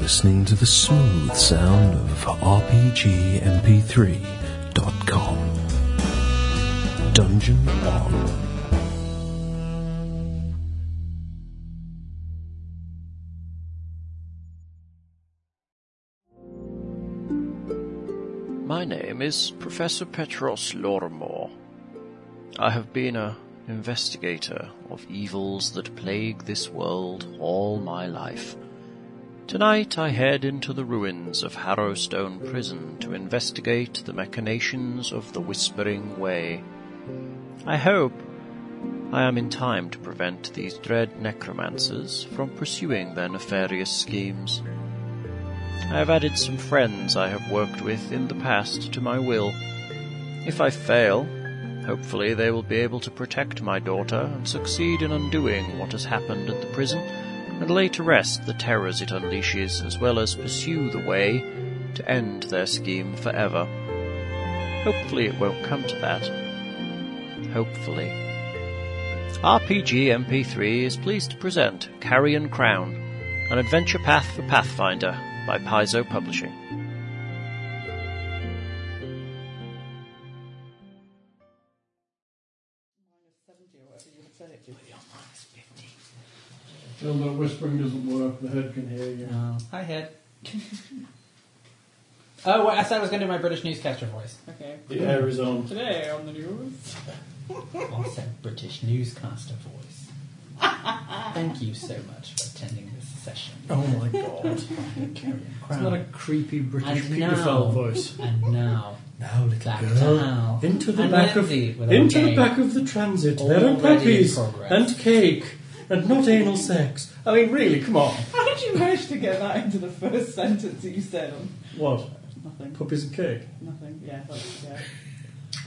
listening to the smooth sound of RPGMP3.com. Dungeon On. My name is Professor Petros Lormor. I have been a investigator of evils that plague this world all my life. Tonight I head into the ruins of Harrowstone Prison to investigate the machinations of the Whispering Way. I hope I am in time to prevent these dread necromancers from pursuing their nefarious schemes. I have added some friends I have worked with in the past to my will. If I fail, hopefully they will be able to protect my daughter and succeed in undoing what has happened at the prison and lay to rest the terrors it unleashes as well as pursue the way to end their scheme forever. Hopefully it won't come to that. Hopefully. RPG MP3 is pleased to present Carrion Crown, an adventure path for Pathfinder by Paizo Publishing. No, the whispering doesn't work. The head can hear you. Hi, head. oh, wait, I said I was going to do my British newscaster voice. Okay. The air is on. Today on the news. I said British newscaster voice. Thank you so much for attending this session. Oh my god. it's not a creepy British And now- pedophile voice. And now, Now, little back girl. to Hal. Into the and back Lindsay of with our into the game. back of the transit. There are Already in puppies progress. and cake and not anal sex. I mean, really, come on. How did you manage to get that into the first sentence that you said on What? nothing? Puppies and cake. Nothing. Yeah. that's- yeah.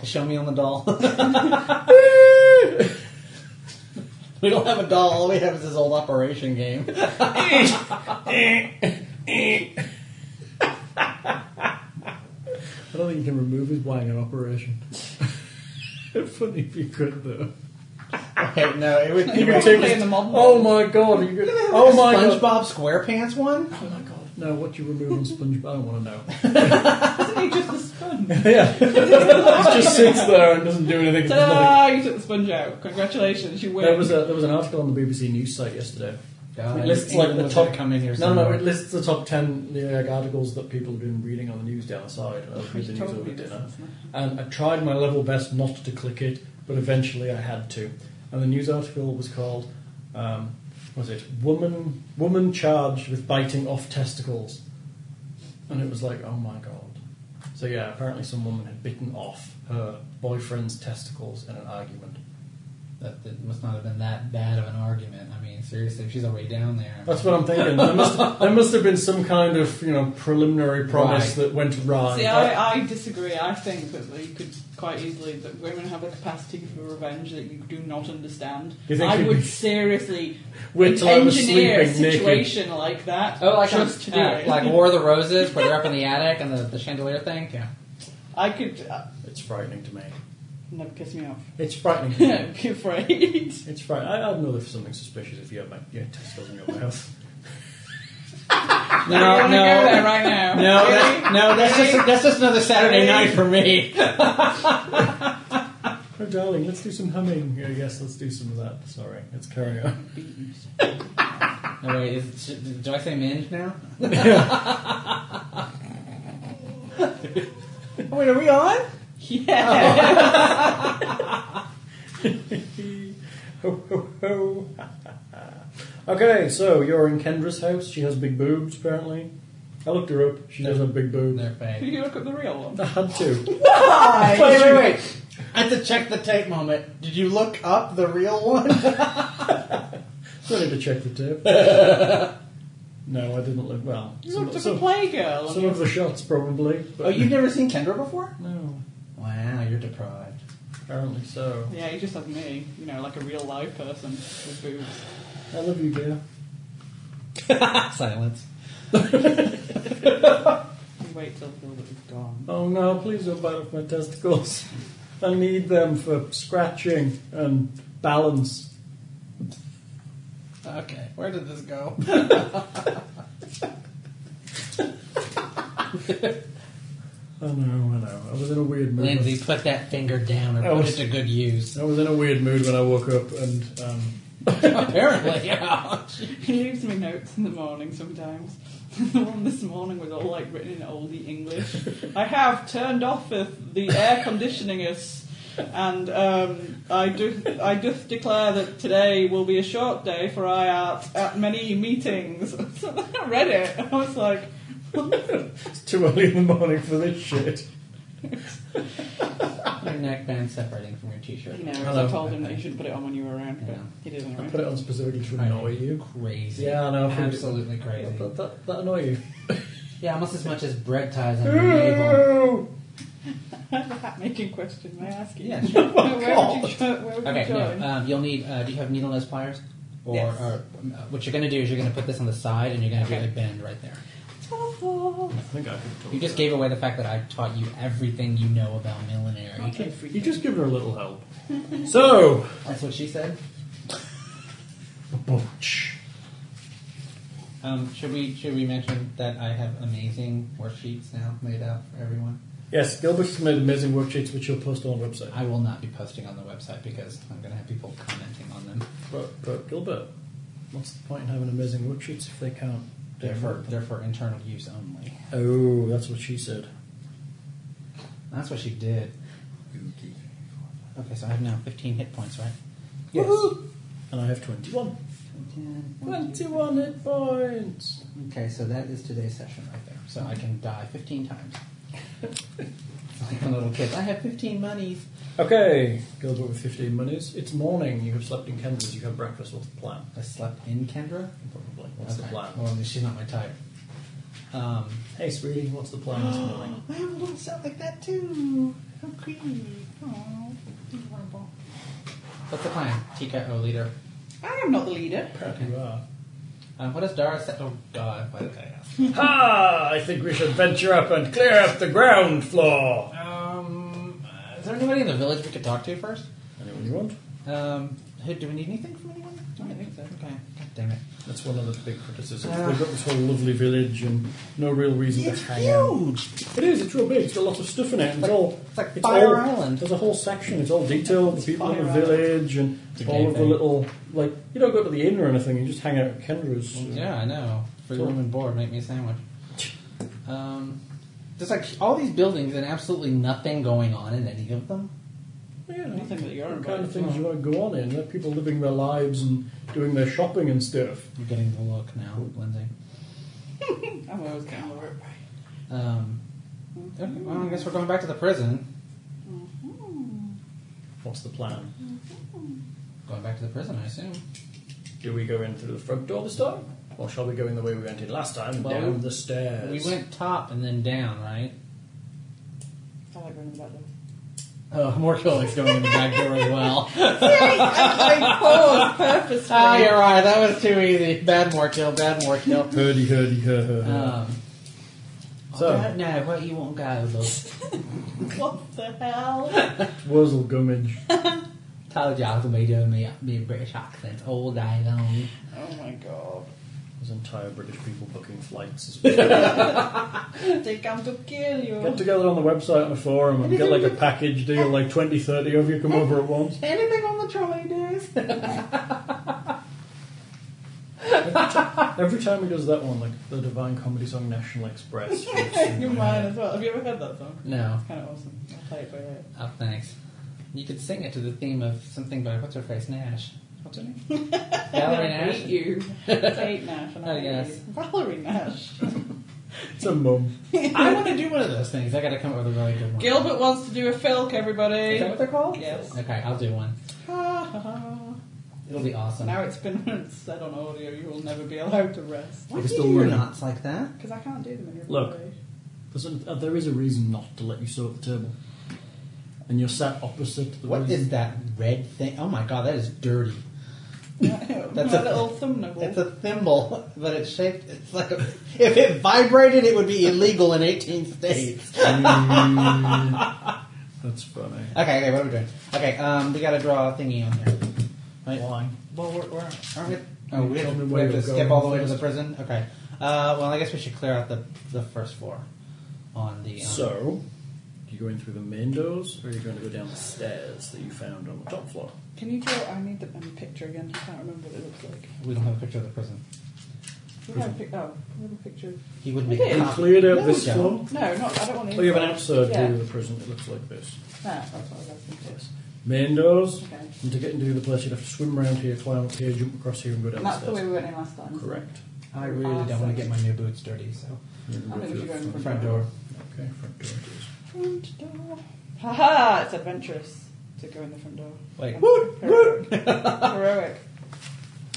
Show me on the doll. we don't have a doll. All we have is this old operation game. I don't think you can remove his wanger operation. Funny if you could though. Okay, no, it would. You It can would take it in the modern Oh my god! You could, oh my god! SpongeBob SquarePants one. Oh my god! No, what you remove on SpongeBob? I don't want to know. Isn't he just the sponge? Yeah. it just sits there and doesn't do anything. There's nothing. Ta-da! You took the sponge out. Congratulations, you win. There was a there was an article on the BBC news site yesterday. it lists like the top come in here. No, no, somewhere. it lists the top ten uh, articles that people have been reading on the news down the side. I was You reading the news told over me this, dinner, isn't it? and I tried my level best not to click it, but eventually I had to. And the news article was called, um, was it woman woman charged with biting off testicles? And it was like, oh my god. So yeah, apparently some woman had bitten off her boyfriend's testicles in an argument. That, that must not have been that bad of an argument. I mean, seriously, if she's already down there. That's what I'm thinking. There must, there must have been some kind of you know preliminary promise that went awry. See, I, I disagree. I think that you could quite easily that women have a capacity for revenge that you do not understand. You think I you- would seriously Wait till I was engineer a sleeping naked. situation like that. Oh, like just to do uh, it. like War of the Roses, where they're up in the attic and the, the chandelier thing. Yeah. I could. Uh, It's frightening to me. no, piss me off. It's frightening. To me. Don't be afraid. it's frightening. I, I'd know there's something suspicious if you had my yeah, testicles in your mouth. I wanna go there right now. no, Really? that- no. That's just that's just another Saturday night for me. Oh, darling, let's do some humming. Yeah, yes, let's do some of that. Sorry, let's carry on. No, wait, is, should- do I say minge now? wait, are we on? Oh. Yeah. Ho, ho, ho. okay, so you're in Kendra's house. She has big boobs, apparently. I looked her up. She does have big boobs. They're Did fake. you look up the real one? I had to. Wait, wait, wait. I have to check the tape moment. Did you look up the real one? I need to check the tape. no, I didn't look well. You Some, looked up a some- playgirl. some of the shots, probably. But Oh, you've never seen Kendra before? No, Wow, you're deprived. apparently so. Yeah, you just had me, you know, like a real live person with boobs. I love you, dear. Silence. You wait till Phil is gone. Oh no, please don't bite off my testicles. I need them for scratching and balance. Okay, where did this go? I know, I know. I was in a weird mood. Lindsay, put that finger down I or put was- it to good use. I was in a weird mood when I woke up, and um, Apparently, yeah. He leaves me notes in the morning sometimes. the one this morning was all like written in oldie English. I have turned off the, the air conditioning us, and um, I do I doth declare that today will be a short day for I at at many meetings. So I read it. I was like, it's too early in the morning for this shit. Your neckband separating from your t-shirt. you know, I Hello. told him that you shouldn't put it on when you were around, but Yeah. he did I anyway. put it on specifically to Right. annoy you. Crazy. Yeah, I know. I think- Absolutely crazy. That, that, that annoy you. Yeah, almost as much as bread ties on your navel. Hat making question. May I ask you? Yeah, sure. where would you, jo- where would Okay, you join? no, um, you'll need. Uh, do you have needle nose pliers? Or, Yes. or um, uh, what you're going to do is you're going to put this on the side and you're going to Okay. do a bend right there. Ta-da. I think I could talk. You just gave away the fact that I taught you everything you know about millinery. Not everything. You just give her a little help. so, That's what she said. butch. Um, should we should we mention that I have amazing worksheets now made out for everyone? Yes, Gilbert has made amazing worksheets which you'll post on our website. I will not be posting on the website because I'm going to have people commenting on them. But, but Gilbert, what's the point in having amazing worksheets if they can't? do They're for it? they're for internal use only. Oh, that's what she said. That's what she did. Okay, so I have now 15 hit points, right? Yes. And I have 21. 21 hit points! Okay, so that is today's session right there. So I can die 15 times. like a little kid. I have 15 monies. Okay, Gilbert with 15 monies. It's morning, you have slept in Kendra's, you have breakfast. What's the plan? I slept in Kendra. Probably. What's the Okay. plan? Well, she's not my type. Um, Hey, sweetie, what's the plan this morning? I have a little set like that too. How creepy. What's the plan, Tika, O leader? I am not the leader. Apparently you are. Um, what does Dara set? Oh God, why did I ask? Ha! I think we should venture up and clear up the ground floor! Um, uh, is there anybody in the village we could talk to first? Anyone you want? Um, who, do we need anything from anyone? I don't think so. Okay. God damn it. That's one of the big criticisms. Ah. They've got this whole lovely village and no real reason to hang out. It is, it's real big, it's got a lot of stuff in it. and It's all, It's like Fire all, Island. There's a whole section, it's all detailed, the people in the Fire Island. village and It's a gay all of the thing. little, like, you don't go to the inn or anything, you just hang out at Kendra's. Yeah, I know. Free Cool. room and board. Make me a sandwich. Um, there's like all these buildings and absolutely nothing going on in any of them. Yeah, Nothing that you're the invited kind of things to. you want to go on in. They're people living their lives and doing their shopping and stuff. You're getting the look now, Lindsay. I'm always getting over it. Um, okay, well, I guess we're going back to the prison. What's the plan? Going back to the prison, I assume. Do we go in through the front door this time? Or shall we go in the way we went in last time, Well, down we- the stairs? We went top and then down, right? I like running about them. Oh, more killing's going in the back door as well. I paused purposefully. Ah, you're right. That was too easy. Bad more kill. Bad more kill. Hurdy, hurdy, hur, hur, hur. Um, So- I don't know where you want to go. Though. What the hell? Wurzel Gummidge. Tyler Giles will be doing me, me a British accent all day long. Oh my god. There's entire British people booking flights as well. They come to kill get you. together on the website and a forum and get like a package deal, like 20, 30 of you come over at once. Anything on the trolley days? Every time he does that one, like the Divine Comedy song National Express. You're mine as well. Have you ever heard that song? No. Kind of awesome. I'll play it by ear. Oh, thanks. You could sing it to the theme of something by what's her face Nash. What's her name? Valerie I Nash. hate you. Kate Nash. And I Oh, hate yes. you. Valerie Nash. It's a mum. I want to do one of those things. I got to come up with a really good one. Gilbert wants to do a filk, everybody. Is that what they're called? Yes. Okay, I'll do one. Ha, ha, ha. It'll be awesome. now it's been said on audio, you will never be allowed to rest. Why It's do you still do your learning. knots like that? Because I can't do them in your Look. voice. There's an- uh, there is a reason not to let you sew at the table. And you're sat opposite the What reason. is that red thing? Oh my god, that is dirty. That's a- a little thumb nibble. It's a thimble, but it's shaped. It's like a, if it vibrated, it would be illegal in 18 states. Mm. That's funny. Okay, okay, what are we doing? Okay, um, we got to draw a thingy on here. Right? Why? Well, we're, we're aren't we? Oh, we Tell have, me we where have to you're skip going all the way to first. the prison. Okay, Uh, well, I guess we should clear out the, the first floor on the. Um, So, you going through the main doors, or are you going to go down the stairs that you found on the top floor? Can you draw? I need the um, picture again. I can't remember what it looks like. we don't have a picture of the prison. We have a pic- oh, we have a picture. of- He would We make a did. copy. Cleared out No, this we don't. floor. No, not. I don't want to. Oh, you have an outside Yeah. view of the prison that looks like this. Ah, that's what I was thinking. Yes. Main doors. Okay. And to get into the place, you'd have to swim around here, climb up here, jump across here, and go down And that's the the way stairs. we went in last time. Correct. I really don't want to get my new boots dirty, so. You can I go think through we should the go in front- Front front, door. Okay, front door it is. Front door. Haha! It's adventurous to go in the front door. Like, Um, woot, woot! heroic. heroic.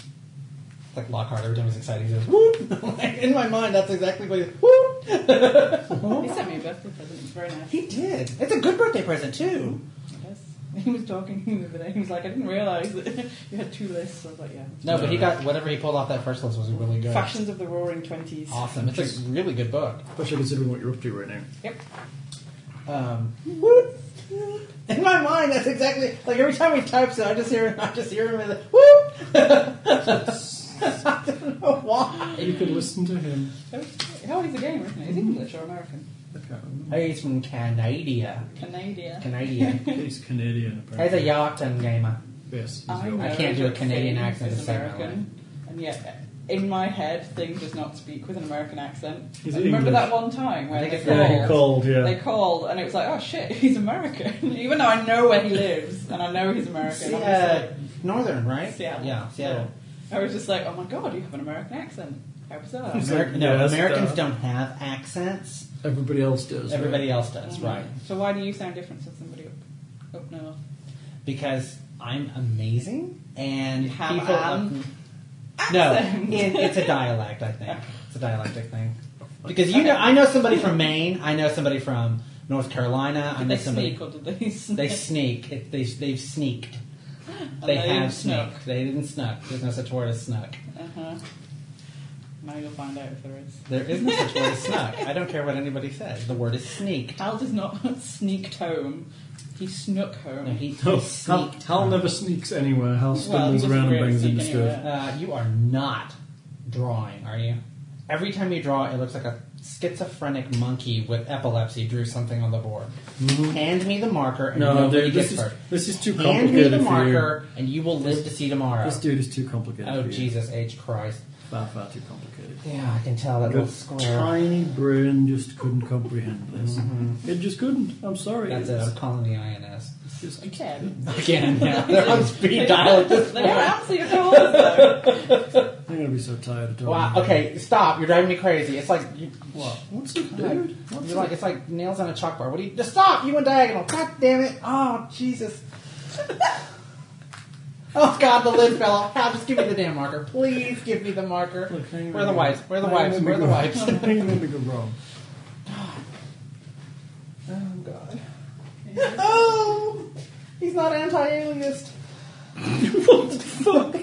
Like Lockhart, every time he's excited, he goes, woot! like, in my mind, that's exactly what he woot! He sent me a birthday present. It's very nice. he did. It's a good birthday present, too. Yes. He was talking the other day. He was like, I didn't realise that you had two lists. I was like, yeah. No, but he got whatever he pulled off that first list was really good. Factions of the Roaring Twenties. Awesome. It's a really good book. Especially considering what you're up to right now. Yep. Um, woot! In my mind, that's exactly like every time he types it, I just hear I just hear him in the whoop. I don't know why. You can listen to him. So, how is the game, isn't it? He's English or American? Hey, he's from Canada. Canadian. Canadian. He's Canadian, He's a yachting gamer. Yes. he's I, a- know I can't do a that Canadian Finn accent is to save my American, and yet uh, in my head, Thing does not speak with an American accent. He's And remember English. that one time I when think they it's- Yeah, he called, called, yeah. they called, and it was like, oh shit, he's American, even though I know where he lives and I know he's American. See, I'm just uh, northern, right? Seattle. Yeah, Seattle. like- I was just like, oh my god, you have an American accent. How bizarre. Ameri- no, Yes, Americans duh. don't have accents. Everybody else does. right? Everybody else does, Mhm. right? So why do you sound different to somebody up, up north? Because I'm amazing and You have people. an no, accent. it, it's a dialect. I think it's a dialectic thing. Because you know, I know somebody from Maine. I know somebody from North Carolina. I Did know they somebody. sneak or did they sneak? They sneak. It, they they've sneaked. And They, have Oh, didn't sneak. sneaked. They didn't snuck. There's no such word as snuck. Uh-huh. Now you'll find out if there is. There is no such word as snuck. I don't care what anybody says. The word is sneaked. Hal does not sneaked home. He snuck home. No, he, he No, Hal, sneaked. Hal never sneaks anywhere. Hal stumbles just around and weird bangs into sneaking stuff. around. Uh, you are not drawing, are you? Every time you draw, it looks like a schizophrenic monkey with epilepsy drew something on the board. Hand me the marker and No, nobody dude, this gets is, hurt. this is too Hand me complicated the for you. marker and you will live to see tomorrow. This dude is too complicated. Oh, for you. Jesus H. Christ. Far, far too complicated. Yeah, I can tell that Your little square. tiny brain just couldn't comprehend this. It just couldn't. I'm sorry. Mm-hmm. That's it, It's I'm calling the INS. just- Again. Again, yeah. They're on speed dial at this They don't point. answer your calls though. I'm going to be so tired of talking. Wow, okay, stop. You're driving me crazy. It's like, you, What? What's it, dude? What's You're like it's like nails on a chalkboard. What do you just stop? You went diagonal. God damn it! Oh Jesus! oh God, the lid fell off. Hal, just give me the damn marker, please. Give me the marker. Look, hang on. Where are the wipes? Where are the wipes? Where are the wipes? I think I'm go wrong. Oh God! Oh, he's not anti-aliased. what the fuck?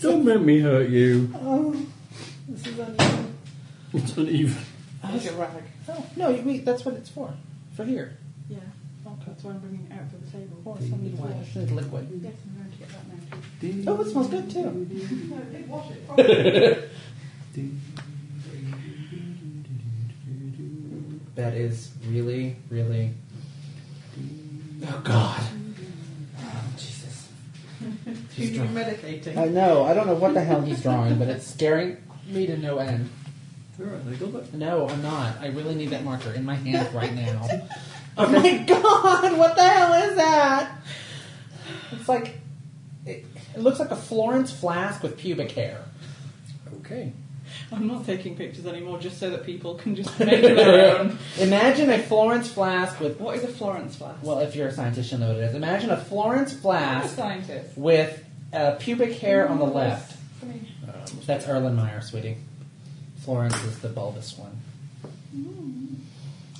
Don't make me hurt you. Oh, this is uneven. It's uneven. Here's your rag. Oh no, you, we, that's what it's for. For here. Yeah. That's why I'm bringing it out for the table. Oh, it's something to wash. It's liquid. Yes, I'm going to get that now. Oh, it smells good too. No, did wash it properly. That is really, really. Oh God. Oh, Jesus. He's You're drunk. meditating. I know. I don't know what the hell he's drawing, but it's scaring me to no end. Alright, they got that. No, I'm not. I really need that marker in my hand right now. Oh my God! What the hell is that? It's like it, it looks like a Florence flask with pubic hair. Okay. I'm not taking pictures anymore just so that people can just make their own. Imagine a Florence flask with. What is a Florence flask? Well, if you're a scientist, you'll know what it is. Imagine a Florence I'm a flask scientist. with uh, pubic hair on the Yes. left. I mean, That's Erlenmeyer, sweetie. Florence is the bulbous one.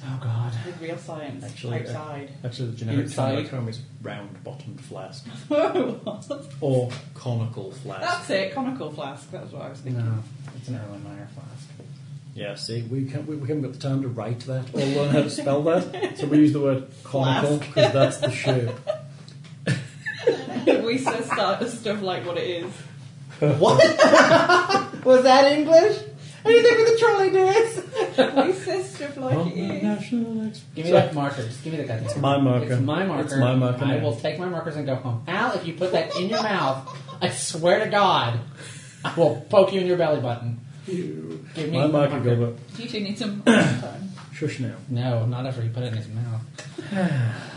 Oh God. with real science Actually, uh, outside. Actually, the generic Inside. term I come is round-bottomed flask That's or conical flask. it, conical flask. That's what I was thinking. No, it's an Erlenmeyer flask. Yeah, see, we can't, we, we haven't got the time to write that or learn how to spell that, so we use the word conical because that's the shape. we say stuff, stuff like what it is. what? Was that English? What do you think of the trolley dance? Racist of like it is. national ex- Give me that marker. Just give me the goddamn. It's my marker. It's my marker. It's my marker. I will take my markers and go home. Al, if you put that in your mouth, I swear to God, I will poke you in your belly button. Give me My the marker, Gilbert. You two need some time. Shush now. No, not after you put it in his mouth.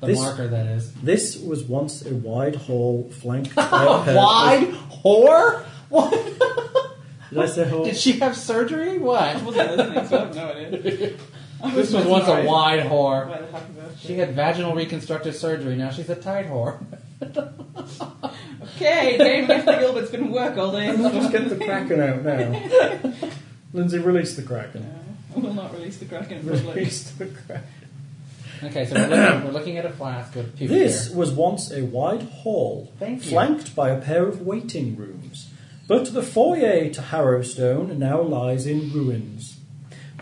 the This- marker that is. This was once a wide hall flanked by a pair of- Wide whore? What? Did I say hall? Did she have surgery? What? I wasn't listening, so I have no idea. I This was once a mesmerised wide whore. by the happy birthday. She had vaginal reconstructive surgery. Now she's a tight whore. Okay, Dave Leslie Gilbert's been to work all day. Let's just get the kraken out now. Lindsay, release the kraken. No, I will not release the Kraken in public. Release the kraken. Okay, so we're looking, we're looking at a flask with pubic This hair. was once a wide hall, Thank you. flanked by a pair of waiting rooms, but the foyer to Harrowstone now lies in ruins.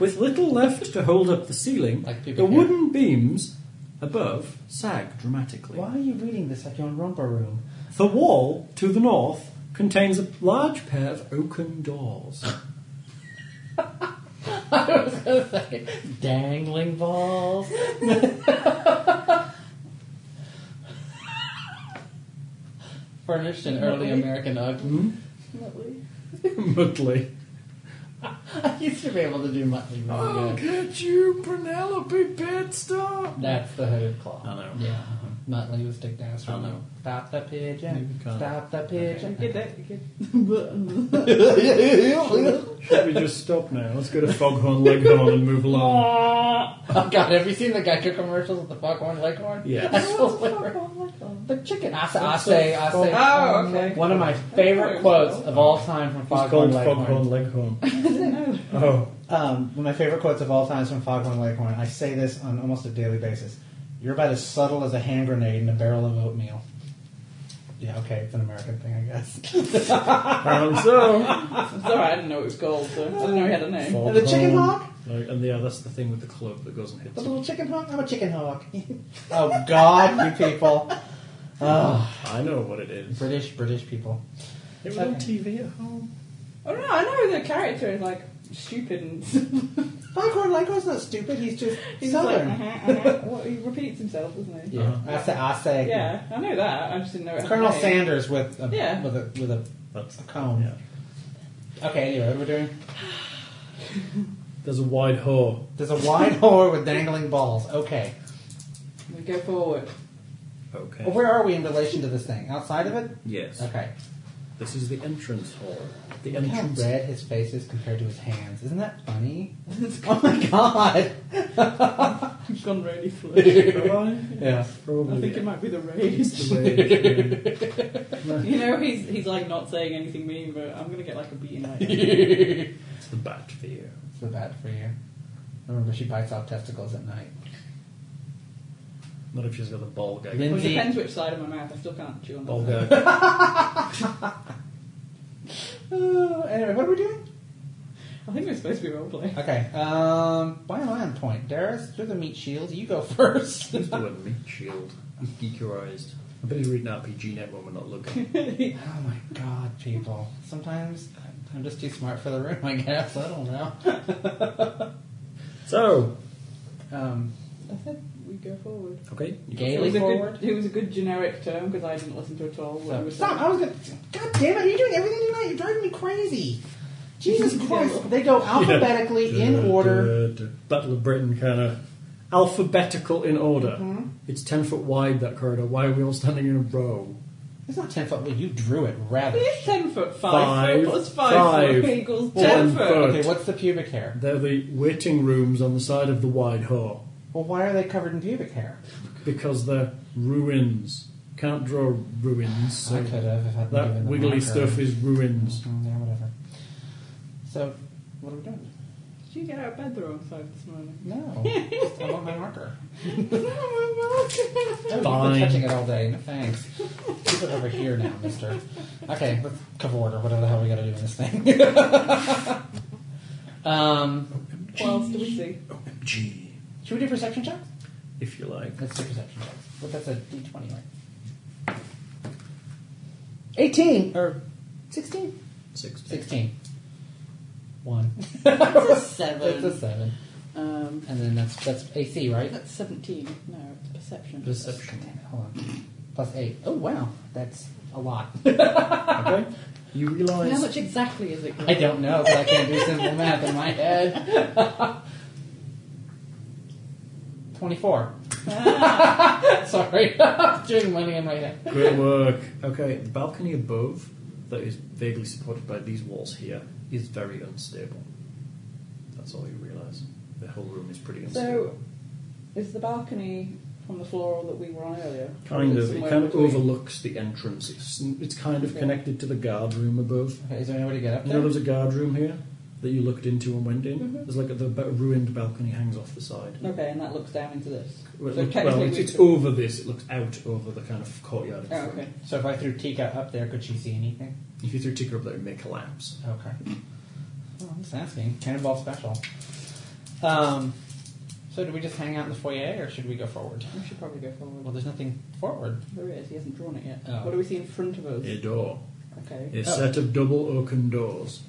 With little left to hold up the ceiling, Like pubic the hair. wooden beams above sag dramatically. Why are you reading this like you're in Romper Room? The wall to the north contains a large pair of oaken doors. I was gonna say dangling balls. Furnished in early American ugly. Lovely. Mudley. I used to be able to do much really good. get you, Penelope Bedstock! That's the hooded claw. I know. Yeah. uh-huh. Muttley was Dick Dance. I know. Stop the pigeon. You can't. Stop the pigeon. Should I get that? Get- Should we just stop now? Let's go to Foghorn Leghorn and move along. Oh god, have you seen the Geico commercials with the Foghorn Leghorn? Yes. That's so hilarious. Foghorn The chicken. I say, I say, I say. Oh, okay. One of my favorite quotes of all time from It's Foghorn called Leghorn. Foghorn Leghorn. Oh, Um, one of my favorite quotes of all times from Foghorn Leghorn. I say this on almost a daily basis. You're about as subtle as a hand grenade in a barrel of oatmeal. Yeah, okay, it's an American thing, I guess. apparently Oh, um, so. It's alright, I didn't know it was gold, so I didn't know he had a name. And the chicken Foghorn- hawk? No, and yeah, that's the thing with the club that goes and hits The it. little chicken hawk? I'm a chicken hawk. oh, God, you people. Oh, I know what it is. British, British people. It was on Okay. TV at home. Oh no, I know the character is like stupid and Foghorn Leghorn's not stupid, he's just he's southern. like, uh-huh, uh-huh. Well, he repeats himself, doesn't he? Yeah, I say, I say. Yeah, I know that. I just didn't know it. had Colonel a name. Sanders with a, Yeah. with a, with a, That's a cone. yeah. Okay, anyway, what are we doing? There's a wide whore. There's a wide whore with dangling balls. Okay. We go forward. Okay. Well, where are we in relation to this thing? Outside of it? Yes. Okay. Uh, This is the entrance hall. The Look how entrance. red his face is compared to his hands. Isn't that funny? oh my god! He's gone really flush. Probably. Yeah. I think it might be the rage. It's the way it is. You know, he's he's like not saying anything mean, but I'm gonna get like a beating right now. it's It's the bat for you. so bad for you. Remember, she bites off testicles at night. Not if she's got the ball gag. Lin- Well, it depends which side of my mouth. I still can't chew on Ball that. gag. Uh, anyway, what are we doing? I think we're supposed to be role playing. Okay. Um, why am I on point? Darius, you're the meat shield. You go first. Use the word meat shield. Geekerized. I bet he's reading RPG Net when we're not looking. oh my god, people. Sometimes I'm just too smart for the room, I guess. I don't know. So, Um, I said we go forward. okay. you go Gaily. first. It was, a forward? good, it was a good generic term because I didn't listen to it at all. What you were Stop! saying. I was gonna. God damn it! You're doing everything tonight. You're driving me crazy. Jesus Yeah. Christ! They go alphabetically in Duh, order. duh, duh. Battle of Britain kind of alphabetical in order. Hmm. It's ten foot wide that corridor. Why are we all standing in a row? It's not ten foot. Well, you drew it rather. It is ten foot five. Five, four plus five, five, foot equals one ten foot. foot. Okay, what's the pubic hair? They're the waiting rooms on the side of the wide hall Well, why are they covered in pubic hair? because they're ruins. Can't draw ruins. So I could have if I'd been that given the wiggly marker. stuff is ruins. Mm, yeah, whatever. So, what are we doing? Did you get out of bed the wrong side this morning? No, I want my marker. No, You've Fine. been touching it all day. No thanks. Keep it over here now, Mister. Okay, let's cavort or whatever the hell we got to do in this thing. um, What else do we see? OMG, should we do perception checks? if you like. Let's do perception checks. But that's a D twenty, right? Eighteen or sixteen? Six. Sixteen. One. That's a It's a seven. seven. Um, And then that's that's AC, right? that's 17. No, it's perception. Perception. Damn it, Hold on. Plus eight. Oh wow, that's a lot. Okay? You How realise much exactly is it? I don't know, but I can do simple math in my head. Twenty-four. Sorry, doing money in my head. Great work. Okay, the balcony above, that is vaguely supported by these walls here, is very unstable. That's all you realise. The whole room is pretty So, unstable. is the balcony from the floor that we were on earlier? kind Or is of, it somewhere kind of between? overlooks the entrance. It's, it's kind of Okay. connected to the guard room above. Okay, is there any way to get up You there? know, there's a guard room here that you looked into and went in. Mm-hmm. There's like a, the ba- ruined balcony hangs off the side. Okay, and that looks down into this. Well, it So look- well, technically it's, we it's could- over this. It looks out over the kind of courtyard in Oh, front. okay. So if I threw Tika up there, could she see anything? If you threw Tinker up there, it may collapse. Okay. Well, I'm just asking. Cannonball special. Um, so do we just hang out in the foyer, or should we go forward? We should probably go forward. Well, there's nothing forward. There is. He hasn't drawn it yet. Oh. What do we see in front of us? A door. Okay. A Oh. set of double oaken doors.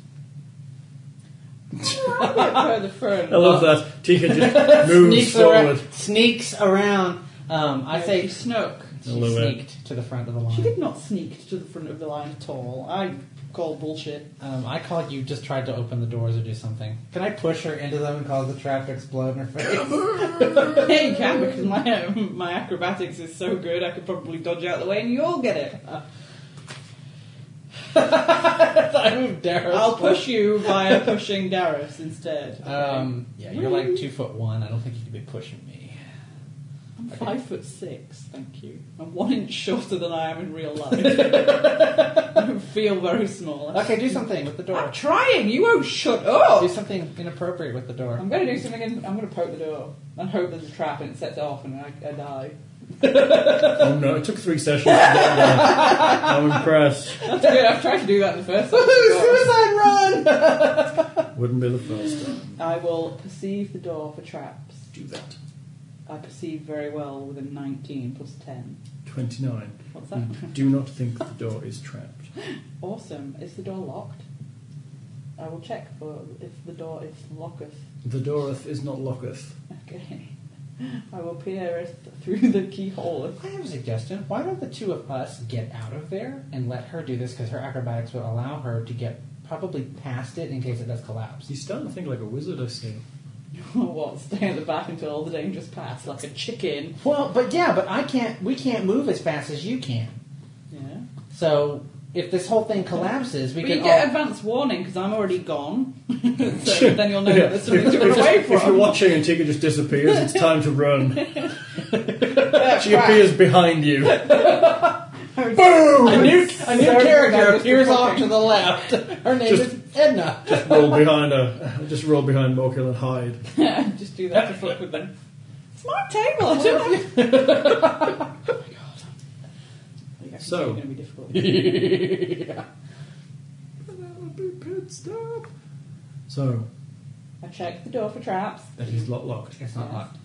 A uh, bit further front. oh. I love that. Tika just moves forward. around. Sneaks around. Um, I No, say she snuck. she Silhouette. sneaked to the front of the line. She did not sneak to the front of the line at all. I call bullshit. Um, I call it you just tried to open the doors or do something. Can I push her into them and cause the trap to explode in her face? Hey, you can because my um, my acrobatics is so good. I could probably dodge out the way and you all get it. Uh, I moved Darius. I'll push you via pushing Darius instead. Um, yeah, you're like two foot one. I don't think you could be pushing me. I'm okay. five foot six. Thank you. I'm one inch shorter than I am in real life. I don't feel very small. Okay, do something with the door. I'm trying. You won't shut Do up. something inappropriate with the door. I'm going to do something. And I'm going to poke the door and hope there's a trap and it sets it off and I, I die. Oh no, it took three sessions to get there. I'm impressed. That's good. I've tried to do that in the first one. Suicide run! Wouldn't be the first time. I will perceive the door for traps. Do that. I perceive very well with a 19 plus 10. 29. What's that? Mm. Do not think the door is trapped. Awesome. Is the door locked? I will check for if the door is locketh. The door is not locketh. Okay. I will peer it through the keyhole. I have a suggestion. Why don't the two of us get out of there and let her do this because her acrobatics will allow her to get probably past it in case it does collapse. You're starting to think like a wizard, I see. what? Stay at the back until all the danger's passed, like a chicken. Well, but yeah, but I can't. We can't move as fast as you can. Yeah. So if this whole thing collapses, we But can you get all- advance warning because I'm already gone. so then you'll know that there's something If- to if- run away if you're from. watching and Tika just disappears, it's time to run. she crap. appears behind you. A Boom! new, a new Sorry, character guys, appears just off to the left. Her name Just- is Edna. Just roll behind her. Just roll behind Morkill and hide. Just do that to fuck with them. It's my table. I don't have. oh my god. So- It's going to be difficult. That would be pit stop. So, I checked the door for traps it is not locked. It's not locked.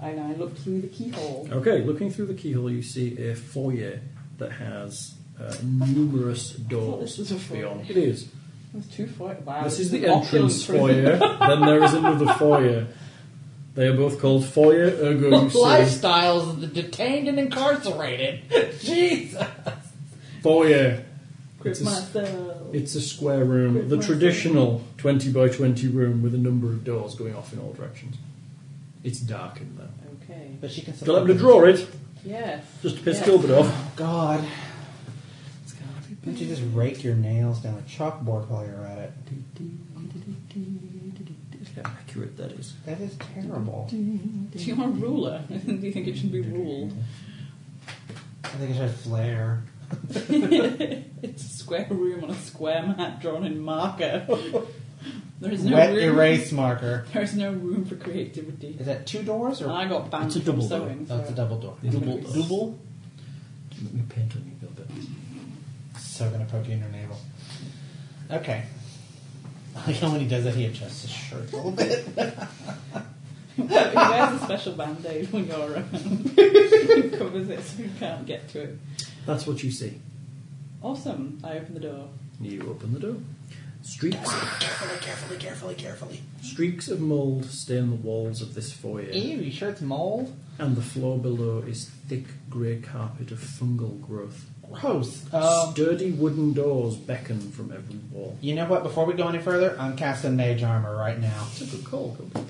and I looked through the keyhole. Okay, looking through the keyhole, you see a foyer that has uh, numerous thought doors this was a foyer. beyond. It is. There's two foyer. Wow. this it's is the an entrance opulent foyer. then there is another foyer. They are both called foyer ergo you say Lifestyles of the detained and incarcerated. Jesus. foyer. prison. It's a, s- Gripmaster. it's a square room, the Gripmaster. traditional 20 by 20 room with a number of doors going off in all directions. It's dark in there. Okay. But she can. Don't let me to draw it, Yes. just to piss Yes. Gilbert off. Oh God. It's gotta be. Don't you just rake your nails down a chalkboard while you're at it? Look how accurate that is. That is terrible. Do you want a ruler? Do you think it should be ruled? I think I should flare. it's a square room on a square mat drawn in marker. There is no Wet room. erase marker. There is no room for creativity. Is that two doors or? And I got banned It's a from double door. sewing. oh, it's a so- double door. Double. Double. Let me paint on you, Gilbert. So gonna poke you in her navel. Okay. I like how when he does that, he adjusts his shirt a little bit. He wears a special band-aid when you're around. it covers it so you can't get to it. That's what you see. Awesome. I open the door. You open the door. Streaks, Carefully, carefully, carefully, carefully. streaks of mould stain the walls of this foyer, Ew, you sure it's mold? and the floor below is thick grey carpet of fungal growth. Gross. Um, Sturdy wooden doors beckon from every wall. you know what? Before we go any further, I'm casting mage armor right now. It's a good call, Goblin.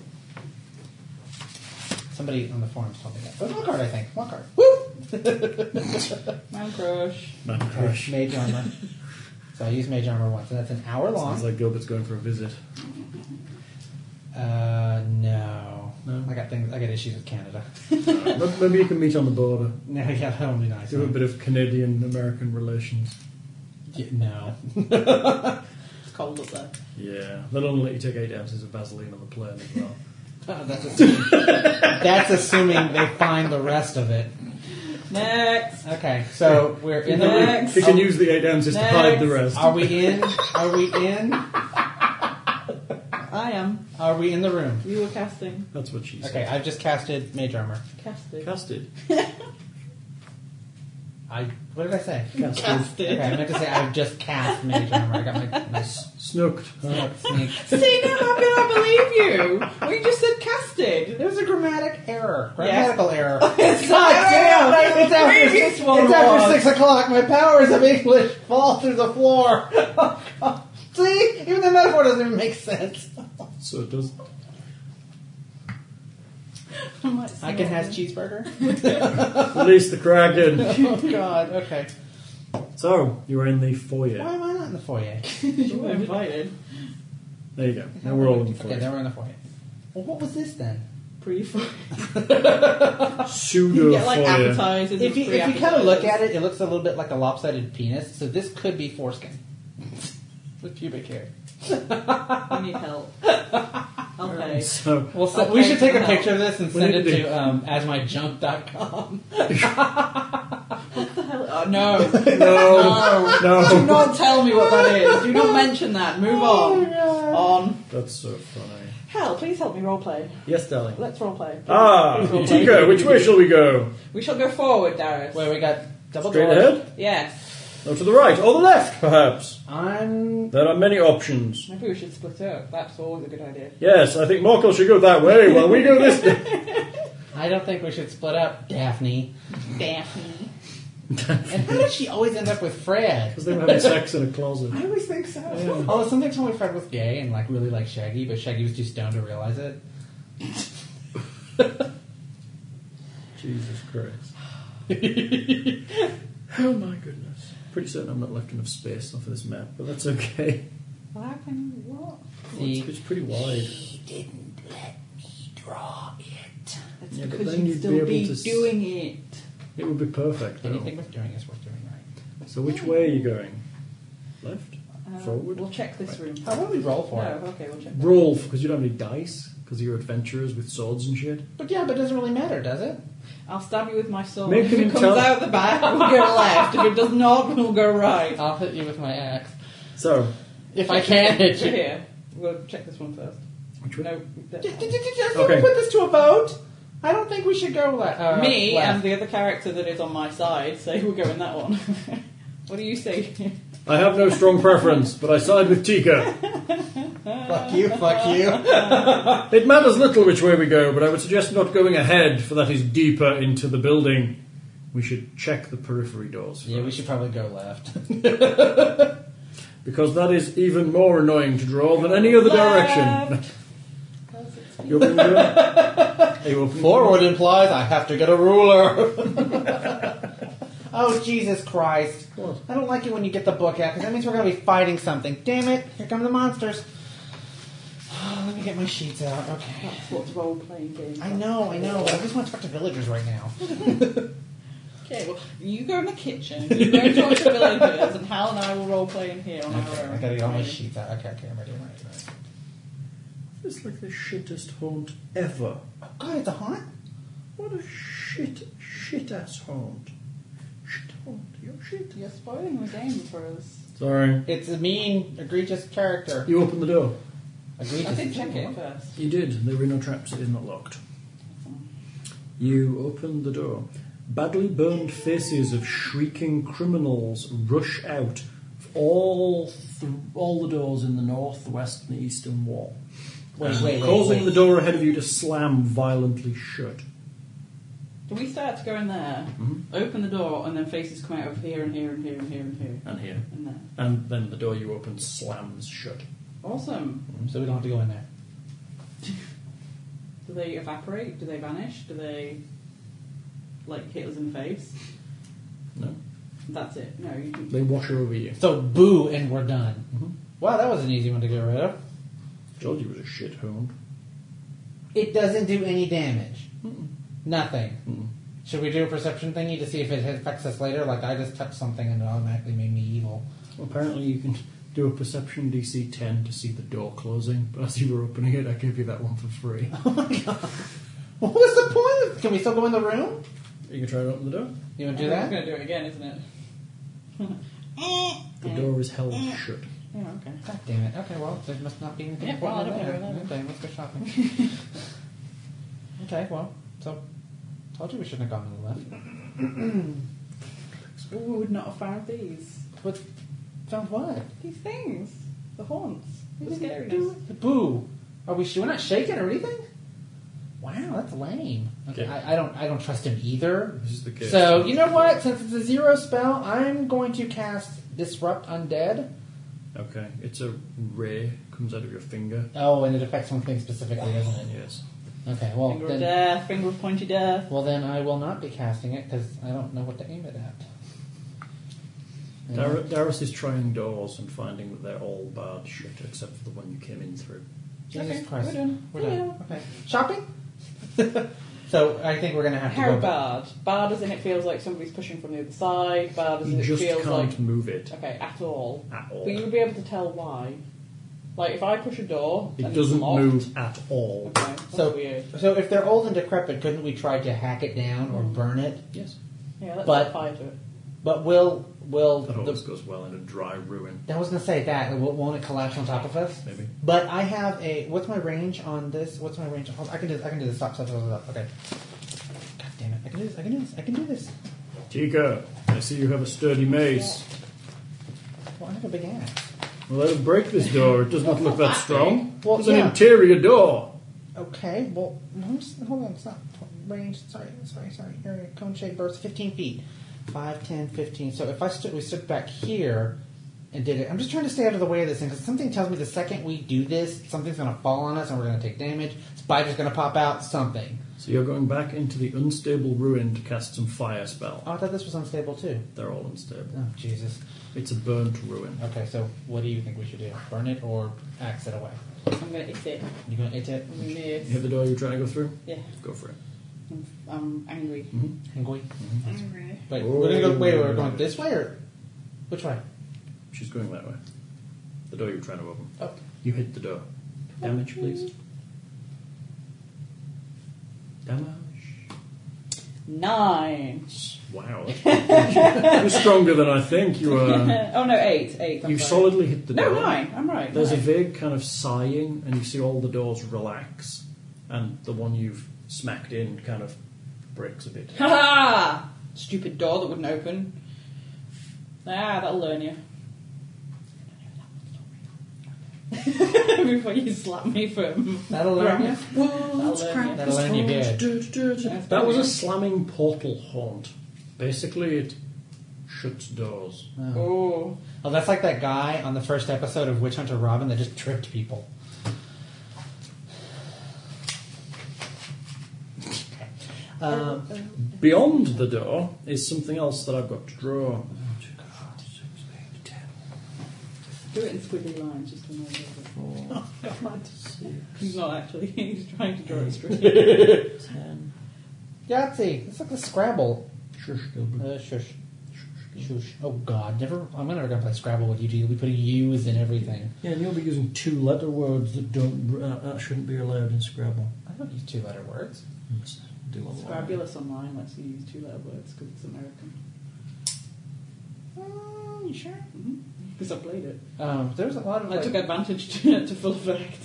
Somebody on the forums told me that. But one card, I think. One card. Oh, Woo! Man crush. Man Alright, crush. Mage armor. so I use mage armor once, and that's an hour long. Sounds like Gilbert's going for a visit. Uh, no. No? I got things. I got issues with Canada. M- Maybe you can meet on the border. no, yeah, that would be nice. Do a bit of Canadian-American relations. Yeah, no. It's cold up there. Yeah, they'll only let you take eight ounces of Vaseline on the plane as well. that's, assuming, that's assuming they find the rest of it. Next. Okay, so we're in the Next. You can use the eight ounces to hide the Next. rest. Are we in? Are we in? I am. Are we in the room? You were casting. That's what she said. Okay, I've just casted mage armor. Casting. Casted. I what did I say? Casted. Okay, I meant to say I've just cast mage armor. I got my, my Snooked. huh? sneak See, now I feel I believe you. We just said casted. There's a grammatic error. Grammatical error. God damn. It's after, Previous six, one it's after was. six o'clock. My powers of English fall through the floor. Oh, See? Even the metaphor doesn't even make sense. So it does. I can have cheeseburger. Release the kraken. oh, God. Okay. So you are in the foyer. Why am I not in the foyer? you were invited. There you go. Now we're all in the Okay, foyer. then we're in the foyer. Well, what was this then? Pre Pseudo You get like foyer. appetizers. If you, if you kind of look at it, it looks a little bit like a lopsided penis, so this could be foreskin. With pubic hair. I need help. Okay. So Well, so Okay, we should take a no. picture of this and We send need it to do- to um, asmyjunk.com. Oh, no. no, No. Do no. not tell me what that is. Do not mention that. Move Oh, on. on. That's so funny. Hal, please help me roleplay. Yes, darling. Let's roleplay. Ah, Please roleplay. Tika, which way shall we go? We shall go forward, Darius. Where we got double Straight doors. ahead, Yes. or to the right, or the left, perhaps. I'm There are many options. Maybe we should split up. That's always a good idea. Yes, I think Morkel should go that way while we go this way. I don't think we should split up, Daphne. Daphne. And how did she always end up with Fred? Oh, Because they were having sex in a closet. I always think so. Although something told me Fred was gay and like really liked Shaggy, but Shaggy was too stoned to realize it. Jesus Christ. oh my goodness. Pretty certain I'm not left enough space for this map, but that's okay. What happened? What? See, It's, it's pretty wide. didn't let me draw it. It's Yeah, but because then you'd you'd still be be, able to s- doing it. It would be perfect, though. Anything worth doing is worth doing right. So which way are you going? Left? Um, Forward? We'll check this room. How about we roll No, for it? okay, we'll check. that. Roll, because you don't have any dice, because you're adventurers with swords and shit. But yeah, but it doesn't really matter, does it? I'll stab you with my sword. Make if an it comes intel- out the back, we'll go left. If it does not, we'll go right. I'll hit you with my axe. So, Uh, If I can hit Over you. here. We'll check this one first. which way? No. that- Did, did, did, did Okay. we put this to a vote? I don't think we should go left. Uh, Me left. and the other character that is on my side say we're going that one. what do you say? I have no strong preference, but I side with Tika. Fuck you, fuck you. It matters little which way we go, but I would suggest not going ahead, for that is deeper into the building. We should check the periphery doors. yeah, we should probably go left. Because that is even more annoying to draw than any other direction. Left. You open the door? Are you open the Forward implies I have to get a ruler. oh, Jesus Christ. door? What? I don't like it when you get the book out because that means we're going to be fighting something. Damn it, here come the monsters. Let me get my sheets out. Okay. That's what role playing game. I know, I know, but I just want to talk to villagers right now. Okay, well, you go in the kitchen, you go talk to villagers, and Hal and I will role play in here on our Okay, own. I gotta get all my sheets out. Okay, okay, I'm ready, I'm ready, I'm ready. It's like the shittest haunt ever. Oh, God, it's a haunt? What a shit, shit ass haunt. Shit haunt, you shit. You're spoiling the game for us. Sorry. It's a mean, egregious character. You opened the door. Egregious. I did check it first. You did. There were no traps, it is not locked. You opened the door. Badly burned faces of shrieking criminals rush out, all th- all the doors in the north, the west, and the eastern wall, Wait, wait, wait. causing wait. the door ahead of you to slam violently shut. Do we start to go in there, Mm-hmm. open the door, and then faces come out of here and here and here and here and here And here, and there? and then the door you open slams shut. Awesome. So we don't have to go in there. Do they evaporate? Do they vanish? Do they like hit us in the face? No, That's it. No, you can. they wash over you. So boo, and we're done. Mm-hmm. Wow, that was an easy one to get rid of. Told you it was a shit hound. It doesn't do any damage. Nothing. Mm. Should we do a perception thingy to see if it affects us later? Like I just touched something and it automatically made me evil. Apparently, you can do a perception DC 10 to see the door closing, but as you were opening it, I gave you that one for free. What was the point? of- Can we still go in the room? you can try to open the door. You want to do that? Everyone's going to do it again, isn't it? The door is held shut. Yeah. Okay. God damn it. Okay, well, there must not be anything Yeah, well, I important don't in know. there. Okay, let's go shopping. okay, well, so told you we shouldn't have gone to the left. Ooh, Oh, we would not have found these But found what? these things, the haunts, the We didn't do scariness. it. Boo! Are we? sh- We're not shaking or anything. Wow, that's lame. Okay, Okay. I, I don't. I don't trust him either. This is the case. So you know what? Since it's a zero spell, I'm going to cast Disrupt Undead. Okay, it's a ray, comes out of your finger. Oh, and it affects one thing specifically, doesn't it? Yes. Okay. Well Finger of Oh, then. death, finger of pointy death. Well then, I will not be casting it because I don't know what to aim it at. And Dar- Darius is trying doors and finding that they're all barred shut except for the one you came in through. Jesus Okay, Christ. we're done. We're Yeah. done. Okay. Shopping. so I think we're gonna have to How go back. bad? Bad as in it feels like somebody's pushing from the other side. Bad as in You it just feels can't like move it okay at all. at all. But you would be able to tell why. Like if I push a door, and It it's doesn't locked, move at all. Okay, that's So- weird. So if they're old and decrepit, couldn't we try to hack it down or burn it? Yes. Yeah, let's but- set fire to it. But will will That the, always goes well in a dry ruin, I was gonna say that w- won't it collapse on top of us? maybe. But I have a what's my range on this? What's my range? Hold, I can do I can do this. Stop stop stop stop. Okay. God damn it! I can do this. I can do this. I can do this. Tika, I see you have a sturdy mace. Well, I have a big ass. Well, let him break this door. It does not look that strong. Well, it's an yeah. interior door. Okay. Well, no, just, hold on. It's not range. Sorry. Sorry. Sorry. Area cone shape burst. Fifteen feet. 5, 10, 15. So if I stood, we stood back here and did it. I'm just trying to stay out of the way of this thing because something tells me the second we do this, something's going to fall on us and we're going to take damage. Spider's going to pop out. Something. So you're going back into the unstable ruin to cast some fire spell. Oh, I thought this was unstable too. They're all unstable. Oh, Jesus. It's a burnt ruin. Okay, so what do you think we should do? Burn it or axe it away? I'm gonna hit it. You gonna eat it? I'm gonna You miss. have the door you're trying to go through? Yeah, Go for it. I'm, I'm angry. Hangui? Angry. Wait, we're gonna go. Wait, we're going this way or which way? She's going that way. The door you're trying to open. Oh. You hit the door. Damage, please. Damage. Nine. Wow. You're stronger than I think. You are. oh no, eight, eight. I'm You sorry. solidly hit um, the door. No, nine. I'm right. There's a nine. vague kind of sighing, and you see all the doors relax, and the one you've smacked in kind of breaks a bit. Ha ha! Stupid door that wouldn't open. Ah, that'll learn you. Before you slap me for. That'll learn you. That'll learn That'll learn you good. That's That was a brilliant. slamming portal haunt. Basically, it shuts doors. you. Oh. Oh, that's like that guy on the first episode of Witch Hunter Robin that just tripped people. Um, Beyond the door is something else that I've got to draw. Do it in squiggly lines just to annoy everyone. He's not actually, he's trying to draw it straight. Yahtzee. It's like the Scrabble. Shush, Gilbert. Uh, shush. Shush. Oh God! Never. I'm never gonna play Scrabble with you. You'll be putting U's in everything. Yeah, and you'll be using two letter words that don't uh, that shouldn't be allowed in Scrabble. I don't use two-letter words. It's- do a lot. It's fabulous online, lets you use two letter words because it's American. Mm, you sure? Mm-hmm. Because I played it. Um, there's a lot of I like, took advantage to, to full effect.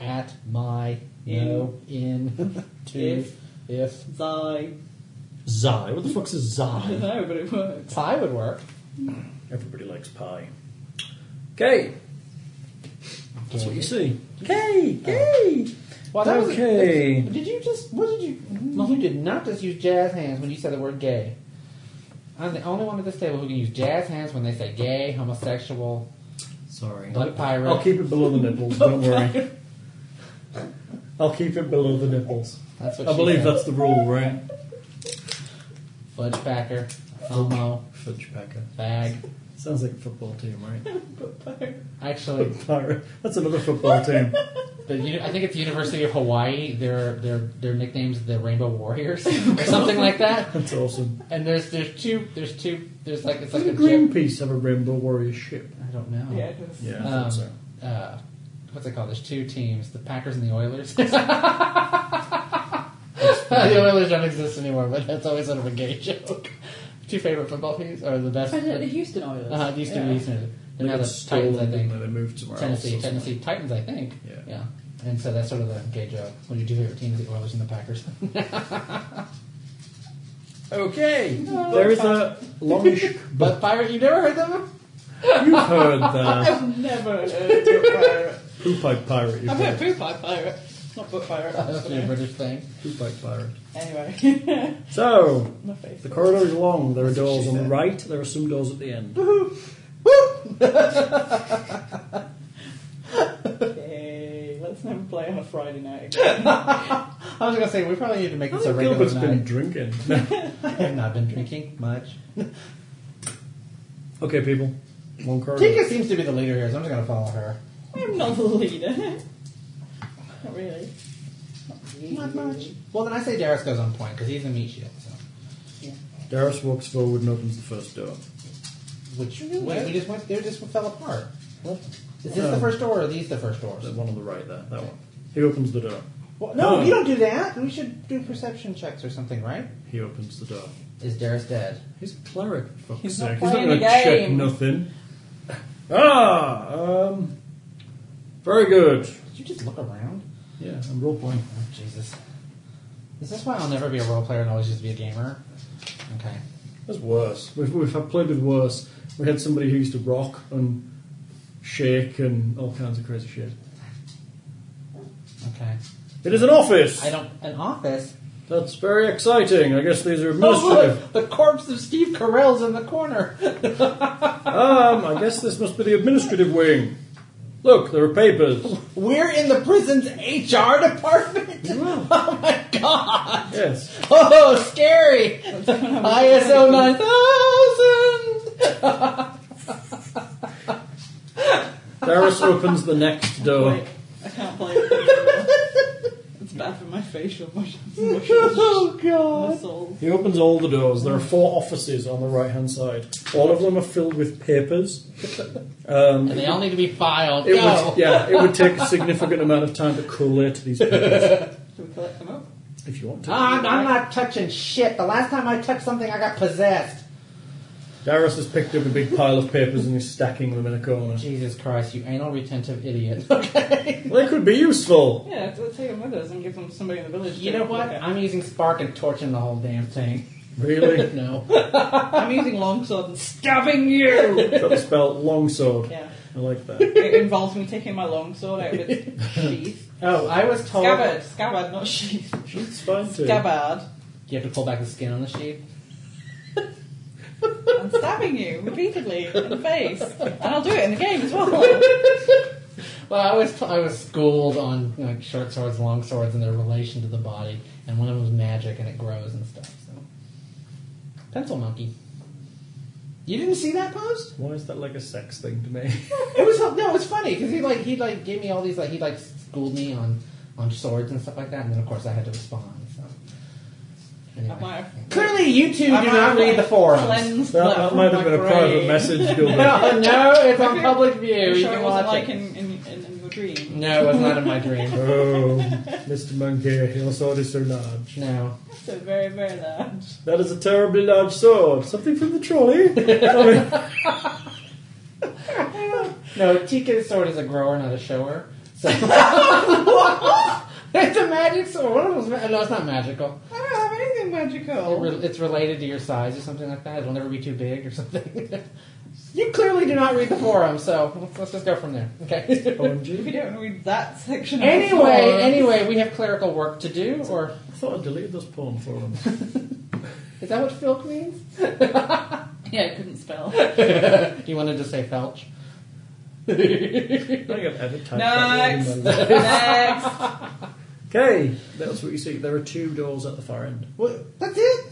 at my In. no in to If. if. Zai. Zai. What the fuck's a I don't zai? know, but it worked. pie would work. Everybody likes pie. Okay. That's what you see. Oh. Okay. Okay. Well, that was a- Okay. did you just? What did you? You did not just use jazz hands when you said the word gay. I'm the only one at this table who can use jazz hands when they say gay, homosexual, Sorry. blood pirate. I'll keep it below the nipples. Don't worry. I'll keep it below the nipples. That's what I she believe said. that's the rule, right? fudge packer, homo, Fudge packer. fag. Sounds like a football team, right? Actually, Pirate. That's another football team. the, uni- I think at the University of Hawaii, their their their nicknames the Rainbow Warriors or something like that. That's awesome. And there's there's two there's two there's like it's like Doesn't a gym. Greenpeace have a Rainbow Warrior ship? I don't know. Yeah, it is. Yeah, I Um, think so. uh, what's it called? There's two teams: the Packers and the Oilers. the Oilers don't exist anymore, but that's always sort of a gay joke. Two favorite football teams are the best. Oh, no, Uh-huh, the Houston Oilers. Uh, these two Yeah. Eastern. They They're now got the Titans, I stolen, think. didn't They They moved somewhere Tennessee, else. or something. Tennessee Titans, I think. Yeah. Yeah. And so that's sort of the gay joke. When your two favorite teams, the Oilers and the Packers. Okay. there is a longish. but pirate, you never heard them. You've heard the I've never heard of book pirate. poo pipe pirate. You've I've heard heard poo pie pirate, not book pirate. That's a British thing. poo pipe pirate. Anyway, So my face. the corridor is long. There are doors on the right. There are some doors at the end. Okay, let's never play on a Friday night again. I was gonna say we probably need to make this a regular Gilbert's night. been drinking. I have not been drinking much. okay, people. Long corridor. Tika seems to be the leader here, so I'm just gonna follow her. I'm not the leader. not really. Not much. Well, then I say Darius goes on point because he's a meat shield. So. Darius walks forward and opens the first door. Which wait, we just went, they just fell apart. What? Is this Oh. the first door or are these the first doors? The one on the right there. That one. He opens the door. Well, no, Oh. you don't do that. We should do perception checks or something, right? He opens the door. Is Darius dead? He's a cleric. For fuck's He's not sake. playing He's not the gonna check game. nothing. Ah, um, very good. Did you just look around? Yeah, I'm role playing. Oh, Jesus. Is this why I'll never be a role player and always just be a gamer? Okay. That's worse. We've, we've had played with worse. We had somebody who used to rock and shake and all kinds of crazy shit. Okay. It is an office. I don't. An office. That's very exciting. I guess these are Oh, administrative. look, the corpse of Steve Carell's in the corner. um, I guess this must be the administrative wing. Look, there are papers. We're in the prison's HR department. Oh my god. Yes. Oh, scary! ISO 9000! Darius opens the next door. Wait, I can't play with it anymore. It's bad for my facial muscles. muscles Oh, god! muscles. He opens all the doors. There are four offices on the right hand side. All of them are filled with papers. Um, And they all need to be filed. it Go! would, yeah, it would take a significant amount of time to collate these papers Do we collect them up? if you want to. Ah, I'm, I'm not touching shit. The last time I touched something, I got possessed. Darius has picked up a big pile of papers and is stacking them in a corner. Jesus Christ, you anal retentive idiot. Well, they could be useful. Yeah, let's take them with us and give them to somebody in the village. you to know look what? at. I'm using spark and torching the whole damn thing. Really? No. I'm using longsword and stabbing you! Got the spell longsword. yeah. I like that. It involves me taking my longsword out of its sheath. Oh, I was told. Scabbard, scabbard, not sheath. It's fine too. Scabbard. You have to pull back the skin on the sheet. I'm stabbing you repeatedly in the face. And I'll do it in the game as well. Well, I was I was schooled on like short swords, long swords, and their relation to the body, and one of them was magic, and it grows and stuff. So, pencil monkey. You didn't see that post? Why is that like a sex thing to me? It was no, it was funny because he like he like gave me all these like he like schooled me on on swords and stuff like that, and then of course I had to respond. So, I anyway. might have- clearly you two do I might not have, read like, the forums. cleansed That, that from might have my been a brain. private message, Gilbert. No, no, it's Okay. on public Are view. you You sure can it watch wasn't like it. in, in, in, in your dream? No, it was not in my dream. Oh, Mr. Monkey, your sword is so large. No. So very, very large. That is a terribly large sword. Something from the trolley. I mean, No, Tika's sword is a grower, not a shower. So it's a magic sword. One of them's ma- no, it's not magical. I don't have anything magical. It re- It's related to your size or something like that. It'll never be too big or something. You clearly do not read the forum, so let's, let's just go from there. Okay. If you OMG. don't read that section of the anyway, forum- anyway, we have clerical work to do, or I thought I deleted those porn forums. is that what filk means? Yeah, I couldn't spell. You wanted to say felch. I think I've ever typed that Next! word in my life. Next! Okay, that's what you see. There are two doors at the far end. What? That's it.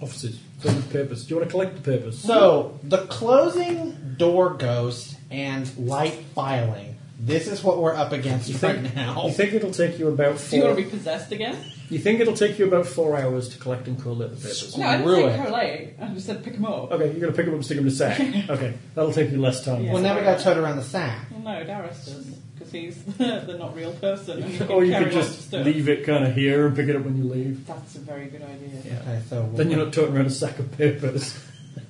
Offices. Filled with papers. Do you want to collect the papers? So the closing door ghost and light filing. This is what we're up against right now. You think it'll take you about Do you four? want to be possessed again? You think it'll take you about four hours to collect and collate the papers? No, I didn't Screw say it. collate. I just said pick them up. Okay, you're gonna pick them up and stick them in a sack. Okay, that'll take you less time. Yeah. Well, now we got towed around the sack. Well, no, Darius does. Because he's the not real person. And he Or can you carry could lots of just stuff. leave it kind of here and pick it up when you leave. That's a very good idea. Yeah. Okay, so Then you're not toting around a sack of papers.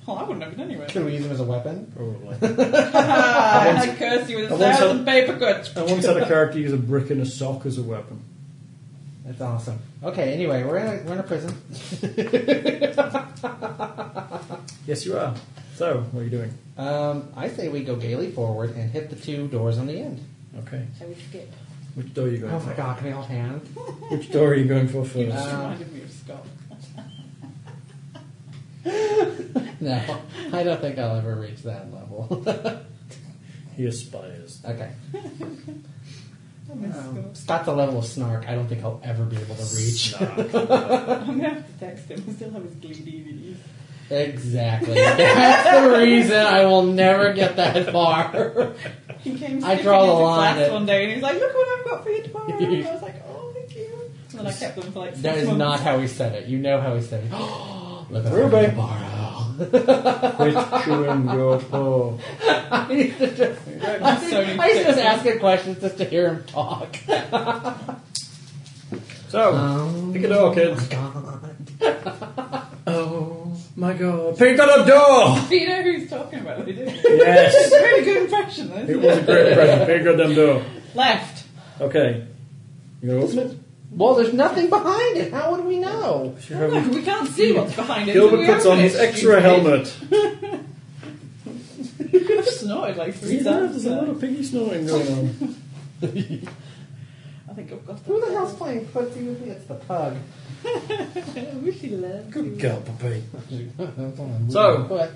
Well, I wouldn't have it anyway. Can we use him as a weapon? Probably. I curse you with I a once thousand paper cuts. I once had a character use a brick and a sock as a weapon. That's awesome. Okay, anyway, we're in a, we're in a prison. Yes, you are. So, what are you doing? Um, I say we go gaily forward and hit the two doors on the end. Okay. So we skip. Which door are you going Oh for? my god, can we all hand? Which door are you going for You first? just Uh, reminded me of Scott. No, I don't think I'll ever reach that level. He aspires. okay. I miss Um, Scott's a level of snark I don't think I'll ever be able to reach. Scott. I'm going to have to text him. I still have his Glee DVDs. Exactly. That's the reason I will never get that far. He came I sneaking draw the into line class at- one day and he was like, look what I've got for you tomorrow. and I was like, oh, thank you. And then I kept them for like six That is months. not how he said it. You know how he said it. Look at Ruby. Ruby borrow. Quit chewing Oh. your paw. I used to just, I So used to just ridiculous. ask him questions just to hear him talk. So, Um, pick a door, kids. God. Oh my god. Pick another door! Do you know who he's talking about? They do. Yes! It's a really good impression, though. It Isn't was a it? great impression. Pick a damn door. Left. Okay. You gonna open it? Well, there's nothing behind it. How would we know? She No, hasn't- we can't see what's behind it. Gilbert until we puts open on it. his extra helmet. I've snorted like three Yeah, times. There's a lot now. of piggy snoring going on. I think oh, I've got Who the hell's playing footsie with me? It's the pug. I wish he loved Good you. girl, puppy. so,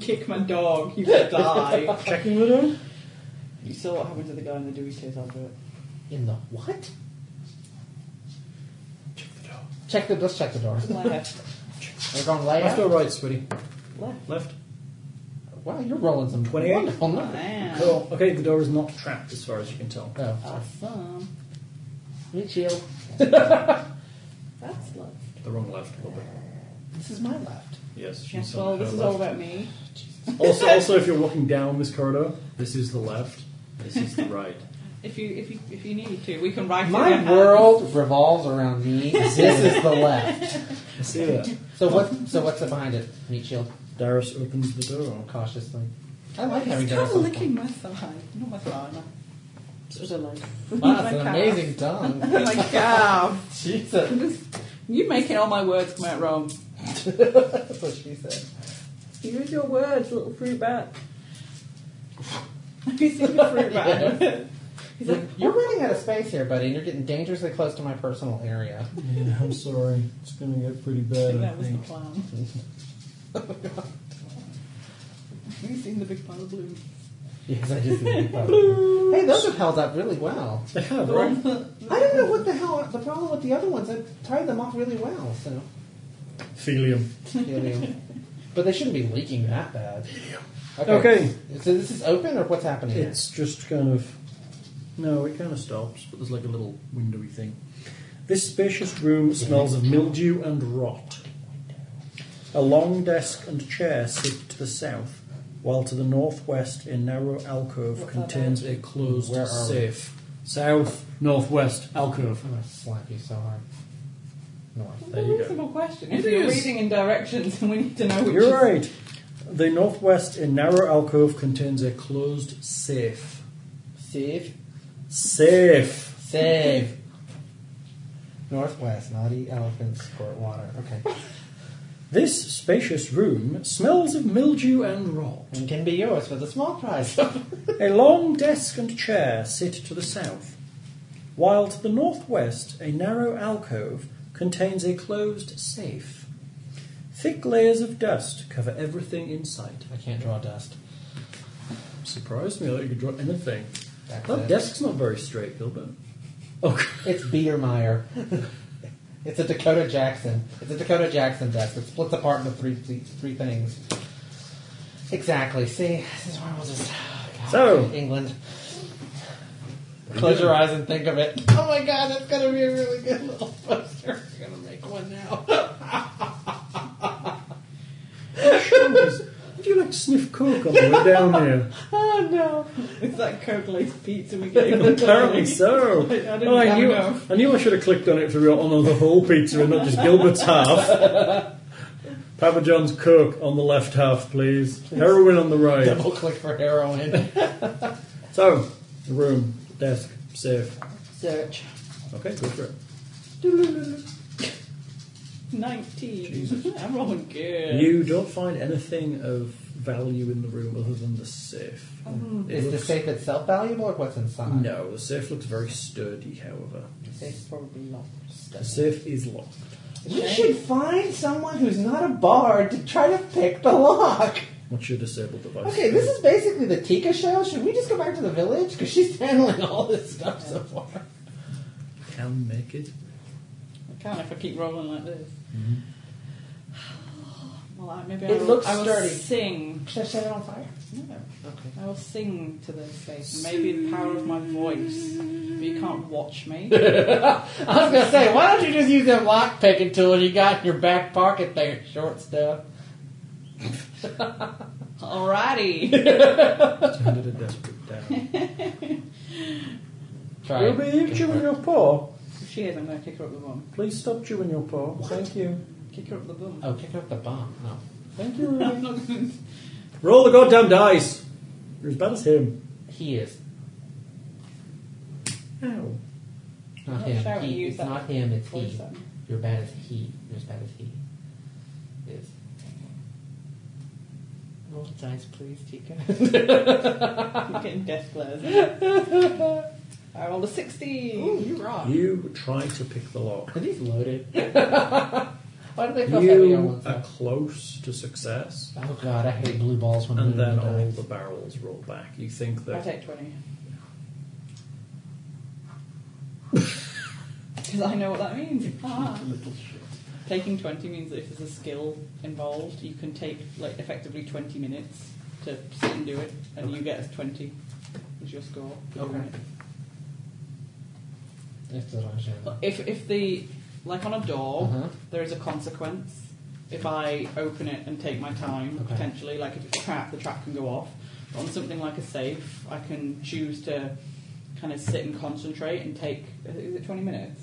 Kick my dog, you will die. Checking the door? you saw what happened to the guy in the Dewey Kids advert. in the what? Check the door. Check the just check the door. Left. We're going left. Left or right, sweetie? Left. Left. Wow, you're rolling some 28. wonderful Oh, numbers. Wow. Cool. Okay, the door is not trapped as far as you can tell. Oh, Awesome. me chill. That's love. The wrong left, puppy. This is my left. Yes, she's Yes, on well, her this is all left. about me. Also, also, if you're walking down this corridor, this is the left. This is the right. If you if you if you need to, we can write it. My down. world revolves around me. This is the left. I see that. So what? So what's behind it? Meat shield Darius opens the door. cautiously. I like He's having kind of done licking my thigh. Not my thigh, my. Sort of like. Wow, that's my an calf. amazing tongue. my calf. Jesus, You making all my words come out wrong. that's what she said. Use your words, little fruit bat. Have you seen the fruit bat? He's like, You're running out of space here, buddy, and you're getting dangerously close to my personal area. Yeah, I'm sorry. It's going to get pretty I bad, think that was the plan. Oh, Have you seen the big pile of blue? Yes, I just did Hey, those have held up really well. They have, right? I don't know what the hell the problem with the other ones. I tied them off really well, so. Helium. you know. but they shouldn't be leaking that bad. Okay. So this is open, or what's happening? here? It's just kind of. No, it kind of stops, but there's like a little windowy thing. This spacious room smells of mildew and rot. A long desk and chair sit to the south, while to the northwest, a narrow alcove What's that contains a closed Where are we? safe. South, northwest, alcove. I'm gonna slap you so hard. North. There you That's a go. simple question. It If you're is. reading in directions, and we need to know which You're is right. The northwest, a narrow alcove contains a closed safe. Save. Safe. Save. Northwest. Naughty elephants squirt water. Okay. This spacious room smells of mildew and rot. And can be yours for the small price. A long desk and chair sit to the south, while to the northwest a narrow alcove contains a closed safe. Thick layers of dust cover everything in sight. I can't draw dust. Surprised me that you could draw anything. That's That it. desk's not very straight, Bilbo. Oh, It's Biedermeier. it's a Dakota Jackson. It's a Dakota Jackson desk. It splits apart into three three, three things. Exactly. See, this is where we'll just. God, So- England. Close your eyes and think of it. Oh my God, that's gonna be a really good little poster. We're gonna make one now. Would you like to sniff coke on the way down here? Oh no! It's that coke laced pizza we gave him. Apparently so. I didn't Oh, I, have knew, enough. I knew I should have clicked on it for real, on the whole pizza and not just Gilbert's half. Papa John's Coke on the left half, please. Heroin on the right. Double click for heroin. So, the room, desk, safe. Search. Okay, go for it. Nineteen. I'm rolling good. You don't find anything of value in the room other than the safe. It Is Mm. the looks- safe itself valuable or what's inside? No, the safe looks very sturdy, however. The safe's probably locked. The safe is locked. We should find someone who's not a bard to try to pick the lock. What's your disabled device? Okay, this is basically the Tika show. Should we just go back to the village? Because she's handling all this stuff so far. Can make it. I can't if I keep rolling like this. Well, I- maybe I Mm-hmm. It will, looks I will sturdy. sing. Should I set it on fire? No, Okay. I will sing to this face. Maybe the power of my voice. But you can't watch me. I was gonna say, why don't you just use that lock picking tool you got in your back pocket there, short stuff? Alrighty. Turned it a desperate down. Try You'll it. be chewing your paw. If she is, I'm going to kick her up the bum. Please stop chewing your paw. Thank you. Kick her up the bum. Oh, kick up the bomb. No. Thank you. I'm Ruby. not gonna- Roll the goddamn dice. You're as bad as him. He is. Oh. Ow. Not Not him. sure I would he. use It's that not him, it's voice he. then. You're bad as he. You're as bad as he. Is. Roll the dice, please, Tika. I'm getting death glares. I rolled a 16. you rock. You try to pick the lock. Are these loaded? Why do they feel heavy on You one are side? close to success, Oh god, I hate blue balls Mm-hmm. when and blue then all dies. the barrels roll back. You think I that take 20. Because I know what that means. Ah. Taking 20 means that if there's a skill involved, you can take like effectively 20 minutes to sit and do it, and you get 20 as your score. for doing Okay. it. That's what I'm saying. If, if the, like on a door, Uh-huh. there is a consequence if I open it and take my time, Okay. potentially. Like if it's a trap, the trap can go off. But on something like a safe, I can choose to kind of sit and concentrate and take, is it 20 minutes?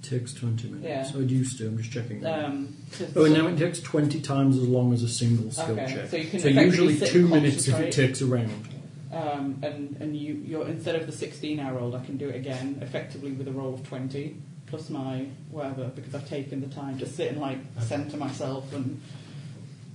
takes 20 minutes? Yeah. I used to, I'm just checking. Um, to- oh, and now it takes 20 times as long as a single skill Okay, check. so you can effectively usually sit and two minutes if it concentrate. takes a round. um, and, and you, you're, instead of the 16 hour old, I can do it again, effectively with a roll of 20, plus my whatever, because I've taken the time to sit and like centre myself and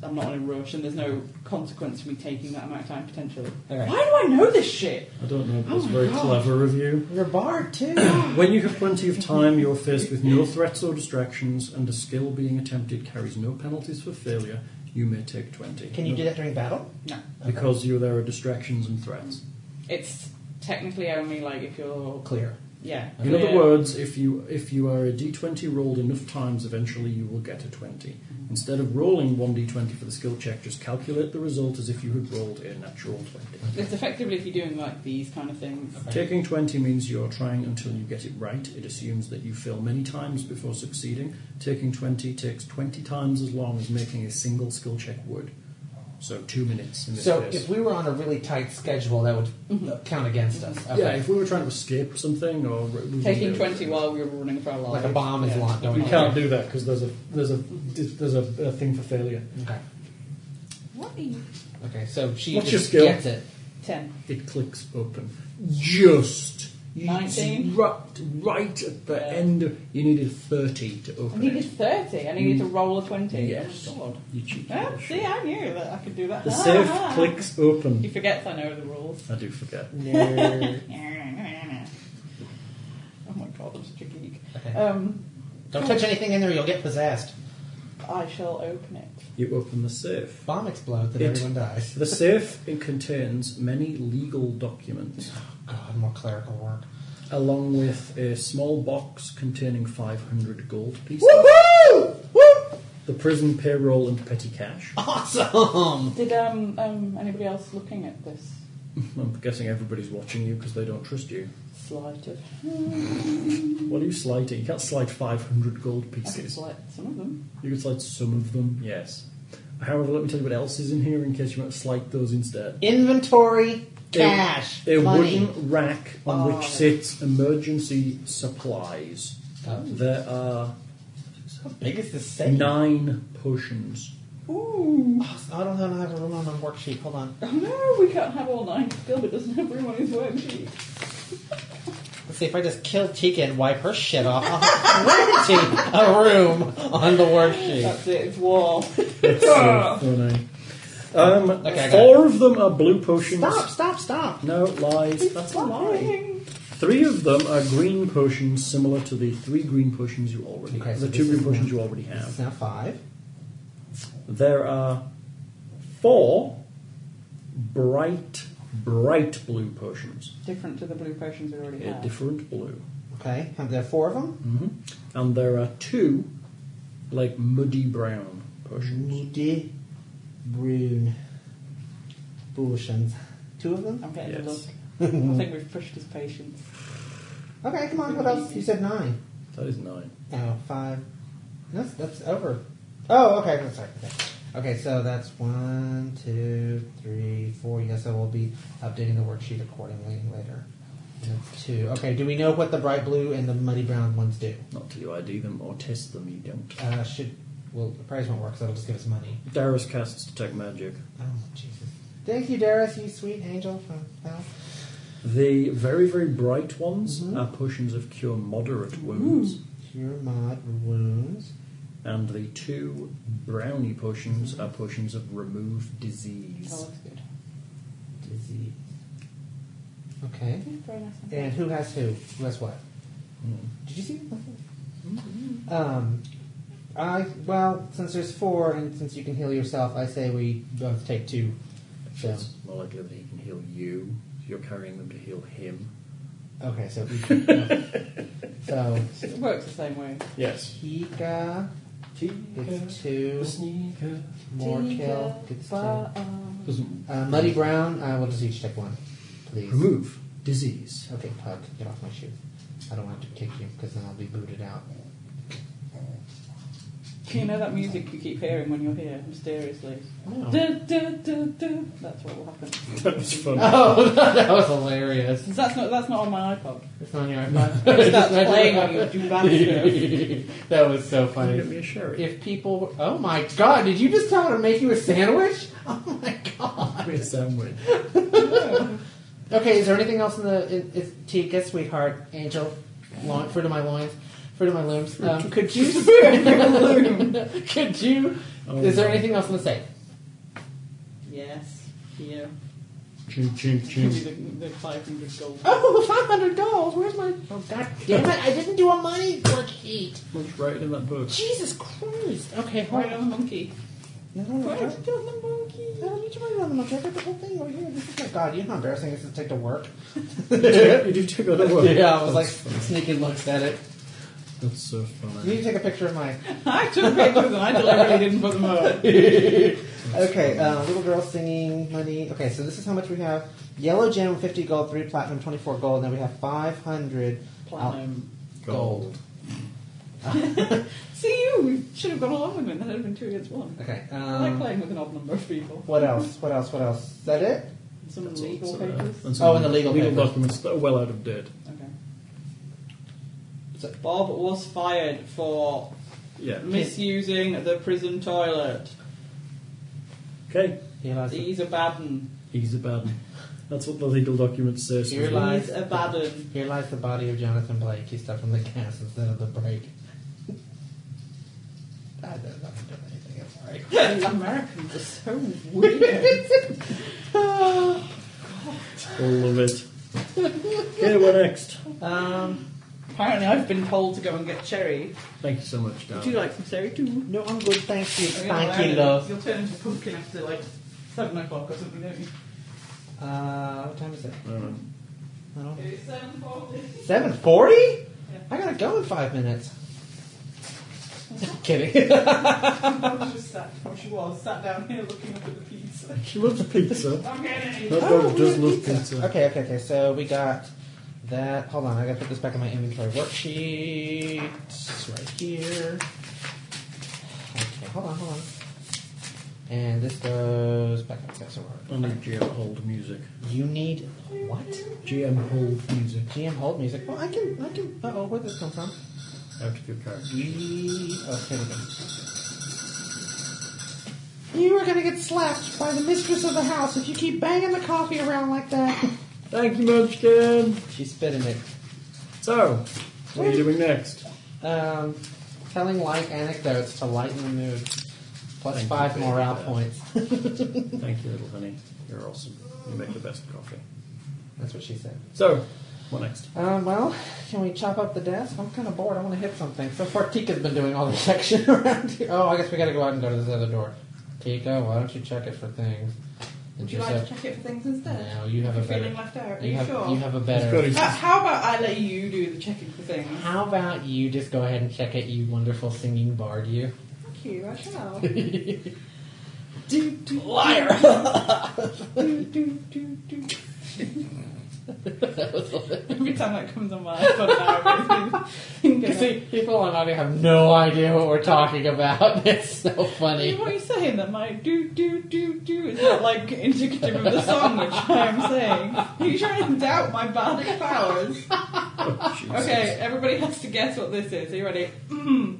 I'm not in a rush and there's no consequence for me taking that amount of time potentially. Alright. Why do I know this shit? I don't know, but Oh it's my very God. clever of you. You're barred too. When you have plenty of time, you are faced with no threats or distractions, and a skill being attempted carries no penalties for failure. You may take 20. Can you do that during battle? No. Because you, there are distractions and threats. It's technically only like if you're. Clear. Yeah. In other clear. words, if you if you are a d20 rolled enough times, eventually you will get a 20. Instead of rolling 1d20 for the skill check, just calculate the result as if you had rolled a natural 20. It's effectively if you're doing like these kind of things. Taking 20 means you are trying until you get it right. It assumes that you fail many times before succeeding. Taking 20 takes 20 times as long as making a single skill check would. So two minutes in this So case. if we were on a really tight schedule, that would uh, count against us. Okay. yeah, if we were trying to escape something or we Taking 20 while we were running for our lives. like a bomb is Yeah. locked going we off. can't do that because there's a there's a there's a, a thing for failure. Okay. What are you? Okay, so she What's your just skill? gets it. 10. It clicks open. Just You 19? dropped right at the Yeah. end of. You needed 30 to I open needed it. 30. I needed to roll a 20. Yes. Oh, God. You cheeky Oh, little shit. see, I knew that I could do that. The Ah, safe ah. clicks open. He forgets I know the rules. I do forget. No. oh my god, I'm such a geek. Okay. Um, Don't touch anything in there, you'll get possessed. I shall open it. You open the safe. Bomb explodes and It- everyone dies. The safe it contains many legal documents, God, more clerical work. along with a small box containing 500 gold pieces, Woohoo! Woo! the prison payroll, and petty cash. Awesome! Did um, um, anybody else looking at this I'm guessing everybody's watching you because they don't trust you. slide of What are you sliding? You can't slide 500 gold I could pieces. slide some of them. You can slide some of them, yes. However, let me tell you what else is in here in case you want to slide those instead. Inventory, cash, a money. wooden rack on Oh. which sits emergency supplies. Oh. There are How big is this safe? nine potions. Ooh! Oh, I don't know how to run on my worksheet. Hold on. Oh no, we can't have all nine. Gilbert doesn't have room on his worksheet. Let's see if I just kill Tika and wipe her shit off. I'll have plenty a room on the worksheet. That's it, it's war. That's so funny. Um, Ah! Okay, I got four of them are blue potions. Stop! Stop! Stop! No, lies. That's a lie. Flying. Three of them are green potions similar to the three green potions you already Okay, have. so this the two green is potions one. you already This is have. now five. There are four bright, bright blue potions. Different to the blue potions we already A had. different blue. Okay, and there are four of them. And there are two, like muddy brown potions. Moody, Brune, Bullshins. Two of them. I'm getting Yes. a look. I think we've pushed his patience. Okay, come on. What else? You said nine. That is nine. No, Oh, five. That's that's over. Oh, okay. I'm sorry. Okay. Okay, so that's one, two, three, four. Yes, I will be updating the worksheet accordingly later. And that's two. Okay, do we know what the bright blue and the muddy brown ones do? Not till you ID them or test them, you don't. Uh, should well, the prize won't work, so it'll just give us money. Darius casts Detect Magic. Oh, Jesus. Thank you, Darius, you sweet angel from hell. The very, very bright ones Mhm. are potions of cure moderate wounds, Cure mod wounds. and the two brownie potions are potions of remove Oh, disease. that's good. Disease. Okay. Yeah, very nice. And who has who? Who has what? Mm. Did you see that? Um, I well, since there's four, and since you can heal yourself, I say we both take two. Oh. It's more likely that he can heal you. You're carrying them to heal him. Okay, so we, so It works the same way. Yes. Tika gets two, Sneaker. more kill Tika gets two. Ba- Uh, um, Doesn't Muddy Brown, I will just each take one, please. remove disease. Okay, Pug, get off my shoe. I don't want to kick you because then I'll be booted out. You know that music you keep hearing when you're here, mysteriously. No. Du, du, du, du. That's what will happen. That was fun. Oh, that was hilarious. Since that's not that's not on my iPod. It's on your It starts playing when you do that that was so funny. Get me a sherry. If people, oh my god, did you just tell her to make you a sandwich? Oh my Get god. me a sandwich. Okay, is there anything else in the in, is, Tika, sweetheart, angel, loin, fruit of my loins, fruit of my looms? Um, could you? could you? Oh is there my. anything else in the safe? stuff. Yes. Yeah. Ching, ching, Give me ching. the, the 500 gold. Oh, 500 dollars. Where's my? Oh god damn it! I didn't do a money worksheet. What's right in that book? Jesus Christ. Okay, hold Right on. on the monkey. No, no, no. Why don't- I don't need your money on the monkey. I got the whole thing over here. This is my god. You know how embarrassing this is to take to work. you do take out a word. Yeah, I was like That's fun. sneaking looks at it. That's so You funny. need to take a picture of my. I took pictures and I deliberately didn't put them up. Okay, uh, little girl singing money. Okay, so this is how much we have: yellow gem, fifty gold, three platinum, twenty-four gold. And then we have five hundred Platinum. gold. See you. We should have gone along with it. That would have been two against one. Okay. I like Um, playing with an odd number of people. what else? What else? What else? Is that it? Some That's legal also, uh, papers. and some Oh, and the legal legal papers. documents that are well out of date. Okay. So- Bob was fired for Yeah. misusing the prison toilet. Okay. He allows- He's a bad one. He's a bad one. That's what the legal documents say. You're So lying. He's a bad un. Here lies the body of Jonathan Blake. He stepped on the gas instead of the brake. I don't, I don't know anything. I'm sorry. These Americans are so weird. all of it. Okay, we're next. um, apparently, I've been told to go and get cherry. Thank you so much, Would you Dan. like some cherry too? No, I'm good. Thank you. Oh, yeah, Thank you, well, love. You'll turn into a pumpkin after like seven o'clock or something, don't you? Uh, what time is it? I don't know. I don't know. It's seven forty. Seven forty? I gotta go in five minutes. Kidding. I was just sat, or she was sat down here looking up at the pizza. She loves pizza. I'm getting Her it. dog does Oh, we love have pizza. pizza. Okay, okay, okay. So we got that. Hold on, I gotta put this back in my inventory worksheet. It's right here. Okay, hold on, hold on. And this goes back up to I need GM hold music. You need what? GM hold music. GM hold music. Well, I can, I can. Uh oh, where'd this come from? Out of your character. You. Oh, here we go. You are gonna get slapped by the mistress of the house if you keep banging the coffee around like that. Thank you, Munchkin. She's spitting it. So, what are you doing next? Um, telling light anecdotes to lighten the mood. Plus Thank five you, morale baby. points. Thank you, little honey. You're awesome. You make the best coffee. That's what she said. So, what next? Um, well, can we chop up the desk? I'm kind of bored. I want to hit something. So far, Tika's been doing all the section around here. Oh, I guess we got to go out and go to this other door. Tika, why don't you check it for things? And Would you like to check it for things instead? No, you have a You're better. feeling left out. Are you you, have sure? you have a He's got better. Uh, his- how about I let you do the checking for things? How about you just go ahead and check it, you wonderful singing bard, you? Thank you, I shall. Do, do, Liar! that do, do, do, do. was hilarious. Every time that comes on my iPhone now, I'm You really see, people on audio have no idea what we're talking about. It's so thinking, funny. What are you saying that my do do do do is not like indicative of the song which I am saying? Are you trying to doubt my bardic powers? oh, Jesus. Okay, everybody has to guess what this is. Are you ready? Mm.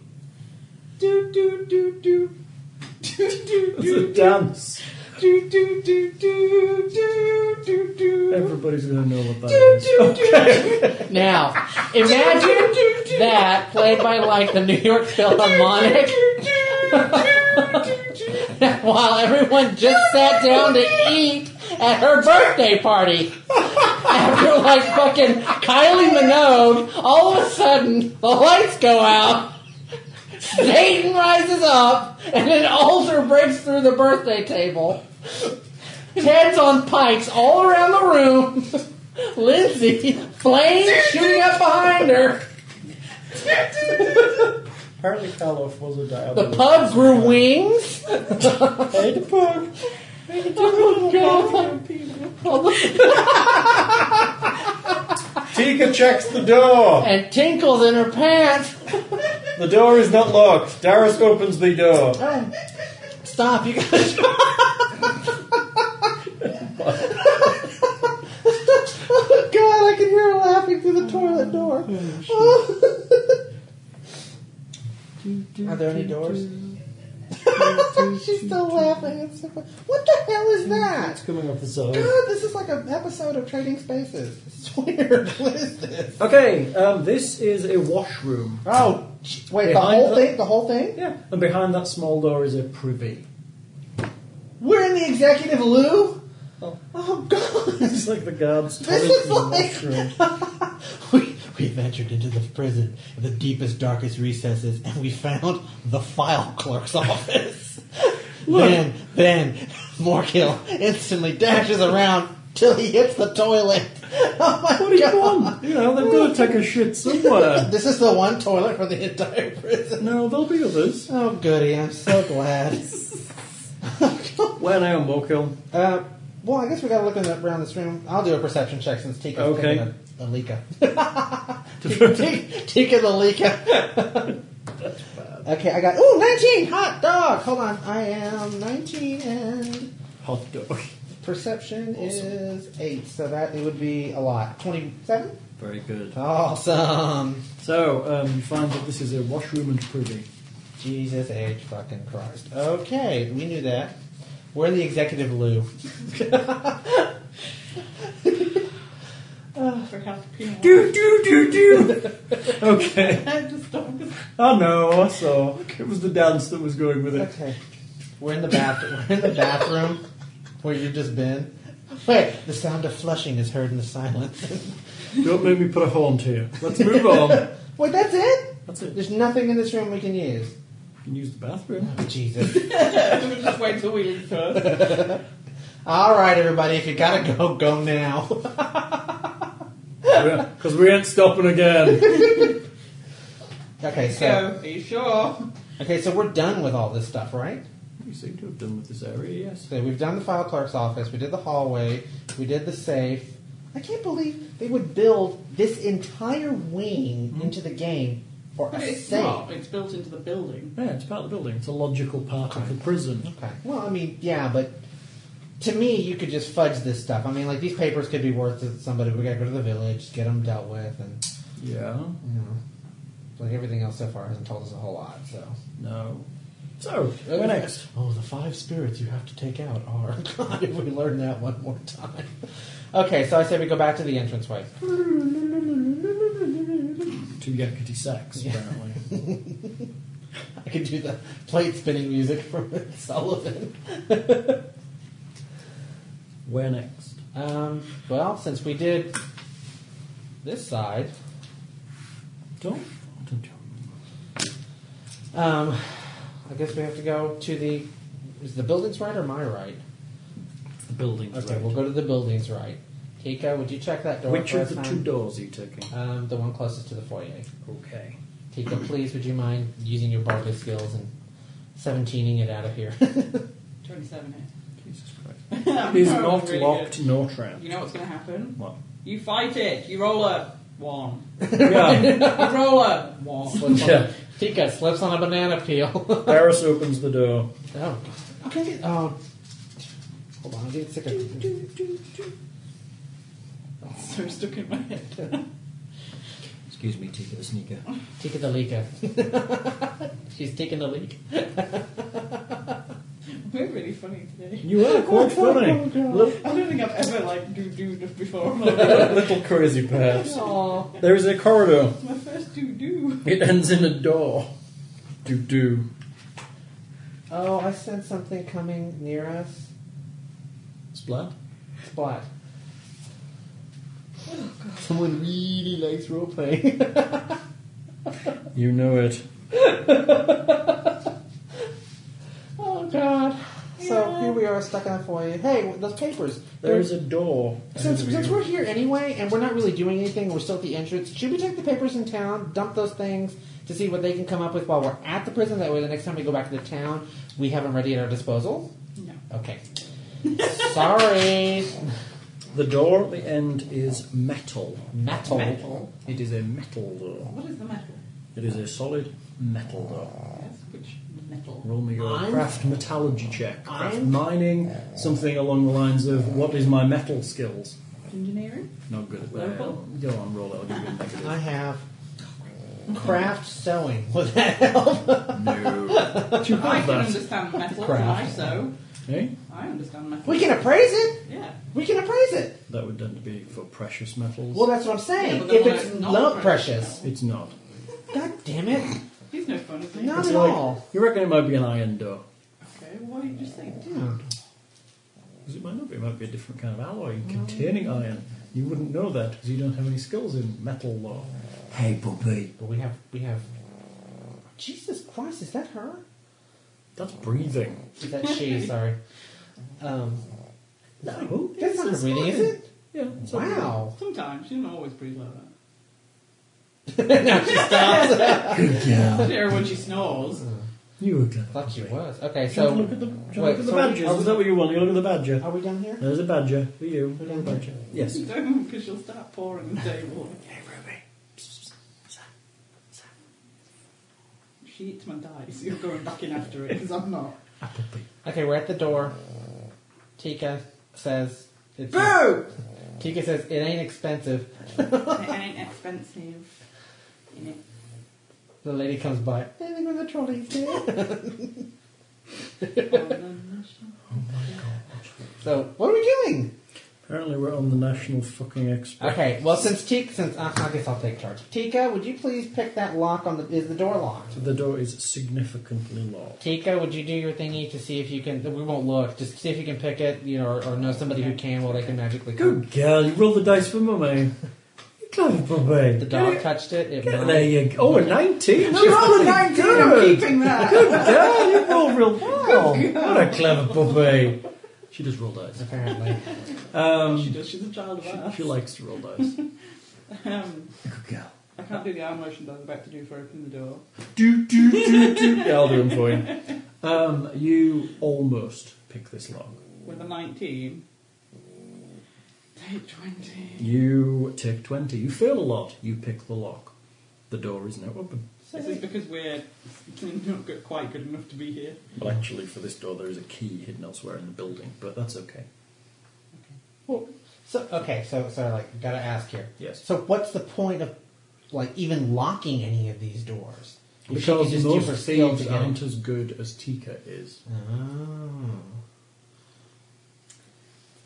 Do do do do do do It's a do dance. do do do do do do do. Everybody's going to know what that Do, is. do, do. Now, imagine Do, do, do. that played by like the New York Philharmonic while everyone just sat down to eat at her birthday party. After like fucking Kylie Minogue, all of a sudden the lights go out, Satan rises up, and an altar breaks through the birthday table. Ted's on pikes all around the room. Lindsay, flames shooting up behind her. Apparently, Karloff was a The diabolist. pub grew wings. Hey, the pug. Oh, God. Tika checks the door. And tinkles in her pants. The door is not locked. Darius opens the door. Stop, you guys. oh god, I can hear her laughing through the toilet door. Are there any doors? She's still laughing. It's so fun- What the hell is that? It's coming off the side. God, this is like an episode of Trading Spaces. This is weird. What is this? Okay, um, this is a washroom. Oh, sh- wait, the Behind whole the- thing? The whole thing? Yeah, and behind that small door is a privy. We're in the executive loo? Oh. oh god. It's like the guards' This toilet is in the washroom. like. we, we ventured into the prison, the deepest, darkest recesses, and we found the file clerk's office. Then, then, Morkill instantly dashes around till he hits the toilet. Oh my What do you God. want? You know, they've got to take a shit somewhere. This is the one toilet for the entire prison. No, there'll be others. Oh, goody, I'm so glad. Where now, Morkill? uh, well, I guess we gotta look in the, around this room. I'll do a perception check since Tika's Okay. taking a, a leaker. Tika, Tika, Tika the Lika. okay, I got ooh 19 hot dog. Hold on, I am 19 and Hot dog. perception is eight, so that it would be a lot. 27. Very good. Awesome. So, um, you find that this is a washroom and privy. Jesus H fucking Christ. Okay, we knew that. We're the executive Lou. Oh, for half a peanut. Do do do do. Okay. I just don't. I know, I saw. It was the dance that was going with it. Okay. We're in the bathroom. We're in the bathroom where you've just been. Wait, the sound of flushing is heard in the silence. Don't make me put a horn to you. Let's move on. You Wait, that's it? That's it. There's nothing in this room we can use. can use the bathroom. Oh, Jesus. We'll just wait till we leave first. All right, everybody. If you gotta go, go now. Because we ain't stopping again. okay, so So, are you sure? okay, so we're done with all this stuff, right? You seem to have done with this area, yes. So we've done the file clerk's office. We did the hallway. We did the safe. I can't believe they would build this entire wing Mm-hmm. into the game for But a it's safe. not. It's built into the building. Yeah, it's part of the building. It's a logical part of the prison. Okay. Well, I mean, yeah, but to me, you could just fudge this stuff. I mean, like these papers could be worth to somebody. We gotta go to the village, get them dealt with, and Yeah. you know, like everything else so far hasn't told us a whole lot. So. No. So, we're next. Oh, the five spirits you have to take out are. God, if we learn that one more time. Okay, so I said we go back to the entranceway. To Yakety Sax, apparently. I could do the plate spinning music from Sullivan. Where next? Um, well, since we did this side, Don't. Don't you? um, I guess we have to go to the. Is the building's right or my right? The building. Okay, we'll go to the building's right. Kiko, would you check that door? Which for of us, the hon? two doors are you taking? Um, the one closest to the foyer. Okay. Kiko, please, would you mind using your barter skills and 17ing it out of here? 27 Jesus Christ. here. I'm It is not not really locked, nor trap. good. You know what's going to happen? What? You fight it. You roll a one. Yeah. You roll a one. Slips on- Yeah. Kiko slips on a banana peel. Barris opens the door. oh, okay. Um, hold on, I'm getting sick of So stuck in my head. Excuse me, Tika the Sneaker. Tika the leaker. She's taking the leak. We're really funny today. You are quite funny. Look, I don't think I've ever like do do before. little crazy, perhaps. Aww. There is a corridor. my first do do. It ends in a door. Do do. Oh, I sense something coming near us. Splat. Splat. Oh, Someone really likes role playing. You know it. oh God. So here we are stuck in a foyer. Hey, those papers. There is a door. Since, ahead of since you. we're here anyway, and we're not really doing anything, we're still at the entrance. Should we take the papers in town, dump those things to see what they can come up with while we're at the prison? That way, the next time we go back to the town, we have them ready at our disposal. No. Okay. Sorry, The door at the end is metal. metal. Metal. It is a metal door. What is the metal? It is a solid metal door. Yes, which metal? Roll me your I'm- craft metallurgy check. Craft I'm- mining, something along the lines of what is my metal skills? Engineering? Not good at that. Local? Go on, roll it. I'll give you a negative. I have craft sewing. Would that help? Do you I have can that? understand metal. I Craft. so. Eh? I understand metal. We can appraise it. Yeah. We can appraise it. That would tend to be for precious metals. Well, that's what I'm Yeah, saying. but if they're it's not- not not precious. precious, It's not. God damn it, He's no fun, is he? not It's at like- all. You reckon it might be an iron door? Okay, well, what did you say? Dude, Because it might not be. It might be a different kind of alloy Oh. containing iron. You wouldn't know that because you don't have any skills in metal law. Hey, puppy. but we have we have. Jesus Christ, is that her? That's breathing. Is that she? Sorry. Um, No, that's not her breathing, is it? Yeah. it's not Wow. Sometimes you don't always breathe like that. now she stops. Good girl. I hear when she snores. You were clever. Thought she was. Okay, Shall so we look at the, shall wait, we look at so the are we- badges. are we- Is that what you want? You look at the badger. are we down here? There's a badger for you. We're down here. Yes. Don't, because she'll start pouring the table. She eats my dice. You're going back in after it, because I'm not. Okay, we're at the door. Tika says it's Boo! Tika says it ain't expensive. it ain't expensive. innit? The lady comes by. Anything with the trolley? Oh, no, no, she- So what are we doing? Apparently, we're on the national fucking express. Okay, well since Tika, since I, I guess I'll take charge. Tika, would you please pick that lock on the? Is the door locked? The door is significantly locked. Tika, would you do your thingy to see if you can? We won't look. Just see if you can pick it, you know, or, or know somebody who can. Well, they can magically. come. Good girl, you roll the dice for mummy. You clever puppy. The dog touched it. It Get might- it. There you go. Oh, a 19. No, She's no, rolling 19, Good. Keeping that. Good girl, you roll real well. What a clever puppy. She does roll dice. Apparently. She Um, does. She's a child of She, ours. she likes to roll dice. Um, good girl. I can't do the arm motion that I was about to do for opening the door. do, do, do, do. Yeah, I'll do them for you. Um, you almost pick this lock. With a 19. Take 20. You take 20. You fail a lot. You pick the lock. The door is now open. This is because we're not good, quite good enough to be here. Well, actually, for this door, there is a key hidden elsewhere in the building, but that's okay. Well, so okay, so so like gotta ask here. Yes. So what's the point of like even locking any of these doors? If she Because could just use her most skill to thieves get aren't it. as good as Tika is. Oh.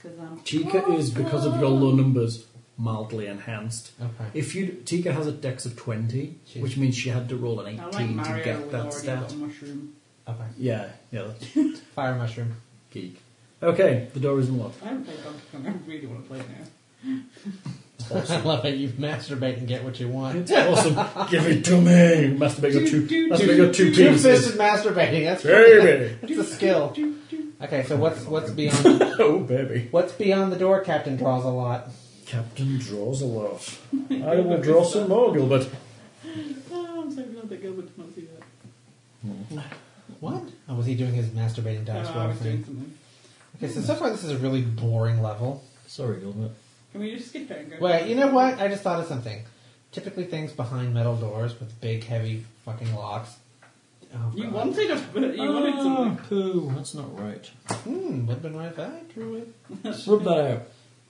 Because I'm Tika is, because of your low numbers, mildly enhanced. Okay. If you Tika has a dex of 20, She- which means she had to roll an I like 18 to Mario get with that already stat. got a mushroom. Okay. Yeah, yeah, that's Fire mushroom. geek. Okay, the door is unlocked. I haven't played Donkey Kong. I really want to play it now. I love it. You masturbate and get what you want. It's awesome. Give it to me. Masturbate your two, Do, do, masturbate your two Two fisted pieces. masturbating. That's Baby. That's a skill. Do, do. Okay, so what's what's beyond Oh, baby. what's beyond the door? Captain draws a lot. Captain draws a lot. I will draw some more, Gilbert. Oh, I'm so glad that Gilbert did not see that. What? Uh, Oh, was he doing his masturbating dice Oh, I roll was doing thing? something. Okay, so so far this is a really boring level. Sorry, Gilbert. Can we just skip it and go? Wait, you know what? I just thought of something. Typically, things behind metal doors with big, heavy fucking locks. Oh, You God. wanted a. You wanted Ah. something. poo. That's not right. Hmm, would have been right if I drew it. Rub that out.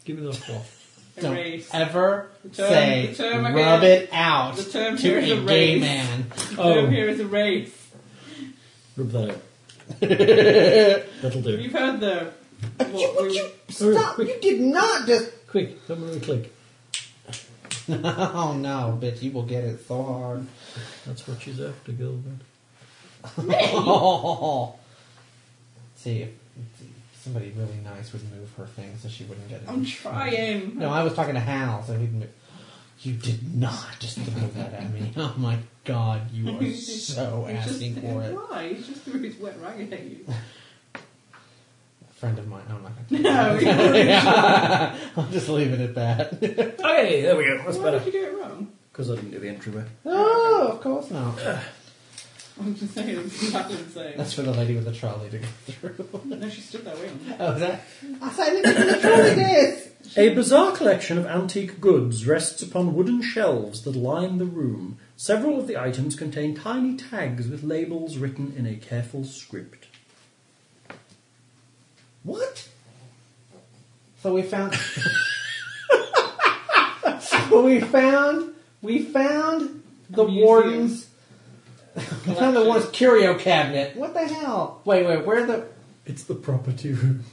Give me the cloth. Erase. Don't ever The term- say the term again. rub it out The term to here is a gay erase. man. The Oh. term here is erase. Rub that out. That'll do. You've heard the. You- What, would we, you- stop! You did not just. Quick, don't move click. Oh no, bitch! You will get it so hard. That's what she's after, Gilbert. See if somebody really nice would move her thing so she wouldn't get it. I'm trying. No, I was talking to Hal, so he didn't. You did not just throw that at me. Oh my god, you are so He's just- asking for it. Why? He's just threw his wet rag at you. Friend of mine. I'm not gonna. No, you wouldn't. I'll just leave it at that. Okay, there we go. That's Why better. did you get it wrong? Because I didn't do the entryway. oh, of course not. I'm just saying, it's exactly the same. That's for the lady with the trolley to go through. No, she stood there waiting. Oh, is that? I said, look at the trolley this. A bizarre collection of antique goods rests upon wooden shelves that line the room. Several of the items contain tiny tags with labels written in a careful script. What? So we found. so we found. We found the Museum. warden's. We found the warden's curio cabinet. What the hell? Wait, wait, where the? It's the property room.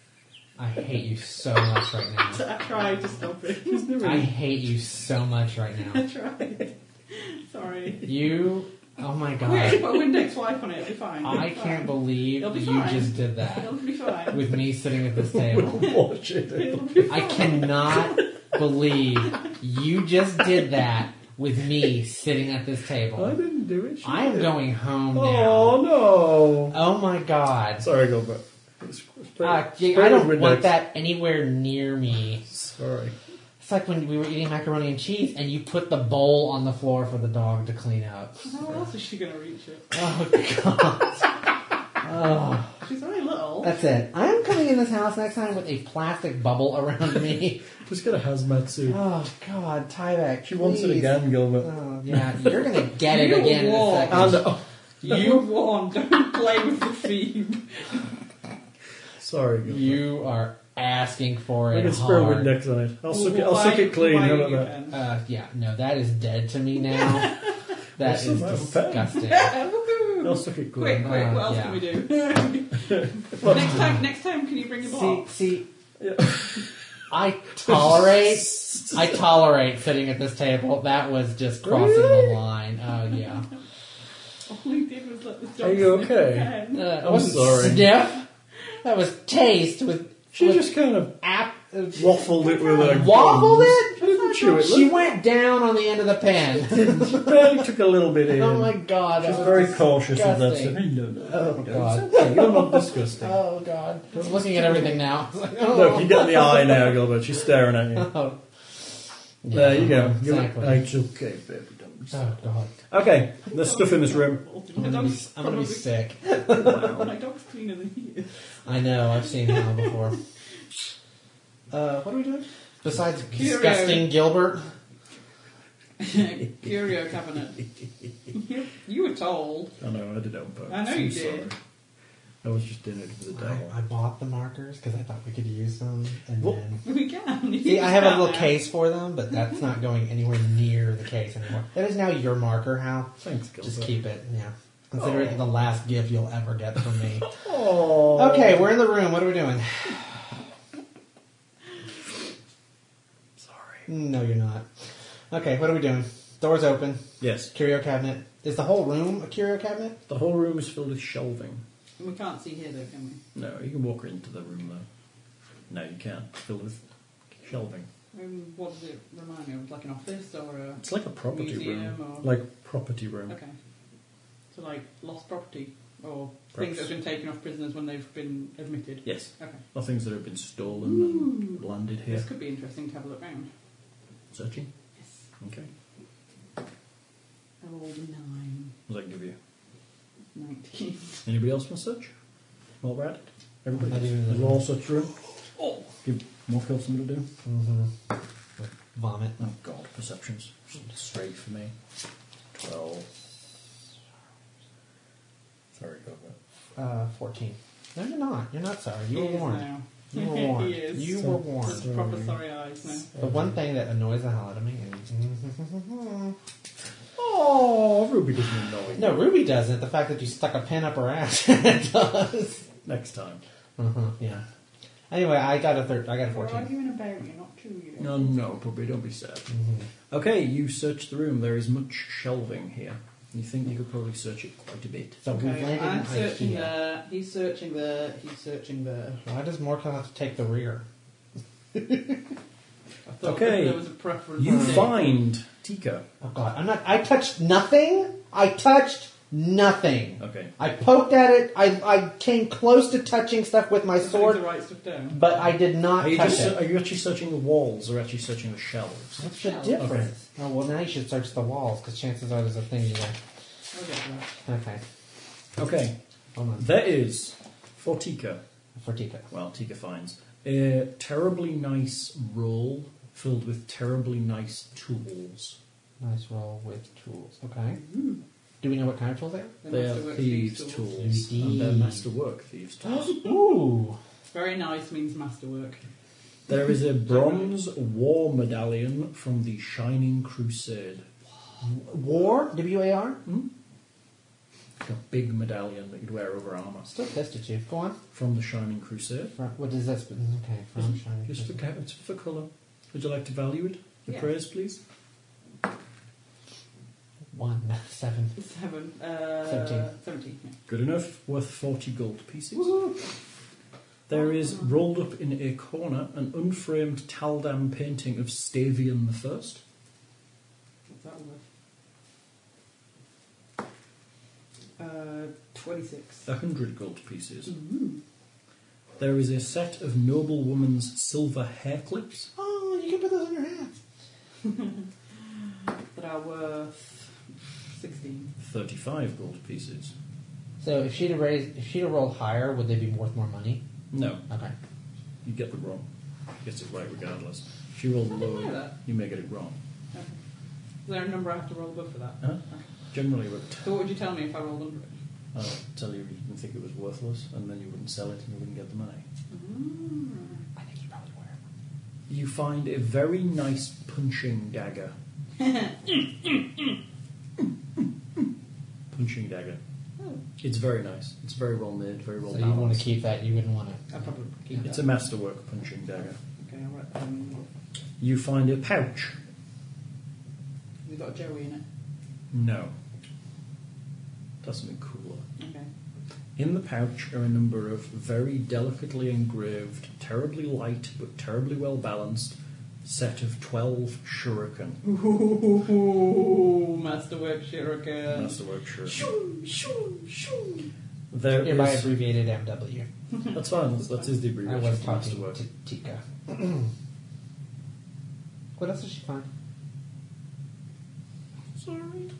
I hate you so much right now. I tried to stop it. I hate you so much right I now. tried. Sorry. You. Oh my We should god. put Windex wipe on it. It'll be fine. I It'll be can't fine. believe It'll be you fine. just did that It'll be fine. with me sitting at this table. Watch it. It'll be I cannot believe you just did that with me sitting at this I table. didn't do it. she I am did. going home now. Oh Oh my god. no! Sorry, Gilbert. It's- it's pretty- Ah, gee, pretty I don't Windex. want that anywhere near me. Sorry. It's like when we were eating macaroni and cheese and you put the bowl on the floor for the dog to clean up. How else is she going to reach it? Oh god. Oh, She's very little. that's it. I am coming in this house next time with a plastic bubble around me. Just get a hazmat suit. Oh god, Tyvek. she wants it please. again, Gilbert. Oh, yeah, you're gonna get it You again in a walk. second. And oh, You were warned. Don't play with the theme. sorry, Gilbert. You are asking for I it can spare a hard. Windex on it. I'll suck it. I'll suck it clean. How about that? Uh, yeah, no, that is dead to me now. That Awesome, is I have a disgusting. Uh, Woohoo! I'll suck it clean. Quick, quick, what Uh, else yeah. can we do? next time, next time, can you bring your See, box? see, I tolerate, I tolerate sitting at this table. That was just crossing the line. Oh yeah. All he did was let the dog Are you sniff okay? the pen. Uh, I wasn't sorry. Sniff. That was taste with. She with just kind of app. uh, waffled it with her. waffled I didn't it. chew it. She She went down on the end of the pen. barely took a little bit in. oh my god. that She's was very dis- cautious of that. disgusting. so- No, no, no. Oh god. It's okay, You're not disgusting. Oh god. I was looking at everything now. Look, you get the eye now, Gilbert. She's staring at you. Oh. There you go. You look- Exactly. It's okay, baby. don't be sad. Oh god. Okay, there's stuff in this room. I'm My gonna, be, dog's I'm gonna be probably sick. my dog's cleaner than he is. I know. I've seen him before. Uh, what are we doing? Besides Curio. disgusting Gilbert, Curio cabinet. you were told. I know, I did it on purpose. I know I'm you sorry. did. I was just in it for the day. I, I bought the markers because I thought we could use them, and Well- then We can. See, I have a little case for them, but that's not going anywhere near the case anymore. That is now your marker, Hal. Thanks, Gilbert. Just keep it, yeah. Consider it the last gift you'll ever get from me. Oh. Okay, we're in the room. What are we doing? Sorry. No, you're not. Okay, what are we doing? Doors open. Yes, Curio cabinet. Is the whole room a curio cabinet? the whole room is filled with shelving. We can't see here though, can we? No, you can walk into the room though. No, you can't. Filled with shelving. Um, what does it remind me of? Like an office or a. It's like a property Museum room. or- Like property room. Okay. So, like, lost property or Perhaps. things that have been taken off prisoners when they've been admitted? Yes. Okay. Or things that have been stolen and landed here. This could be interesting to have a look round. Searching. Yes. Okay. I rolled a nine. What does that give you? Nineteen. Anybody else want to search? Well, Brad? Everybody? Not even- There's all such room. Oh! Give Morphill something to do. Mm-hmm. Vomit. Oh god, perceptions. Straight for me. Twelve. Sorry, Gilbert. Uh, 14. No, you're not. You're not sorry. You He were is warned. now. You were He warned. is. You were Just warned. proper sorry eyes now. The one thing that annoys the hell out of me is... Oh, Ruby doesn't annoy you. No, Ruby doesn't. The fact that you stuck a pin up her ass does. Next time. Uh-huh, yeah. Anyway, I got a third. I got a We're fourteen. arguing about you, not to you. No, no, probably don't be sad. Okay, you search the room. There is much shelving here. You think you could probably search it quite a bit. So we Okay, landed in I'm searching IKEA. there, he's searching there, he's searching there. Why does Morkel have to take the rear? I thought Okay. there was a preference. You there. find Tika. Oh God! I'm not. I touched nothing. I touched nothing. Okay. I poked at it. I I came close to touching stuff with my Putting The sword, right stuff down. but I did not Are you, touch just, it. are you actually searching the walls or actually searching the shelves? What's the difference? Oh well, now you should search the walls because chances are there's a thing you there. I'll get to that. Okay, Okay, hold on. there is, for Tika, For Tika. well, Tika finds, a terribly nice roll filled with terribly nice tools. Nice roll with tools. Okay. Do we know what kind of tools they are? They They must are have worked thieves' these tools. tools. And they're Indeed. masterwork thieves' tools. Ooh. Very nice means masterwork. There is a bronze war medallion from the Shining Crusade. War? W A R? Like a big medallion that you'd wear over armour. Still pissed at you. Go on. From the Shining Crusade. From, what is this? Okay, from Shining. Just for, Crystal. ca- it's for colour. Would you like to value it? The Yeah. praise, please. One, seven. Seven. Uh, Seventeen. Seventeen. yeah. Good enough. Worth 40 gold pieces. There is rolled up in a corner an unframed Taldam painting of Stavian the First. What's that worth? Uh, twenty-six. A hundred gold pieces. Ooh. There is a set of noblewoman's silver hair clips. Oh, you can put those on your hats. That are worth sixteen. Thirty-five gold pieces. So if she'd have raised, if she'd have rolled higher, would they be worth more money? No, Okay. you get it wrong. She gets it right regardless. She rolled I didn't know low. that. You may get it wrong. Okay. Is there a number I have to roll above for that? Huh? Generally, but So what would you tell me if I rolled under it? I'll tell you, you didn't think it was worthless, and then you wouldn't sell it, and you wouldn't get the money. I think you probably were. You find a very nice punching dagger. punching dagger. It's very nice. It's very well made, very well So you balanced. want to keep that? You wouldn't want to. I probably keep It's that. a masterwork punching dagger. Okay, all right. Um, You find a pouch. we got Joey in it. No. That's something cooler. Okay. In the pouch are a number of very delicately engraved, terribly light but terribly well balanced set of 12 shuriken. Ooh, masterwork shuriken. Masterwork shuriken. Uh, Shoo, shoo, shoo. There Hereby is- abbreviated MW. That's fine, that's, that is the I abbreviation was for talking masterwork. to Tika. what else did she find? Sorry.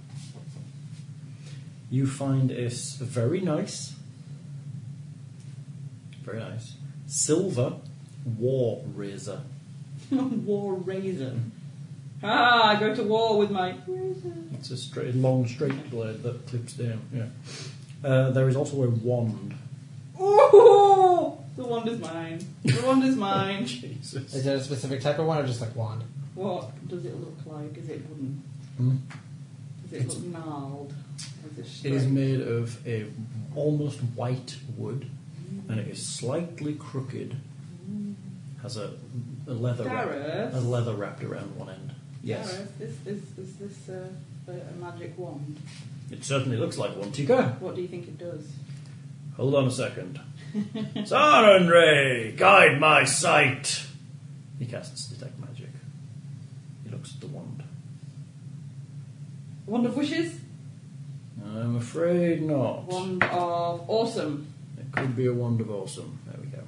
You find a s- very nice, very nice, silver war razor. war razor. Ah, I go to war with my razor. It's a straight, long, straight blade that clips down. Yeah. Uh, there is also a wand. Ooh, the wand is mine. The wand is mine. Is that a specific type of one or just like wand? What does it look like? Is it wooden? Hmm? Does it look gnarled? Or Is it It is straight? made of a almost white wood, and it is slightly crooked. Has a, a leather wrap, Gareth? a leather wrapped around one end. Yes, Gareth, is, is, is this a, a, a magic wand? it certainly looks like one. Tika, What do you think it does? hold on a second. Sarenrae, guide my sight. He casts detect magic. He looks at the wand. Wand of wishes? I'm afraid not. Wand of awesome. It could be a wand of awesome. There we go.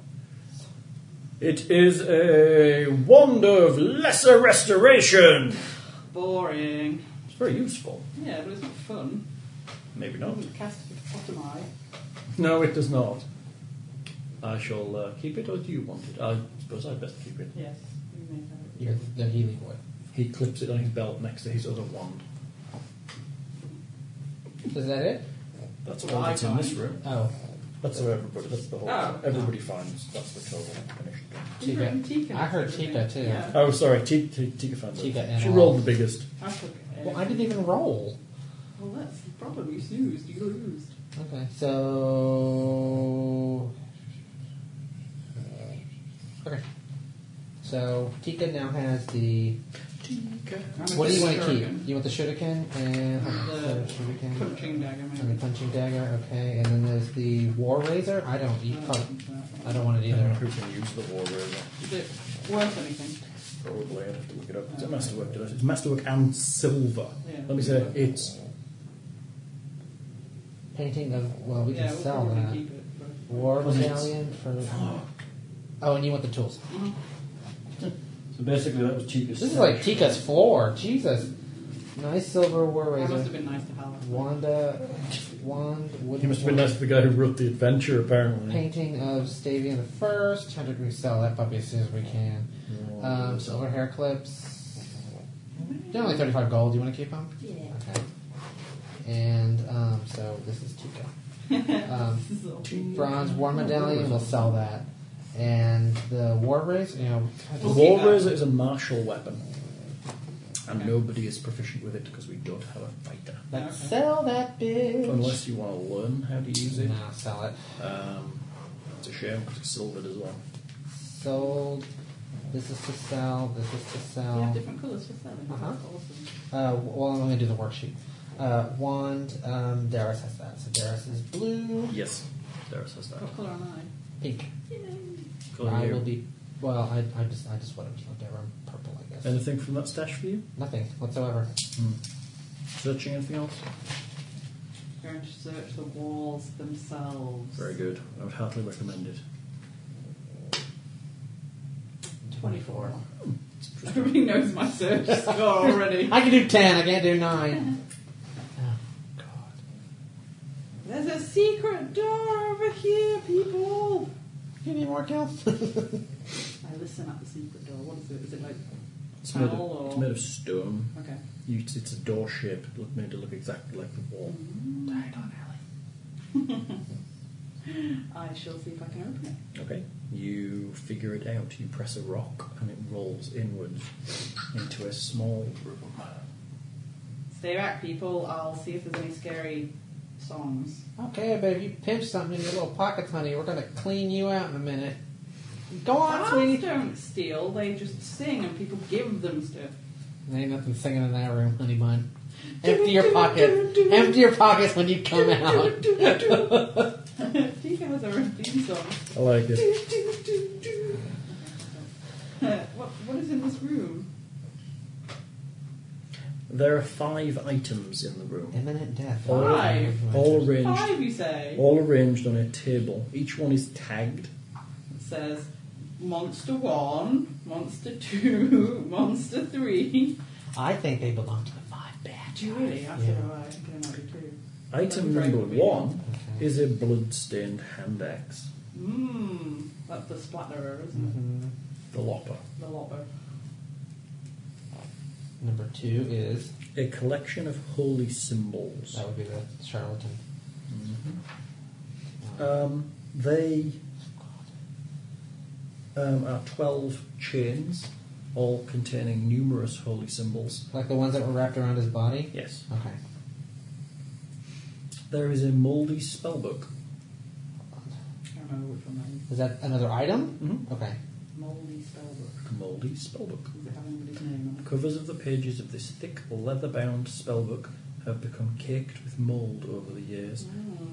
It is a wand of lesser restoration. Boring. It's very useful. Yeah, but it's not fun. Maybe I not. wouldn't cast it with bottom eye. No, it does not. I shall uh, keep it, or do you want it? I suppose I'd best keep it. Yes. you may have it. You're the healing boy. He clips it on his belt next to his other wand. Is that it? That's Well, all I that's in this find- room. Oh, That's how everybody. That's the whole. Oh. everybody finds. That's the total finished. You Tika. bring Tika. I heard Tika, too. Yeah. Oh, sorry. T- T- Tika found it. Tika and She all. rolled the biggest. I took it. Well, I didn't even roll. Well, that's the problem. You snoozed. You lose. Okay, so. Okay. So, Tika now has the. What do you want to keep? You want the shuriken and. The shuriken. Punching dagger, and the maybe. punching dagger, okay, and then there's the war razor. I don't, you No, probably, that I one. don't want it Yeah. either. Who can use the war room? Is it worth anything? Probably, I'd have to look it up. It's a masterwork, did I say? It's masterwork and silver. Yeah. Let me say, it's Painting of well, we yeah, can we'll sell probably that. Keep it, but- War Well, it's- medallion for. Oh, and you want the tools. So basically, that was cheapest. This is like Tika's floor. Jesus, nice silver war That must razor. have been nice to have. Wanda, wand. He wooden must have been nice to the guy who wrote the adventure, apparently. Painting of Stavian the First. How did we sell that puppy as soon as we can? Um, silver hair clips. They're only 35 gold. Do you want to keep them? Yeah. Okay. And um, so this is Tika. Um, This is all- bronze war medallion, we'll sell that. And the war race, you know, The We'll war keep that. razor is a martial weapon, and Okay. nobody is proficient with it because we don't have a fighter. let's sell that bitch. Unless you want to learn how to use it. No, sell it. Um, it's a shame because it's silvered as well. Sold. This is to sell. This is to We have sell. different colours for selling. Uh-huh. That's awesome. Uh, well, I'm going to do the worksheet. Uh, wand, um, Darius has that. So Darius is blue, Yes, there says that. What colour am I? pink. Colour I you. will be. Well, I, I just I just want to be there. I'm purple, I guess. Anything from that stash for you? Nothing whatsoever. Hmm. Searching anything else? Going to search the walls themselves. Very good. I would heartily recommend it. 24. Everybody knows my search score already. I can do 10. I can't do 9. oh, God. There's a secret door over here, people. You need more help? I listen at the secret door. What is it? Is it like It's made, towel of, or? it's made of stone. Okay. You, it's, it's a door shape look, made to look exactly like the wall. I shall see if I can open it. Okay. You figure it out. You press a rock and it rolls inwards into a small room. Stay back, people. I'll see if there's any scary songs. Okay, but if you pinch something in your little pockets, honey, we're gonna clean you out in a minute. Go on, Dogs sweetie. don't steal, they just sing and people give them stuff. There ain't nothing singing in that room, honey bun. Empty your pockets. Empty your pockets when you come out. Tika has her own theme song. I like it. Uh, what, what is in this room? There are five items in the room, Imminent death. Five. all arranged, Five, you say? all arranged on a table. Each one is tagged. It says Monster 1, Monster 2, Monster 3. I think they belong to the five bad Do you really? I guys. thought Yeah. I came out with two. Item Right, number we- one Okay. is a blood-stained hand axe, Mmm, that's the splatterer, isn't it? Mhm. the lopper. The lopper. Number two is A collection of holy symbols. that would be the charlatan. Um, they um, are 12 chains, all containing numerous holy symbols. Like the ones that were wrapped around his body. Yes. Okay. There is a mouldy spellbook. I don't remember which one that is. Is that another item? Mhm. Okay. Moldy spellbook. Mouldy spellbook. Does it have anybody's name on Covers of the pages of this thick, leather bound spellbook have become caked with mould over the years,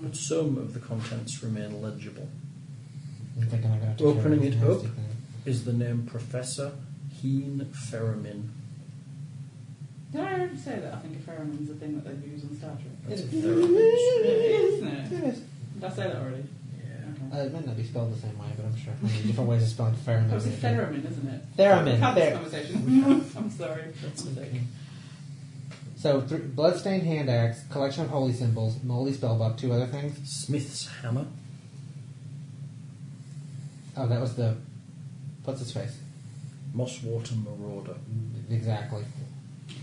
but some of the contents remain legible. I'm thinking I'm gonna have to Opening carry it this nasty up. thing. Is the name Professor Heen Ferramin? it? Did I already say that? I think a pheromone's a thing that they use on Star Trek. That's a Ferramin. It is, isn't it? Yes. Did I say that already? Yeah. Okay. Uh, it might not be spelled the same way, but I'm sure. There's different ways of spelling pheromone. That was a pheromone, isn't it? We've Theremin. had this There. conversation. I'm sorry. I'm sick. So, th- bloodstained hand axe, collection of holy symbols, moldy spellbook, two other things. Smith's Hammer. Oh, that was the. What's his face? Mosswater Marauder. Exactly.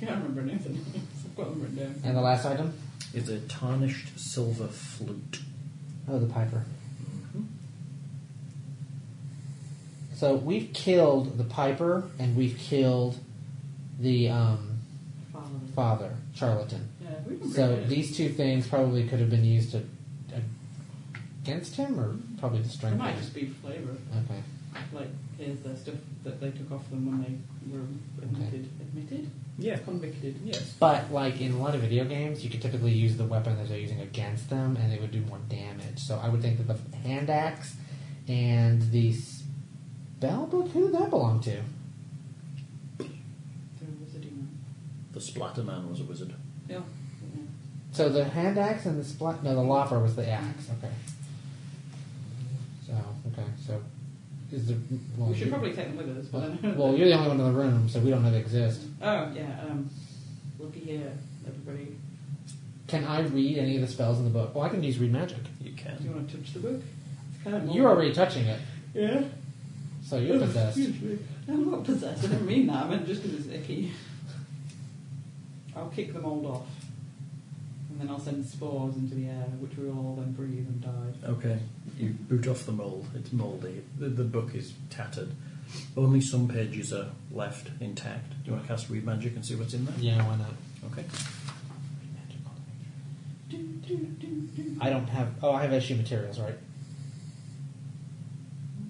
I can't remember anything. I've got them written down. And the last item? is a tarnished silver flute. Oh, the Piper. Mm-hmm. So we've killed the Piper and we've killed the um, Father. father, charlatan. Yeah, we can So bring it. these two things probably could have been used to, against him or probably to It strengthen might him. just be flavour. Okay. Like, here's their stuff that they took off them when they were admitted. Admitted? Yeah. Convicted. Yes. But like in a lot of video games, you could typically use the weapon that they're using against them, and it would do more damage. So I would think that the hand axe and the spell book. Who did that belong to? There was a demon. The Splatterman was a wizard. Yeah. So the hand axe and the splat. No, the lopper was the axe. Okay. So okay. So is the well, We should you- probably take them with us, but I don't know. well, you're the only one in the room, so we don't know they exist. Oh, yeah. Um, looky here, everybody. Can I read any of the spells in the book? Well, I can use read magic. You Do can. you want to touch the book? It's kind of You're already touching it, Yeah. so you're possessed. Excuse me. I'm not possessed. I didn't mean that. I meant just because it's icky. I'll kick the mold off. And then I'll send spores into the air, which we all then breathe and die. Okay. You boot off the mould. It's mouldy. The, the book is tattered. Only some pages are left intact. Do you want to cast Read Magic and see what's in there? Yeah, why not? Okay. I don't have. Oh, I have issue materials, right?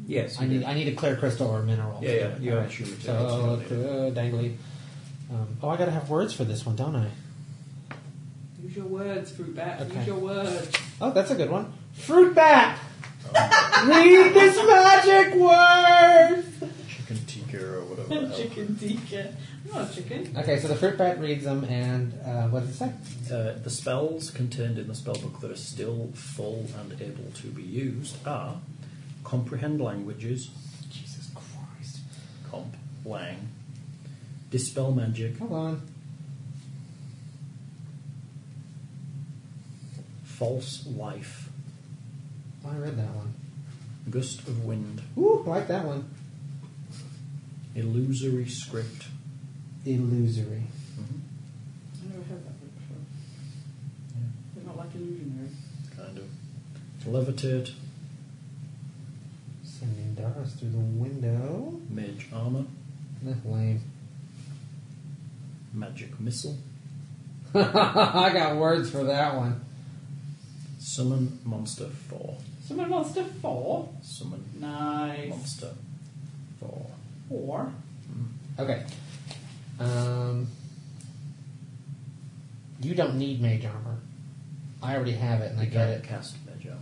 Yes. I need. I need a clear crystal or mineral. Yeah, yeah, you have Alright. issue So materials, you uh, don't need dangly. Um, oh, I gotta have words for this one, don't I? Use your words, fruit bat. Okay. Use your words. Oh, that's a good one. Fruit bat. Read this magic word. Chicken tikka or whatever. the hell. chicken tikka. I'm not a chicken. Okay, so the fruit bat reads them, and uh, what does it say? Uh, the spells contained in the spellbook that are still full and able to be used are ah, comprehend languages, Jesus Christ! comp, lang, dispel magic, Come on. false life, Oh, I read that one. gust of wind, Ooh, I like that one. illusory script, Illusory. I've never heard that word before. They're not like illusionary. kind of, levitate, Sending Doris through the window. mage armor, That's lame. magic missile, I got words for that one. Summon monster four. Summon monster four. Summon Nice. monster four. Four. Okay. Um, you don't need mage armor. I already have it, and I You get can't it. cast mage armor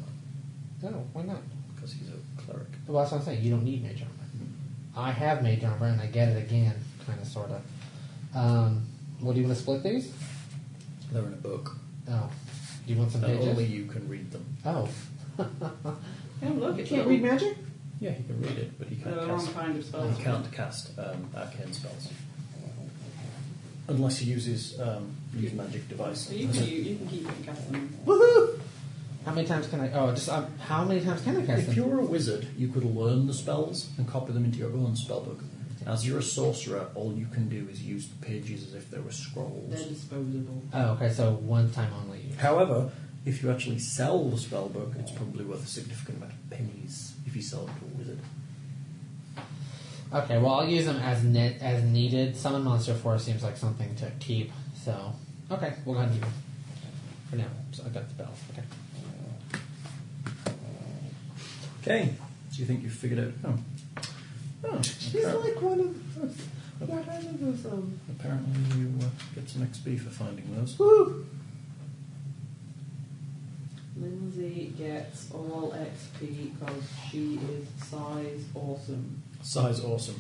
No, why not? because he's a cleric. Well, that's what I'm saying. You don't need mage armor. I have mage armor, and I get it again, kind of, sort of. Um, well, do you want to split these? They're in a book. No. Do you want some And pages? only you can read them. Oh. Yeah, look, You it's can't little- read magic? Yeah, he can read it, but he They're can't the wrong cast. kind of spells. He can't cast um, arcane spells Unless he uses um, use magic So device. You can, you, you can keep it and cast them. Woohoo! How many times can I? Oh, just um, how many times can I cast If them? you're a wizard, you could learn the spells and copy them into your own spellbook. As you're a sorcerer, all you can do is use the pages as if they were They're scrolls. disposable. Oh, okay. So one time only. However, if you actually sell the spellbook, it's probably worth a significant amount of pennies if you sell it to a wizard. Okay. Well, I'll use them as ne- as needed. Summon monster four seems like something to keep. So okay, we'll go ahead and keep them for now. So I got the bells. Okay. Okay, so you think you've figured out? Oh, oh She's appar- like one of those. What kind of those? Um, apparently you uh, get some XP for finding those. woo! Lindsay gets all XP because she is size awesome. Size awesome.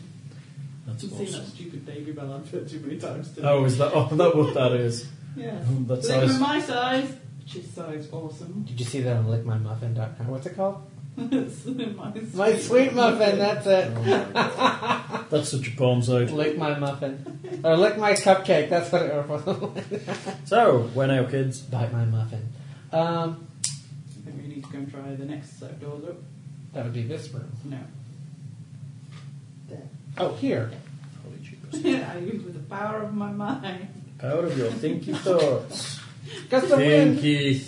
That's I've seen that awesome. stupid baby bell I've heard too many times today. Oh, is that? Oh, that what that is? Yeah. That They were size. my size. She's size awesome. Did you see that on lickmymuffin.com? What's it called? It's my, My sweet muffin. That's Oh it. my God. That's such a palm's out. Lick my muffin, or lick my cupcake. That's what it was. So, we're now kids. Bite my muffin. Um, I think we need to go and try the next set of doors up. That would be this room. No. Oh, here. Holy Jesus. I use with the power of my mind. Power of your thinky thoughts. Got the wind. thinky I'm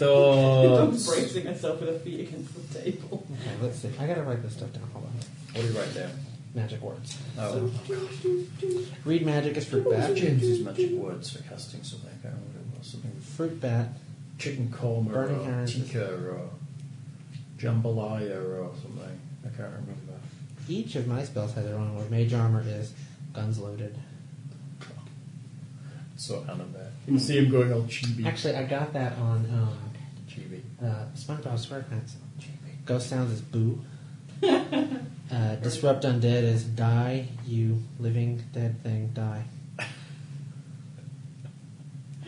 thoughts. bracing myself with her feet against the table. Okay, let's see. I gotta write this stuff down. Hold on. What do you write there? Magic words. Oh, Read magic is fruit what was bat. James's magic words for casting something? I can't remember what it was. Something with Fruit bat. chicken korma Burning or hands. tikka or jambalaya or something. I can't remember. Each of my spells has their own word. Mage armor is guns loaded. So anime. You can see him going all chibi. Actually, I got that on um, chibi. uh, SpongeBob SquarePants. Ghost sounds is boo. uh, disrupt undead is die. You living dead thing die.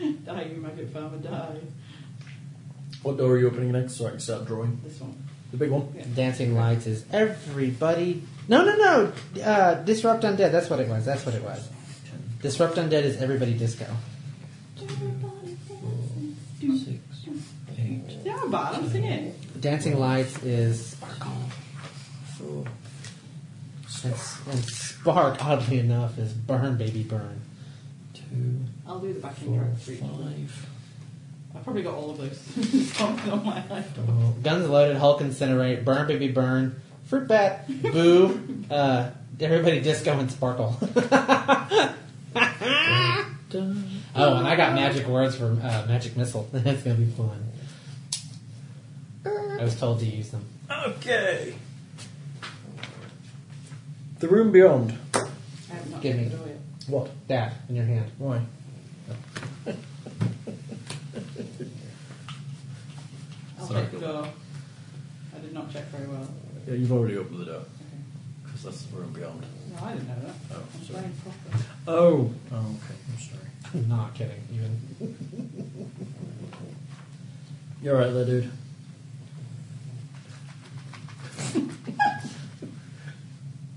Die, you maggot farmer, die. What door are you opening next so I can start drawing? This one. The big one? Dancing lights is everybody. No, no, no. Uh, disrupt undead. That's what it was. That's what it was. Disrupt undead is everybody disco. Six. Eight. Yeah, I'm bad. I'm singing. Dancing lights is Four. and, and spark. Oddly enough, is burn baby burn. Two. I'll do the backing Four. track for each one. Five. I've probably got all of those songs on my iPhone. Guns loaded. Hulk incinerate. Burn baby burn. Fruit bat. Boo. Uh, everybody disco and sparkle. oh, and I got magic words for uh, magic missile. That's gonna be fun. I was told to use them. Okay. The room beyond. I have not Give me. checked the door yet. What? That in your hand. Why? I'll Sorry. check the door. I did not check very well. Yeah, you've already opened the door. Okay. Because that's the room beyond. No, I didn't know that. Oh, I'm sorry. playing proper. Oh. Oh, okay. I'm sorry. Not kidding. Even You're right there, dude.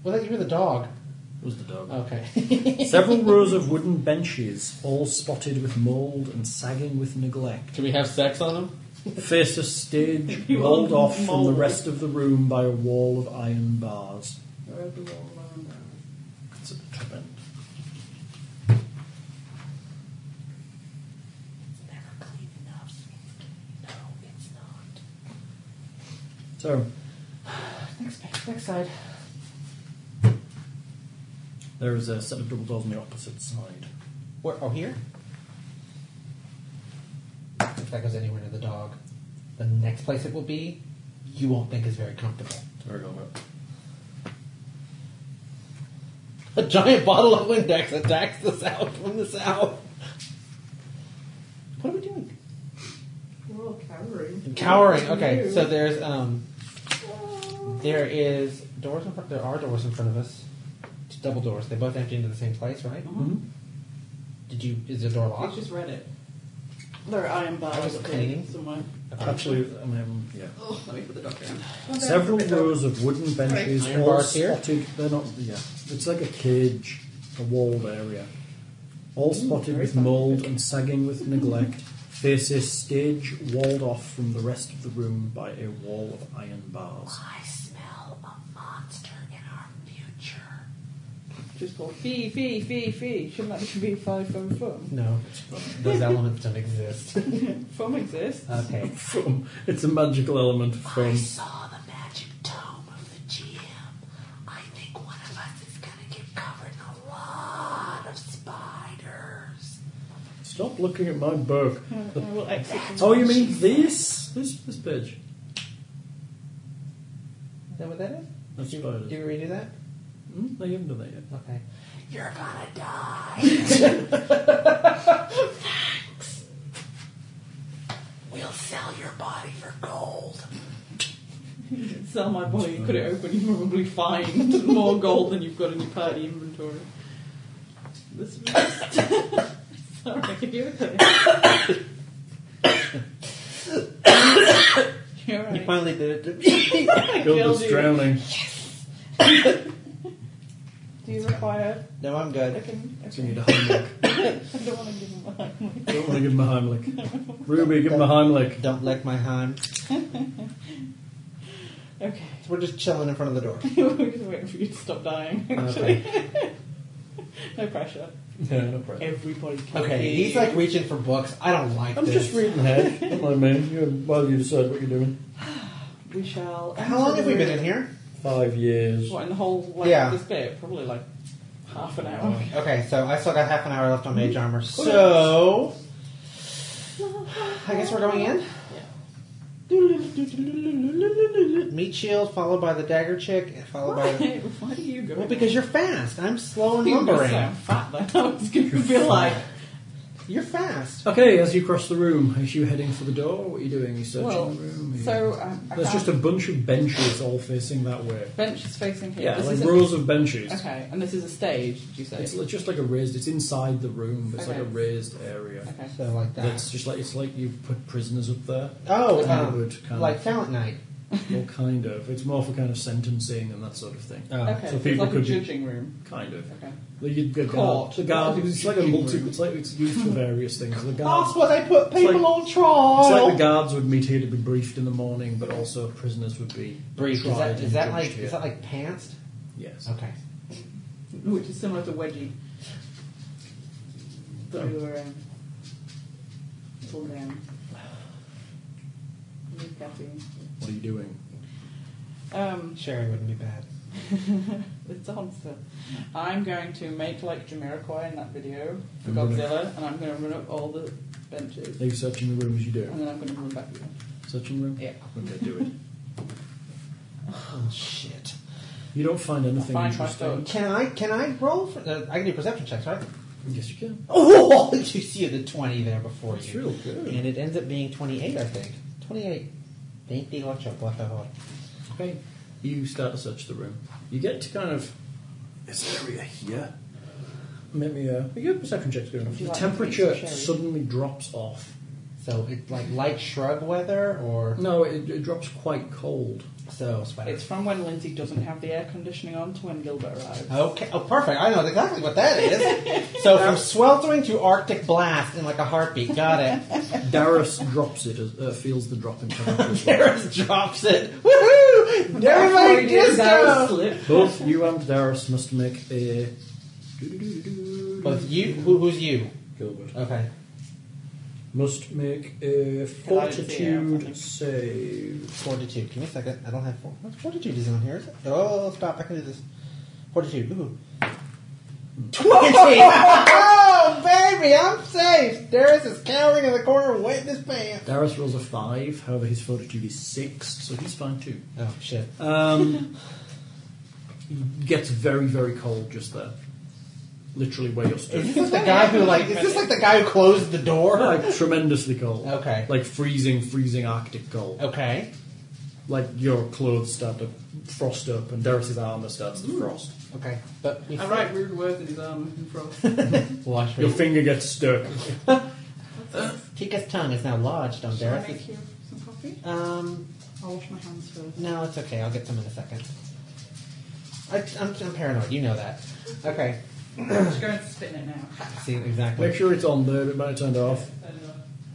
well, that you were the dog. It was the dog. Okay. Several rows of wooden benches, all spotted with mould and sagging with neglect, Can we have sex on them? faced a stage walled off from the rest of the room by a wall of iron bars. Road the wall around that. It's at the top end. So, Next page, next side. there is a set of double doors on the opposite side. Where, oh, here. If that goes anywhere near the dog, The next place it will be, you won't think is very comfortable. There we go. mate. A giant bottle of Windex attacks the south from the south. What are we doing? We're all cowering. Cowering. Okay, so there's um, there is doors in front. There are doors in front of us. It's Double doors. They both empty into the same place, right? Uh-huh. Mhm. Did you? Is the door I locked? just read it. There are iron bars I was up there cleaning. somewhere. Actually, I mean, yeah. Oh, let me put the doctor in. Several rows of wooden benches, Iron all bars here? spotted. They're not. Yeah, it's like a cage, a walled area. All spotted with mould and sagging with neglect, face a stage walled off from the rest of the room by a wall of iron bars. I smell a monster in our future. Just called fee, fee, fee, fee. Shouldn't that just be five phone foam? No, those elements don't exist. Foam exists. Okay. Foam. It's a magical element of I foam. saw the magic tome of the GM. I think one of us is gonna get covered in a lot of spiders. Stop looking at my book. I will exit. from- Oh, you mean this? This this page. Is that what that is? That's Do you, spiders. do you redo that? Hmm, they haven't done that yet. Okay. You're gonna die. Thanks. We'll sell your body for gold. Sell my body, cut it open, you probably find more gold than you've got in your party inventory. This Sorry, you okay? You're You right. finally did it. I killed Gilbert's you. drowning. Do you require? no, I'm I good. can. So Okay. you need a Heimlich. I don't want to give him a hug. Don't want to give him a Heimlich. Ruby, give him a Heimlich. Don't lick my hand. Okay. We're just chilling in front of the door. We're just waiting for you to stop dying. Actually, Okay. no pressure. Yeah, no problem. Everybody. Can Okay. be- He's like reaching for books. I don't like I'm this. just reading ahead. Don't mind me. You, while you decide what you're doing. We shall. How long have we been in here? here? Five years. What in the whole like Yeah. this bit? Probably like half an hour. Okay, so I still got half an hour left on mage armor. So I guess we're going in. Meat shield followed by the dagger chick, followed Why? by Why do you go? well because you're fast. I'm slow and you were lumbering. so fat then. I was going to be like, You're fast. Okay, as you cross the room, are you heading for the door? What are you doing? Are you searching well, the room? Are you- so um, I There's found- just a bunch of benches all facing that way. bench is facing here. Yeah, this like is rows of benches. A, okay, and this is a stage. Did you say? It's li- just like a raised. It's inside the room, but it's like a Okay. raised area. okay. So like that. That's just like it's like you put prisoners up there. Oh, Kind of um, wood, kind of. like Talent Knight. Well, kind of. It's more for kind of sentencing and that sort of thing. Oh. Okay, so it's uh, people like could a be- judging room. Kind of. Okay. Like you'd get Court. guard. The guard. Like a It's like a judging multi. room. It's like it's used for various things. The guard. That's what they put people like- on trial. It's like the guards would meet here to be briefed in the morning, but also prisoners would be Brief. Is Tried that, and is that judged like here. is that like pants? yes. Okay. Which is similar to wedgie. That we were um, pulled down. With caffeine. What are you doing? Um, Sherry wouldn't be bad. it's a monster. I'm going to make like Jamiroquai in that video for I'm gonna- Godzilla, and I'm going to run up all the benches, Are you searching the room as you do? and then I'm going to run back again. Searching the room? Yeah. Okay, do it. Oh shit. You don't find anything Find my interesting. phone. Can I can I roll for? Uh, I can do perception checks, right? Yes, you can. Oh, you see the twenty there before It's you, real good. and it ends up being twenty-eight, I think. Twenty-eight. 28 por favor. Okay. You start to search the room. You get to kind of this area here. Make me a. Your perception check's good enough. Would you The like to temperature make some cherry? suddenly drops off. So it's like light shrub weather, or No, it, it drops quite cold. so sweater. It's from when Lindsay doesn't have the air conditioning on to when Gilbert arrives. Okay. Oh, perfect. I know exactly what that is. so from sweltering to arctic blast in like a heartbeat. Got it. Darius drops it, as, uh, feels the drop in temperature. as well. Darius drops it. Woohoo! Everybody disco. Both you and Darius must make a. Both you. Who, who's you? Gilbert. Okay. Must make a I fortitude think. save. Fortitude. Give me a second. I don't have four. what fortitude is on here, is it? Oh, stop. I can do this. Fortitude. Ooh. 20! oh, baby, I'm safe. Darius is cowering in the corner, wet in his pants. Darius rolls a five, however, his fortitude is six, so he's fine too. Oh shit! Um, he gets very, very cold just there. Literally where you're Is stood. this like the guy who like? Is this like the guy who closed the door? like tremendously cold. Okay. Like freezing, freezing Arctic cold. Okay. Like your clothes start to frost up and Darius's armor starts to Mm. frost. Okay. But we I write rude words um, in his arm in front. Watch Your me. finger gets stuck. Tika's tongue is now lodged on Should I make Darius. you some coffee? Um. I'll wash my hands first. No, it's okay. I'll get some in a second. I, I'm, I'm paranoid. You know that. Okay. I'm just going to spit in it now. See exactly. Make sure it's on there, but when I turned it off,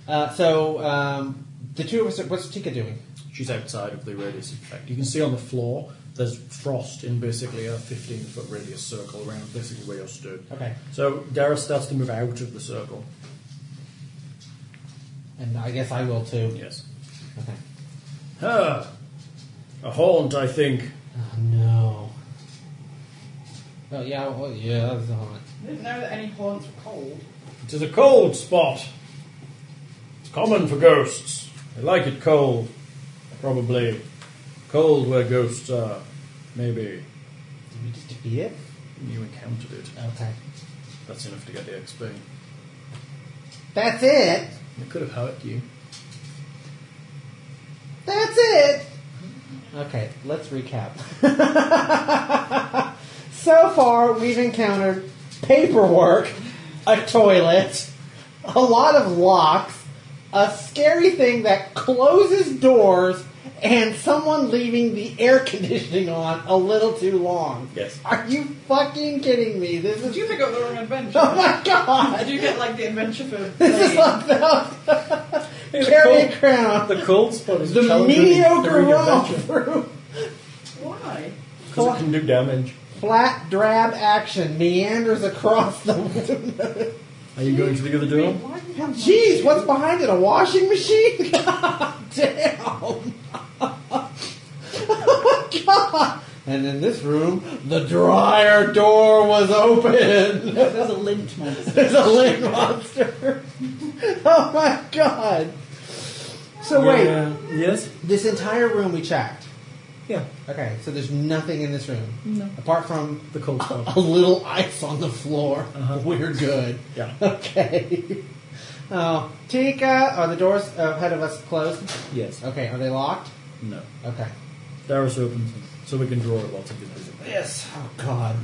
Uh, so um, the two of us. Are, what's Tika doing? she's outside of the radius effect. You can see on the floor there's frost in basically a 15 foot radius circle around basically where you're stood. Okay. So Darius starts to move out of the circle. And I guess I will too. Yes. Okay. Ah, a haunt, I think. Oh, no. Oh yeah. Oh yeah. That was a haunt. I didn't know that any haunts were cold. It is a cold spot. It's common for ghosts. They like it cold, probably. Cold where ghosts are, maybe. Did we just defeat it? You encountered it. Okay. That's enough to get the XP. That's it. It could have hurt you. That's it. Okay, let's recap. so far, we've encountered paperwork, a toilet, a lot of locks, a scary thing that closes doors, and someone leaving the air conditioning on a little too long. Yes. Are you fucking kidding me? This Did is. you pick up the wrong adventure? Oh my Did god! you get like the adventure for This is playing? like the. Carry a crown. The cold spot is The mediocre romp through Why? Because it can do damage. flat drab action meanders across the. Are you going to the other door? Why do you have Jeez, what's behind it? A washing machine? God damn! oh my god! And in this room, the dryer door was open. There's a lint monster. There's a lint monster. oh my god! So wait, Uh, yes? this entire room we checked. Yeah. Okay, so there's nothing in this room No. apart from The cold spot. a little ice on the floor. We're good. Yeah. Okay. Oh, Tika, are the doors ahead of us closed? Yes. Okay, are they locked? No. Okay. Darius opens them, so we can draw a lot of invisible. Yes. Oh God.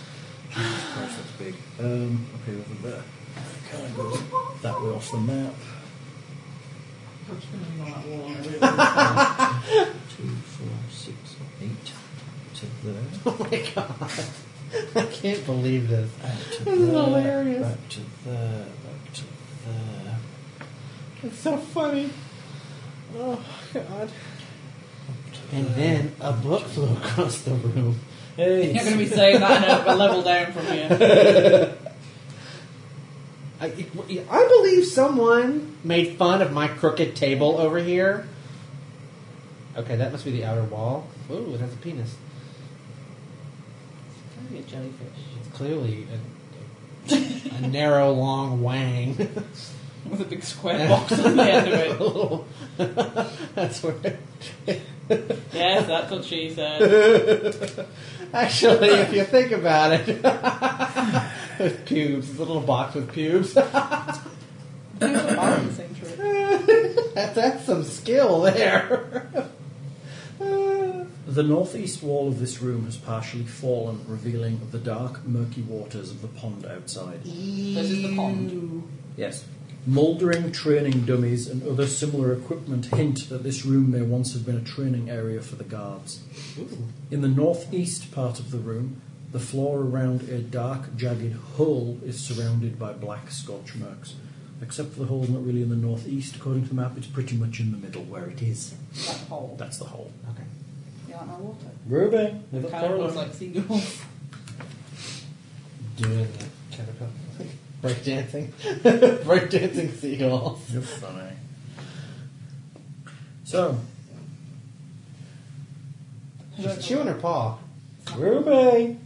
Gosh, that's big. Um, okay, over there. Kind of goes that way off the map. I'm just gonna ignore that wall, I really- Two, four, six, eight. To there. Oh my God. I can't believe this. Back to This is there, hilarious. Back to there. Back to there. It's so funny. Oh God. And then a book flew across the room. Hey. You're going to be saying that in a, a level down from here. I, I believe someone made fun of my crooked table over here. Okay, that must be the outer wall. Ooh, it has a penis. Maybe a jellyfish. It's clearly a, a narrow, long wang. With a big square box on the end of it. That's where. Yes, that's what she said. Actually, if you think about it, with pubes, it's a little box with pubes. Balancing trick. That- that's some skill there. The northeast wall of this room has partially fallen, revealing the dark, murky waters of the pond outside. This is the pond. Yes. Mouldering training dummies and other similar equipment hint that this room may once have been a training area for the guards. In the northeast part of the room, the floor around a dark, jagged hole is surrounded by black scorch marks. Except for the hole, not really in the northeast. According to the map, it's pretty much in the middle where it is. That hole. That's the hole. Okay. Yeah, like my water. Ruby, It kind of looks like seagulls. Doing the caterpillar. Breakdancing. Breakdancing seagulls. You're funny. So, She's chewing her paw. Ruby,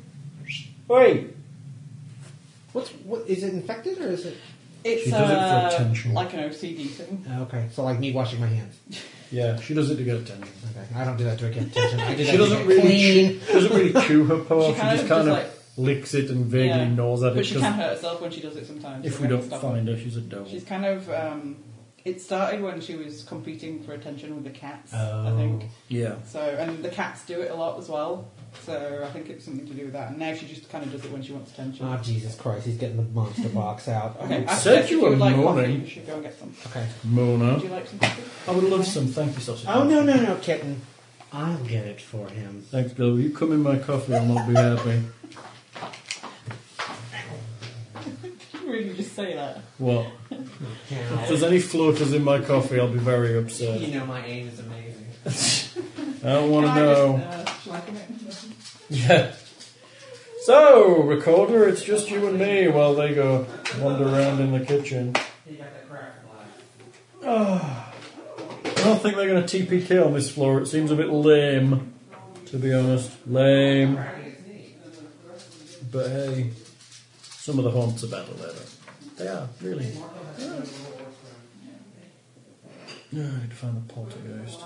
wait. What's what? Is it infected or is it? It's She does it for uh, attention. like an OCD thing. Uh, Okay, so like me washing my hands. Yeah, she does it to get attention. Okay, I don't do that to get attention. I do that She to doesn't get really clean. she doesn't really chew her paw. She She, kind just of kind of just like- licks it and vaguely Yeah. gnaws at But it. she 'cause can hurt herself when she does it sometimes. if so we can don't stop her. find her, she's a devil. She's kind of. Um, it started when she was competing for attention with the cats, I Oh. think. yeah, So, and the cats do it a lot as well. So, I think it's something to do with that. And now she just kind of does it when she wants attention. Oh Jesus Christ! He's getting the monster box out. okay, I Uh, said suggest you if were would like coffee, moaning. you should go and get some. Okay. Would Mona. you like some coffee? I would love some. Thank you, sausage. Oh no no no, kitten! I'll get it for him. Thanks, Bill. Will you come in my coffee? I'll not be happy. Did you really just say that? What? If Yeah. there's any floaters in my coffee, I'll be very upset. You know my aim is amazing. I don't want to Can I know. Just, uh, shall I come in? Yeah. So, recorder, it's just you and me while they go wander around in the kitchen. You got that crack a I don't think they're going to TPK on this floor. It seems a bit lame, to be honest. Lame. But hey, some of the haunts are better later. They are, really. Yeah. Yeah, I need to find the poltergeist.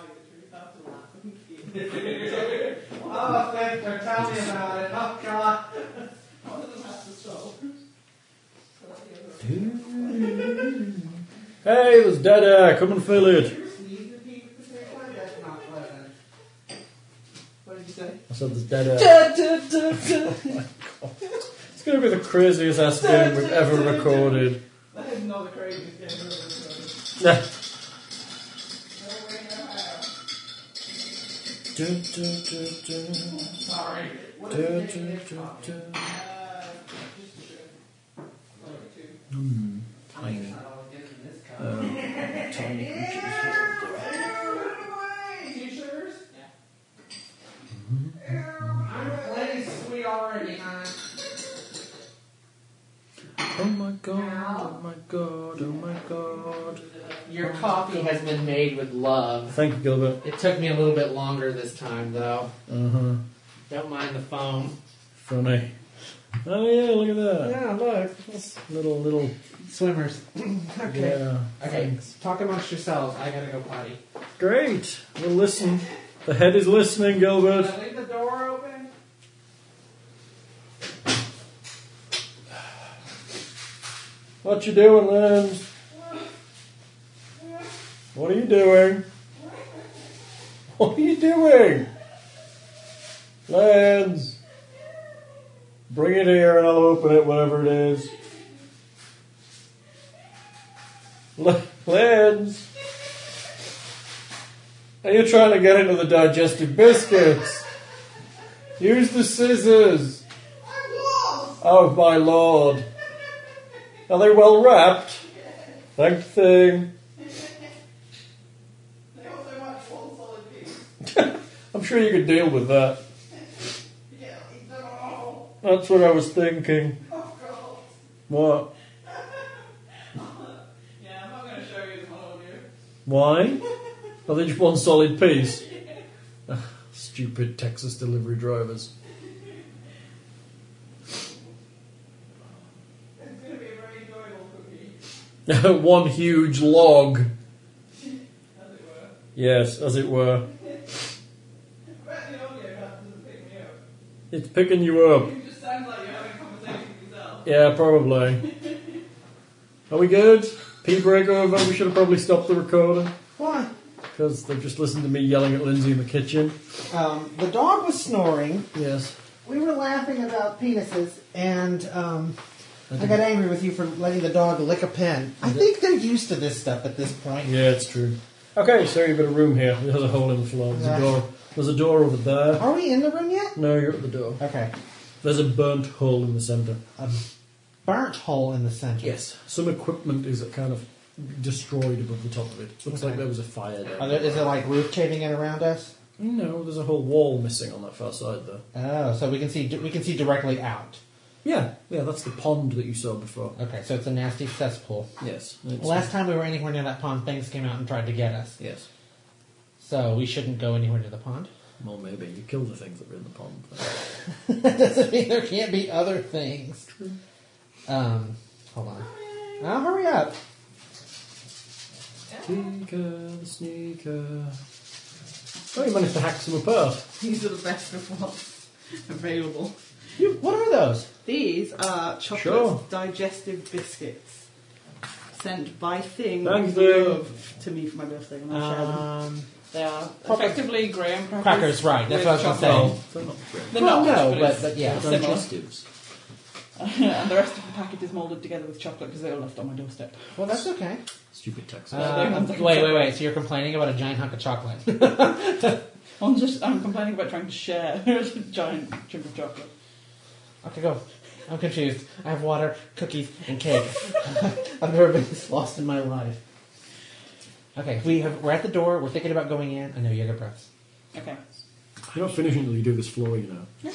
Oh, Victor, tell me about it. Oh God. Hey, there's dead air. Come and fill it. What did you say? I said there's dead air. Oh Da, da, da, da. It's going to be the craziest ass game we've ever recorded. That is not the craziest game I've ever heard. Yeah. Sorry. Mm-hmm. Oh my god, oh my god, oh my god. Your coffee has been made with love. Thank you, Gilbert. It took me a little bit longer this time, though. Uh huh. Don't mind the phone. Funny. Oh yeah, look at that. Yeah, look. it's Little, little, Swimmers. okay. yeah. Okay, talk amongst yourselves. I gotta go potty. Great. We'll listen. The head is listening, Gilbert. leave the door open? What you doing, Lynn? What are you doing? What are you doing? Lens, bring it here and I'll open it, whatever it is. L- Lens, are you trying to get into the digestive biscuits? Use the scissors. Oh, my lord. Are they well wrapped? Thank thing. I'm sure you could deal with that. That's what I was thinking. What? Yeah, I'm not going to show you the whole view. Why? Are they just one solid piece? Ugh, Stupid Texas delivery drivers. It's going to be a very enjoyable cookie. one huge log. Yes, as it were. But the audio doesn't pick me up. It's picking you up. It just sounds like you're having a conversation with yourself. Yeah, probably. Are we good? Pee break over. We should have probably stopped the recording Why? because they've just listened to me yelling at Lindsay in the kitchen. Um, the dog was snoring. Yes. We were laughing about penises, and um, I got angry with you for letting the dog lick a pen. I think they're used to this stuff at this point. Yeah, it's true. Okay, so you've got a room here. It has a hole in the floor. There's a door. There's a door over there. Are we in the room yet? No, you're at the door. Okay. There's a burnt hole in the centre. A burnt hole in the center. Yes. Some equipment is kind of destroyed above the top of it. Looks like there was a fire there. Are there, is it like roof caving in around us? No, there's a whole wall missing on that far side there. Oh, so we can see we can see directly out. Yeah, yeah, that's the pond that you saw before. Okay, so it's a nasty cesspool. Yes. it's- Last time we were anywhere near that pond, things came out and tried to get us. Yes. So we shouldn't go anywhere near the pond. Well, maybe you kill the things that were in the pond. That doesn't mean there can't be other things. Um, hold on. Now hurry up. Tinker the sneaker. Oh, you managed to hack some apart. These are the best of what's available. You, what are those? These are chocolate Sure. digestive biscuits sent by Thing Thank in you. Europe to me for my birthday when I shared them. Um, Ah, They are Proper- effectively graham crackers. crackers, right? That's with what I was chocolate. going to say. So not real. They're well, not, no, but, but, it's but yeah. similar. Digestives. and the rest of the package is moulded together with chocolate because they were left on my doorstep. Well, that's okay. Stupid tax. Uh, Um, wait, wait, wait. So you're complaining about a giant hunk of chocolate? I'm just I'm complaining about trying to share a giant chunk of chocolate. Okay, go. I'm confused. I have water, cookies, and cake. I've never been this lost in my life. Okay, we have. We're at the door. We're thinking about going in. I know yoga breaths. Okay, You're not finishing until you do this floor, you know.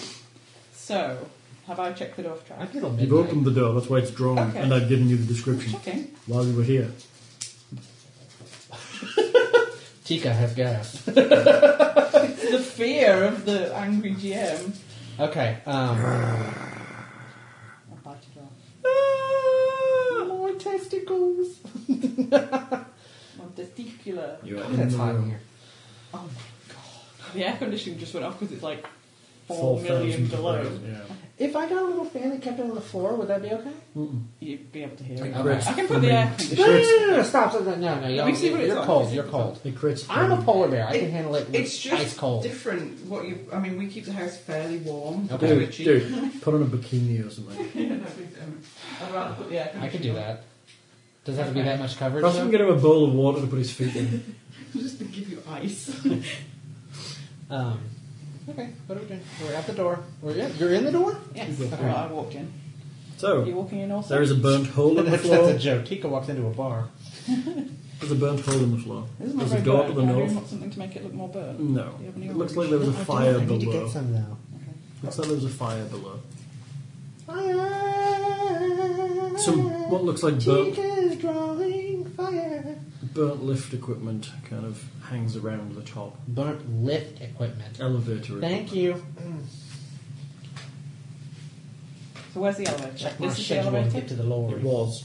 so have I checked the door I track? did a You've opened the door, that's why it's drawn, Okay. and I've given you the description Checking. while we were here. Tika has gas. It's the fear of the angry GM. Okay. Um, I'll bite it off. my testicles. My testicular. You're That's hot in here. Oh my god. The air conditioning just went off because it's like four million below. Yeah. If I got a little fan that kept it on the floor, would that be okay? You'd be able to hear it. Okay. I can put the air No, conditioning. no, no, no, no, stop, stop, stop. No, no, me see you're, what it's you're like. cold. You're cold. It creates I'm a polar bear. I can It- handle it. with It's just ice cold. different. What you? I mean, we keep the house fairly warm. Okay. Very Dude, itchy. dude, put on a bikini or something. Yeah, no, please, um, I'd rather put the air I could conditioning. do that. Does that have to be that much coverage? Perhaps we though? can get him a bowl of water to put his feet in. I'm just gonna give you ice. Um, okay, what are we doing? We're at the door. We're in, you're in the door? Yes. Well, I walked in. Are you So, walking in also? there is a burnt hole in the That's, that's a floor. joke. Tika walks into a bar. There's a burnt hole in the floor. This is not There's a very door burnt. to the Now, do you north. want something to make it look more burnt? No. Do you have any It looks like orange? there was a I fire don't- I need to below. get some though. Looks like there was a fire below. Some what looks like burnt, Tika's drawing fire. burnt lift equipment kind of hangs around the top. Burnt lift equipment. Oh. Elevator. Thank you. So where's the elevator? Check my this is the schedule and elevator. get to the lorry. It was.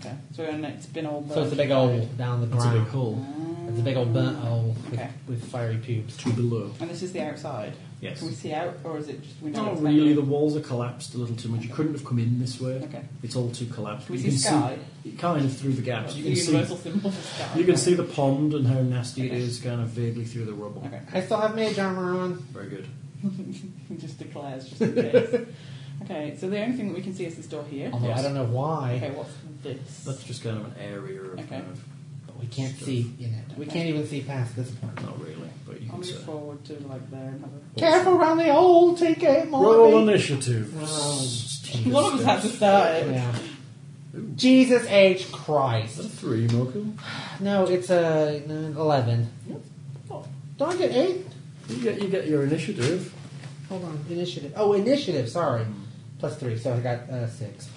Okay. So and it's been all burnt. So it's a big old. old down the It's a big ground. hole. It's a big old burnt hole with, Okay. with fiery pubes. Two below. And this is the outside. Yes. Can we see out, or is it just we know? Not it's really. The happening? walls are collapsed a little too much. You couldn't have come in this way. Okay. It's all too collapsed. Can we You see sky? kind of through the gaps. That's You the can see. universal symbol of sky. You can see the pond and how nasty it Okay. is, kind of vaguely through the rubble. Okay. I still have mage armor on. Very good. He just declares just in case. okay. So the only thing that we can see is this door here. Although I Yes. don't know why, Okay. What's this? That's just kind of an area of Okay. kind of. but we can't see in it. We can't even see past this point. Not really, but you I'll can move see. forward to like there and have a. Careful around the old TK Roll Morty. initiative. Oh. One of us had to start it. Yeah. Jesus H. Christ. three, Moku. No, it's a uh, eleven. Don't I get Oh, eight? You get, you get your initiative. Hold on, initiative. Oh, initiative. Sorry, plus three, so I got uh, six.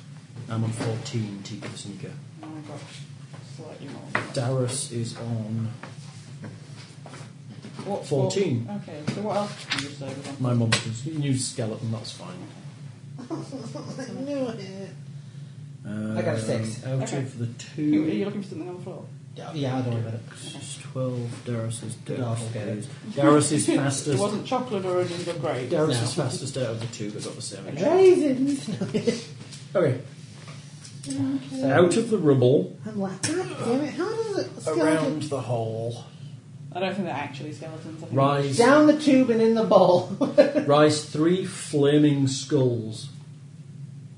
I'm on 14, Tika the Sneaker. Oh my gosh. Slightly more. Darius is on What, 14. What, okay. So what else can you say? was on- my monsters. You can use skeleton, that's fine. I knew it. Um, I got a six. Out Okay. of the Are you- are you two. looking for something on the floor? Oh, yeah, I'll don't worry about it. It's 12. Darius is dead. I'll get it. Darius is It fastest. wasn't chocolate or onions or grapes. Darius No. is fastest out of the two, but got the seven. Raisins. Okay. So- Out of the rubble, I'm like, God damn it! How does it around the hole, I don't think they're actually skeletons. I think rise, down the tube and in the bowl, rise three flaming skulls.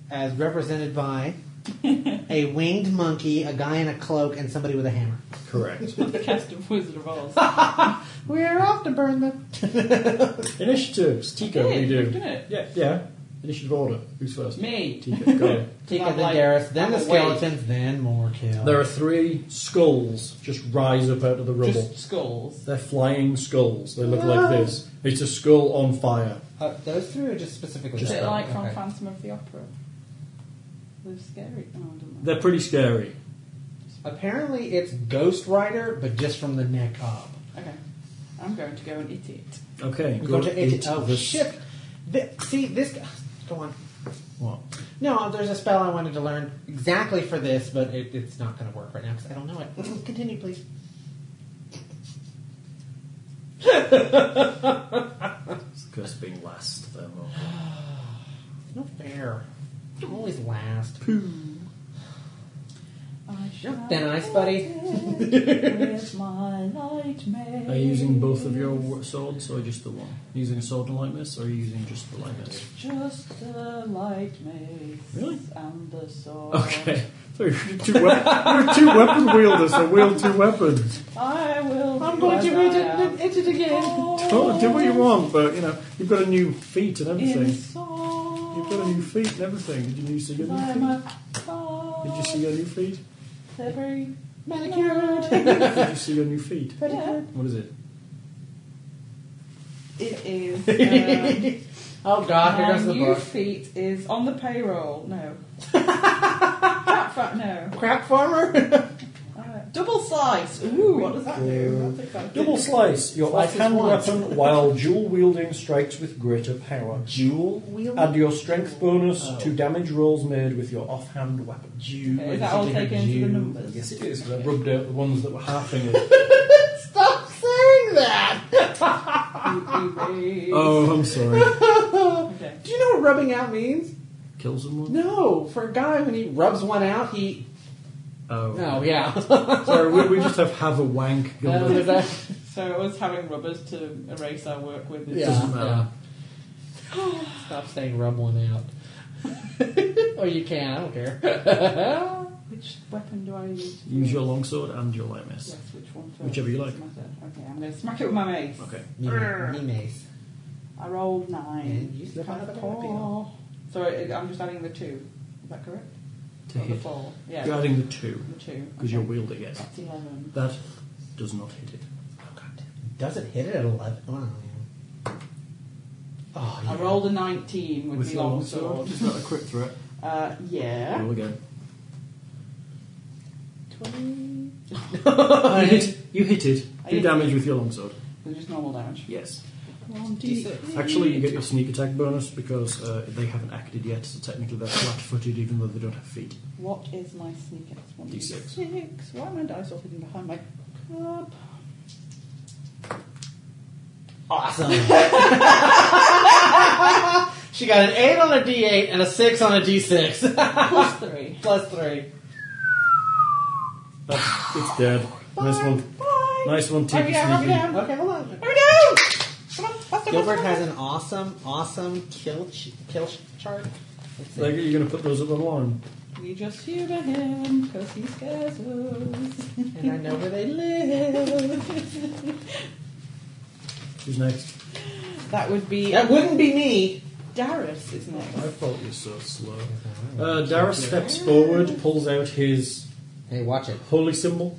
as represented by a winged monkey, a guy in a cloak, and somebody with a hammer? Correct. The cast of Wizard of Oz. We're off to burn them. Initiatives. Tika, what do Hey, you do? Didn't it? Yeah, yeah. Initiative order. Who's first? Me. Tika, go. on. Tika, I'm then like, Garrus, then I'm the awake. skeletons, then more kill. There are three skulls just rise up out of the rubble. Just skulls. They're flying skulls. They look like this. It's a skull on fire. Uh, those three are just specifically. Is Just it that. like from Okay. Phantom of the Opera? They're scary. Oh, I don't know. They're pretty scary. Apparently, it's Ghost Rider, but just from the neck up. Okay. I'm going to go and eat it. Okay, We're go going to edit. eat Oh this. shit! Th- see this. Go on. What? No, there's a spell I wanted to learn exactly for this, but it, it's not going to work right now because I don't know it. Continue, please. It's the curse of being last, then. or- No fair. I'm always last. Oh, You're thin ice, buddy. With my nightmare. Are you using both of your wa- swords or just the one? Using a sword and lightness or are you using just the lightness? Just the light maze. Really? And the sword. Okay. So you're two, wep- you're two weapon wielders, so wield two weapons. I will. I'm do going as to I read am. it, it, it again. Oh, do what you want, but you know, you've got a new feat and everything. Inside You've got a new feat and everything. Did you see your new by feet? my heart. Did you see your new feet? Every Manicured. Did you see your new feet? Yeah. What is it? It is. Um, Oh god, here my goes the new book. feat is on the payroll. No. Fat fat no. Crap farmer? Uh, double slice. Ooh, what does that do? That's exciting. Double slice. Your Slices offhand once. weapon while dual wielding strikes with greater power. Jewel wheel? Add your strength bonus to damage rolls made with your offhand weapon. Is that all taken into the numbers? Yes, it is. 'cause I rubbed out the ones that were half in Stop saying that! Erase. Oh, I'm sorry. Okay. Do you know what rubbing out means? Kill someone? No, for a guy, when he rubs one out, he. Oh. Oh, yeah. Sorry, we, we just have have a wank. No, Gilbert. there's that. So us having rubbers to erase our work with is Yeah. Doesn't matter. Stop saying rub one out. or you can, I don't care. Which weapon do I use? Use your longsword and your lightness. Yes, which one first? Whichever you like. Doesn't matter. Okay, I'm going to smack it with my mace. Okay. Me- me mace. I rolled nine. Mm-hmm. And you slip Kind on of the poor. copy. So it, I'm just adding the two. Is that correct? To Not the hit. four. Yeah, You're adding the two the two. because you're wielding it. That's eleven. That does not hit it. Does it hit it at 11? Oh, yeah. Oh, I rolled a nineteen with, With the your long longsword, sword. is that a quick threat? Uh, yeah. Roll again. Twenty. You hit. You hit it. I Do hit damage with your longsword. So just normal damage. Yes. One d six. Actually, you get your sneak attack bonus because uh, they haven't acted yet, so technically they're flat-footed, even though they don't have feet. What is my sneak attack? One D6. six. Why am I dice all hidden behind my Ah! cup? Awesome. she got an 8 on a D8 and a 6 on a D6. Plus three. Plus 3. That's, it's dead. Nice one. Bye. Nice one, Rub Tiki it down. Rub it Sneaky. down. Rub Okay, hold on. it down. Come on. Faster, Gilbert faster, has an awesome, awesome kill, ch- kill ch- chart. Let's see. Like, you're going to put those up online. We just humor him because he scares us. And I know where they live. Who's next? That would be That wouldn't be me. Darius, isn't it? I thought you were so slow. Uh, Darius steps forward, pulls out his Hey, watch it. holy symbol,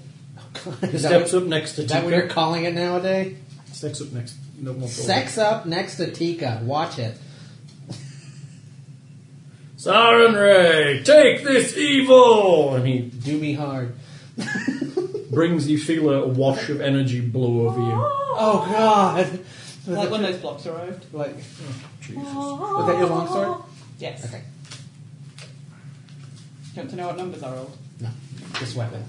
Is that, steps what, up next to is that what you're Tika. calling it nowadays? Steps up next. No more. Sex up next to Tika. Watch it. Siren Ray, take this evil! And he Do me hard. brings you feel a wash of energy blow over you. Oh, God. Like when those blocks arrived. Like, Jesus. was that your long sword? Yes. Okay. Do you want to know what numbers I rolled? No. This weapon.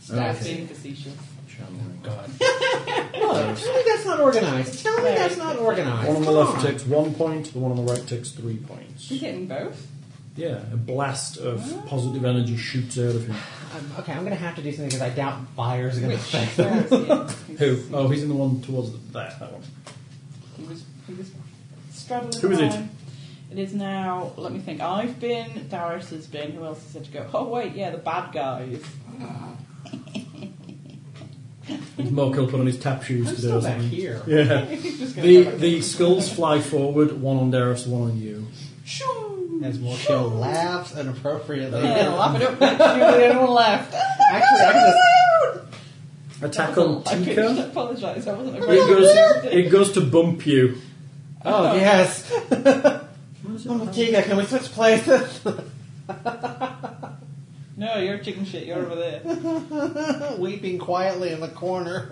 Staff Oh, Okay. being facetious. God. Look, tell me that's not organized. Tell me that's not organized. One on the Come left takes one point, the one on the right takes three points. He's hitting both. Yeah, a blast of positive energy shoots out of him. Um, okay, I'm gonna have to do something because I doubt buyers are gonna Which affect where is he? Who? Oh, he's in the one towards the, there, that one. He was, he was straddling Who is it? mine. It is now, let me think. I've been, Darius has been, who else is there to go? Oh, wait, yeah, the bad guys. Morkill put on his tap shoes I'm today still or back something. here. Yeah. He's just going The go back the skulls fly forward, one on Darius, one on you. Shoo! As Morkill laughs inappropriately. Yeah, lap it up next to the animal left. Actually, I can Attack on I pitched- I Tika. apologise, that wasn't a very It goes it goes to bump you. Oh yes. I'm a Tika. Can we switch places? No, you're chicken shit, you're over there. Weeping quietly in the corner.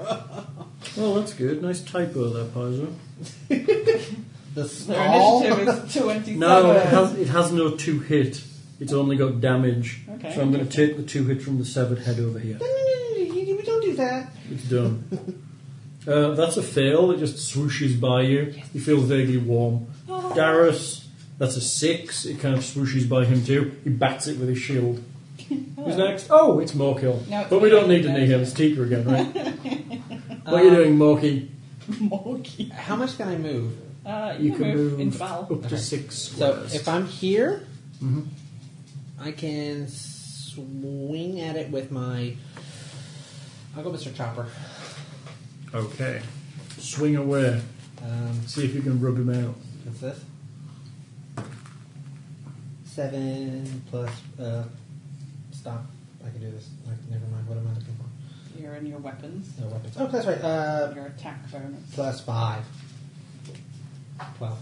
Oh, that's good. Nice typo there, Paizo. The Their skull? initiative is 27. No, it has, it has no two hit. It's only got damage. Okay. So I'm going to take the two hit from the severed head over here. No, no, no, no, no, you, you don't do that. It's done. uh, that's a fail. It just swooshes by you. You feel vaguely warm. Darius, that's a six. It kind of swooshes by him too. He bats it with his shield. Who's next? Oh, it's Morkill. No, it's but we don't me. need to knee him. It's Tika again, right? what are you doing, Morky? Morky. How much can I move? Uh, You can move into battle. up Okay. to six So squares. if I'm here, Mm-hmm. I can swing at it with my. I'll go Mr. Chopper. Okay. Swing away. Um, See if you can rub him out. what's this? Seven plus. Uh, stop. I can do this. Like, never mind. What am I looking for? You're in your weapons. No weapons. Oh, that's right. Uh, Your attack bonus. plus five. Twelve.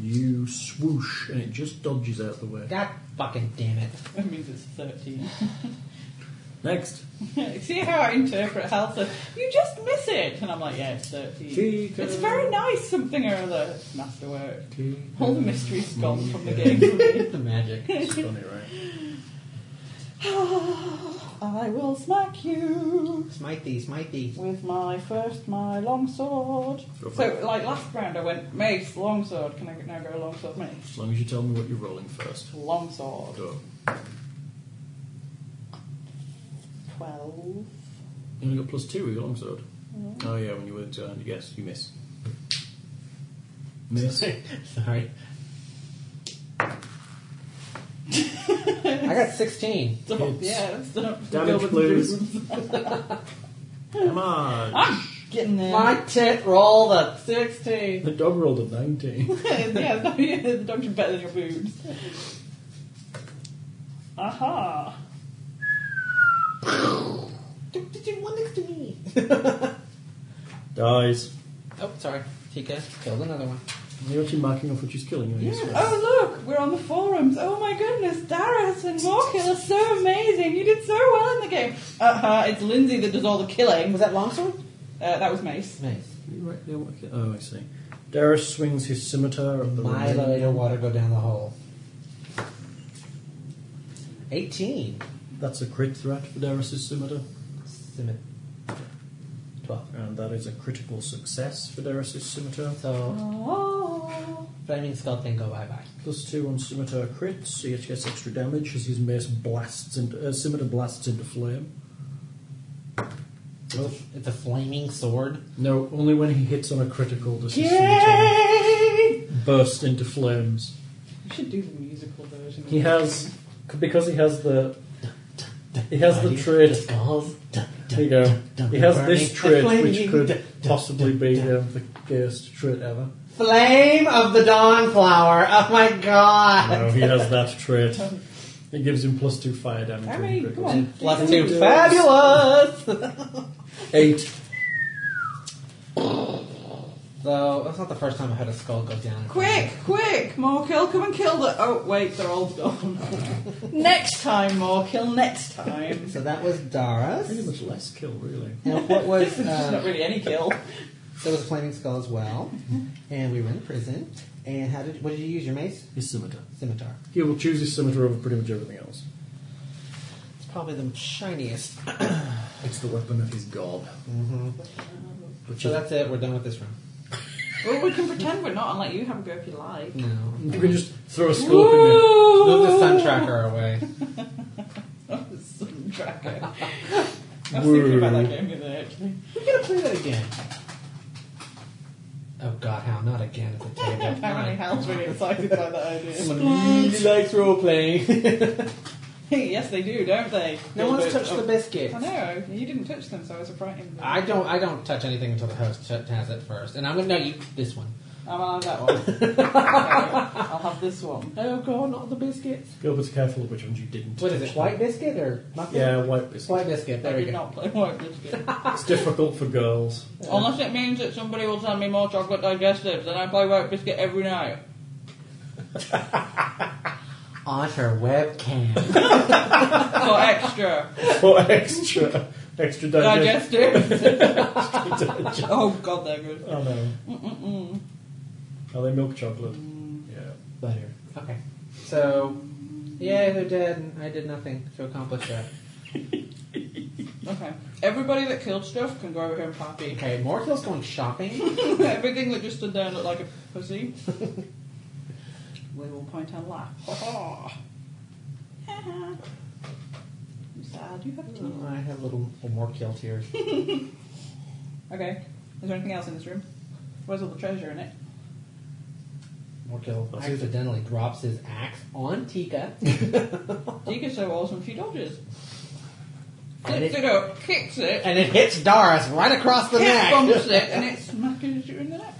You swoosh and it just dodges out the way. God fucking damn it. That means it's 13. Next. See how I interpret health? as, You just miss it! And I'm like, yeah, it's 13. Cheater. It's very nice, something or other. It's masterwork. Cheater. All the mystery's gone from the game for me. The magic. It's funny, right? I will smack you Smite these, smite these. with my first, my longsword. Go for So, it. like last round, I went mace, longsword. Can I now go longsword, mace? As long as you tell me what you're rolling first. Longsword. Go. 12. You only got plus two with your longsword. Mm-hmm. Oh yeah, when you were turned, yes, you miss. Miss. Sorry. I got 16. So, It's yeah, that's the damage, building please. rooms. Come on. I'm getting there. My tit roll the 16. The dog rolled a 19. yeah, no, yeah, the dog's better than your boobs. Aha! Did you one next to me? Dies. oh, sorry. Tika killed another one. You're actually marking off which is killing you. Yes. Oh look, we're on the forums. Oh my goodness, Darius and Morkill are so amazing. You did so well in the game. Uh huh. It's Lindsay that does all the killing. Was that longsword? Uh, that was Mace. Nice. You right there, what- Oh, I see. Darius swings his scimitar up the Milo, remaining- your water go down the hole. 18. That's a crit threat for Darius' scimitar. Simit. 12. And that is a critical success for Darius' scimitar. So, Oh. Flaming Skull can go bye bye. Plus two on scimitar crits, so he gets extra damage as his mace blasts into uh, scimitar blasts into flame. Well, It's a flaming sword. no, only when he hits on a critical does his scimitar Yay! burst into flames. You should do the musical version. He has because he has the he has the trait. Skulls. There you go. He has this trait, which Flaming- could possibly be uh, the gayest trait ever. Flame of the Dawn Flower. Oh my god. No, he has that trait. It gives him plus two fire damage. I when he mean, crits. come on. Plus do two. it. Fabulous! Eight. so, that's not the first time I had a skull go down. Quick, quick, Morkill, come and kill the. Oh, wait, they're all gone. next time, Morkill, next time. So that was Pretty Dara's. much less kill, really. And what was. There's Uh, not really any kill. there was a Flaming Skull as well. And we were in prison. And how did. What did you use? Your mace? His scimitar. Scimitar. He will choose his scimitar over pretty much everything else. It's probably the shiniest. It's the weapon of his god. Which So is, that's it. We're done with this round. Well, we can pretend we're not and let you have a go if you like. No. you can just throw a scorpion in. Move the sun tracker away. Sun Tracker. I was thinking about that game the other day, actually. We're gonna play that again. Oh god, how? Not again at the table. Apparently, Hal's really excited by that idea. Someone really likes role playing. yes, they do, don't they? no one's Gilbert. touched the Oh, biscuit. I know. You didn't touch them, so I was frightened. I don't. I don't touch anything until the host t- has it first, and I'm gonna no, you this one. I'm on that one. Okay, I'll have this one. Oh god, not the biscuits. Gilbert's careful of which ones you didn't. What is it? White biscuit or muffin? Yeah, white biscuit. White biscuit. I There we did go. not play White Biscuit. It's difficult for girls. Unless it means that somebody will send me more chocolate digestives, then I play White Biscuit every night. On her webcam. For extra For extra, extra damage. digestives. oh oh, God, they're good. no. Are they milk chocolate? Mm. Yeah. Butter. Okay. So, yay, they're dead, and I did nothing to accomplish that. Okay. Everybody that killed stuff can go over here and party. Okay, Morkill's going shopping. Everything that just stood there and looked like a pussy. we will point and laugh. Ha ha. Ha ha. I'm sad you have tears. I have little, little Morkill tears. Okay. Is there anything else in this room? Where's all the treasure in it? Morkill accidentally drops his axe on Tika. Dika's so awesome, she dodges. And Flips it- it up, kicks it, and it hits Doris right across the hip neck. bumps it, and it smashes you in the neck.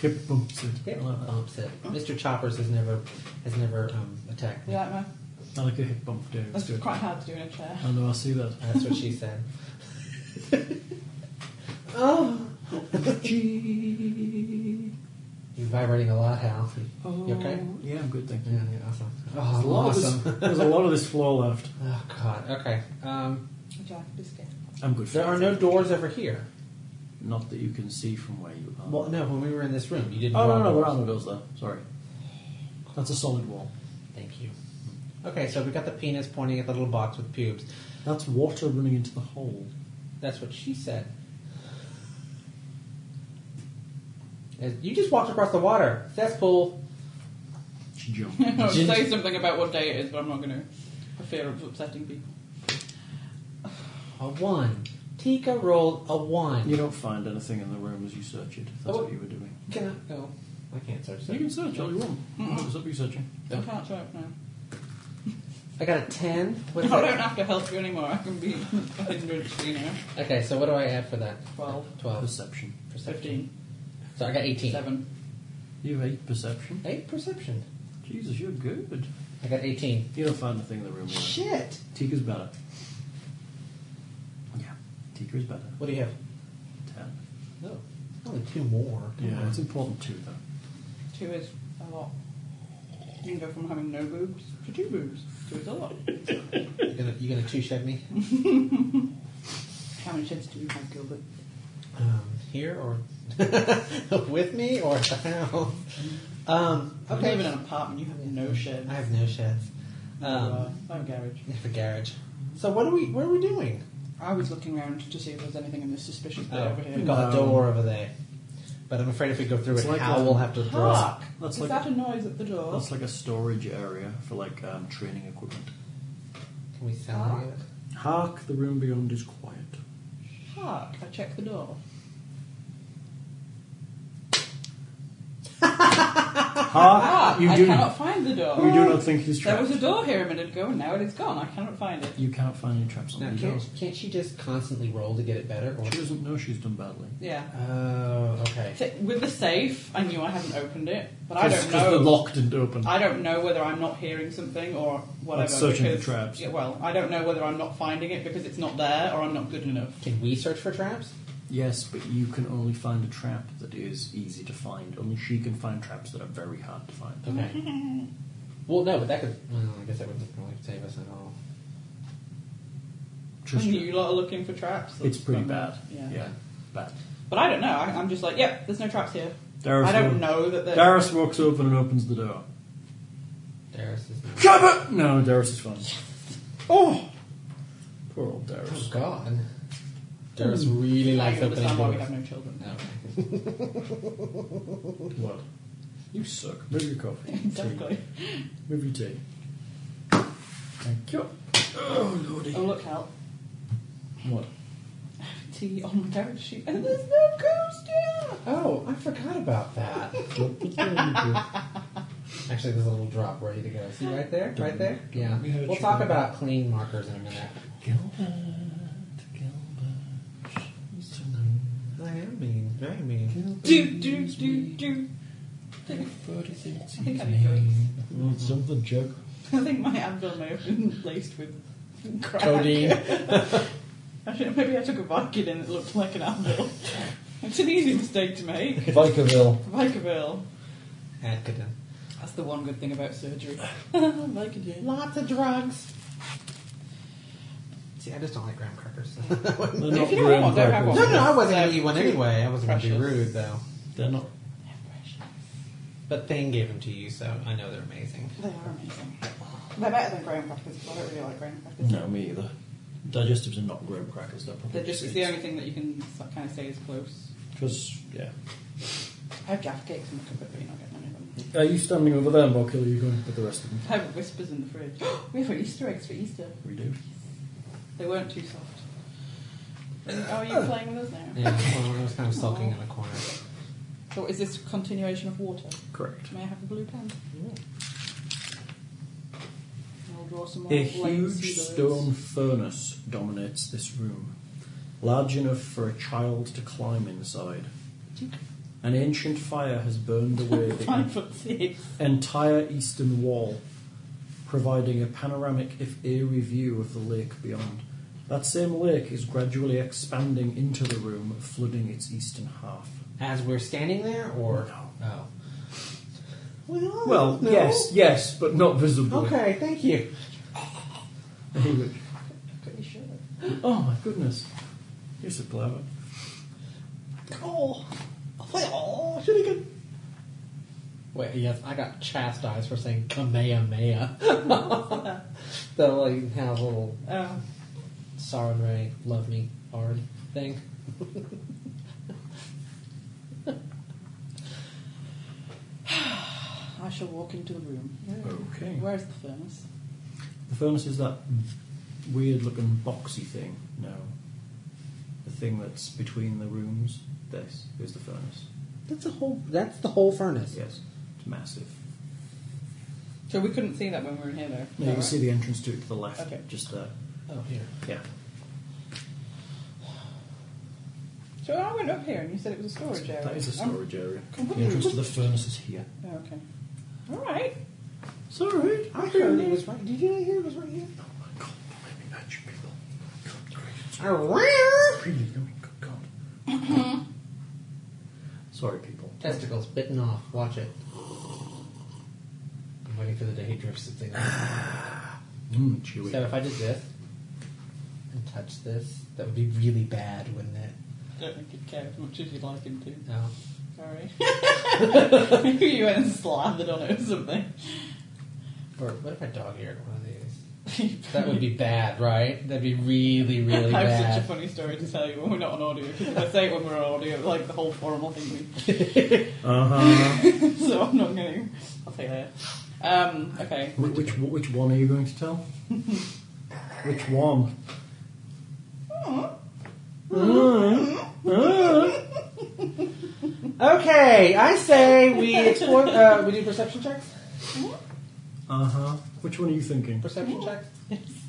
Hip bumps it. Hip bumps it. Mr. Choppers has never has never um, attacked me. You like my? I like a hip bump, Dave. It's That's good. quite hard to do in a chair. I know, I see that. That's what she said. Oh. Gee. You're vibrating a lot, Hal. You okay? Yeah, I'm good, thank you. Yeah, yeah, awesome. Oh, There's a lot of this- awesome. there's a lot of this floor left. Oh, God. Okay. Um, Would you like a biscuit? I'm good. there are no doors over here. Not that you can see from where you are. Well, no, when we were in this room, you didn't Oh draw no, no, doors. we're on goes there. Sorry, that's a solid wall. Thank you. Okay, so we got the penis pointing at the little box with pubes. That's water running into the hole. That's what she said. As- You just walked across the water. Cesspool. She jumped. I'll Ginger- say something about what day it is, but I'm not going to. I fear of upsetting people. A one. Tika rolled a one. you don't find anything in the room as you search it. That's Oh. what you were doing. Can I go? I can't search You that. can search all you want. What's up? You searching? I can't show it now. I got a ten. What I is don't that? have to help you anymore. I can be a hindrance, you know. Okay, so what do I add for that? 12, Twelve. Oh. Perception. Perception. 15, So I got eighteen. 7. You have eight perception. Eight perception. Jesus, you're good. I got eighteen. You don't find anything in the room. Either. Shit. Tika's better. Yeah, Tika is better. What do you have? Ten. No. Only two more. Come Yeah, on. it's important too, though. 2 is a lot. You can go from having no boobs to two boobs. 2 is a lot. You're gonna you gonna two shot me? How many sheds do you have, Gilbert? Um, here or with me or at the house? Um, Okay. You live in okay. an apartment, you have no sheds. I have no sheds. Uh, Um, I have a garage. I have a garage. So what are we? What are we doing? I was looking around to see if there was anything in this suspicious bit Oh, over we here. got a No. door over there. But I'm afraid if we go through It's it, like Hal a- will have to draw. Fuck! That's is like- that a noise at the door? That's like a storage area for like um, training equipment. Can we sound it? Hark! The room beyond is quiet. Fuck! I checked the door. Hark! Ah, You Ah, I do. cannot find the door. You do not think he's There trapped. was a door here a minute ago, and now it is gone. I cannot find it. You cannot find any traps on Now, the can't, doors. can't she just constantly roll to get it better? Or She doesn't know she's done badly. Yeah. oh, okay. Th- With the safe, I knew I hadn't opened it, but I Because don't the know. lock didn't open. I don't know whether I'm not hearing something or whatever. That's searching for because- traps. Yeah, well, I don't know whether I'm not finding it because it's not there or I'm not good enough. Can we search for traps? Yes, but you can only find a trap that is easy to find. Only she can find traps that are very hard to find. Okay. well, no, but that could. Well, I guess that wouldn't really save us at all. Trust And me, you lot are looking for traps. It's pretty bad. That's- Yeah. yeah. bad. But I don't know. I, I'm just like, yep, there's no traps here. Darius, I walks- don't know that there's. Darius walks over and opens the door. Darius is not. Shut up! No, Darius is fine. Oh! Poor old Oh Darius. God. Darius really I likes can opening understand why we doors. have no children. now. What? You suck. Move your coffee. Exactly. Tea. Move your tea. Thank you. Oh, lordy. Oh, look, help. What? Tea on my garage sheet. And there's no ghost here! Oh, I forgot about that. Actually, there's a little drop ready to go. See right there, right there. Yeah. we have a We'll talk chicken. about clean markers in a minute. I am mean. I am mean. Do, do, do, do. I think I need codes. Something, Chuck. I think my anvil may have been laced with crack. Codeine. I should, maybe I took a Vicodin and it looked like an anvil. it's an easy mistake to make. Vicaville. Vicodin. Adcotin. That's the one good thing about surgery. Vicodin. Lots of drugs. See, I just don't like graham crackers. They're If not you don't graham want, don't have crackers. no, one. no, I wasn't gonna eat one Too anyway. I wasn't gonna be precious. rude though. They're not. But Thane gave them to you, so I know they're amazing. They are amazing. They're better than graham crackers because I don't really like graham crackers. No, me either. Digestives are not graham crackers. They're probably They're just it's the only thing that you can kind of say is close. Because yeah, I have gaff cakes in the cupboard, but you're not getting any of them. Are you standing over there, Mark, or are you going with the rest of them? I have whispers in the fridge. we have Easter eggs for Easter. we do. They weren't too soft. And- oh, are you playing with us now? Yeah, well, I was kind of sulking in a corner. So is this continuation of water? Correct. May I have a blue pen? I'll draw some more A blank huge pseudos. stone furnace dominates this room, large enough for a child to climb inside. An ancient fire has burned away the Five foot six. entire eastern wall, providing a panoramic if eerie view of the lake beyond. That same lake is gradually expanding into the room, flooding its eastern half. As we're standing there, or oh, Well, no. yes, yes, but not visibly. Okay, thank you. He would- Oh my goodness. You're so clever. Oh, oh, again. Wait, yes, I got chastised for saying Kamehameha. the like kind of little Oh. Sauron Ray love me hard thing. I shall walk into the room. Okay. Where's the furnace? The furnace is that weird looking boxy thing. No. The thing that's between the rooms. This is the furnace. That's a whole. That's the whole furnace. Yes. It's massive. So we couldn't see that when we were in here, though. No, you can see the entrance to it to the left. Okay. Just there. Oh, here. Yeah. So I went up here and you said it was a storage area. That is a I'm storage area. The entrance to the furnace is here. Oh, okay. All right. Sorry. I heard it was right. Did you not hear it was right here? Oh my god, maybe magic people. Good gracious. Really going, good god. Sorry, people. Testicles bitten off. Watch it. I'm waiting for the day he drifts the thing. off. Mm, chewy. So if I did this and touch this, that would be really bad, wouldn't it? I don't think you'd care as much as you'd like him to. No. Sorry. Maybe you went and slathered on it or something. Or what if I dog eared one of these? That would be bad, right? That'd be really, really I have bad. such a funny story to tell you when we're not on audio. Because if I say it when we're on audio, like the whole formal thing. Uh huh. we- so I'm not going to. I'll tell you later. Um, okay. which, which one are you going to tell? which one? Okay, I say we explore. Uh, we do perception checks. Uh huh. Which one are you thinking? Perception checks.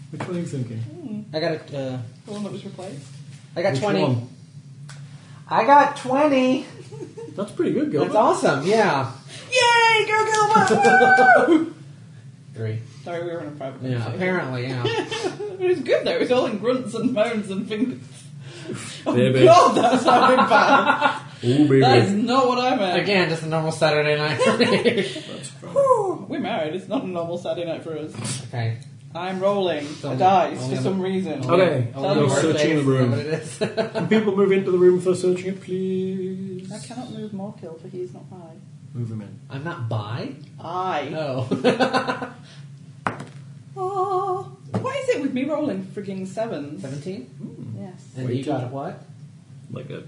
Which one are you thinking? I got a. Uh, The one that was replaced. I got Which twenty. one? I got twenty. That's pretty good, That's Gilbert. awesome. Yeah. Yay! Go, Gilbert! Woo! Three. Sorry, we were in a private Yeah. conversation. Apparently, yeah. It was good though. It was all in grunts and moans and fingers. Oh Baby. god, that sounded bad. Oh, baby. That is not what I meant. Again, just a normal Saturday night for me. That's fine. Whew, We're married. It's not a normal Saturday night for us. okay. I'm rolling the Only- dice only for on some reason. Okay, Tell me you're where searching the room. What it is. Can people move into the room for searching it, please? I cannot move Morkill, for he is not high. Move him in. I'm not bi. I. No. Uh. Oh, what is it with me rolling frigging sevens? Seventeen. Hmm. Yes. And you got a what? Like a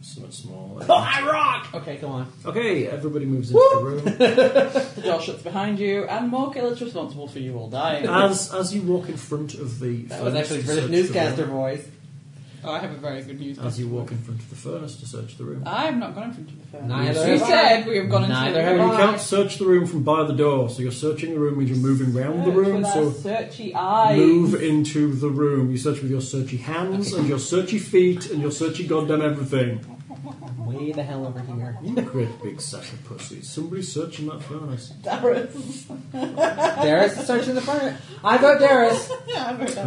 somewhat small. I rock! Okay, go on. okay, everybody moves into the room. The door shuts behind you, and Morkill is responsible for you all dying. Uh. As as you walk in front of the That was furnace actually to British search newscaster the room- voice. oh, I have a very good news. as you walk in front of the furnace to search the Uh, room. I have not gone in front of the phone. Neither You have I. said we have gone into Neither the have You you. can't search the room from by the door, so you're searching the room means you're moving round the Search room. with our So searchy eyes. move into the room. You search with your searchy hands and your searchy feet and your searchy goddamn everything. Way the hell over here. You great big sack of pussies. Somebody's searching that furnace. Darius. Darius is searching the front. I got Darius.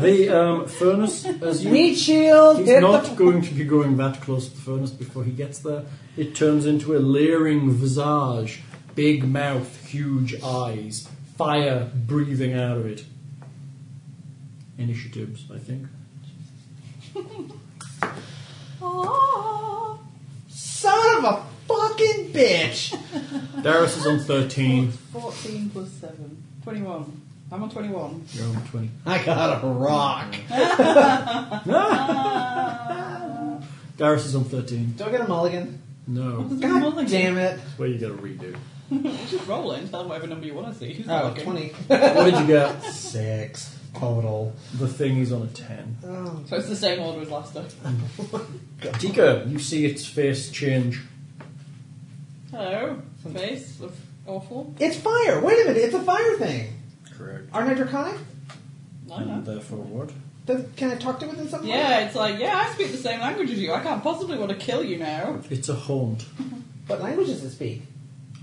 The um, furnace, as you Meat shield. He's hit not the. going to be going that close to the furnace before he gets there. It turns into a leering visage, big mouth, huge eyes, fire breathing out of it. Initiatives, I think. Ah. Son of a fucking bitch! Darius is on 13. 14 plus 7. 21. I'm on 21. You're on 20. I got a rock. Darius is on 13. Do I get a mulligan? No. God damn it. Where you get a redo. Just roll it and tell them whatever number you want to see. Who's Oh, looking? 20. What did you get? Six total. The thing is on a 10. Oh. So it's the same order as last time. Tika, you see its face change. Hello. Face of awful. It's fire. Wait a minute. It's a fire thing. Correct. Aren't I draconic? I know. therefore what? Does- Can I talk to it in some way? Yeah, it's like, yeah, I speak the same language as you. I can't possibly want to kill you now. It's a haunt. What language does it speak?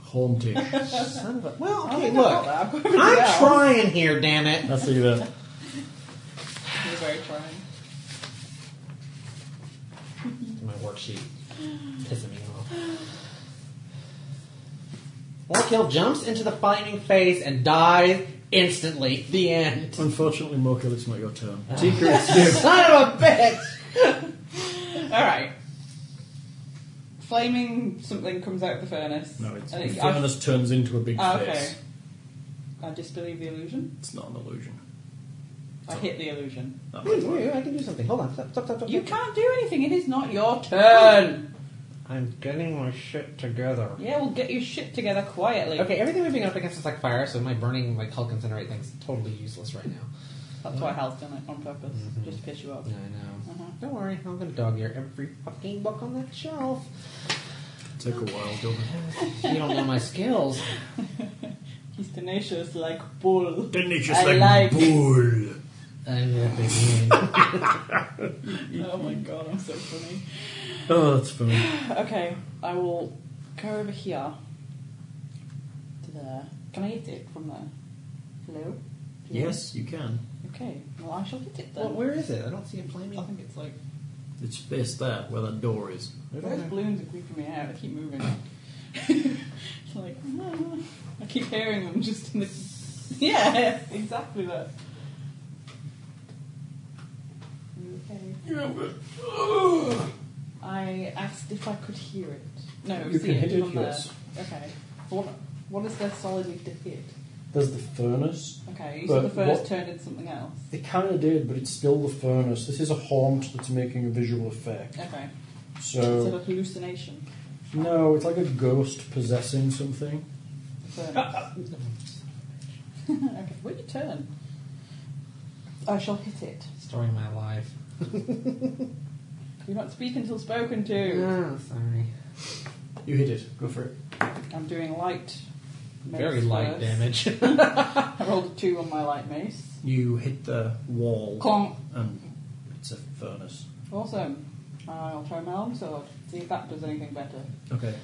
Hauntish. Son of a. Well, I okay, think look. I've got that. I've got everything I'm else. trying here, damn it. I see that. You're very trying. My worksheet pissing me off. Orkill jumps into the fighting phase and dies instantly. The end. Unfortunately, Mokil, it's not your turn. Tika, it's you. Son of a bitch! Alright. Flaming something comes out of the furnace. No, it's And the it- furnace turns into a big I, ah, okay. face. I disbelieve the illusion. It's not an illusion. I hit the illusion. That Wait, might wait, work. wait, I can do something. Hold on. Stop, stop, stop, stop. You can't do anything. It is not your turn. I'm getting my shit together. Yeah, we'll get your shit together quietly. Okay, everything we've been up against is like fire, so my burning like hull concentrate thing's totally useless right now. That's why Hal's done it on purpose, Mm-hmm. just to piss you off. I know. Uh-huh. Mm-hmm. Don't worry, I'm gonna dog ear every fucking book on that shelf. Take a while, doesn't it? You don't know my skills. He's tenacious like bull. Tenacious I like, like- bull. I'm a big man. Oh my god, I'm so funny. Oh, that's funny. Okay, I will go over here to there. Can I hit it from there? Hello? Do you Yes, you can. want it? Okay, well, I shall hit it then. Well, where is it? I don't see it I flaming. think it's like. It's faced that where that door is. Those balloons are creeping me out. They keep moving. it's like. "Ah." I keep hearing them just in the. Yeah, exactly that. You okay? I asked if I could hear it. No, You see can it hit it, from there. yes. Okay. What, what is there solidly to hit? There's the furnace. Okay, you But said the first what- turned into something else. It kind of did, but it's still the furnace. This is a haunt that's making a visual effect. Okay. It's So, like a hallucination. no, Uh, it's like a ghost possessing something. the furnace. okay, where you turn? I shall hit it. Story of my life. Do not speak until spoken to. Oh, sorry. You hit it. Go for it. I'm doing light. mace Very light first. damage. I rolled a two on my light mace. You hit the wall, Clonk. and it's a furnace. Awesome. I'll try my long sword. See if that does anything better. Okay.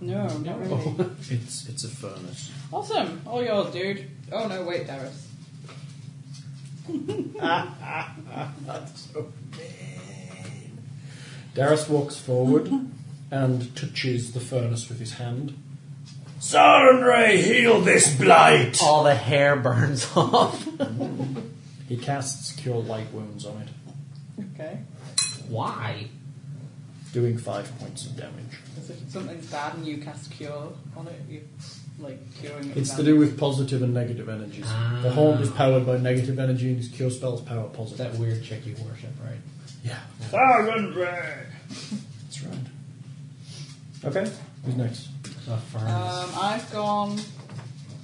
No, not really. Oh. It's it's a furnace. Awesome. All yours, dude. Oh no, wait, Darius. That's so Darius walks forward and touches the furnace with his hand. Sarandray, heal this blight! All the hair burns off. He casts Cure Light Wounds on it, Okay. Why? doing five points of damage. So if something's bad and you cast cure on it, you're like curing it. It's with to do with positive and negative energies. Ah. The horn is powered by negative energy and his cure spells power positive. That weird chick you worship, right? yeah. Sarandray! That's right. Okay, who's next? The furnace. Um, I've gone.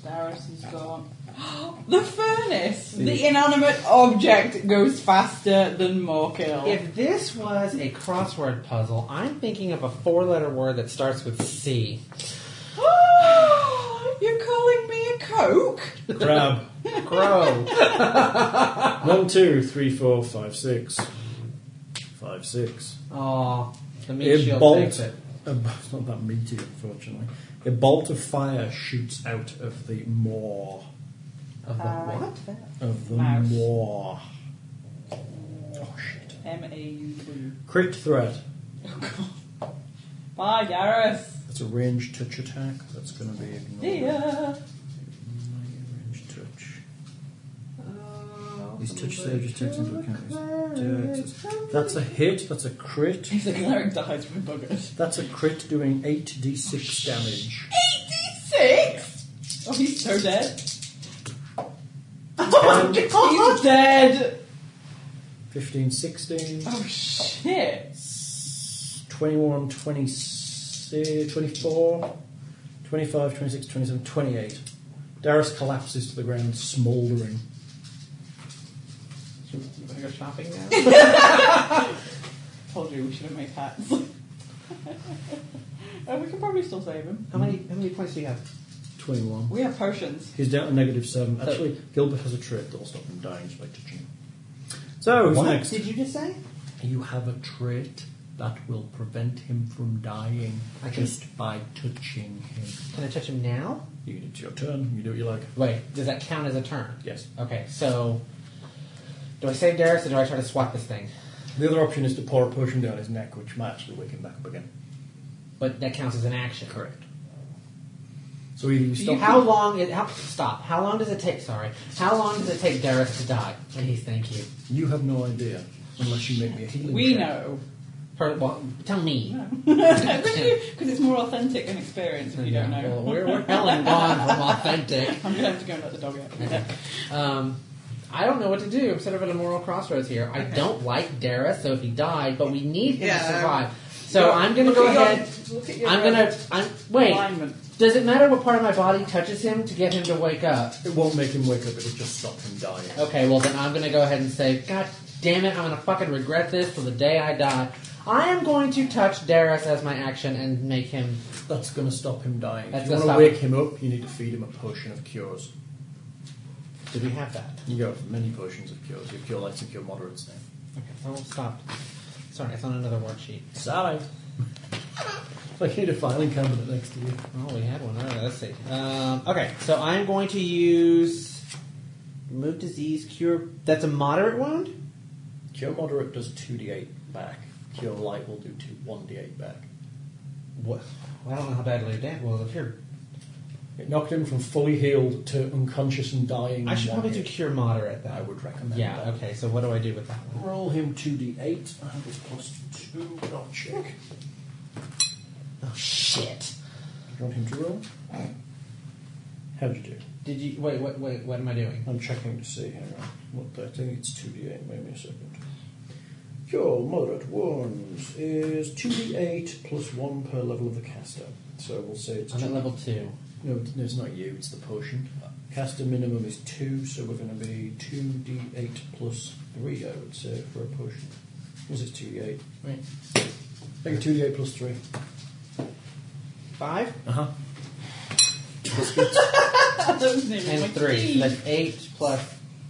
Darius has gone. the furnace! The See. inanimate object goes faster than more kill. if this was a crossword puzzle, I'm thinking of a four letter word that starts with C. You're calling me a coke? Crab. Crow. One, two, three, four, five, six. Five, six. Aw, the meat A shield takes bolt. it. a b- it's not that meaty, unfortunately. A bolt of fire shoots out of the maw. Of the Uh, what? Of the Mouse. maw. Oh, shit. M A U W. Crit threat. Bye, Darius. That's a ranged touch attack. That's going to be ignored. See ya. Ranged touch. These touch saves just takes into account. d- That's a hit, that's a crit. If the cleric dies, we're buggered. That's a crit doing 8d6 damage. Six? Oh, he's so dead. Oh Ten, He's dead! 15, 16, Oh, shit. 21, 26, 24, 25, 26, 27, 28. Darius collapses to the ground, smouldering. I'm gonna go shopping now. Told you we shouldn't make hats. Uh, we can probably still save him. How many how many points do you have? 21. We have potions. He's down to negative 7. Actually, Gilbert has a trait that'll stop him dying just by touching him. So, who's what next? did you just say? You have a trait that will prevent him from dying I can- just by touching him. Can I touch him now? You, it's your turn. You do what you like. Wait, does that count as a turn? Yes. Okay, so do I save Darius or do I try to swat this thing? The other option is to pour a potion down his neck, which might actually wake him back up again. But that counts as an action. Correct. So either you stop. How long? It, how, stop. How long does it take? Sorry. How long does it take Darius to die? Please, thank you. You have no idea unless you make me a healing. We check. know. Per, well, tell me. Because it's more authentic and experience if you don't know. Well, we're, we're hell and gone from authentic. I'm going to have to go and let the dog out. Um, I don't know what to do. I'm sort of at a moral crossroads here. I don't like Darius, so if he died, but we need him to Yeah. survive. So I'm going to go ahead. I'm going to. I'm wait. Alignment. Does it matter what part of my body touches him to get him to wake up? It won't make him wake up. It'll just stop him dying. Okay, well then I'm gonna go ahead and say, God damn it, I'm gonna fucking regret this till the day I die. I am going to touch Darius as my action and make him. That's going to stop him dying. That's if you gonna want to stop wake him up, you need to feed him a potion of cures. Do we have that? You go for many potions of cures. You have cure lights and cure moderates now. Okay, so we'll stop. Sorry, it's on another worksheet. Sorry. like you need a filing cabinet next to you. Oh, we had one. All right, let's see. Um, okay, so I'm going to use remove disease cure. That's a moderate wound. Cure moderate does two d eight back. Cure light will do two one d eight back. What? Well, I don't know how badly damage. Well, if you're, It knocked him from fully healed to unconscious and dying. I in should one probably do hit. cure moderate I though. would recommend. Yeah. that. Okay. So what do I do with that one? Roll him two d eight. I have a plus two. I'll check. Oh shit. Do you want him to roll? How'd you do? Did you wait? What? Wait. What am I doing? I'm checking to see. Hang on. What the, I think it's 2d8. Wait me a second. Cure moderate wounds is 2d8 plus 1 per level of the caster. So we'll say it's. I'm two- at level two. No, it- no, it's not you, it's the potion. Caster minimum is 2, so we're going to be 2d8 plus 3, I would say, for a potion. Was it 2d8? Right. Make it 2d8 plus 3. Five Uh huh. and three. That's eight plus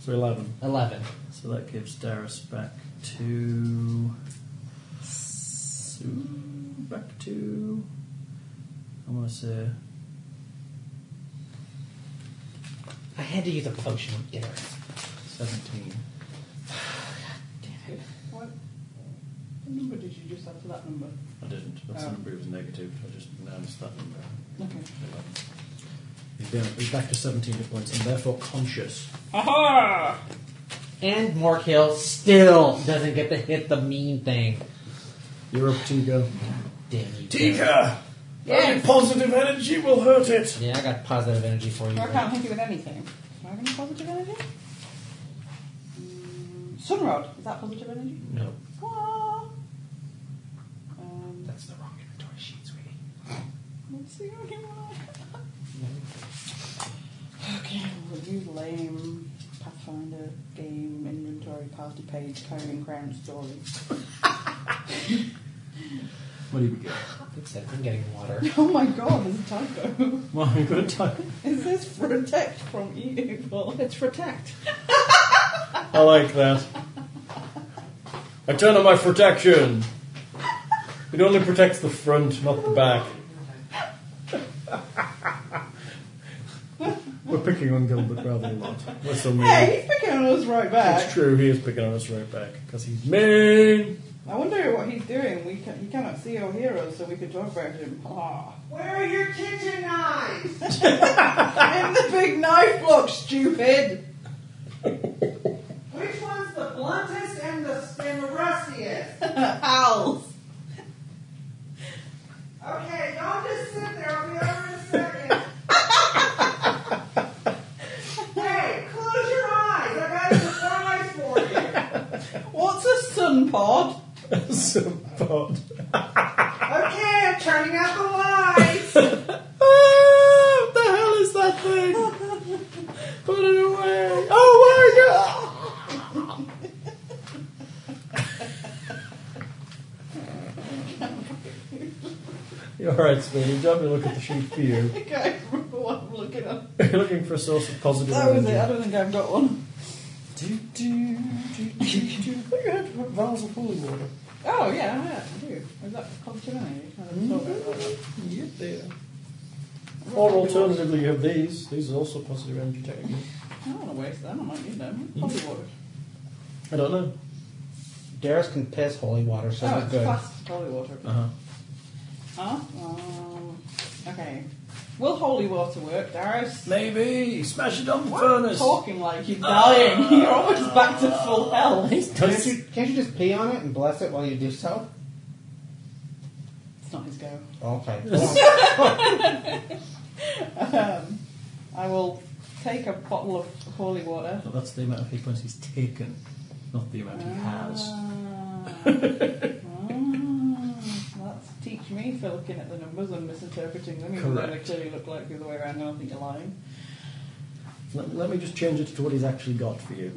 So 11. eleven. So that gives Darius back to. Sue- Back to. I want to say. I had to use a potion of Garrett. 17. Damn it. What number did you just add to that number? I didn't. That's Oh. the number it was negative. I just announced that number. Okay. He's, down, he's back to 17 hit points and therefore conscious. Aha! And Mark Hill still doesn't get to hit the mean thing. You're up, Tigo. Damn you. Garrett. Tiga! Yeah. Positive energy will hurt it! Yeah, I got positive energy for you. I Garrett. can't hit you with anything. Am I getting positive energy? Mm, Sunrod, is that positive energy? No. Ah. Um, That's the wrong inventory sheet, sweetie. let's see what you want. Okay, review lame Pathfinder game inventory party page coding crown story. What do we get? Looks like I'm getting water. Oh my god, there's a typo. Well, I'm going to type. Is this protect from evil? It's protect. I like that. I turn on my protection. It only protects the front, not the back. We're picking on Gilbert rather a lot. That's so mean. Hey, he's picking on us right back. It's true, he is picking on us right back because he's mean. I wonder what he's doing. We can, he cannot see or hear us, so we could talk about him. Ah. Where are your kitchen knives? In the big knife box, stupid! Which one's the bluntest and the sun pod. Some pot. Okay, I'm turning out the lights. Ah, what the hell is that thing? Put it away. Oh my god! You're alright, Spin. You job me look at the sheet for you. I can't remember what I'm looking at. You're looking for a source of positive That was energy. it. I don't think I've got one. Do, do, do, do, do. I thought you had vials of holy water. Oh, yeah, yeah, I do. Is that called Gemini? I haven't thought about that. Yep, there. Or alternatively, you have these. These are also positive energy techniques. I don't want to waste them. I might need Mm-hmm. them. Probably water. I don't know. Darius can piss holy water, so oh, we're it's good. fast holy water. Uh-huh. Huh? Um, okay. Will holy water work, Darius? Maybe smash it on the Why are you furnace. talking like you're dying? You're always back to full health. It's Can't you, can't you just pee on it and bless it while you do so? not his go. Okay. Um, I will take a bottle of holy water. But that's the amount of hit points he's taken, not the amount he has. Ah. Ah. that's teach me for looking at the numbers and misinterpreting them, even though they Correct. clearly look like the other way around. I don't think you're lying. Let, let me just change it to what he's actually got for you.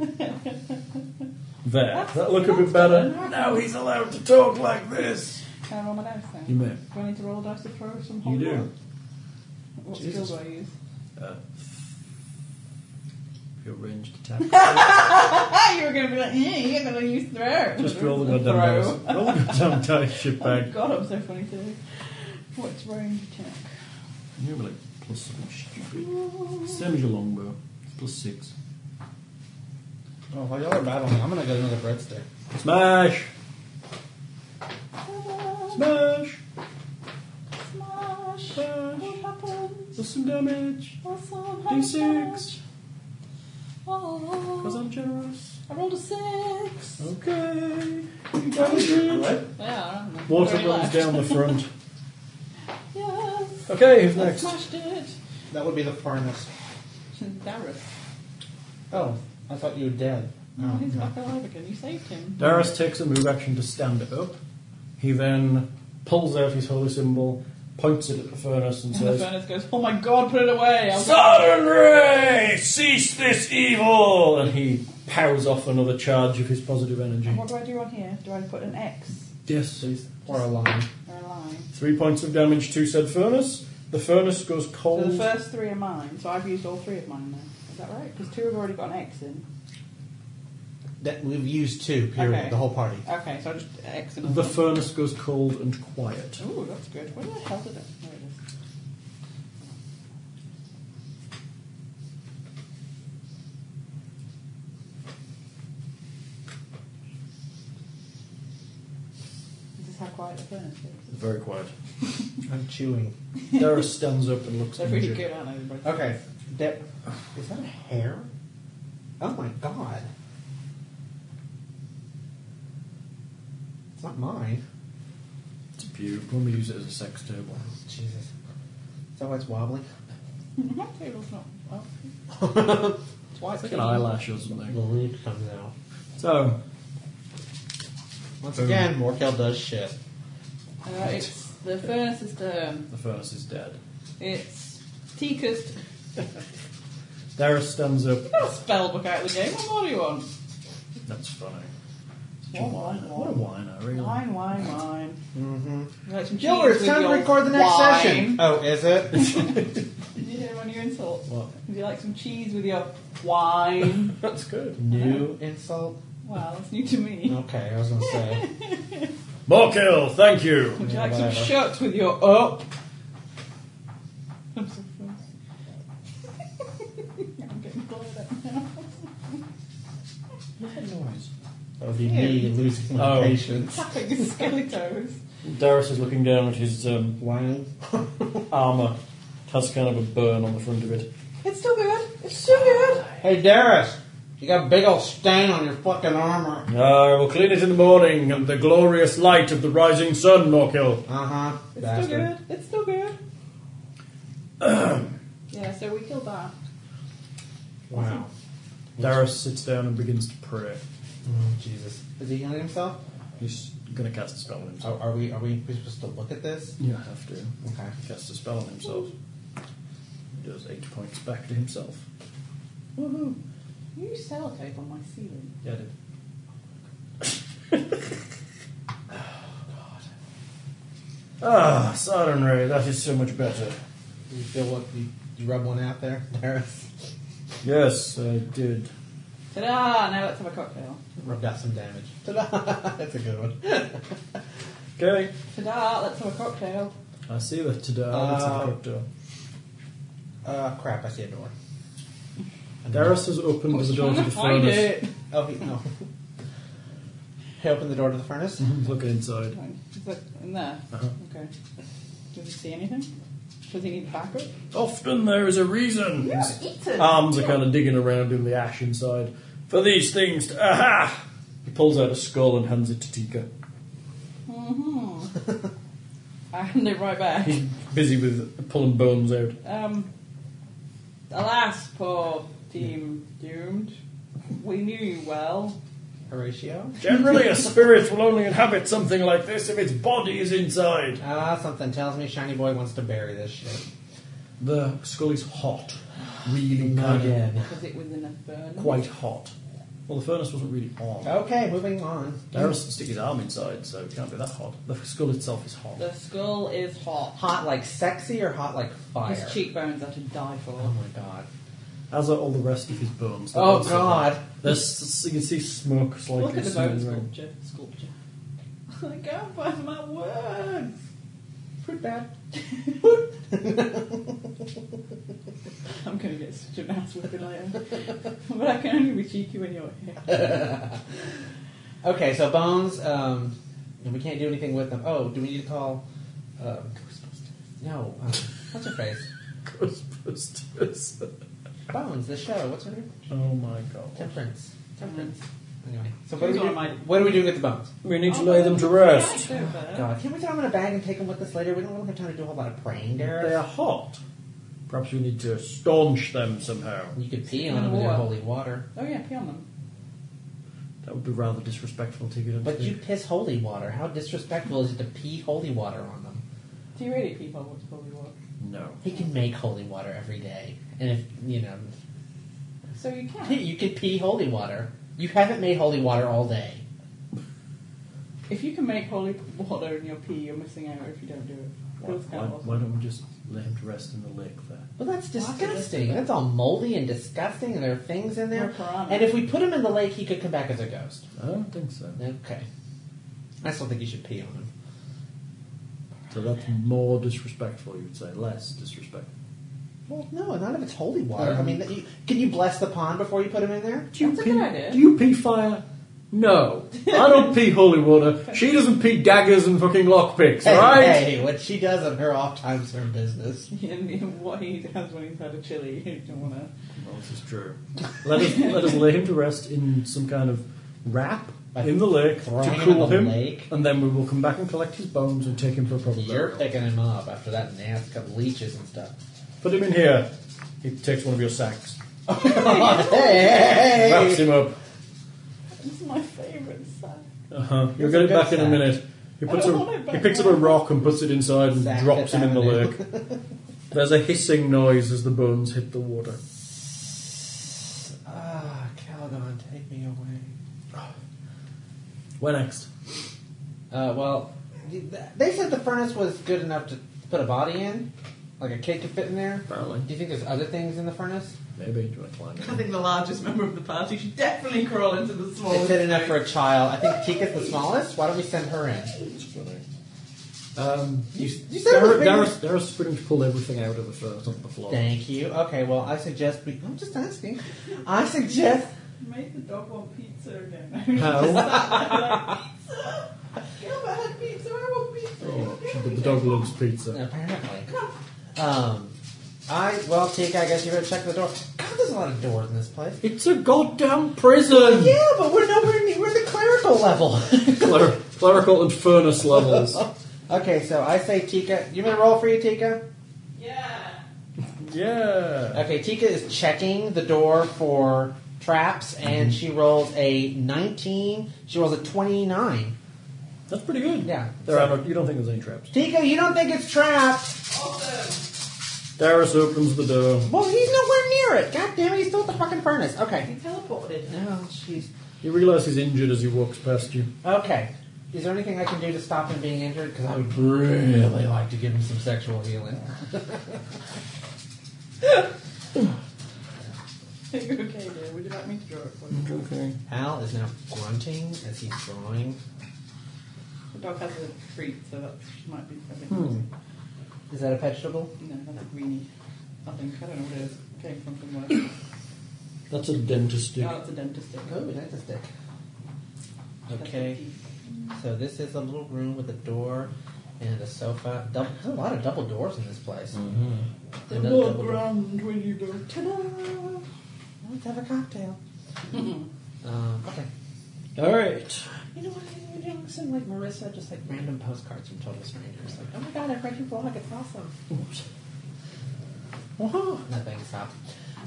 there. that look a bit better. Now he's allowed to talk like this. Can I roll my dice then? You may. Do I need to roll a dice to throw some holy do. water? What Jesus. skill do I use? Uh, your ranged attack. Ah, you were going to be like, yeah, you're going to use throw. just roll the Throw. goddamn dice. Roll the goddamn dice, Oh shitbag. god, I'm so funny today. What's range check? You're like plus something stupid. Same as your longbow. It's plus six. Oh, while y'all are battling, I'm gonna get another breadstick. Smash! Smash! Smash! Smash! What happens? Does some damage. Awesome. D6. Because Oh, I'm Oh. generous. I rolled a six. Okay. You damage it. Yeah, I Water Very runs left. down the front. Yes. Okay, who's I next? smashed it. That would be the furnace. Darius. Oh, I thought you were dead. Oh, he's back alive again. You saved him. Darius takes a move action to stand up. He then pulls out his holy symbol, points it at the furnace, and And the says, furnace goes, oh my god, put it away. I'll Southern Ray, cease this evil! And he powers off another charge of his positive energy. What do I do on here? Do I put an X Yes, Or a line. or a line? Three points of damage to said furnace. The furnace goes So cold. the first three are mine, so I've used all three of mine now. Is that right? Because two have already got an X in. That we've used two, period, Okay. the whole party. Okay, so I just X in The furnace goes cold and quiet. Ooh, that's good. Where the hell did it? There it is. Is this how quiet the furnace is? Very quiet. I'm chewing. Dara stands up and looks They're pretty injured. good, aren't they? Okay. That, is that a hair? Oh my god. It's not mine. It's a pube. When we use it as a sex table. Jesus. Is that why it's wobbling? My table's not. Oh. it's white. It's like an eyelash or something. leaf comes out. So, Once again, Morkel does shit. Uh, it's the furnace is um, the furnace is dead. It's Tika's Dara stands up. Got a spell book out of the game. What more do you want? That's funny. What a What, wine, whiner. What a whiner, really. Wine, wine, wine. Mm-hmm. Like some Gilbert, it's cheese with time to your record the next wine. session. Oh, is it? Did you hear one of your insults? What? Would you like some cheese with your wine? That's good. New insult? wow, that's new to me. Okay, I was gonna say. More kill, thank you! Would you Yeah, like some whatever. shirts with your up? I'm so close. I'm getting glowed up now. What's that noise? That would be Yeah. me losing my Oh. patience. Tapping his skeletons. Darius is looking down at his um, Wine. armour. It has kind of a burn on the front of it. It's still good. It's still good. Hey, Darius, you got a big old stain on your fucking armor. I will clean it in the morning and the glorious light of the rising sun, Morkill. Uh huh. It's still good. It's still good. yeah, so we killed that. Wow. Darius sits down and begins to pray. Oh, Jesus. Is he healing himself? Oh, He's going to cast a spell on himself. Are, are we are we supposed to look at this? You have to. Okay. Cast a spell on himself. He does eight points back to himself. Woohoo! Mm-hmm. You use sellotape on my ceiling. Yeah, I did. Oh, Ah, Saturn Ray, that is so much better. You feel what you, you rub one out there, Darius? Yes, I did. Ta-da! Now let's have a cocktail. Rubbed out some damage. Ta-da! That's a good one. Okay. Ta-da! Let's have a cocktail. I see that today. Uh, Uh, uh, crap! I see a door. Darius has opened the door to the Find furnace. it. Oh, he, no. he opened the door to the furnace. He's looking inside. Is it in there? Uh-huh. Okay. Does he see anything? Does he need backup? Often there is a reason. His Eaten. arms are kind of digging around in the ash inside. For these things to. Aha! He pulls out a skull and hands it to Tika. Mm-hmm. I hand it right back. He's busy with pulling bones out. Um, alas, poor team doomed. We knew you well. Horatio. Generally, a spirit will only inhabit something like this if its body is inside. Ah, something tells me Shiny Boy wants to bury this shit. The skull is hot. Really Not kind of again. Was it within a burn? quite hot. Well, the furnace wasn't really on. Okay, moving on. Darius can stick his arm inside, so it can't be that hot. The skull itself is hot. The skull is hot. Hot like sexy or hot like fire? His cheekbones are to die for. Oh my god. As are all the rest of his bones. They're Oh also- god. There's, you can see smoke slightly Look at the bone smearing around. sculpture. Sculpture. I can't find my words. Pretty bad. I'm going to get such an ass whipping later. but I can only be cheeky when you're here. Okay, so bones, um, and we can't do anything with them. Oh, do we need to call? Uh, no. Um, what's her face? Ghostbusters. Bones, the show. What's her name? Oh my god. Temperance. Temperance. Anyway, so She what are, we was on do, my- what are we doing with the bones? We need to Oh, lay them to rest. Yeah, I do, but- God, can we throw them in a bag and take them with us later? We don't really have time to do a whole lot of praying They are there. hot. Perhaps we need to staunch them somehow. You could pee In on the them with your water. holy water. Oh yeah, pee on them. That would be rather disrespectful to you, don't But you? you piss holy water. How disrespectful is it to pee holy water on them? Do you really pee on what's probably what? No. He can make holy water every day. And if, you know, So you can. you could pee holy water. You haven't made holy water all day. If you can make holy water in your pee, you're missing out if you don't do it. Why, Feels kind why, of awesome. why don't we just lay him to rest in the lake there? Well, that's Lots of disgusting. stuff. That's all moldy and disgusting, and there are things in Or there. piranha. And if we put him in the lake, he could come back as a ghost. I don't think so. Okay. I still think you should pee on him. So that's more disrespectful, you would say. Less disrespectful. Well, no, not if it's holy water. I mean, that you, can you bless the pond before you put him in there? Do you That's a pee, good idea. Do you pee fire? No. I don't pee holy water. She doesn't pee daggers and fucking lockpicks, Hey, alright? hey, what she does on her off time's her business. And and what he does when he's had a chili, you don't want to. Well, this is true. Let us, let us lay him to rest in some kind of wrap By in the lake throwing to him in cool the him, lake? and then we will come back and collect his bones and take him for a proper You're burial. picking him up after that nasty couple leeches and stuff. Put him in here. He takes one of your sacks. Hey! Wraps him up. It's my favourite sack. Uh-huh. You'll It's get a it good back in a sack. minute. He puts I don't want a, it he back. picks up a rock and puts it inside and Sack drops Fifth him in the Avenue. lake. There's a hissing noise as the bones hit the water. Ah, Calgon, take me away. Where next? Uh, well, they said the furnace was good enough to put a body in, like a kid could fit in there. Apparently. Do you think there's other things in the furnace? Maybe. Do you want to climb I in? think the largest member of the party should definitely crawl into the They smallest. said enough for a child. I think Tika's the smallest. Why don't we send her in? Um, You, you said it was Dara- big enough- Dara's Dara's pretty much pulled everything out of the first off the floor. Thank you. Okay, well, I suggest we. I'm just asking. I suggest. Make the dog want pizza again. How? Yeah, but I had pizza. I want pizza. Oh, she- the dog loves pizza. Apparently. Um, I. Well, Tika, I guess you better check the door. God, there's a lot of doors in this place. It's a goddamn prison! Yeah, but we're nowhere near. We're the clerical level. Cler- clerical and furnace levels. okay, so I say Tika. You want me to roll for you, Tika? Yeah. yeah. Okay, Tika is checking the door for traps, and she rolls a 19. She rolls a 29. That's pretty good. Yeah. There are no, you don't think there's any traps. Tico, you don't think it's trapped? Darius opens the door. Well, he's nowhere near it. God damn it, he's still at the fucking furnace. Okay. He teleported. Oh, jeez. You realise he's injured as he walks past you. Okay. Is there anything I can do to stop him being injured? Because I would really like to give him some sexual healing. Are you okay, dear? Would you like me to draw it for you? Okay. Al is now grunting as he's drawing. The dog has a treat, so that might be a bit Hmm. Is that a vegetable? No, that's a greenie. I think. I don't know what it is. It came from somewhere. oh, That's a dentist stick. it's a dentist stick. Oh, that's a stick. That's a Okay. piece. So this is a little room with a door and a sofa. Double, there's a lot of double doors in this place. Mm-hmm. The Another more double door. grand when you go, ta-da! Let's have a cocktail. um, okay. All right. You know what? I do? I send like Marissa just like random postcards from total strangers. Like, oh my god, I've read your blog. It's awesome. Wow. Nothing stopped.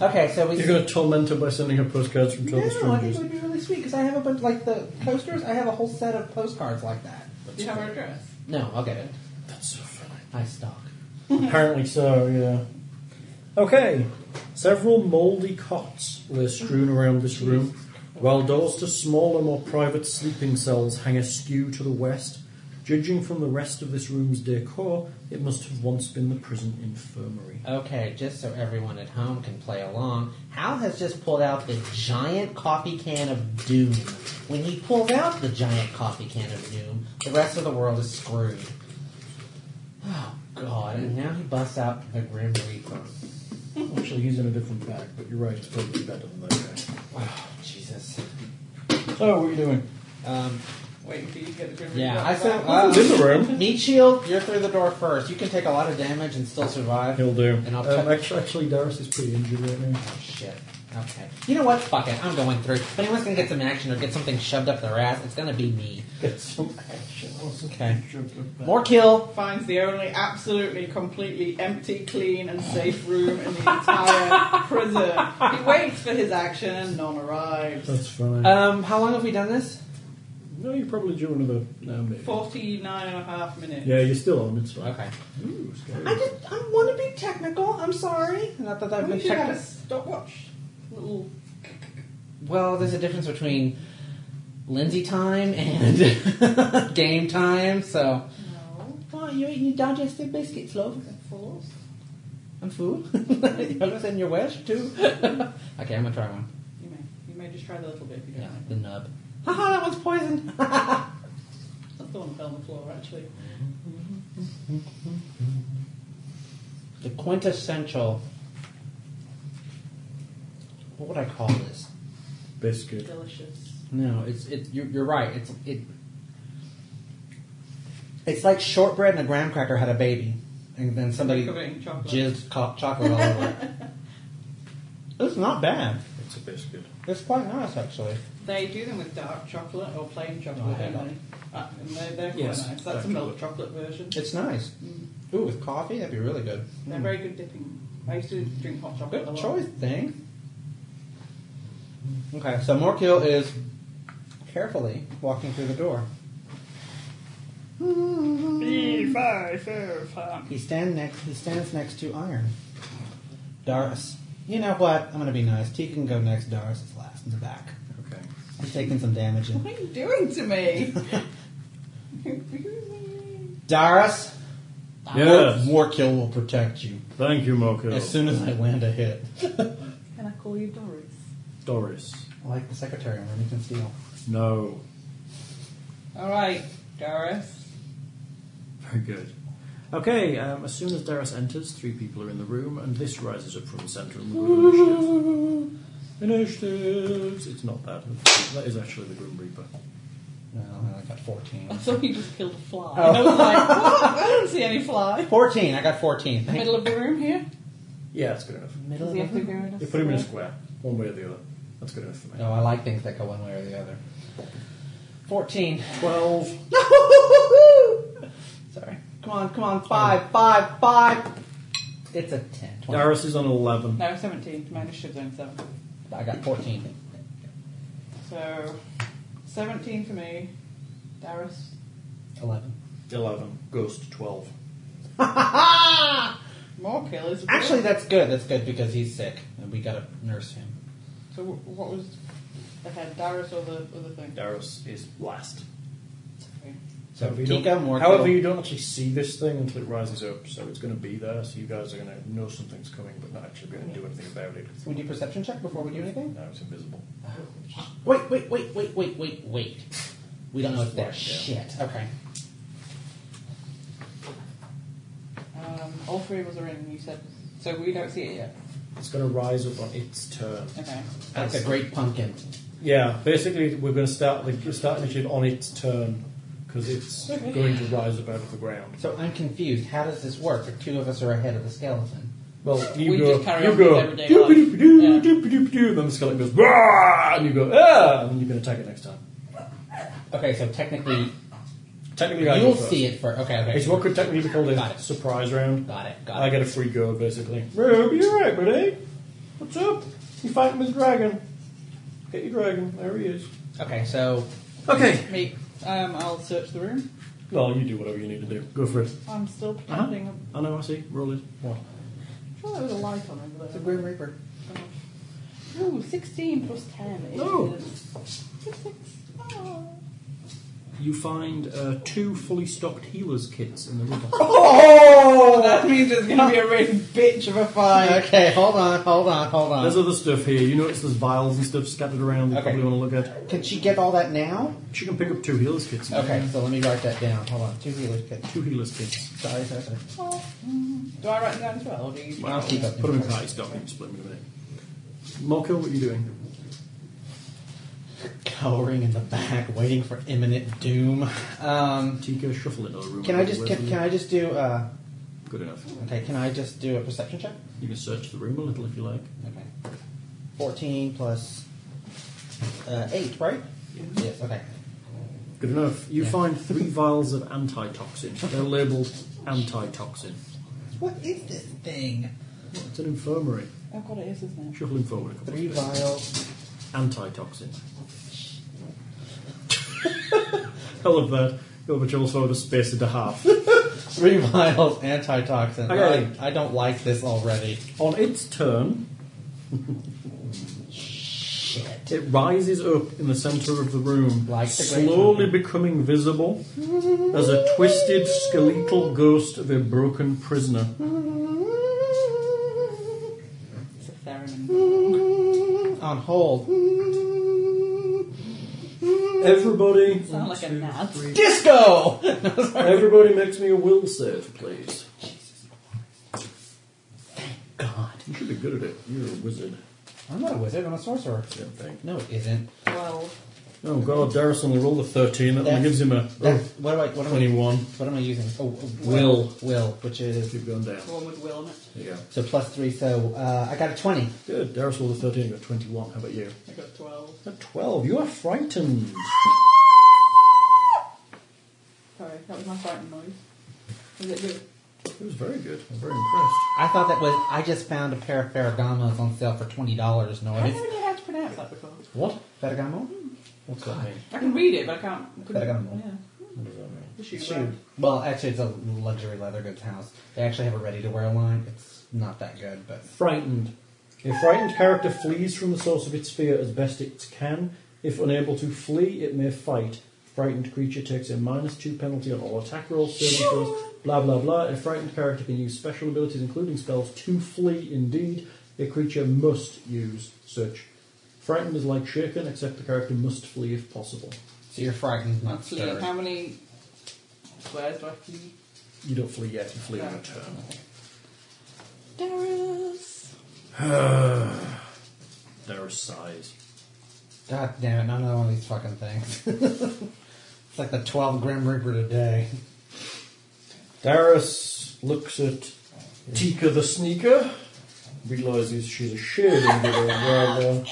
Okay, so we. You're going to torment her by sending her postcards from no, total I think strangers. it would be really sweet because I have a bunch like the coasters. I have a whole set of postcards like that. Do you have her address? No, I'll get it. That's so funny. I stalk. Apparently so, yeah. Okay. Several mouldy cots lay strewn around this room, while doors to smaller, more private sleeping cells hang askew to the west. Judging from the rest of this room's decor, it must have once been the prison infirmary. Okay, just so everyone at home can play along, Hal has just pulled out this giant coffee can of doom. When he pulls out the giant coffee can of doom, the rest of the world is screwed. Oh god, and now he busts out the Grim Reaper. Actually, he's in a different bag, but you're right, it's probably better than that Oh, Jesus. guy. So, what are you doing? Um, Waiting for you to get the grim yeah, reaper I back. said, He's in the room. Meat Shield, you're through the door first. You can take a lot of damage and still survive. He'll do. And I'll um, check- actually, actually, Darius is pretty injured right now. Oh shit. Okay. You know what? Fuck it. I'm going through. If anyone's gonna get some action or get something shoved up their ass, it's gonna be me. Get some action. Okay. More kill. finds the only absolutely completely empty, clean, and safe room in the entire prison. He waits for his action and none arrives. That's fine. Um, how long have we done this? no, you're probably due another. uh, No, maybe. 49 and a half minutes. Yeah, you're still on. It's fine. Okay. Ooh, scary. I just I want to be technical. I'm sorry. Not that I've We been should have technical. a stopwatch. Little. Well, there's a difference between Lindsay time and game time. So. No. Oh, you're eating digestive biscuits, love. Force. And food. I'm gonna send your wish too. okay, I'm gonna try one. You may. You may just try the little bit if you don't Yeah, like the it. nub. Haha, that one's poisoned. That's the one that fell on the floor, actually. the quintessential. What would I call this? Biscuit. Delicious. No, it's it. You're, you're right. It's it. It's like shortbread and a graham cracker had a baby, and then somebody Covered in chocolate. jizzed co- chocolate all over it. It's not bad. It's a biscuit. It's quite nice actually. They do them with dark chocolate or plain chocolate, No, I don't haven't. they? Ah, and they're, they're quite Yes, nice. That's a dark milk chocolate version. It's nice. Ooh, with coffee, that'd be really good. Mm. Mm. They're very good dipping. I used to drink hot chocolate a Good lot. choice, thing. Okay, so Morkiel is carefully walking through the door. Three, five, four, five. He stand next. He stands next to Iron. Doris, you know what? I'm gonna be nice. T can go next. Doris is last in the back. Okay. He's taking some damage. In. What are you doing to me? Doris, Yes. War Kill will protect you Thank you, Mocha. as soon as I land a hit. Can I call you Doris? Doris. like the secretary in Remington Steel. No. All right, Doris. Very good. Okay, um, as soon as Darius enters, three people are in the room, and this rises up from the centre and we go initiative. Initiatives! It's not that. That is actually the Grim Reaper. No, I only got I 14. thought you just killed a Oh. fly. And I was like, what? I don't see any fly. 14. I got 14. Thank Middle of the room here. Yeah, that's good enough. Middle Does of he have to the- go in a You put him in a square? square, one way or the other. That's good enough for me. No, I like things that go one way or the other. 14. 12. Sorry. Come on, come on. Five, five, five. It's a 10. 20. Darius is on 11. No, 17. Minus should zone 7. I got 14. So, 17 for me. Darius. 11. 11. Ghost, 12. More killers. Actually, that's good. That's good because he's sick and we gotta nurse him. So, wh- what was ahead? Darius or the other thing? Darius is last. Okay. So However, you don't- Kiko, Morkel. However, you don't actually see this thing until it rises up, so it's going to be there. So you guys are going to know something's coming, but not actually going to do anything about it. Can we do perception check before we do anything? Now it's invisible. Wait, wait, wait, wait, wait, wait, wait. We don't know if Just there. watch, yeah. Shit. Okay. Um, all three of us are in, you said. So we don't see it yet. It's going to rise up on its turn. Okay. That's a great pumpkin. Yeah, basically we're going to start the start initiative on its turn because it's going to rise up out of the ground. So I'm confused. How does this work if two of us are ahead of the skeleton? Well, you We go, just carry you on go, with everyday life. "Doop-a-doop-a-doo, Yeah. doop-a-doop-a-doo," and then the skeleton goes, "Rah!" and you go, ah, and then you can attack it next time. Okay, so technically Technically, I go you'll first. see it for. Okay, okay. It's what could technically be called Got a it. surprise round. Got it. Got I it. get a free go, basically. Robe, you alright, buddy? What's up? You fighting with the dragon? Get your dragon. There he is. Okay, so Okay. Me. Um, I'll search the room. Well, you do whatever you need to do. Go for it. I'm still Uh-huh. pretending. I'm I know, I see. Roll it. What? sure there was a light on over there. Grim Reaper. Ooh, 16 plus 10 is Oh. 56. Oh. You find uh, two fully stocked healers' kits in the river. Oh! Well, that means it's going to be a real bitch of a fight. Okay, hold on, hold on, hold There's on. other stuff here. You notice there's vials and stuff scattered around that Okay. you probably want to look at. Can she get all that now? She can pick up two healers' kits. now. Okay, so let me write that down. Hold on. Two healers. Good. Two healers' kits. Sorry, sorry, sorry. Do I write them down as well? Or do you I'll keep up. Put them in party stock and split them in a minute. Morkel, what are you doing? Cowering in the back, waiting for imminent doom. Um, Tika, shuffle into the room. can I just can, can I just do uh, Good enough. okay? Can I just do a perception check? You can search the room a little if you like. Okay. Fourteen plus uh, eight, right? Yes. Okay. Good enough. You Yeah. find three vials of antitoxin. They're labelled antitoxin. What is this thing? It's an infirmary. Oh god, it is, isn't it? Shuffling forward a couple Three of spaces. vials. Antitoxin. I love that. Go over Charles forward a space and a half. Three vials antitoxin. Okay. I, I don't like this already. On its turn, it rises up in the centre of the room, Like the Great slowly Pumpkin. becoming visible as a twisted skeletal ghost of a broken prisoner. It's a theremin. On hold. Everybody, Sound like a gnat. Disco. everybody makes me a will save, please. God, You should be good at it. You're a wizard. I'm not a wizard. I'm a sorcerer. Same thing. No, it isn't. Well, Oh god, Darius only rolled a 13. That only That's- gives him a That, oh, what do I? What am I? 21. What am I using? Oh, Will. Will, which is Keep going down. the one with Will in it. There you go. so plus three. So uh, I got a twenty. Good. Darius rolled a 13. You got 21. How about you? I got 12. A 12. You are frightened. Sorry, that was my frightened noise. Was it good? It was very good. I'm very impressed. I thought that was. I just found a pair of Ferragamos on sale for twenty dollars. No, I it's never knew how to pronounce that before. What? Ferragamo. What's that mean? I can read it, but I can't. I couldn't- Ferragamo. Yeah. What does that mean? The shoe Shoe. rack. Well, actually, it's a luxury leather goods house. They actually have a ready-to-wear line. It's not that good, but Frightened. A frightened character flees from the source of its fear as best it can. If unable to flee, it may fight. Frightened creature takes a minus two penalty on all attack rolls, saving throws, blah blah blah. A frightened character can use special abilities, including spells, to flee. Indeed, a creature must use such. Frightened is like shaken, except the character must flee if possible. so you're frightened, not Flee. stirred. How many squares do I flee? You don't flee yet, you flee on your turn. Darius. There are sighs. God damn it! Not another one of these fucking things. it's like the twelve Grim Reaper today. Darius looks at Tika the Sneaker, realizes she's a shade under the weather.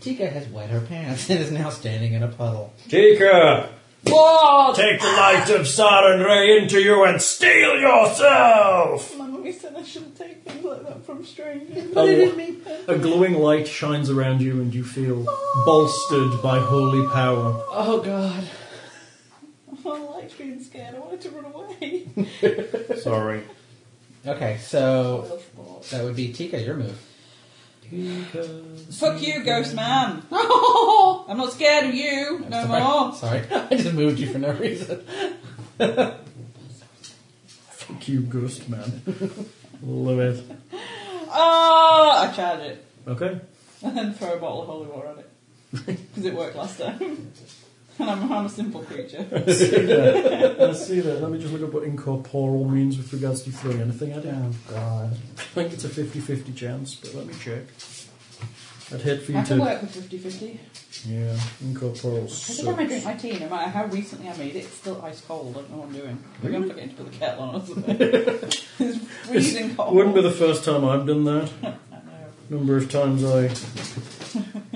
Tika has wet her pants and is now standing in a puddle. Tika! Take the light of Sarenrae into you and steal yourself! Mama, wrong. He said I shouldn't take things like that from strangers. Oh. But he didn't mean that. A glowing light shines around you, and you feel bolstered by holy power. Oh God. I liked being scared. I wanted to run away. Sorry. Okay, so that would be Tika, your move. Fuck you, ghost man. I'm not scared of you no sorry. more. Sorry, I just moved you for no reason. Fuck you, ghost man. Love it. Ah, I charge it Okay. and then throw a bottle of holy water at it because it worked last time. and I'm, I'm a simple creature. Let's see that. Let's see that. Let me just look up what incorporeal means with regards to you throwing anything at it. Oh God. I think it's a 50-50 chance, but let me check. I'd hate for I you to... can work with 50-50. Yeah, incorporeal I think I soap. might drink my tea, no matter how recently I made it, it's still ice cold. I don't know what I'm doing. Maybe I'm forgetting to put the kettle on or something. it's freezing cold. Wouldn't be the first time I've done that. I know. Number of times I...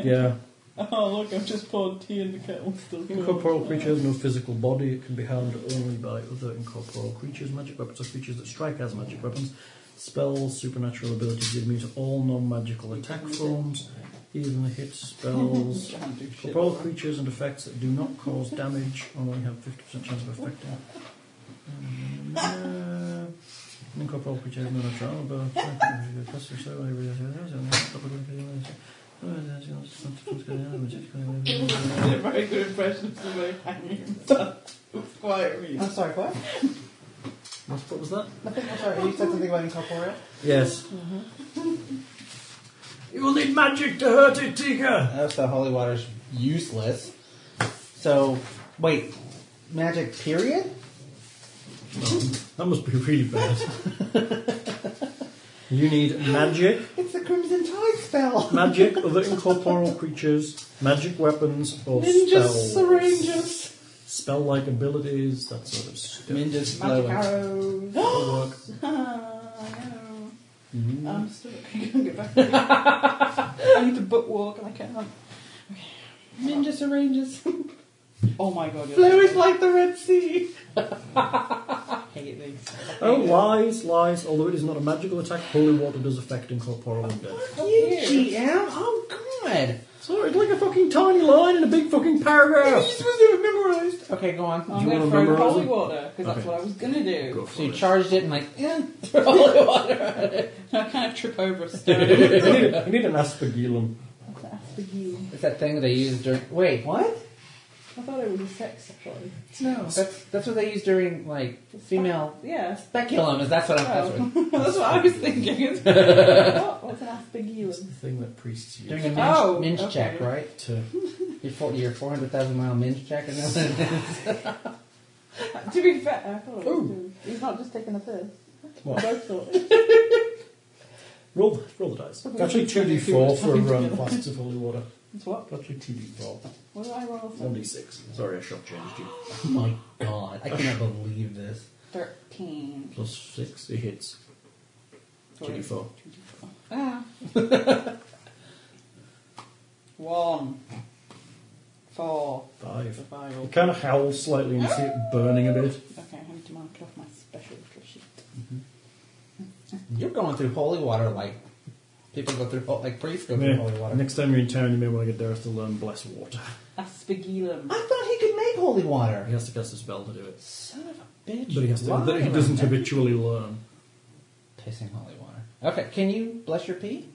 Yeah. Oh, look, I've just poured tea in the kettle. It's still cold. Incorporeal creature has no physical body. It can be harmed only by other incorporeal creatures, magic weapons, or creatures that strike as magic weapons. Spells, supernatural abilities, immune to all non-magical attack forms, even hit spells. Oh, Can't do shit. Corporeal creatures and effects that do not cause damage only have 50% chance of affecting. An incorporeal creature has no natural armor, but- Oh, I did a very good impression of somebody hanging himself. It was quite amusing. I'm sorry. What? What what was that? Nothing. I'm sorry. You said something about incorporeal. Yes. You will Mm-hmm. need magic to hurt it, Tika! Oh, so holy water's useless. So wait, magic period? That must be really bad. you need magic, It's the crimson tide spell. magic, other incorporeal creatures, magic weapons, or Ninjas, spells. syringes, Spell like abilities, that sort of stuff. ninjas, Magic flowing. arrows. That'll work. Ah, I Mm-hmm. know. I'm stuck. I can't get back. I need to book walk and I can't. Okay. Ninja syringes. oh my god. you're- Blue is like the Red Sea. I hate these. Oh, lies, lies. Although it is not a magical attack, holy water does affect incorporeal Oh. and dead. You GM? Oh God. So it's like a fucking tiny line in a big fucking paragraph. supposed to have memorized. Okay, go on. I'm you going wanna to throw memorize holy them? water because that's Okay. what I was going to do. So you charged it and like, eh, throw holy water at it. I kind of trip over a stone. you, need, you need an aspergillum. It's that thing that they use during. Wait, what? I thought it was a sex actually. No, that's that's what they use during like female Yeah. speculum. Is that's what I'm that's Oh. what- That's what I was thinking. what? What's an aspergillus? thing that priests use during a minge, Oh, minge okay. check, right? to Your four, your four hundred thousand mile minge check, and then To be fair, I thought it was Ooh. doing- He's not just taking the piss. What? Both thought it. roll roll the dice. Actually, two d four for um, glasses of holy water. It's what? Actually, two d four, What did I roll one for? d six. Sorry, I shot changed you. oh my god, I cannot believe this. 13. Plus six, it hits. Two d four. Ah. One. Four. Five. Survival. It kind of howls slightly, and you see it burning a bit. Okay, I need to mark off my special little sheet. You're going through holy water like people go through, hol- like priests go through holy Yeah. water. Next time you're in town, you may want to get Dareth to learn bless water. Aspergillum. I thought he could make holy water. He has to cast a spell to do it, Son of a bitch. but he has to. Why that he am I doesn't not habitually learn. Pissing holy water. Okay, can you bless your pee?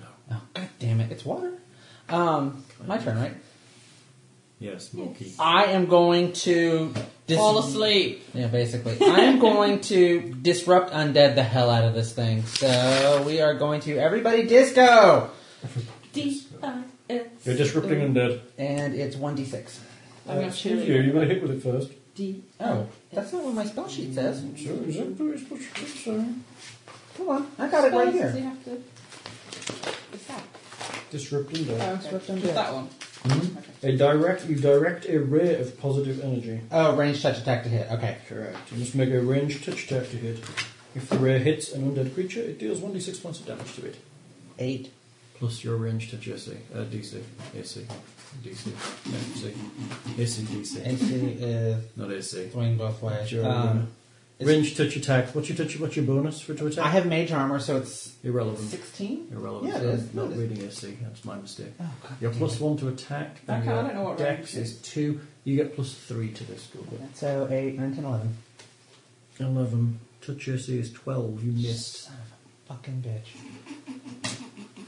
No. Oh, god damn it, it's water. Um, my turn, right? Yes, Moki. I am going to dis- Fall asleep. Yeah, basically. I am going to disrupt undead the hell out of this thing. So we are going to everybody disco, Ah, D-I-S. You're disrupting undead. and it's one d six. I'm Uh, not excuse sure. you. You want to hit with it first. D. Oh, that's not what my spell sheet says. Sure, is that what it's supposed to be? Sorry. Hold on, I got it right Spells, You here. have to... It's that. Disrupting undead. Oh, okay. Disrupt undead. Just that one. A direct, you direct a ray of positive energy. Oh, range touch attack to hit. Okay. Correct. You must make a ranged touch attack to hit. If the ray hits an undead creature, it deals 1d6 points of damage to it. Eight. Plus your range touch AC, uh, DC, AC, DC, FC, AC, DC, AC is not AC. swing both ways. Sure, Um, Is- Range touch attacks. What's your touch? What's your bonus for to attack? I have mage armor, so it's Irrelevant. 16? Irrelevant. Yeah, it is. I'm No, not it is. reading AC. That's my mistake. Oh, God. You're plus one to attack. And Okay, I your don't know what dex range it is two. You get plus three to this. Go good. So 8, 9, 10, 11. Eleven. Touch AC is twelve. You missed. Son of a fucking bitch.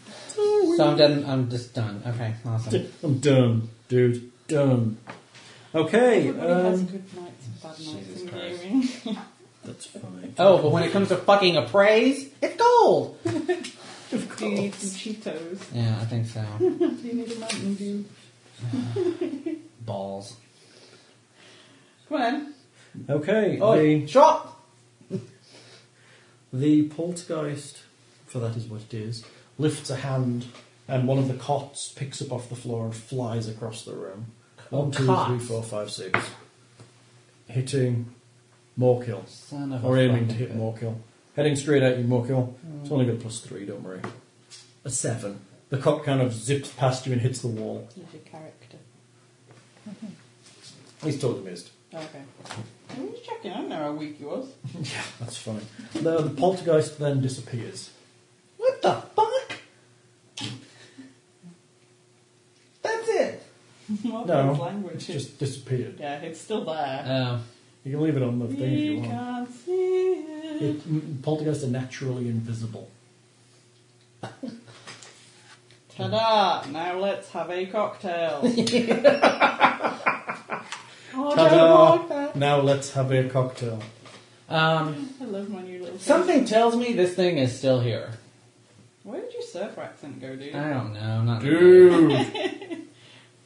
so I'm done. I'm just done. Okay, awesome. I'm done, dude. Done. Okay. Everybody has Um, good nights and bad nights Jesus in Christ. gaming. that's fine. Oh, but when it comes to fucking appraise, it's gold. Do you need some Cheetos? Yeah, I think so. Do you need a Mountain Dew? Balls. Come on then. Okay. Oh, The shot. the poltergeist, for that is what it is, lifts a hand, and one of the cots picks up off the floor and flies across the room. One, two, Cots. three, four, five, six. Hitting more kill. Son of a Or aiming to fucking hit bitch. more kill. Heading straight at you, more kill. It's only got plus three, don't worry. A seven. The cot kind of zips past you and hits the wall. Here's your character. He's totally missed. Oh, Okay. I was checking. I don't know how weak he was. Yeah, that's funny. The, the poltergeist then disappears. What the fuck? That's it. What No, his language It's is. just disappeared. Yeah, it's still there. Oh, You can leave it on the thing if you we want. can't see it. It, m- poltergeists are naturally invisible. Ta-da! Now let's have a cocktail. oh, Ta-da. don't like that. Now let's have a cocktail. um, I love my new little. something tells me this thing is still here. Where did your surfer accent go, dude? Uh, I don't know. Not Dude!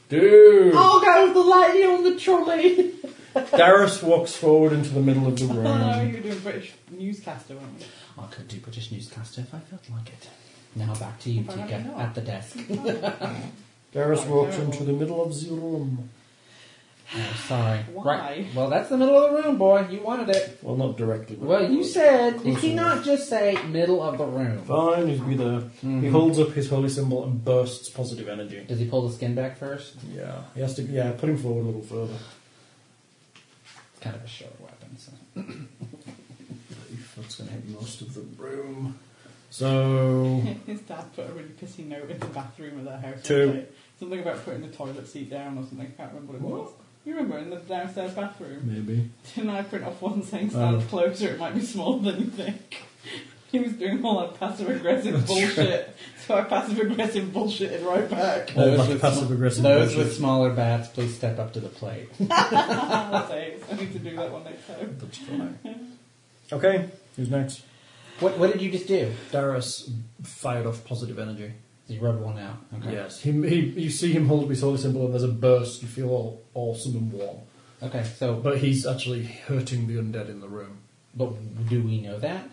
Dude! Oh, go with the lady on the trolley. Darius walks forward into the middle of the I thought Oh, you room. were doing British newscaster, weren't you? I could do British newscaster if I felt like it. Now back to you, Apparently Tika, not. at the desk. Darius Oh, walks terrible. into the middle of the room. Oh, sorry. Why? Right. Well, that's the middle of the room, boy. You wanted it. Well, not directly. but- Well, you said. Did Close he enough. not just say middle of the room? Fine, he's be there. He Mhm. holds up his holy symbol and bursts positive energy. Does he pull the skin back first? Yeah, he has to. Yeah, put him forward a little further. It's kind of a short weapon. So. That's going to hit most of the room. So His dad put a really pissy note in the bathroom of their house. Two. one day. Something about putting the toilet seat down or something. I can't remember what it was. You remember in the downstairs bathroom? maybe Didn't I print off one saying stand Oh. closer? It might be smaller than you think. He was doing all that passive aggressive bullshit. So I passive aggressive bullshitted right back. All Those that with passive-aggressive Those bullshit. with smaller bats, please step up to the plate. I'll say, I need to do that one next time. that's fine. Okay, who's next? what, what did you just do? Darius fired off positive energy. You rubbed one out. Okay. Yes, he, he, you see him hold up his holy symbol, and there's a burst. You feel all awesome and warm, Okay. So, but, but he's actually hurting the undead in the room. do we know that?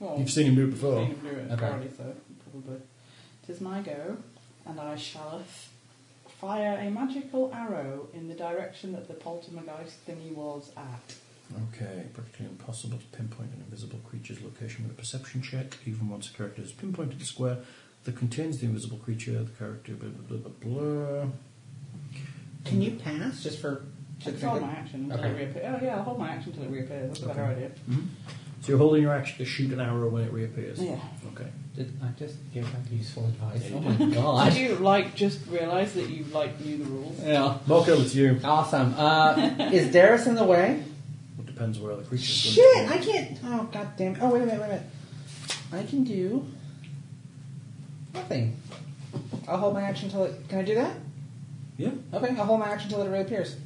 Well, You've seen him do it before. Stephen Brewer, Okay. probably, so probably. Tis my go, and I shall f- fire a magical arrow in the direction that the poltergeist thingy was at. Okay, practically impossible to pinpoint an invisible creature's location with a perception check, even once a character is pinpointed a square that contains the invisible creature. The character blah blah blah blah. blah. Can you pass just for? I can hold my action until it Okay. reappears. Oh yeah, I'll hold my action until it reappears. That's a better Okay. idea. So you're holding your action to shoot an arrow when it reappears. Yeah. Okay. Did I just give that useful advice? Oh my god. Did you like just realise that you like knew the rules? yeah. Marco, it's you. Awesome. Uh, is Darius in the way? It depends where the creature's Shit, I can't. Oh god damn. Oh wait a minute, wait a minute. I can do nothing. I'll hold my action till it. Can I do that? Yeah. Okay, I'll hold my action till it reappears.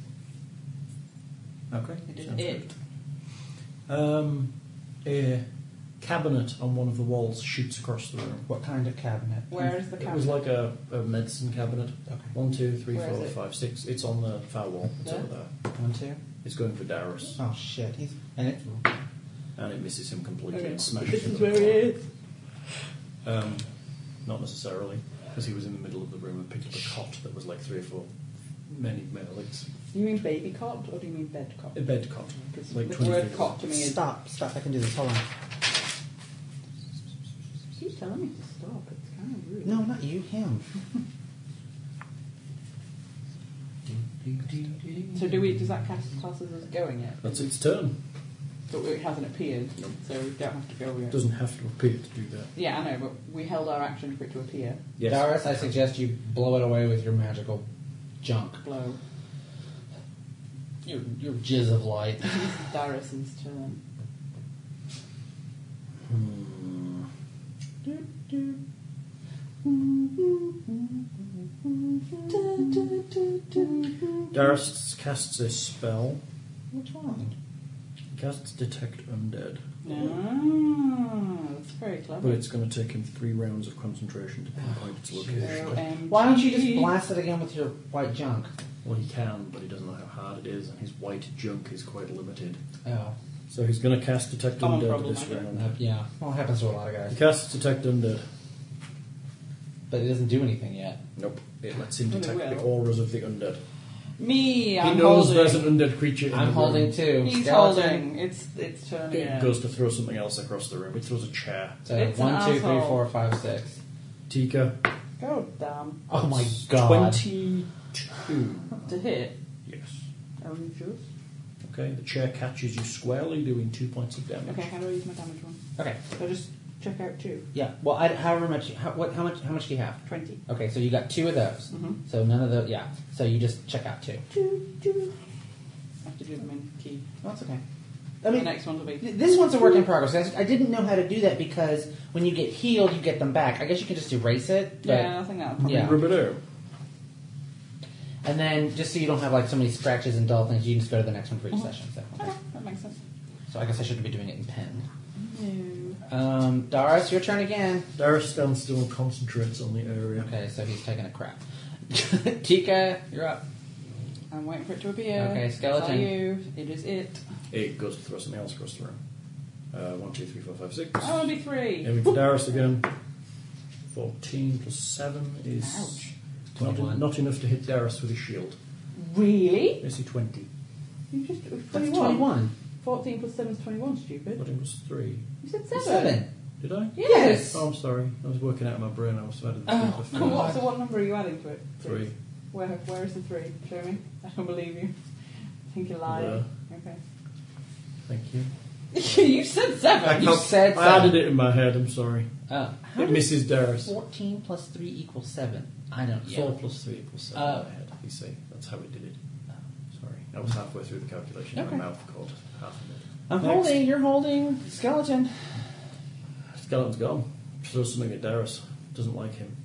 Okay. I did Sounds it. good. Um, a cabinet on one of the walls shoots across the room. What kind of cabinet? Where is the It was camera? like a, a medicine cabinet. Okay. One, two, three, Where four, is it? five, six. It's on the far wall. It's There? over there. One, two. It's going for Darius. Oh shit. He's and it. and it misses him completely Okay. and smashes This him. is to the where he floor. is. Um, not necessarily, because he was in the middle of the room and picked up a cot that was like three or four, many, many legs. Do you mean baby cot or do you mean bed cot? A bed cot, Because like the twenty word feet. long. cot to me is. Stop, stop. I can do this. Hold on. Keep telling me to stop. It's kind of rude. No, not you. Him. So do we? Does that cast classes as going yet? That's its turn. but it hasn't appeared, so we don't have to go yet. Doesn't have to appear to do that. Yeah, I know, but we held our action for it to appear. Yes. Darius, I suggest you blow it away with your magical junk. Blow. Your, your jizz of light. This is Darius's turn. Darius casts a spell. Which one? Casts detect undead, Ah, that's very but clever. it's going to take him three rounds of concentration to pinpoint Oh, its location. OMG. Why don't you just blast it again with your white junk? Well, he can, but he doesn't know how hard it is, and his white junk is quite limited. Oh, So he's going to cast detect Common undead problem, this I think. round. that- yeah. Well, it happens to a lot of He guys. casts detect undead. But it doesn't do anything yet. Nope. It lets him Well, they detect the will. auras of the undead. Me, he I'm knows there's holding. an undead creature. In I'm the holding Room. too. He's Skeleton. holding. It's it's turn It again. goes to throw something else across the room. It throws a chair. So It's an one, two, three, asshole. four, five, six. Tika. Go damn. Oh my god. Twenty-two. To hit. yes. Are you just? Okay. The chair catches you squarely, doing two points of damage. Okay, how do I use my damage one? Okay. So just check out two. Yeah. Well, I, however much. How, what? How much? How much do you have? Twenty. Okay. So you got two of those. Mhm. So none of those. Yeah. So you just check out two. Two, two. I have to do them in key. That's okay. I The mean, next one will be. th- this one's a work in progress. I, I didn't know how to do that because when you get healed, you get them back. I guess you can just erase it. But, Yeah, I think that'll probably. Yeah. Ribbito. And then just so you don't have like so many scratches and dull things, you can just go to the next one for each Mm-hmm. session. So, Okay, that makes sense. so I guess I shouldn't be doing it in pen. No. Um, Doris, your turn again. Darius stands still and concentrates on the area. Okay, so he's taking a crap. Tika, you're up. I'm waiting for it to appear. Okay, skeleton. It's not you. It is it. It goes to throw something else across the room. Uh, one, two, three, four, five, six. I want to Oh, be three. Aiming for Darius again. 14 plus 7 is Ouch. not, 21. not enough to hit Darius with his shield. Really? Is he 20? You just it was That's 21. 21. 14 plus 7 is 21, stupid. 14 plus 3. You said 7. Did I? Yes. Oh, I'm sorry. I was working out in my brain. I was adding the Oh, three plus And what, so what number are you adding to it? three. please? Three. Where, where is the 3? Show me. I don't believe you. I think you're lying. Thank you. Okay. you said 7. You said I added seven. it in my head. I'm sorry. Oh, how It did misses Darius. 14 plus 3 equals 7? I don't know. 4 plus 3 equals 7 Oh. in my head. You see, that's how it did it. Sorry. I was halfway through the calculation. Okay. My mouth caught half of it. I'm Next. holding, you're holding. Skeleton. Skeleton's gone. Throws something at Darius. Doesn't like him.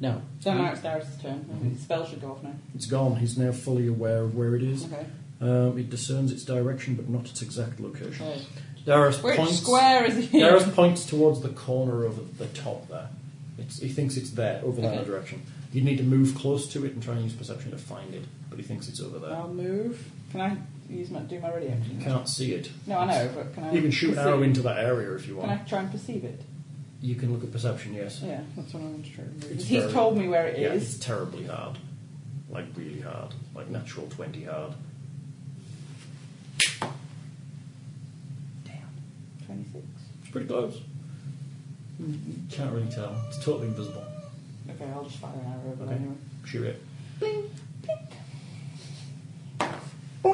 No. So now it's Darius' turn. Hmm. The spell should go off now. It's gone. He's now fully aware of where it is. Okay. Um, it discerns its direction, but not its exact location. So, Darius which points. square is it in? Darius points towards the corner over the top there. It's, he thinks it's there, over that Okay. direction. You need to move close to it and try and use perception to find it, but he thinks it's over there. I'll move. Can I use my, do my ready you action? can't see it. No, I know, but can I. You can shoot an perceive- arrow into that area if you Can want. I try and perceive it? You can look at perception, yes. Yeah, that's what I want to try. and do. It's He's very- told me where it yeah, is. it's terribly hard. Like, really hard. Like, natural 20 hard. 26. It's pretty close. You Mm-hmm. can't really tell. It's totally invisible. Okay, I'll just fire an arrow over Okay. anyway. Shoot it.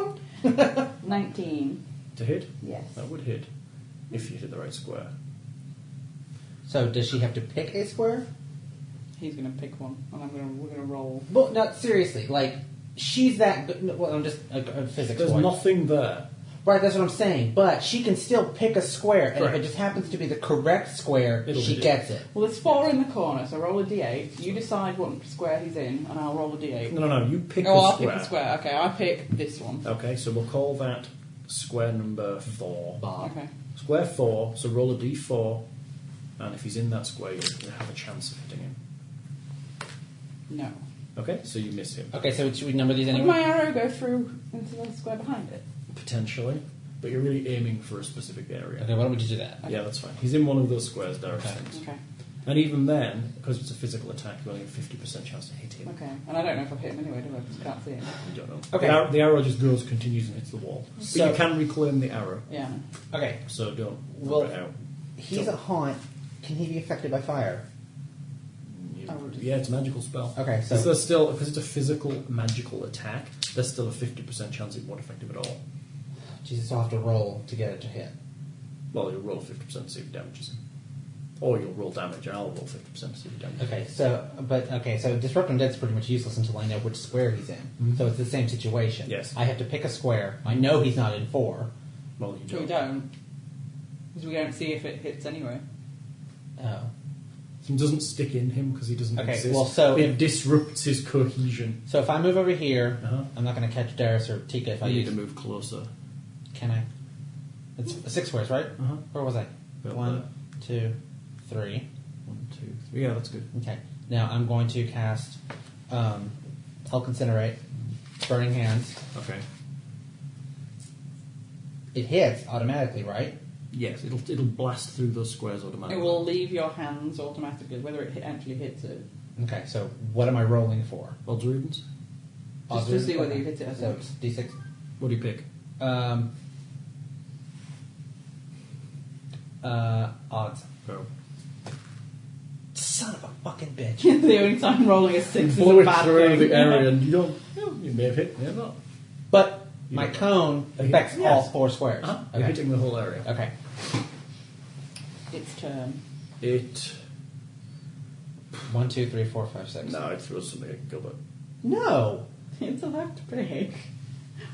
Boing. 19. To hit? Yes. That would hit if you hit the right square. So does she have to pick a square? He's gonna pick one, and I'm gonna we're gonna roll. Well, no, seriously. Like, she's that good. no, Well, I'm just a, a physics There's boy. nothing there. Right, that's what I'm saying. But she can still pick a square, and if Correct. it just happens to be the correct square, It'll she hit it. gets it. Well, there's four in the corner, so roll a d8. You decide what square he's in, and I'll roll a d8. No, no, no. You pick oh, a I'll square. pick a square. Okay, I pick this one. Okay, so we'll call that square number four. Okay. Square four. So roll a d4, and if he's in that square, you'll have a chance of hitting him. No. Okay, so you miss him Okay, so should we number these Would anyway? my arrow go through into the square behind it? potentially, but you're really aiming for a specific area. Okay, why don't we just do that? Yeah, that's fine. He's in one of those squares, Darius Okay. thinks. Okay. And even then, because it's a physical attack, you only have fifty percent chance to hit him. Okay. And I don't know if I've hit him anyway, do I? 'Cause I can't see him. You don't know. Okay. The, arrow, the arrow just goes, continues, and hits the wall. So- but you can reclaim the arrow, Yeah. Okay, so don't Well, rub it out. he's a haunt. Can he be affected by fire? You- I would just- yeah, it's a magical spell. Oh, Okay, so- Is there still because it's a physical magical attack? There's still a fifty percent chance it won't affect him at all. Jesus, I'll have to roll to get it to hit. Well, you'll roll 50% to see if it damages. Or you'll roll damage and I'll roll 50% to see if it damages. Okay, so but okay, so disrupting dead's pretty much useless until I know which square he's in. So it's the same situation. Yes. I have to pick a square. I know he's not in four. Well, you But we don't. don't. Because we don't see if it hits anyway. Oh. It doesn't stick in him because he doesn't Okay, exist. well, so- it disrupts his cohesion. So if I move over here, Uh-huh. I'm not going to catch Darius or Tika if I I need use. to move closer. Can I? It's six squares, right? Uh-huh. Where was I? About One, two, three. One, two, three. Yeah, that's good. Okay. Now I'm going to cast um, Hulk Incinerate, Burning Hands. Okay. It hits automatically, right? Yes, it'll it'll blast through those squares automatically. It will leave your hands automatically, whether it hit, actually hits it. Okay. So what am I rolling for? Odds or evens? Just to see whether you hit it or So not. it's d6. What do you pick? Um, uh, odds. Oh. Son of a fucking bitch. the only time rolling a six is Blow a it bad through thing. the area and you don't. well, You may have hit, may have not. But You my don't- cone Are you- affects all Yes. four squares. Huh? You're Okay. hitting the whole area. okay. It's turn. It. One, two, three, four, five, six. No, it throws something at Gilbert. No. It's a left break.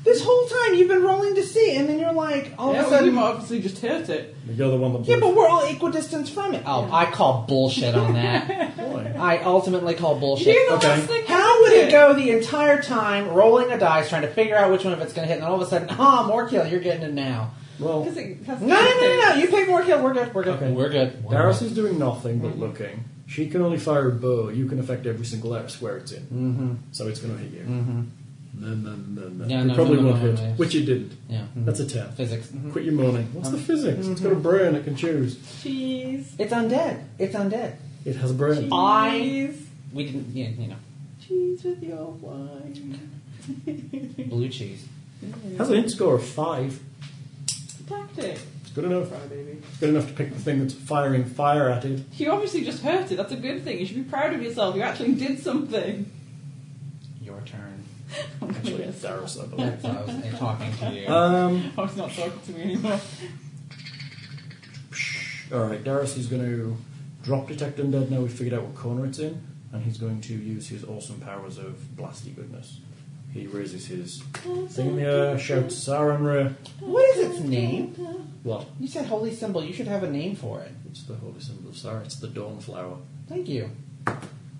This whole time you've been rolling to see, and then you're like, all yeah, of a well, you sudden. might obviously just hurt it. You're the one that. Yeah, but we're all equidistant from it. Oh, I call bullshit on that. Why? I ultimately call bullshit. You're the Okay. last thing How would it that go the entire time rolling a dice, trying to figure out which one of it's going to hit, and then all of a sudden, ah, more kill, you're getting it now. Well, Because it has No, no, no, no, no, you pick more kill, we're good, we're good. Okay. We're good. Darius is doing nothing but looking. She can only fire a bow. You can affect every single area square it's in. Mm-hmm. So it's going to hit you. Mm-hmm. No, no, no, no. Yeah, it no, probably no, no, won't no, hit, no, yes. which it didn't. Yeah. Mm-hmm. That's a 10. Physics. Mm-hmm. Quit your moaning. What's the physics? It's got a brain. It can choose. Cheese. It's undead. It's undead. It has a brain. Cheese. I- We didn't, yeah, you know, Cheese with your wine. blue cheese. It has an int score of 5. Tactic. It's good enough. Fry, baby. It's good enough to pick the thing that's firing fire at it. You obviously just hurt it. That's a good thing. You should be proud of yourself. You actually did something. Your turn. Actually, it's Darius, I believe. That's why I was uh, talking to you. Um, Oh, it's not talking to me anymore. Alright, Darius is going to drop Detect Undead now we've figured out what corner it's in, and he's going to use his awesome powers of blasty goodness. He raises his thing in the air, shouts Sarenra. what is its name? What? You said holy symbol. You should have a name for it. It's the holy symbol of Saren, it's the dawn flower. Thank you.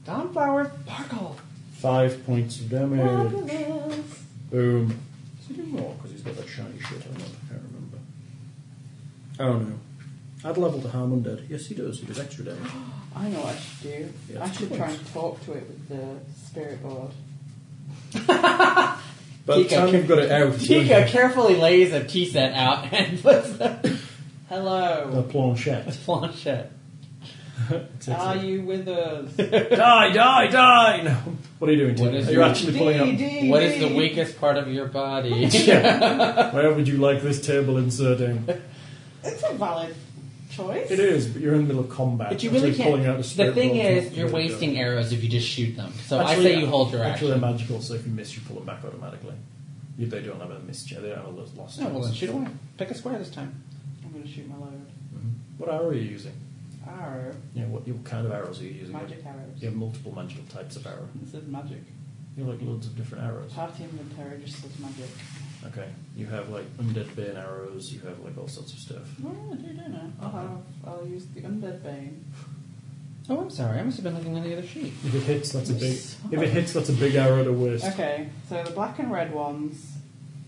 Dawnflower Sparkle. Five points of damage. Boom. Does he do more because he's got that shiny shit on him? I can't remember. Oh no. Add level to harm undead. Yes, he does. He does extra damage. I know what I should do. Yeah, I should it's try nice. and talk to it with the spirit board. By the Tika, time you've got it out, it's Tika gonna carefully lays a tea set out and puts the be a Hello. planchette. planchette. Are you with us? die, die, die! No. What are you doing, What Tim? is Are you it? actually pulling up? D, What is the D. weakest part of your body? Yeah. Where would you like this table inserting? It's a valid choice. It is, but you're in the middle of combat. But you really actually can't. Pulling out a the straight thing roll from- is, you're Yeah, wasting arrows if you just shoot them. So Actually, I say you hold your Actually, action. they're magical, so if you miss, you pull them back automatically. You, they don't have a miss check. They don't have a lo- loss. No, well chance. then shoot away. Pick a square this time. I'm going to shoot my load. Mm-hmm. What arrow are you using? Arrow. You know, what, what kind of arrows are you using? Magic arrows. You have multiple magical types of arrow. It says magic. You have like loads of different arrows. Party inventory just says magic. Okay. You have like undead bane arrows. You have like all sorts of stuff. Well, I do don't know. I'll have. I'll use the undead bane. Oh, I'm sorry. I must have been looking on the other sheet. If it hits, that's a big. If it hits, that's a big arrow to waste. Okay, so the black and red ones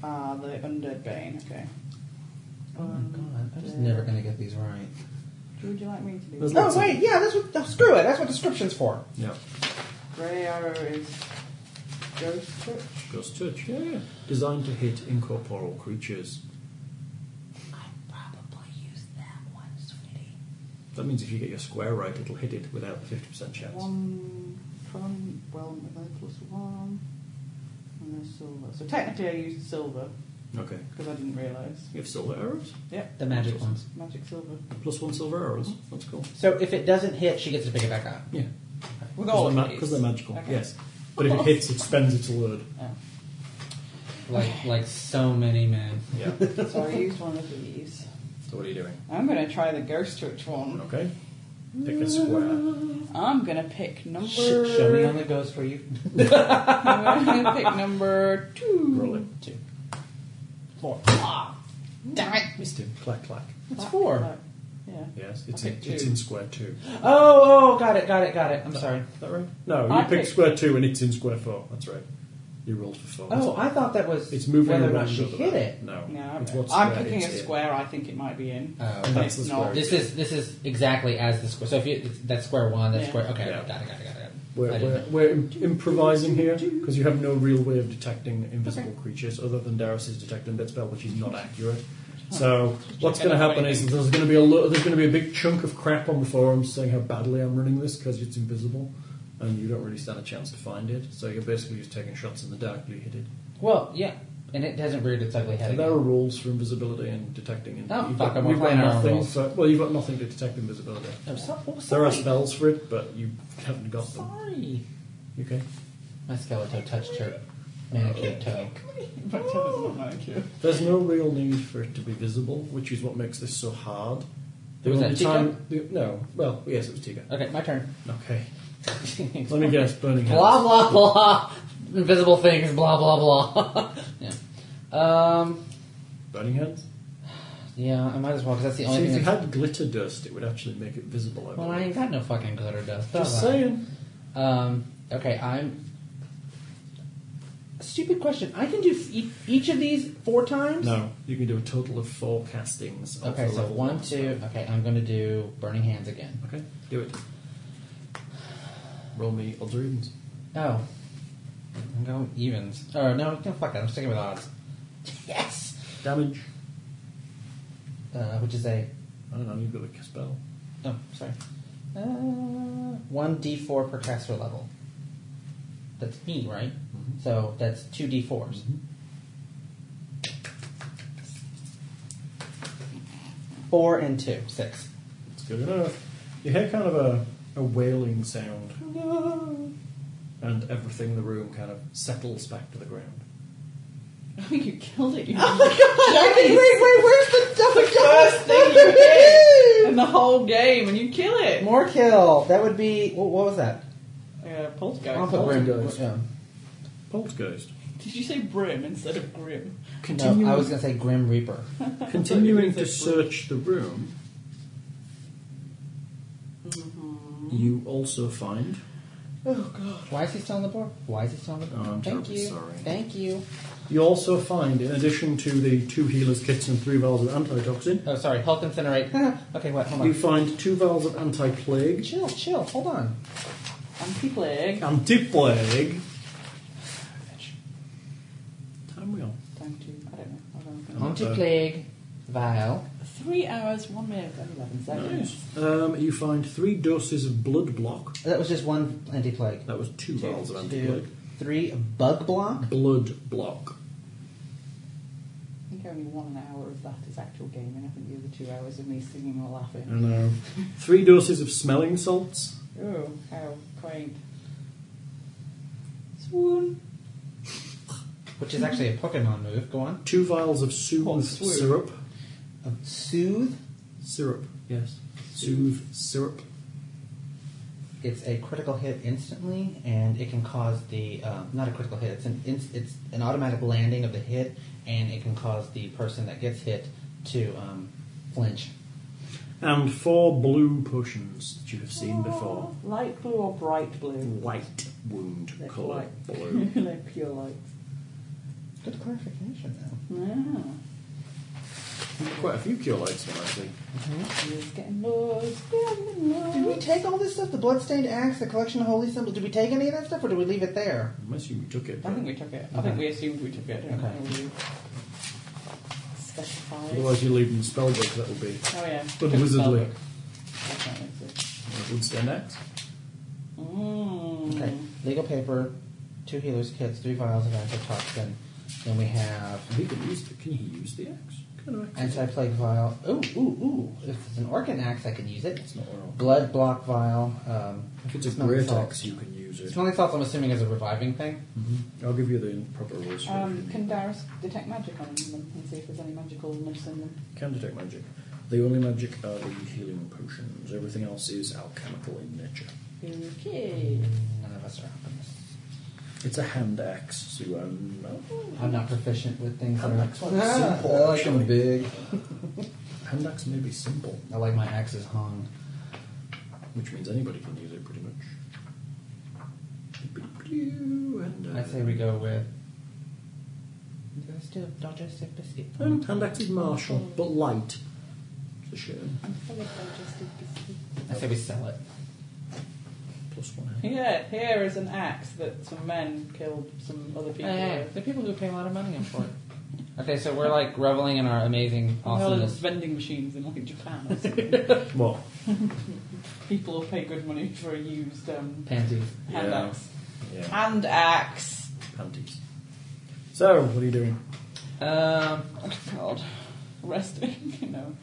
are the undead bane. Okay. Oh my god, I'm just never gonna get these right. Who would you like me to do? There's Oh, lots Oh wait, yeah, that's what. oh, screw it. That's what description's for. Yeah. Grey arrow is ghost touch. Ghost touch. Yeah, yeah. Designed to hit incorporeal creatures. I probably used that one, sweetie. That means if you get your square right, it'll hit it without the fifty percent chance. One from well, no, plus one. And there's silver. So technically, I used silver Okay. because I didn't realise. You have silver arrows. Yep, The magic ones. magic silver. Plus one silver arrows. That's cool. So if it doesn't hit, she gets to pick it back up. Yeah. With all Because they're, of ma- these. 'cause they're magical. Okay. Yes. But if it hits, it spends its load. Oh. Like like so many men. Yeah. So I used one of these. So what are you doing? I'm going to try the ghost touch one. Okay. Pick a square. I'm going to pick number. Sh- show me on the ghost for you. I'm going to pick number two. Roll it. Two. Four. Ah, damn it! Missed two. Clack clack. It's four. Yeah. Yes. It's I in, picked it's two. in square two. Oh, oh, got it, got it, got it. I'm sorry. Is that right? No, you I picked, picked- square two and it's in square four. That's right. You rolled for four. Oh, I thought that was it's moving whether or around. not she over hit there. it. No. No, It's what I'm square Uh. picking a it's in. square I think it might be in. Oh, That's the It's not. square. this is this is exactly as the square. So if you it's- that's square one, that's Yeah. square. Okay, Yeah. got it, got it, got it. We're, I we're, didn't- we're im- improvising here because you have no real way of detecting invisible creatures other than Darius is detecting that spell, which is not accurate. So what's Check it going to out, happen is maybe. there's going to be a lo- there's going to be a big chunk of crap on the forums saying how badly I'm running this because it's invisible, and you don't really stand a chance to find it. So you're basically just taking shots in the dark. You hit it. Well, yeah, and it hasn't reared its ugly head. And there Again. are rules for invisibility and detecting. And Oh, you've fuck, got- I'm you've got applying our nothing. rules. For, well, you've got nothing to detect invisibility. Oh, so, oh, There sorry. are spells for it, but you haven't got them. Sorry, Okay. my skeleton touched her manicured toe. But it's not manicure. There's no real need for it to be visible, which is what makes this so hard. The Was that only Tika? time, the- no, well, yes, it was Tika. Okay, my turn. Okay, let me guess. Burning blah blah hands. blah. Invisible things. Blah blah blah. yeah. Um. Burning hands. Yeah, I might as well because that's the only See, if thing. you That's, had glitter dust, it would actually make it visible. I well, I believe. ain't got no fucking glitter dust. Just have I? saying. Um, okay, I'm. Stupid question. I can do f- e- each of these four times. No, you can do a total of four castings. of Okay, the so level one, spell. two. Okay, I'm going to do burning hands again. Okay, do it. Roll me odds or evens. Oh, I'm going evens. Oh no, no, fuck it. I'm sticking with odds. Yes. Damage. Uh, which is a I don't know. You've got a spell. oh, sorry. Uh, one d4 per caster level. That's me, right? Mm-hmm. So that's two d4s. Four and two, six. It's good enough. You hear kind of a, a wailing sound. And everything in the room kind of settles back to the ground. Oh, you killed it. You wait, wait, where's the double first thing you hit in the whole game, and you kill it. More kill. That would be what, what was that? Uh, I'll poltergeist. put Poltergeist. Grim- um, Poltergeist. Did you say brim instead of grim? Continuing, no, I was gonna say Grim Reaper. continuing to search the room, you also find. Oh, Why is he still on the board? Why is he still on the board? Oh, I'm Thank terribly you. sorry. Thank you. You also find, in addition to the two healers kits and three vials of antitoxin, Oh, sorry. Health incinerate. okay, what? Hold on. you find two vials of anti-plague, Chill, chill. Hold on. I'm people egg. anti-plague. Time wheel. Time to. I don't know. I don't know. Anti-plague vial. Three hours, one minute, and eleven seconds. Um, you find three doses of blood block. That was just one anti-plague. That was two vials of Two, anti-plague. three. Bug block. Blood block. I think only one hour of that is actual gaming. I think the other two hours of me singing or I laughing. know. Three doses of smelling salts. Oh, how quaint. Swoon. Which is actually a Pokemon move. Go on. Two vials of soothe Oh, swoop. syrup. Soothe. Syrup, yes. Soothe syrup. It's a critical hit instantly, and it can cause the uh, not a critical hit. It's an ins- it's an automatic landing of the hit, and it can cause the person that gets hit to um, flinch. And four blue potions that you have seen before. Light blue or bright blue? Light wound They're colour light. blue. They're pure light. Good clarification, though. Ah, Quite a few cure lights now, I think. it's getting loads, getting loads. Did we take all this stuff? The bloodstained axe, the collection of holy symbols. Did we take any of that stuff, or did we leave it there? Unless you took it. I think we took it. I think we assumed we took it. I don't Okay. know. We specified. Otherwise you're leaving the spell book, that would be. oh yeah. But Took wizardly. spellbook. That's not it. That would stand out. Mm. Okay. Legal paper, two healers kits, three vials of antitoxin. Then we have He can use the, can he use the axe? Kind of axe. anti-plague vial. Ooh, ooh, ooh! If it's an organ axe, I can use it. It's not wrong. Blood block vial. Um, If it's a smelling great salts. axe, you can use use it. Mm-hmm. Smelling salts, I'm assuming, is a reviving thing. I'll give you the proper rules. for it. Um, can Darius detect magic on them and see if there's any magicalness in them? Can detect magic. The only magic are the healing potions. Everything else is alchemical in nature. Okay. None of us are alchemists. It's a hand axe, so you um, oh, I'm not proficient with things that are Hand axe might be simple, Ah, I like them actually. big. hand axe may be simple, I like my axes hung. which means anybody can use it pretty much. And, uh, I say we go with. Do I still digestive biscuit? um, hand axe is martial, but light. It's a shame. I say we sell it. Plus one. hand. Here, here is an axe that some men killed some other people Hey, with. the people who pay a lot of money in for it. okay, so we're like reveling in our amazing Well, there's awesomeness. vending machines in like Japan or something. What? people who pay good money for a used um, Panties. hand Yeah. axe. Yeah, Hand axe. Ah. panties. So, what are you doing? Um, Oh God, resting. You know.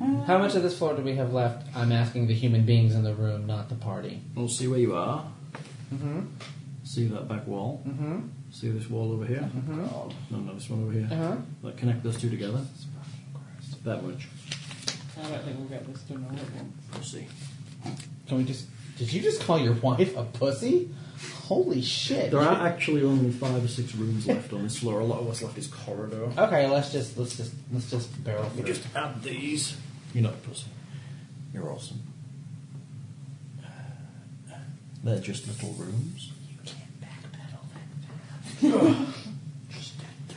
Uh, how much of this floor do we have left? I'm asking the human beings in the room, not the party. We'll see where you are. Mm-hmm. See that back wall. Mm-hmm. See this wall over here. God. No, no, this one over here. Uh-huh. Like, connect those two together. That much. I don't think we'll get this done all at once. We'll see. Can we just? Did you just call your wife a pussy? Holy shit! There are actually only five or six rooms left on this floor. A lot of what's left is corridor. Okay, let's just let's just let's just barrel You through. just add these. You're not a pussy. You're awesome. They're just little rooms.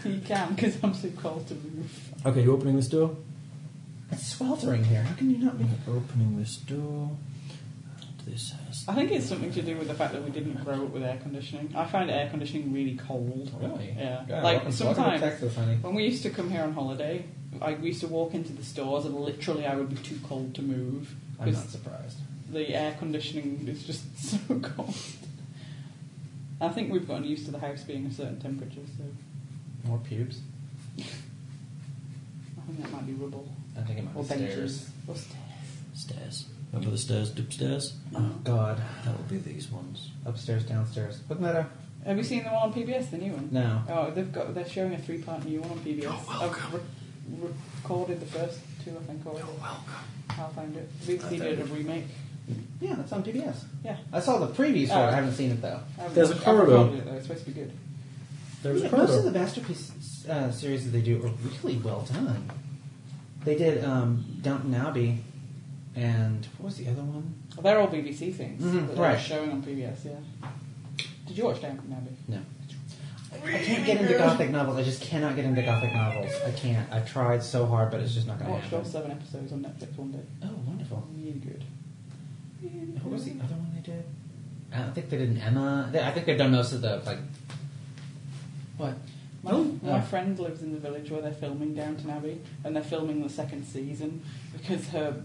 You can, because I'm too cold to move. Okay, you opening this door? It's sweltering here. How can you not be? Opening this door. And This has. I think it's something to do with the fact that we didn't grow up with air conditioning. I find air conditioning really cold. Really? Yeah. God, like welcome, sometimes welcome to Texas, honey. when we used to come here on holiday, like we used to walk into the stores and literally I would be too cold to move I'm not because surprised. the air conditioning is just so cold. I think we've gotten used to the house being a certain temperature, so More pubes. I think that might be rubble I think it might or be stairs. benches or stairs. Stairs. Remember the stairs, dipstairs? Oh God. That'll be these ones. Upstairs, downstairs. Wasn't that a Have you seen the one on PBS, the new one? no? Oh, they've got they're showing a three part new one on PBS. I've re- recorded the first two, I think, already. I'll find it. BBC did a remake. Yeah, that's on PBS. Yeah. I saw the previews for Oh. it. I haven't seen it though. I haven't There's a watched- I corridor. recorded it, though. It's supposed to be good. There's Yeah, a most of the corridor. masterpiece uh, series that they do are really well done. They did um, Downton Abbey, and what was the other one? Well, they're all BBC things Mhm, that they're right. showing on PBS. Yeah. Did you watch Downton Abbey? No. I can't get into gothic novels. I just cannot get into gothic novels. I can't. I've tried so hard, but it's just not I going to watched all happen. seven episodes on Netflix one day. Oh, wonderful. Really good. What was the other one they did? I don't think they did an Emma. They, I think they've done most of the like. What? My, Oh, my yeah. friend lives in the village where they're filming Downton Abbey, and they're filming the second season because her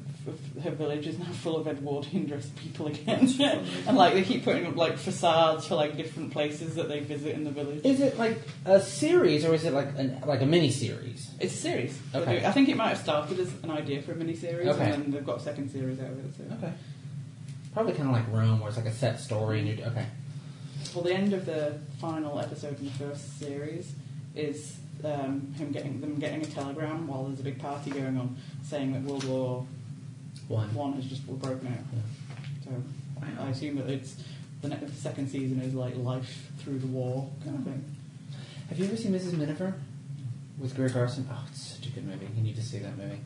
her village is now full of Edwardian dressed people again, and like they keep putting up like facades for like different places that they visit in the village. Is it like a series or is it like an, like a mini series? It's a series. They Okay. do- I think it might have started as an idea for a miniseries, Okay. and then they've got a second series out of it. So. Okay. Probably kind of like Rome, where it's like a set story. And you okay. Well, the end of the final episode in the first series is um, him getting them getting a telegram while there's a big party going on saying that World War One. One has just were broken out. So I assume that it's the, ne- the second season is like life through the war kind of thing. Have you ever seen Mrs. Miniver with Greer Garson? Oh, it's such a good movie. You need to see that movie.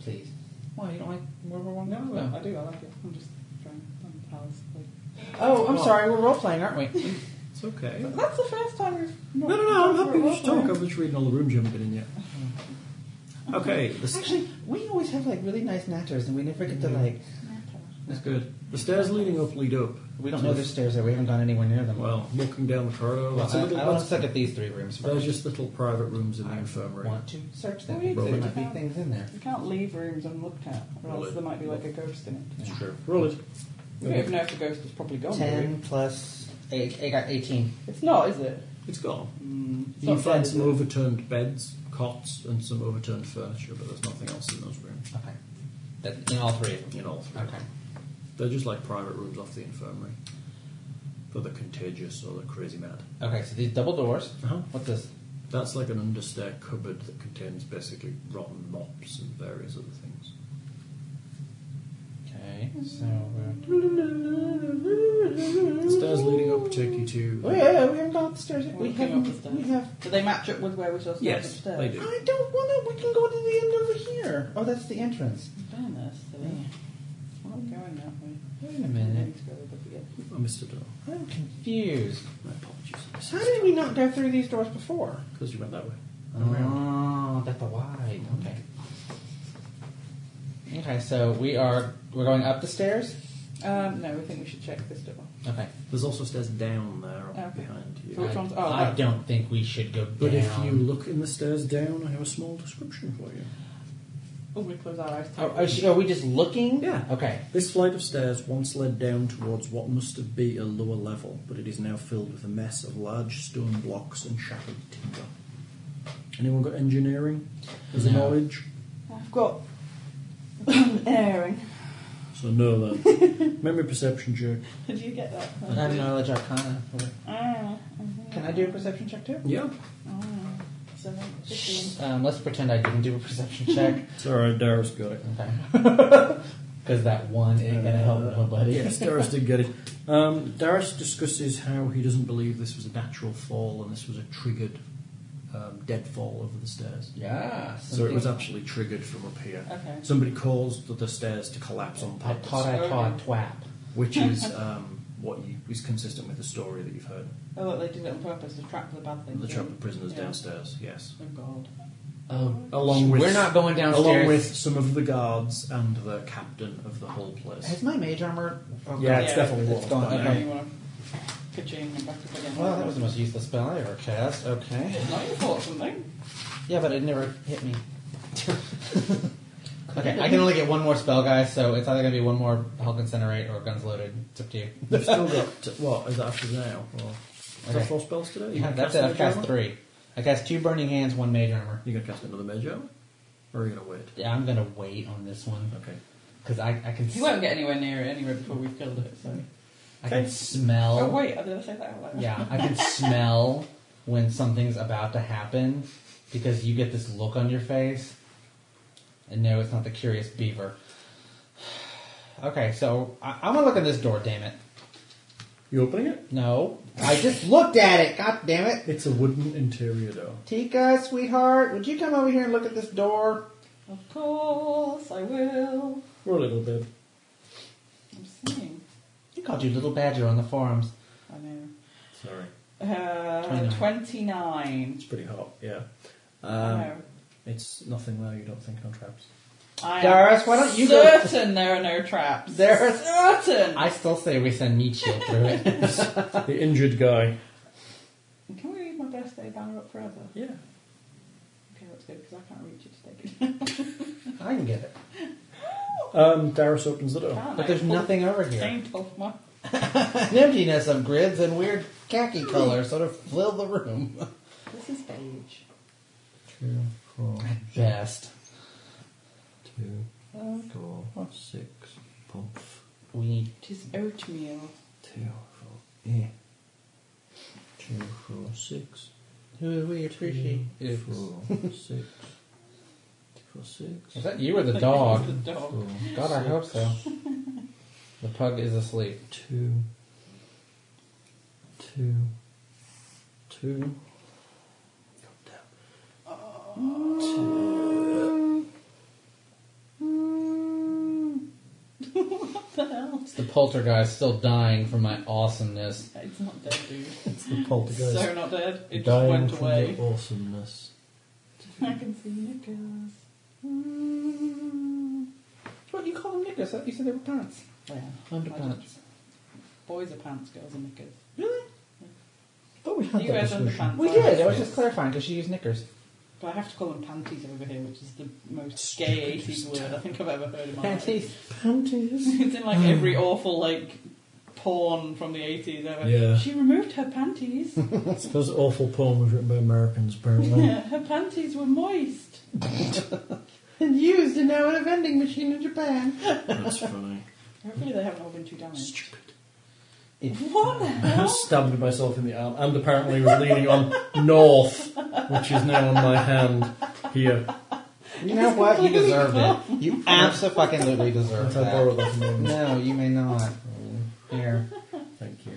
Please. Why you don't like World War One? No, I do. I like it. I'm just trying. I'm pals. Like, Oh, I'm Well- sorry. We're role playing, aren't we? It's okay. that's the first time we've. No, no, no, I'm happy to talk. I'm just reading all the rooms you haven't been in yet. Okay, the st- Actually, we always have like really nice natters, and we never get to like. that's good. The stairs leading up lead up. We don't to know the- there's stairs there. We haven't gone anywhere near them. Well, walking down the corridor. Well, That's a I, little, I want to that's- look at these three rooms there's first. just little private rooms in the infirmary. want to search them. Well, we there did. might be things in there. You can't leave rooms unlooked at, or else there might be like a ghost in it. Yeah. Roll it. You don't even know if the ghost is probably gone. do you? Ten plus eight. I got eighteen. It's not, is it? It's gone. Mm, it's You not find dead, some is it? overturned beds, cots, and some overturned furniture, but there's nothing else in those rooms. Okay. That, in all three of them. In all three. Okay. They're just like private rooms off the infirmary. or the contagious or the crazy mad. Okay, so these double doors. Uh-huh. What's this? That's like an understair cupboard that contains basically rotten mops and various other things. Okay, so. Uh, The stairs leading up take you to. Oh, yeah, we haven't gone up the stairs yet. We We came up haven't. the We stairs. have. Do they match up with where we saw stairs Yes, upstairs? they do. I don't wanna. We can go to the end over here. Oh, that's the entrance. Down there, so we're not going that way. Wait a minute. Let's go the book again. I missed a door. I'm confused. My apologies. How did we not go through these doors before? Because you went that way. Oh, that's the wide. Okay. Okay, so we are we're going up the stairs. Um, no, we think we should check this door. Okay. There's also stairs down there up Okay. behind you. So which I, one's- oh, I right. don't think we should go down. But if you look in the stairs down, I have a small description for you. Oh, we close our eyes. Are, are sh- are we just looking? Yeah. Okay. This flight of stairs once led down towards what must have been a lower level, but it is now filled with a mess of large stone blocks and shattered timber. Anyone got engineering as a No. knowledge? I've got an airing. So no then. Memory perception check. Did you get that? I have knowledge arcana. Ah, Can I do a perception check too? Yeah. ah, seven, fifteen. Um, let's pretend I didn't do a perception check. It's alright, Darius got it. Okay. Because that one ain't gonna help nobody. Uh, Yes, Darius did get it. Um, Darius discusses how he doesn't believe this was a natural fall and this was a triggered um, deadfall over the stairs. Yeah. So it was something- actually triggered from up here. Okay. Somebody caused the, the stairs to collapse on I purpose, caught. I caught. Twap. which is um, what you, is consistent with the story that you've heard. Oh, look, they did it on purpose to trap the bad things. The in. trap of prisoners Yeah. downstairs, yes. Oh, God. Oh, Along with we're not going downstairs. along with some of the guards and the captain of the whole place. Has my mage armor? Oh, Yeah, God. it's definitely it's gone. locked by Okay. now. Okay. You want to ka-ching and back up again. Well, that was the most useless spell I ever cast. Okay. Now you thought something. Yeah, but it never hit me. okay, I can only get one more spell, guys. So it's either gonna be one more Hulk incinerate or guns loaded. It's up to you. You've still got, what, is that after now? Or, is that Okay. four spells today? You Yeah, can that's it. cast I've cast another three. I cast two burning hands, one mage armor. You're going to cast another mage armor? Or are you going to wait? Yeah, I'm gonna wait on this one Okay. because I, I can He s- won't get anywhere near it anyway before we've killed it, so. I can smell. Oh, wait, I did I say that out loud? Yeah, I can smell when something's about to happen because you get this look on your face. And no, it's not the curious beaver. Okay, so I- I'm gonna look at this door, damn it. You opening it? No, I just looked at it, god damn it. It's a wooden interior door. Tika, sweetheart, would you come over here and look at this door? Of course, I will. Roll a little bit. I'm singing. He called you Little Badger on the forums. I know. Sorry. Uh, 29. It's pretty hot, yeah. I Um, know. It's nothing there, you don't think, on traps. I Doris, am why don't you go- certain there are no traps. There- certain. I still say we send meat shield through it. the injured guy. Can we read my birthday banner up forever? Yeah. Okay, that's good because I can't reach it to take it. I can get it. Um, Darius opens the door. But there's nothing over here. Saint of my. An emptiness of grids and weird khaki color sort of fill the room. This is beige. Two, four, Best. two, Um, four, six, puff, We need It is oatmeal. two, four, eight, two, four, six, Who we appreciate. four, six, four, six, Is that you or the dog? the dog. four, God, I hope so. The pug is asleep. two, two, two. It's the poltergeist still dying from my awesomeness. It's not dead, dude. It's the It's poltergeist. so not dead. It just dying went from away. the awesomeness. I can see knickers. What you call them knickers? You said they were pants. Oh, Yeah. Underpants. Boys are pants, girls are knickers. Really? thought we had you that wears discussion. underpants. We I did. I have- was just clarifying because she used knickers. But I have to call them panties over here, which is the most Stupid gay 80s word I think I've ever heard in my life. Panties. Panties. it's in like every Hmm. awful like porn from the 80s. Ever. Yeah. She removed her panties. I suppose awful poem was written by Americans, apparently. Yeah, her panties were moist. And used and now in a vending machine in Japan. That's funny. Hopefully they haven't all been too damaged. What the hell? stabbed myself in the arm and apparently was leaning on north, which is now on my hand here. You know what? You completely deserve it. You absolutely deserve If I borrow that. that from him. No, you may not. Here. Thank you.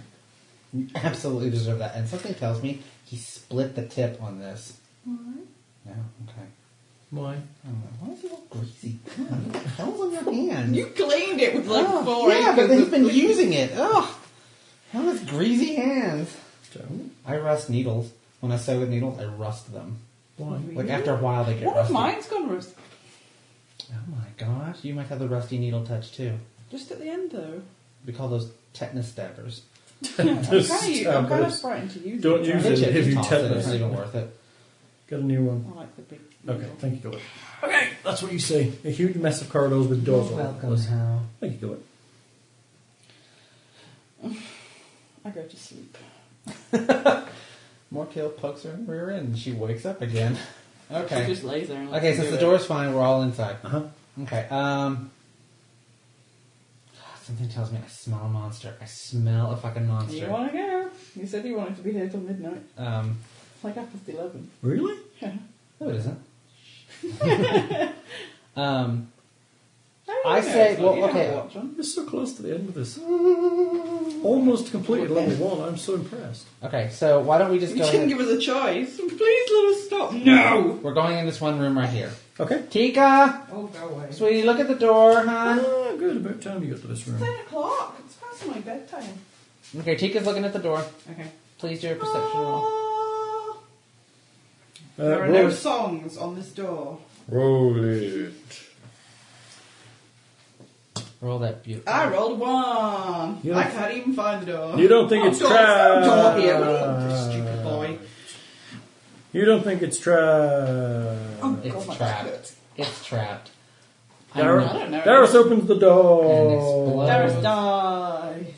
You absolutely deserve that. And something tells me he split the tip on this. No? Okay. Why? I don't know. Why is it all greasy? What the hell's on your hand? You cleaned it with like Oh, four yeah, but acres they've of been clean- using it. Ugh. Hell, with greasy hands. Don't. I rust needles. When I sew with needles, I rust them. Why? Like after a while, they get What if rusty. mine's gone rust? Oh my gosh! You might have the rusty needle touch too. Just at the end though. We call those tetanus stabbers. I'm kind, of, I'm kind of Stabbers. frightened to use Don't it. use Pitch it. it, if you toss it, tetanus. It's even worth it. Get a new one. I like the big. Okay, needle. thank you, Gilbert. Okay, that's what you see. A huge mess of corridors with doors on. Hal. Thank you, Gilbert. I go to sleep. Morkill pokes her in the rear end, and she wakes up again. Okay. She just lays there. And lets Okay, me since do the it. door's fine, we're all inside. Uh-huh. Okay, um. Something tells me I smell a monster. I smell a fucking You monster. want to go? You said you wanted to be here till midnight. Um, It's like half past eleven. Really? Yeah. no, it isn't. um, No, I no, say- it's not. well, You don't okay. watch them. You're so close to the end of this. Almost completed level one. I'm so impressed. okay, so why don't we just You go didn't ahead? give us a choice. Please let us stop. No. We're going in this one room right here. Okay. Tika! Oh, go away. It's Sweetie, look at the door, hon. Ah, good. About time you got to this room. ten o'clock. It's past my bedtime. Okay, Tika's looking at the door. Okay. Please do a perception roll. Ah, Uh, there are no roll, songs on this door. Roll it. Roll that beautiful. I rolled one. You I don't- can't even find the door. You don't think it's oh, God, trapped. Door here. Oh, stupid boy. you don't think it's trapped. Oh, It's God, my trapped. foot. It's trapped. I Dar- I know. don't know. Darius opens the And door. explodes. Darius dies.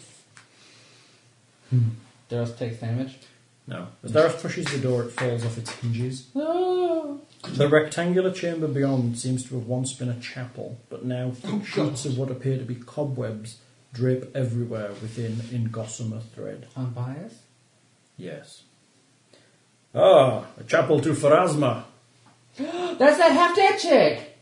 Daryl takes damage. No. As Darius pushes the door, it falls off its hinges. Oh. The rectangular chamber beyond seems to have once been a chapel, but now thick sheets of what appear to be cobwebs drape everywhere within in gossamer thread. On bias? Yes. Ah, a chapel to Pharasma. That's that half dead chick!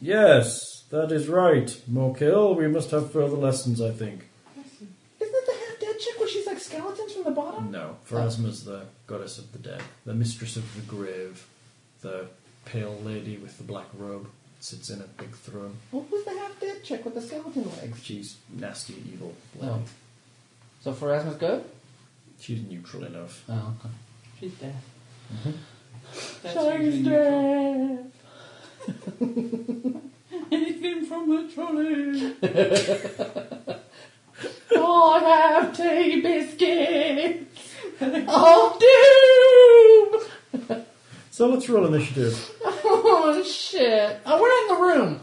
Yes, that is right. Morkill, we must have further lessons, I think. Isn't it the half dead chick where she's like skeletons from the bottom? No, Pharasma's the goddess of the dead, the mistress of the grave, the pale lady with the black robe sits in a big throne. What was the half dead chick with the skeleton legs? She's nasty, evil. lady. Oh. So Pharasma's good? She's neutral enough. Oh, okay. She's dead. That's usually She's neutral. dead! Anything from the trolley. Oh, I have tea biscuits! oh, doom! So let's roll initiative. Oh, shit. Oh, we're not in the room.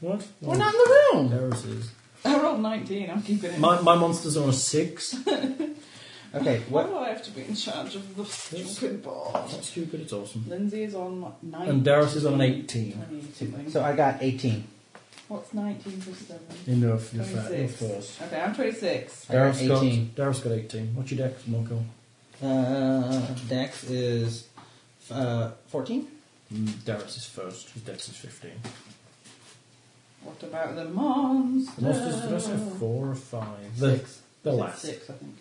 What? We're not in the room. Darius is. I rolled 19. I'm keeping it. My, my monster's on a six. Okay, Why what? do I have to be in charge of the stupid board? Not stupid, it's awesome. Lindsay is on 9. And Darius is on an 18. 20 something. So I got 18. What's 19 plus 7? Enough, you're fat, of 26. course. Okay, I'm 26. I got Darius got, 18. Darius got 18. What's your deck, Morkill? Uh, Dex is uh, 14? Mm, Darius is first. His dex is 15. What about the monster? The monster's, did I say four or five? The, Six. the Said last. Six, I think.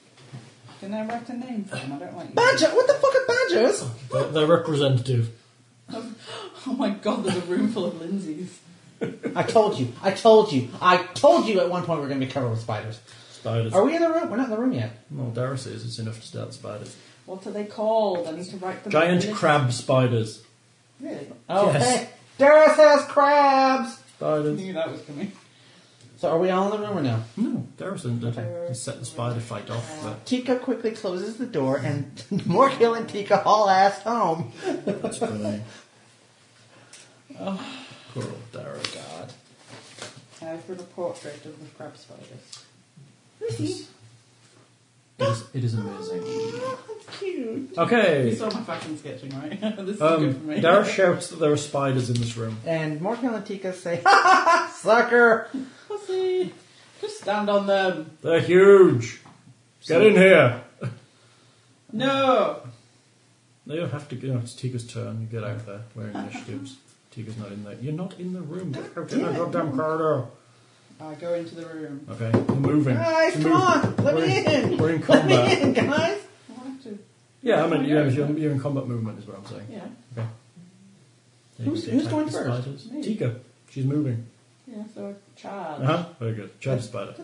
Can I write a name for him? I don't like you. Badger! What the fuck are badgers? The, the representative. Oh my god, there's a room full of Lindsays. I told you. I told you. I told you at one point we're going to be covered with spiders. Spiders. Are we in the room? We're not in the room yet. Well, Darius is. It's enough to start spiders. What are they called? I need to write them Giant down. crab spiders. Really? Oh, Yes. hey. Darius has crabs! I Spiders. knew that was coming. So are we all in the room or no? No, Darius didn't. He set the spider fight off, but Tika quickly closes the door and Morkill and Tika haul ass home. that's funny. Poor old Darius. Ah. God. I've got a portrait of the crab spiders. It Oh, is, it is, it is amazing. That's cute. You Okay. saw my fucking sketching, right? this is good for Um, me. Darius shouts that there are spiders in this room. And Morkill and Tika say, ha ha ha, sucker! Pussy. Just stand on them. They're huge. Get in here! No! No, you have to go. No, it's Tika's turn. You get out there wearing initiatives. Tika's not in there. You're not in the room. Get out in the goddamn corridor. I go into the room. Okay, we're moving. Guys, We're come moving. on, let we're me in. We're in Let combat. me in, guys. I have to. Yeah, I mean, Oh, you're, yeah. you're, you're in combat movement, is what I'm saying. Yeah. You can Who's- attack who's going the first? spiders. Me. Tika. She's moving. Yeah, so I Oh. charge. Uh huh. Very good. Charge the spider.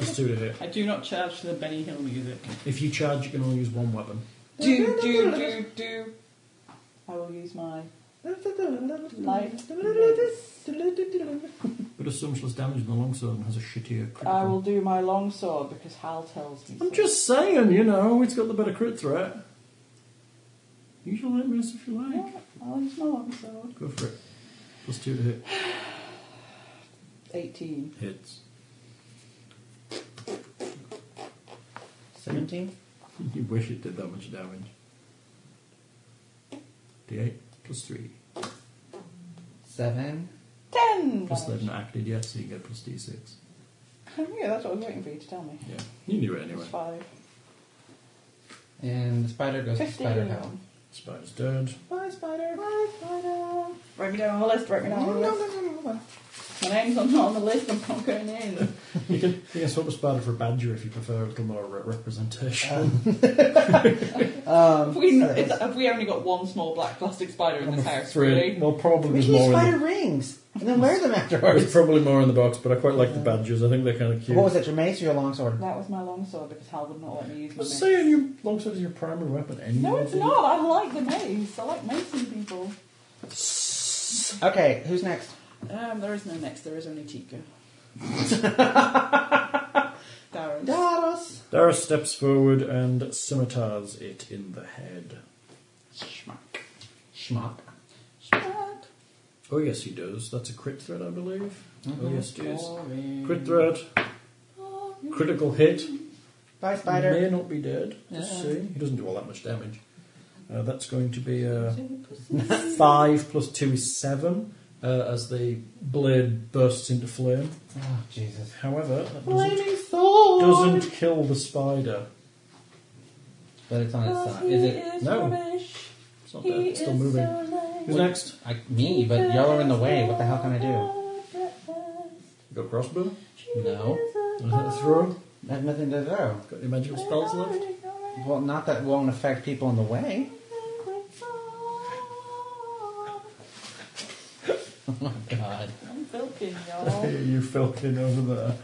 Just two to hit. I do not charge to the Benny Hill music. If you charge, you can only use one weapon. Do, do, do, do. I will use my light. But a sumptuous damage in the longsword has a shittier critical. I will do my longsword because Hal tells me. I'm so. just saying, you know, it's got the better crit threat. Use your lightness if you like. Yeah, I'll use my longsword. Go for it. Plus two to hit. 18. Hits. 17. You wish it did that much damage. D8 plus three. 7. 10! Plus they've not acted yet, so you get plus D6. yeah, that's what I was waiting for you to tell me. Yeah. You knew it anyway. Plus 5. And the spider goes to 15. spider hell. Spider's dead. Bye, spider. Bye, spider. Write me down on the list. Write me down on the Mm. list. My name's on, on the list. I'm not going in. You can, you can swap a spider for a badger if you prefer a little more re- representation. Have we, is, have we only got one small black plastic spider in this house, really? Well, probably We there's should use more. In spider the, rings and then wear them there's afterwards. probably more in the box, but I quite like the badgers. I think they're kind of cute. What was it, your mace or your longsword? That was my longsword because Hal would not let me use I my was mace. saying your longsword is your primary weapon anyway. No, it's not. I like the mace. I like macing people. Okay, who's next? Um, there is no next. There is only Tika. Darren. Dados. Dara steps forward and scimitars it in the head. Schmuck. Schmuck. Schmuck. Oh yes, he does. That's a crit threat, I believe. Oh yes, it is. Glory. Crit threat. Critical hit. Bye, spider. He may not be dead. Just Yeah. see. He doesn't do all that much damage. Uh, that's going to be uh, five plus two is seven. Uh, as the blade bursts into flame. Oh, Jesus. However, that doesn't, Flaming sword. doesn't kill the spider. But it's on its side. Is it? No. It's not dead. It's still moving. Who's next? I, me, but y'all are in the way. What the hell can I do? You got a crossbow. No. Got a Oh. throw. I have nothing to do. Got any magical spells left? Well, not that won't affect people in the way. Oh, God. I'm filking, y'all. you filking over there.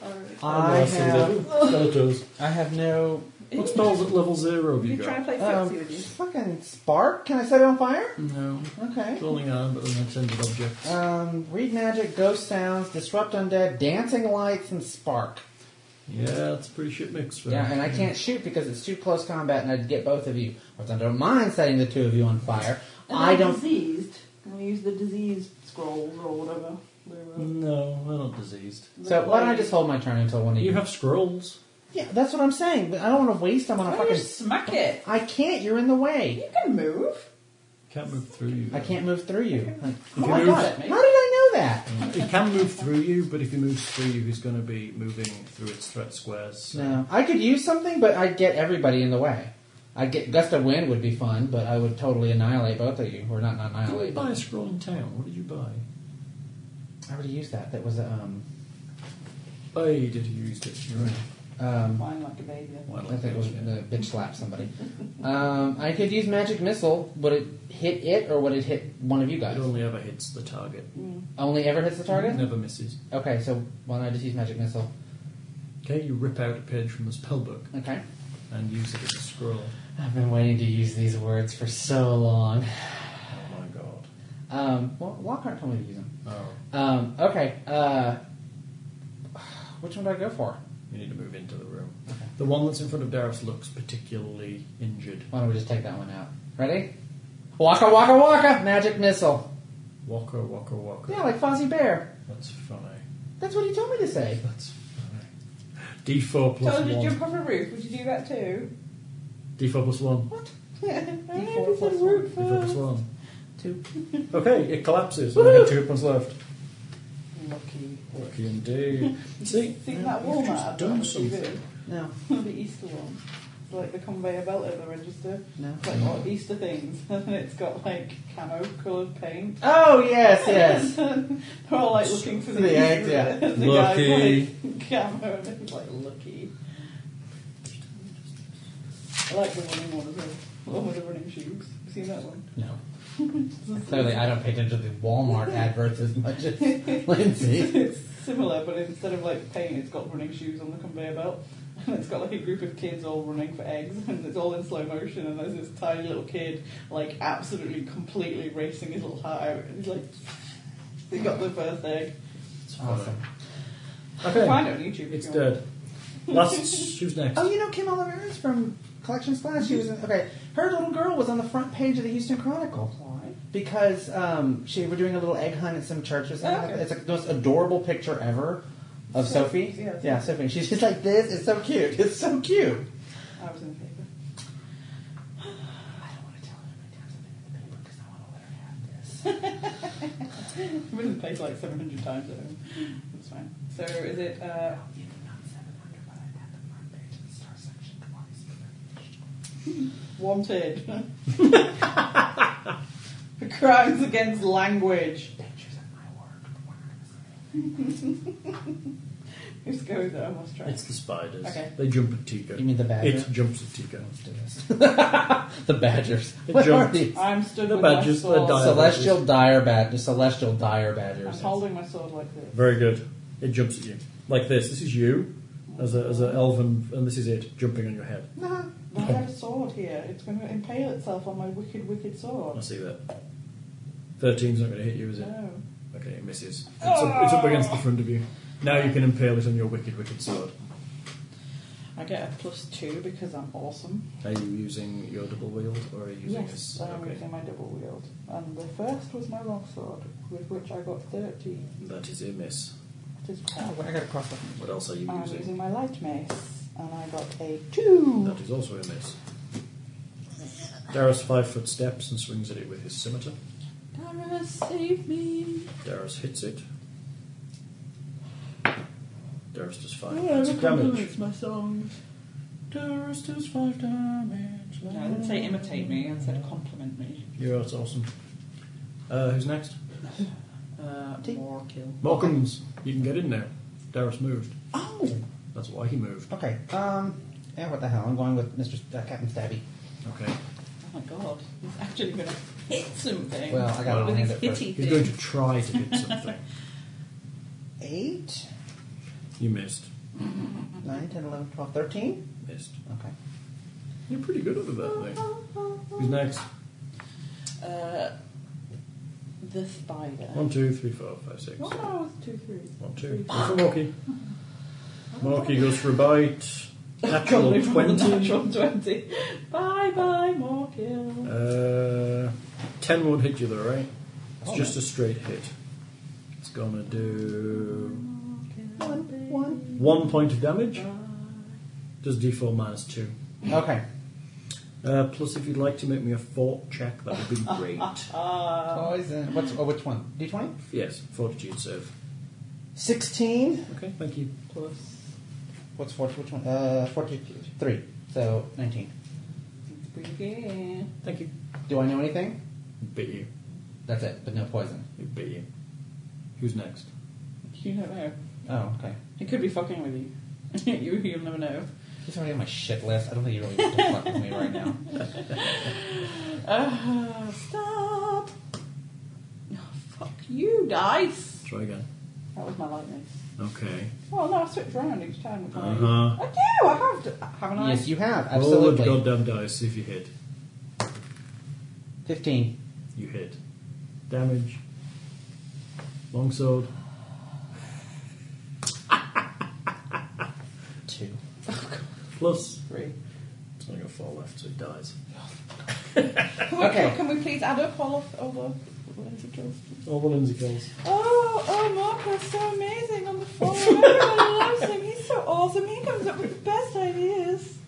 Sorry. I have, Skeletons. I have no What spells at level zero have you We're trying to got? play um, footsie with you. fucking spark. Can I set it on fire? No. Okay. Rolling iron, but an extended object. Um, read magic, ghost sounds, disrupt undead, dancing lights, and spark. Yeah, that's a pretty shit mix. For Yeah, and I can't shoot because it's too close combat, and I'd get both of you. But I don't mind setting the two of you on fire. And I I'm don't. diseased. Can I use the disease scrolls or whatever? Mm. They're, No, they're not diseased. uh, So why don't I like- just hold my turn until one of you? You have scrolls. yeah, that's what I'm saying. But I don't want to waste them on a Why don't you fucking. just smack it? I can't. You're in the way. You can move. Can't move through you. I can't move through you. Like, oh you my move- god! How did I know that? It can move through you, but if he moves through you, he's going to be moving through its threat squares. so- No, I could use something, but I'd get everybody in the way. I'd get gust of wind would be fun, but I would totally annihilate both of you, or not Did you annihilate. buy a but- scroll in town? What did you buy? I already used that. That was um Oh, you did. You used it. You're right. um. Whine like a baby. Well, I think it was yeah. the bitch slap somebody. Um, I could use magic missile. Would it hit it, or would it hit one of you It guys? only ever hits the target. Only ever hits the target. Never misses. Okay, so why don't I just use magic missile? Okay, you rip out a page from the spellbook Okay. and use it as a scroll. I've been waiting to use these words for so long. Oh my god. Um, well, Lockhart told me to use them. Oh. Um, okay. Uh, which one do I go for? You need to move into the room. Okay. The one that's in front of Darius looks particularly injured. Why don't we just take that one out? Ready? Waka waka waka! Magic missile. Walker, walker, walker. Yeah, like Fozzie Bear. That's funny. That's what he told me to say. That's funny. D4 plus Told you to one. jump off a roof. Would you do that too? D4 plus one. I never said roof D4 plus one. Two. Okay, it collapses. Only Woohoo! two weapons left. Lucky. Lucky indeed. See, Seen now that you've Walmart just advert done on something. TV? No, the Easter one. It's like the conveyor belt at the register. no. It's like what Easter things, and it's got like camo coloured paint. Oh yes, yes. They're all like looking for the, The egg, Easter- yeah. the Lucky. Guy's, like, camo, and it's like lucky. I like the running one as well. The one with the running shoes. You seen that one? No. Clearly, I don't pay attention to the Walmart adverts as much as Lindsay. it's similar, but instead of like paint, it's got running shoes on the conveyor belt. And it's got like a group of kids all running for eggs, and it's all in slow motion. And there's this tiny little kid, like absolutely, completely racing his little heart out. And he's like, he got the first egg. Awesome. Okay, Find it on YouTube. if it's you want. dead. Last, who's next? Oh, you know Kim Oliveras from Collections Class. She was in, okay. Her little girl was on the front page of the Houston Chronicle Why? because um, she were doing a little egg hunt at some church or something. Okay. It's like the most adorable picture ever of So- Sophie. yeah, it's- yeah, Sophie. She's just like this. It's so cute. It's so cute. I was in favour. I don't want to tell her my dad's been in the paper because I want to let her have this. I've been in the paper like 700 times at home. That's fine. So is it? Uh, Oh, You know, not 700, but I've had the front page of the star section twice. Wanted. For crimes against language. Pictures at my work. Where is it? Who's goes there? I lost track. It's the spiders. Okay. They jump at Tika. You mean the badger? It jumps at Tika. the badgers. It What are jumped. these? I'm stood The with my badgers, the sword. dial- Celestial dire badgers. Celestial dire I'm badgers. holding my sword like this. Very good. It jumps at you. Like this. This is you as a as an elven, and this is it jumping on your head. No, I have a sword here. It's going to impale itself on my wicked, wicked I sword. see that. 13's not going to hit you, is it? No. Okay, it misses. It's up, it's up against the front of you. Now you can impale it on your wicked, wicked sword. I get a plus two because I'm awesome. Are you using your double wield, or are you using yes, this? I'm Okay, using my double wield. And the first was my longsword, with which I got 13. that is a miss. That is Oh, bad. I got a cross off. What else are you I'm using? using my light mace, and I got a two. That is also a miss. Darius five foot steps and swings at it with his scimitar. Dara, save me. Darius hits it. Darius does five Oh, points I of damage. compliments my songs. Darius does five damage. No, I didn't say imitate me, I said compliment me. Yeah, that's awesome. Uh, who's next? Uh, more kill. Malcolm's. You can get in there. Darius moved. Oh. That's why he moved. Okay. Um. Yeah. What the hell? I'm going with Mr. S- Uh, Captain Stabby. Okay. Oh my god, he's actually going to hit something. Well, I got Well, to with land his it first. hitty He's thing. going to try to hit something. Eight, you missed. nine, ten, eleven, twelve, thirteen. Missed. Okay. You're pretty good at that thing. Who's next? Uh, the spider. One, two, three, four, five, six. Oh, no, it's two, three. One, two. Go for Morky. Morky goes for a bite. Come Natural on, from the 20. Natural 20. Bye bye, more kill. Uh, 10 won't hit you though, right? Oh, It's just a straight hit. It's gonna do. One, one. One point of damage. Does d4 minus 2. Okay. Uh, plus, if you'd like to make me a fort check, that would be great. Poison. What's oh, which one? D twenty. yes, fortitude save. Sixteen. Okay, thank you. Plus, What's four? Which one? Uh, forty-three. So nineteen. it's pretty good. Thank you. Do I know anything? Beat you. That's it. But no poison. It beat you. Who's next? You don't know. Oh, okay. It could be fucking with you. you you'll never know. He's already on my shit list. I don't think he really wants to fuck with me right now. Uh, stop! Oh, fuck you, dice! Try again. That was my lightning. Okay. Well, no, I switch around each time. with my- Uh-huh. I do, I have, to, haven't I? Yes, you have Absolutely. absolutely. Roll the goddamn dice if you hit. Fifteen. You hit. Damage. Longsword. Two. Plus. Three. It's only got four left, so it dies. Can we, Okay. Can we please add up all of all the Lindsay kills? All the Lindsay kills. Oh, oh, Marco's so amazing on the phone. Everybody loves him. He's so awesome. He comes up with the best ideas.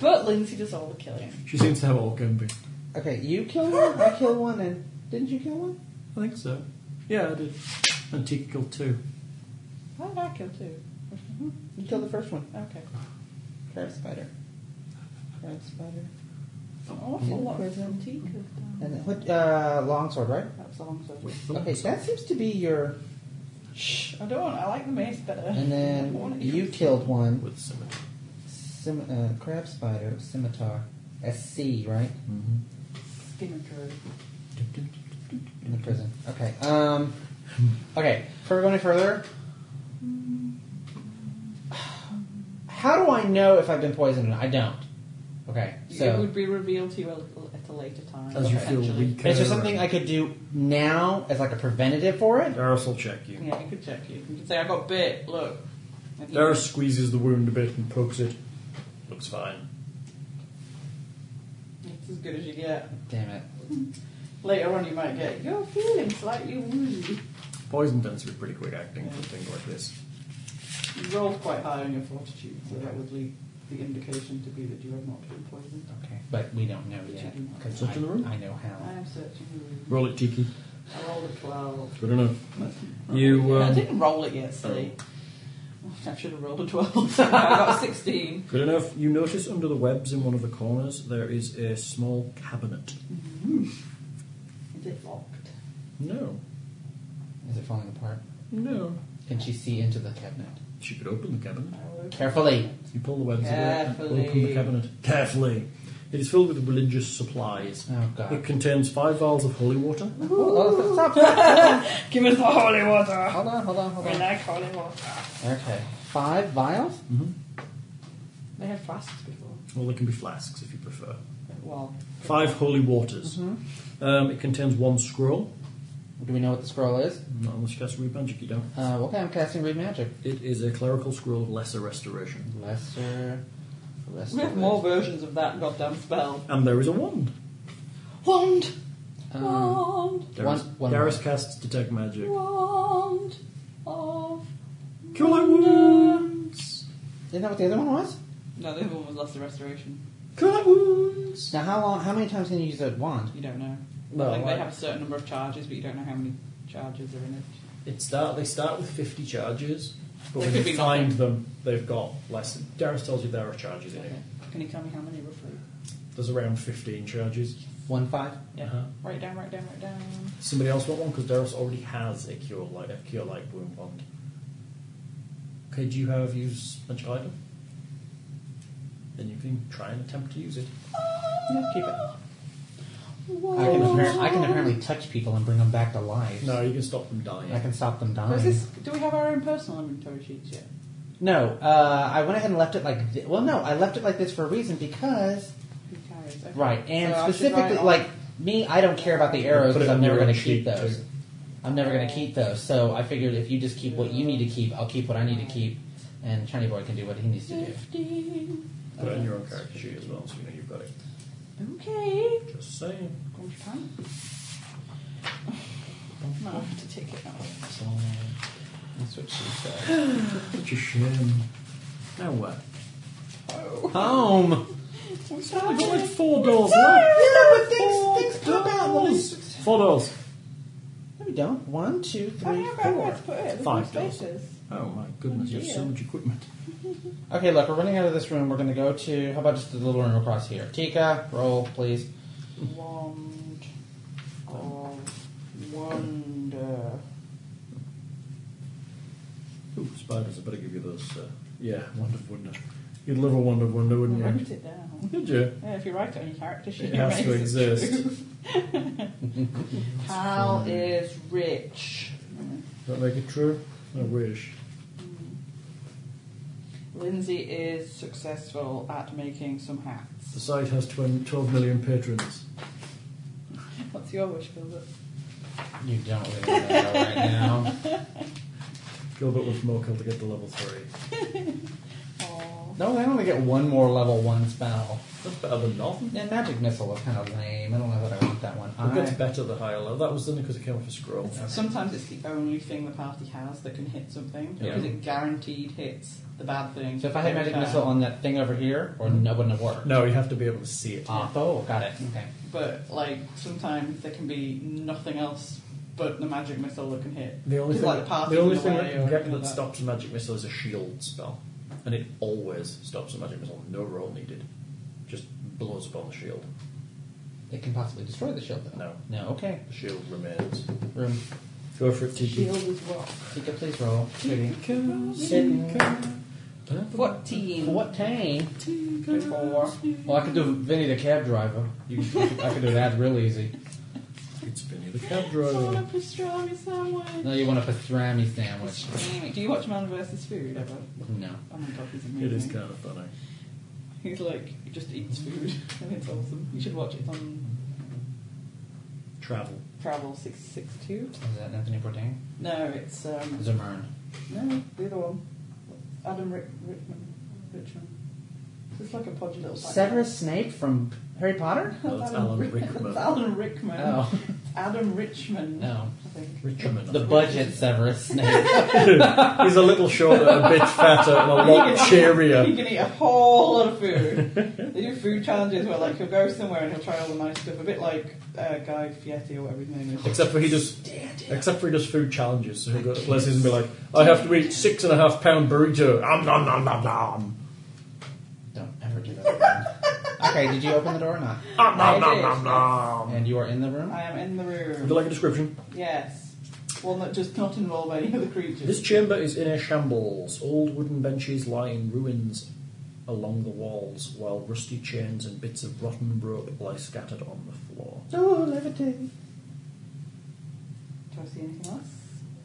But Lindsay does all the killing. She seems to have all can be. Okay, you kill one. I kill one, and didn't you kill one? I think so. Yeah, I did. And Tika killed two. Why did I kill two? Mm-hmm. You killed the first one. Okay. Crab spider. Crab spider. An awful lot of antique have done. And then what? Uh, longsword, right? That's a long story. Okay, so that seems to be your. Shh, I don't. I like the mace better. And I want then it. you killed one. with scimitar. Sim, uh, crab spider, scimitar. SC, right? Mm-hmm. Scimitar. In the prison. Okay. Um. Okay. Before we go any further, how do I know if I've been poisoned? or not? I don't. Okay. it So would be revealed to you a- at a later time. As you feel potentially. weaker. is there something I could do now as like a preventative for it? Darius will check you. Yeah, you could check you. You could say, I got bit, look. And you- Darius squeezes the wound a bit and pokes it. Looks fine. It's as good as you get. Damn it. Later on, you might get, you're feeling slightly wounded. Poison tends to be pretty quick acting for things like this. You rolled quite high on your fortitude, so that would lead the indication to be that you have not been poisoned. Okay. But we don't know yet because I, Search in the room? I know I how. am searching the room. Roll it, Tiki. I rolled a 12. Good enough. You, I um, didn't roll it yet, see. I should have rolled a 12. I got a 16. good enough. You notice under the webs in one of the corners there is a small cabinet. Is it locked? No, Is it falling apart? no. Can she see into the cabinet? She could open the cabinet. Carefully. You pull the webs away and open the Carefully. cabinet. Carefully. It is filled with religious supplies. Oh It god. contains five vials of holy water, Oh, stop, stop. Give us the holy water. hold on, hold on, hold We on. like holy water. Okay. Five vials. They had fasts before. or they can be flasks if you prefer. Well, Five holy waters. Mm-hmm. Um, it contains one scroll. Do we know what the scroll is? Not unless you cast read magic, you don't. Uh, okay, I'm casting read magic. It is a clerical scroll of lesser restoration. Lesser. Lesser. we have more versions of that goddamn spell. And there is a wand. Wand! Um, Wand! Darius, One- one Darius wand. casts detect magic. Wand! Of. Cure thy wounds. isn't that what the other one was? No, the other one was Lesser Restoration. Cure thy wounds. Now, how long? How many times can you use a wand? You don't know. No, like they I- have a certain number of charges, but you don't know how many charges are in it. It start. They start with fifty charges, but They when could you be find nothing. them, they've got less. Darius tells you there are charges in it. Okay. Can you tell me how many roughly? There's around fifteen charges. One five. Yeah. Uh-huh. Write it down, write it down, write it down. Somebody else want one because Darius already has a cure light a cure light wound wand. Okay, do you have use magic item? Then you can try and attempt to use it. No, keep it. I can, appar- I can apparently touch people and bring them back to life. No, you can stop them dying. I can stop them dying. Where's this, do we have our own personal inventory sheets yet? No, uh, I went ahead and left it like. Th- well, no, I left it like this for a reason because Who carries? Okay. right, and So I should specifically write all- like me, I don't care about the arrows Put it because I'm on never your own going to keep sheet, those. too. I'm never going to keep those. So I figured if you just keep what you need to keep, I'll keep what I need to keep, and Shiny Boy can do what he needs to do. Fifteen. Put it on your own character sheet as well, so you know you've got it. Okay. Just saying. Go to town. No, I have to take it out. So um, that's what she said. Such a shame. Now what? Home. We've We've got like got four doors left. Yeah, but things things pop out. Let me Doors. Four doors. No, we don't. One, two, I three, don't know where four. to put it. There's Five no doors. spaces. Oh my goodness, you have so much equipment. Okay, look, we're running out of this room. We're going to go to. How about just the little room across here? Tika, roll, please. Wand of wonder. Ooh, spiders, I better give you those. Uh, yeah, Wonder of Wonder. You'd love a Wonder of Wonder, wouldn't you? Write it down. Would you? Yeah, if you write it on your character sheet, It has to makes it exist. true. Hal is rich. That make it true? I wish. Lindsay is successful at making some hats. The site has 20 12 million patrons. What's your wish, Gilbert? You don't really know right now. Gilbert wants Mokel to get to level 3. Aw. No, I only get one more level one spell. That's better than nothing. And magic missile was kind of lame. I don't know that I want that one. It gets I, better the higher level. That was done because it came off a scroll. Sometimes it's the only thing the party has that can hit something Yeah. because it guaranteed hits the bad thing. so if I had magic Okay. missile on that thing over here, or no, it wouldn't have worked. Mm-hmm. No, you have to be able to see it. Ah, oh, got it. Okay. but like sometimes there can be nothing else but the magic missile that can hit. The only It's thing, like passing the only in thing way that can or get anything that like stops a magic missile is a shield spell, and it always stops a magic missile. No roll needed, just blows upon the shield. It can possibly destroy the shield, though. No. No, okay. The shield remains. Room. Go for it, Tiki. Shield is rock. Tika, please roll. Shooting. Fourteen. 14. Four. Well, I could do Vinny the cab driver. You, I could do that real easy. It's Vinny the cab driver. pastrami sandwich. No, you want a pastrami sandwich. Do you watch Man vs. Food ever? No. Oh my god, he's amazing. It is kind of funny. He's like, he just eats food. and it's awesome. You should watch it. It's on Travel. Travel 662. Is that Anthony Bourdain? No, it's, um, Zimmerman. no, the other one. Adam Rick, Rickman. Richmond. It's like a podgy little black Severus Snape from Harry Potter? guy. No, it's Alan Rickman. Oh. It's Alan Rickman. Oh. Adam Richmond. No. I think. Richmond. The budget Severus Snape. He's a little shorter, a bit fatter, and a lot You cheerier. can eat a whole lot of food. they do food challenges where like he'll go somewhere and he'll try all the nice stuff, a bit like uh, Guy Fieri or whatever his name is. Except for he does, except for he does food challenges. So he'll go to places and be like, "I have to eat six and a half pound burrito." Om nom nom nom nom. Don't ever do that again. okay, did you open the door or not? Om nom nom It is. nom nom. And you are in the room? I am in the Would you room. like a description? Yes. One that does not involve any other creatures. This chamber is in a shambles. Old wooden benches lie in ruins along the walls, while rusty chains and bits of rotten rope lie scattered on the floor. Oh, levitate. Do I see anything else?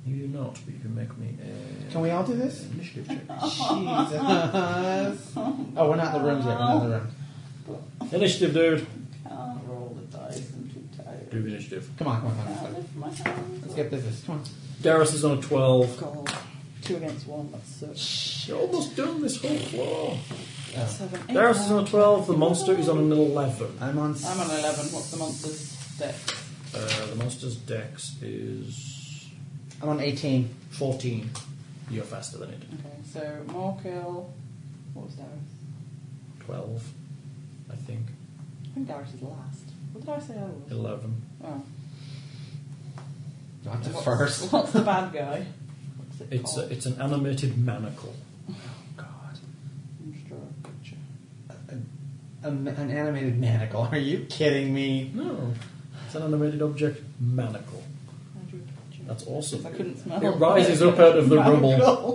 You do not, but you can make me a Can we all do this? initiative check. Jesus. oh, we're not in the rooms yet. We're not in the room. initiative, dude. Can't roll the dice. I'm too tired. Do initiative. Come on, come on, come on. Can't lift my hands. Let's get this. this. Come on. Darius is on a twelve. God. Two against one. That's such. You're almost done this whole floor. Oh. Seven, eight, Darius is nine. on a twelve. The monster is on an eleven. I'm on. I'm on eleven. What's the monster's deck? Uh, the monster's dex is I'm on 18. fourteen. You're faster than it. Okay, so more kill. What was Darius? Twelve, I think. I think Darius is last. What did I say I was? Eleven. Oh. Not the What's- first. What's the bad guy? What's it It's called? a, it's an animated manacle. God. I'm just drawing a picture. A ma- an animated manacle. Are you kidding me? No, it's an animated object manacle. I drew a picture. That's Because I awesome. couldn't smell. It rises up out of the rubble.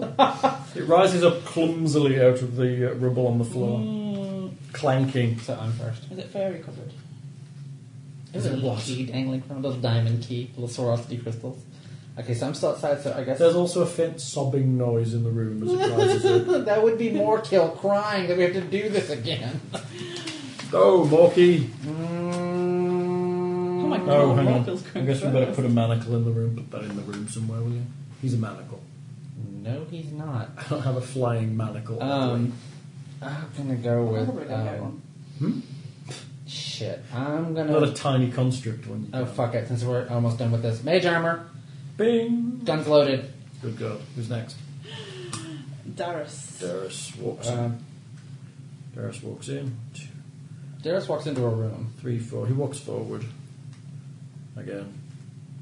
Manacle. It rises up clumsily out of the uh, rubble on the floor, Mm, clanking. So I'm first. is it fairy covered? Is it a little key dangling from a little diamond key, little Swarovski crystals? Okay, so I'm still outside, so I guess There's also a faint sobbing noise in the room as it rises up. that would be more kill crying that we have to do this again. Oh, Morky! Oh my god! Oh, hang Rockwell's on. I going guess we better first. put a manacle in the room. Put that in the room somewhere, will you? He's a manacle. No, he's not. I don't have a flying manacle. Um, I'm gonna go I'm with probably gonna get um, one. shit. I'm not a gonna. tiny construct one. uh, Oh fuck it! Since we're almost done with this, mage armor, Bing. guns loaded. Good girl. Who's next? Darius. Darius walks in. Um, Darius walks in. Two, Darius walks into a room. three, four. He walks forward. Again.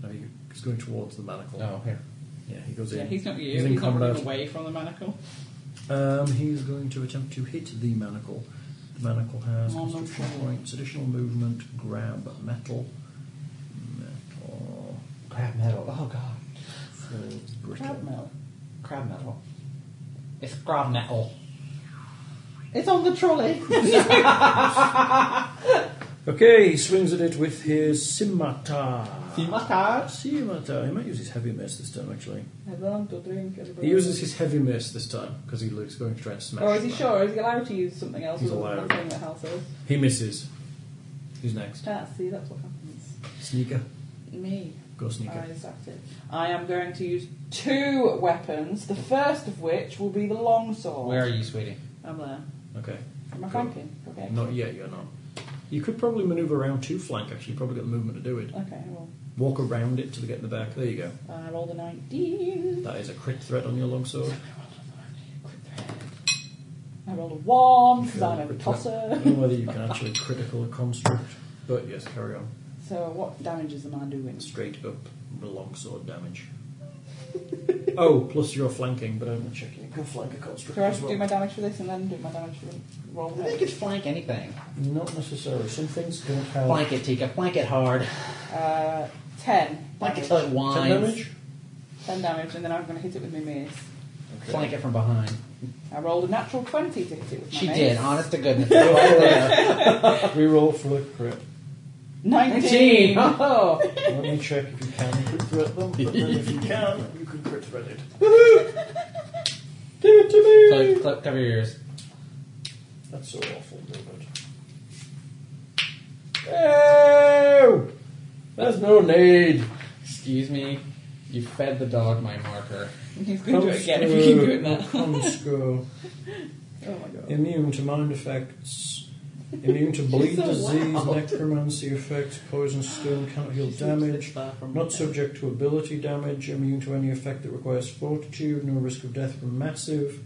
No, he- he's going towards the manacle. Oh, here. Yeah, he goes in. Yeah, he's not you. He's He's, in not running combat. away from the manacle. Um, he's going to attempt to hit the manacle. The manacle has Normal construction forward. points, additional movement, grab, metal. Metal. Crab metal. Oh god. Full brittle. Crab melt. Crab metal. It's crab metal. It's on the trolley. Okay, he swings at it with his scimitar. Simata. Scimitar. He might use his heavy mace this time, actually. He he uses his heavy mace this time because he looks going to try and smash. Or Oh, is he the sure? Is he allowed to use something else? He's other allowed. than that thing that Hal says? man. He misses. Who's next? Ah, see, that's what happens. Sneaker. Me. Go sneaker. I sat it. I am going to use two weapons, the first of which will be the longsword. Where are you, sweetie? I'm there. Okay. Am I Cool. flanking? Okay. Not yet. You're not. You could probably maneuver around to flank. Actually, you probably got the movement to do it. Okay, well, Walk around it to get in the back. There you go. I rolled a 19. That is a crit threat on your longsword. I rolled a 1 because I'm a Crit threat. I tosser. don't know whether you can actually critical a construct, but yes, carry on. So, what damages am I doing? Straight up. The longsword damage. oh, plus you're flanking, but I'm not checking. You can flank a construct Do I as have to do well. my damage for this and then do my damage for roll? I think it's flank anything. Not necessarily. Some things don't have. Flank it, Tika. Flank it hard. Uh, 10. Flank it damage. till it whines. Ten damage. 10 damage, and then I'm going to hit it with my mace. Flank it from behind. I rolled a natural 20 to hit it with my She mace. did, honest to goodness. Roll there. Reroll for the crit. 19. Oh. Let me check if you can crit threat them. But then if you can, you can crit threat it. Give it to me! Cloak, cloak, cover your ears. That's so awful, David. Oh! There's no need. Excuse me. You fed the dog my marker. He's going to do it again if Uh, you keep doing that. Consco. Oh my god. Immune to mind effects. Immune to bleed, so disease, loud. necromancy effects, poison, stone, cannot heal damage. Not subject to ability damage. Immune to any effect that requires fortitude. No risk of death from massive.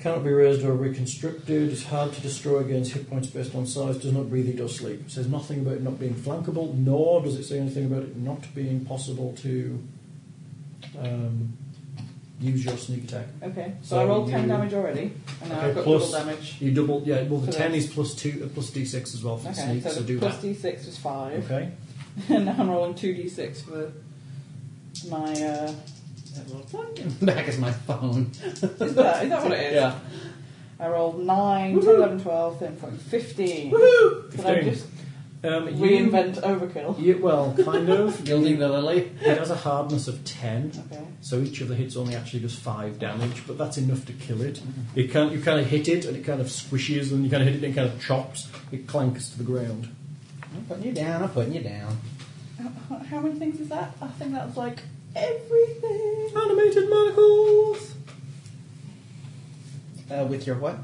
Cannot be raised or reconstructed. Is hard to destroy against hit points based on size. Does not breathe, eat, or sleep. It says nothing about it not being flankable, nor does it say anything about it not being possible to um, use your sneak attack. Okay, so, I rolled 10 you- damage already, and now Okay, I've got plus- double damage. You double, yeah. Well, the So ten that's- is plus two, uh, plus d six as well for the Okay, sneak. so, So, the do plus that. d6 was 5. Okay. and now I'm rolling 2d6 for my. Uh, Back is my phone. is, that, is that what it is? Yeah. I rolled 9, 10, 11, 12, 13, 14, 15. Did I just Um, you, reinvent overkill? you- well, kind of. Gilding the lily. It has a hardness of ten, Okay. so each of the hits only actually does five damage, but that's enough to kill it. Mm-hmm. You can you kind of hit it, and it kind of squishes, and you kind of hit it, and it kind of chops. It clanks to the ground. I'm putting you down. I'm putting you down. How- How many things is that? I think that's like everything. Animated manacles. Uh, with your what?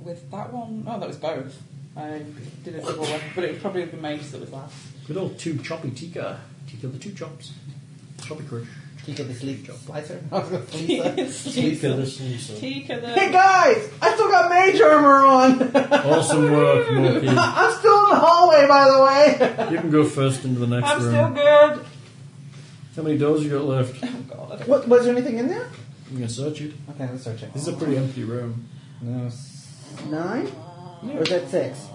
With that one, oh, that was both. I did a double one, but it was probably the mace that was last. Good old two choppy Tika. Tika the two chops. Choppy crush. Tika the sleep slicer. I was gonna slicer. Tika the sleeper. Tika the. Hey guys, I still got mage armor on. Awesome work, Morky. I'm still in the hallway, by the way. You can go first into the next I'm room. still good. How many doors you got left? Oh god, I don't What, was there anything in there? I'm gonna search it. Okay, let's search it. This is a pretty empty room. No. s- Nine? Or is that six?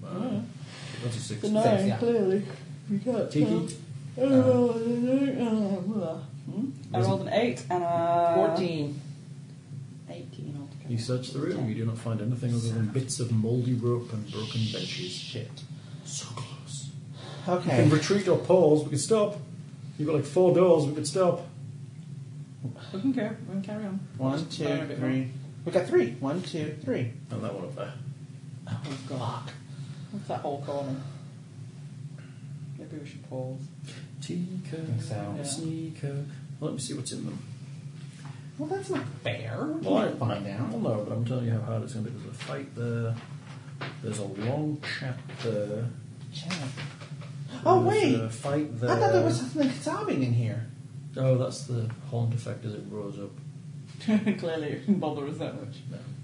That's a Uh, six. know. Six, yeah. Clearly, we got. uh, oh, Tiki, hmm? I rolled an eight and Uh, a 14. Eighteen altogether. you search the room. You do not find anything other than bits of mouldy rope and broken benches. Shit. So close. You can Okay. retreat or pause. We can stop. You've got like four doors. We could stop. We can go. We can carry on. One, Sorry, I'm two, a bit three. We got three. One, two, three. And that one up there. Oh, God. What's that whole corner? Maybe we should pause. Tika, so. sneaker. Well, let me see what's in them. Well, that's not fair. We Well, can't find out. Well, no, but I'm telling you how hard it's going to be. There's a fight there. There's a long chat there. Check. Oh, There's wait. a fight there. I thought there was something sobbing in here. Oh, that's the Holland effect as it rose up. Clearly, it didn't bother us that much.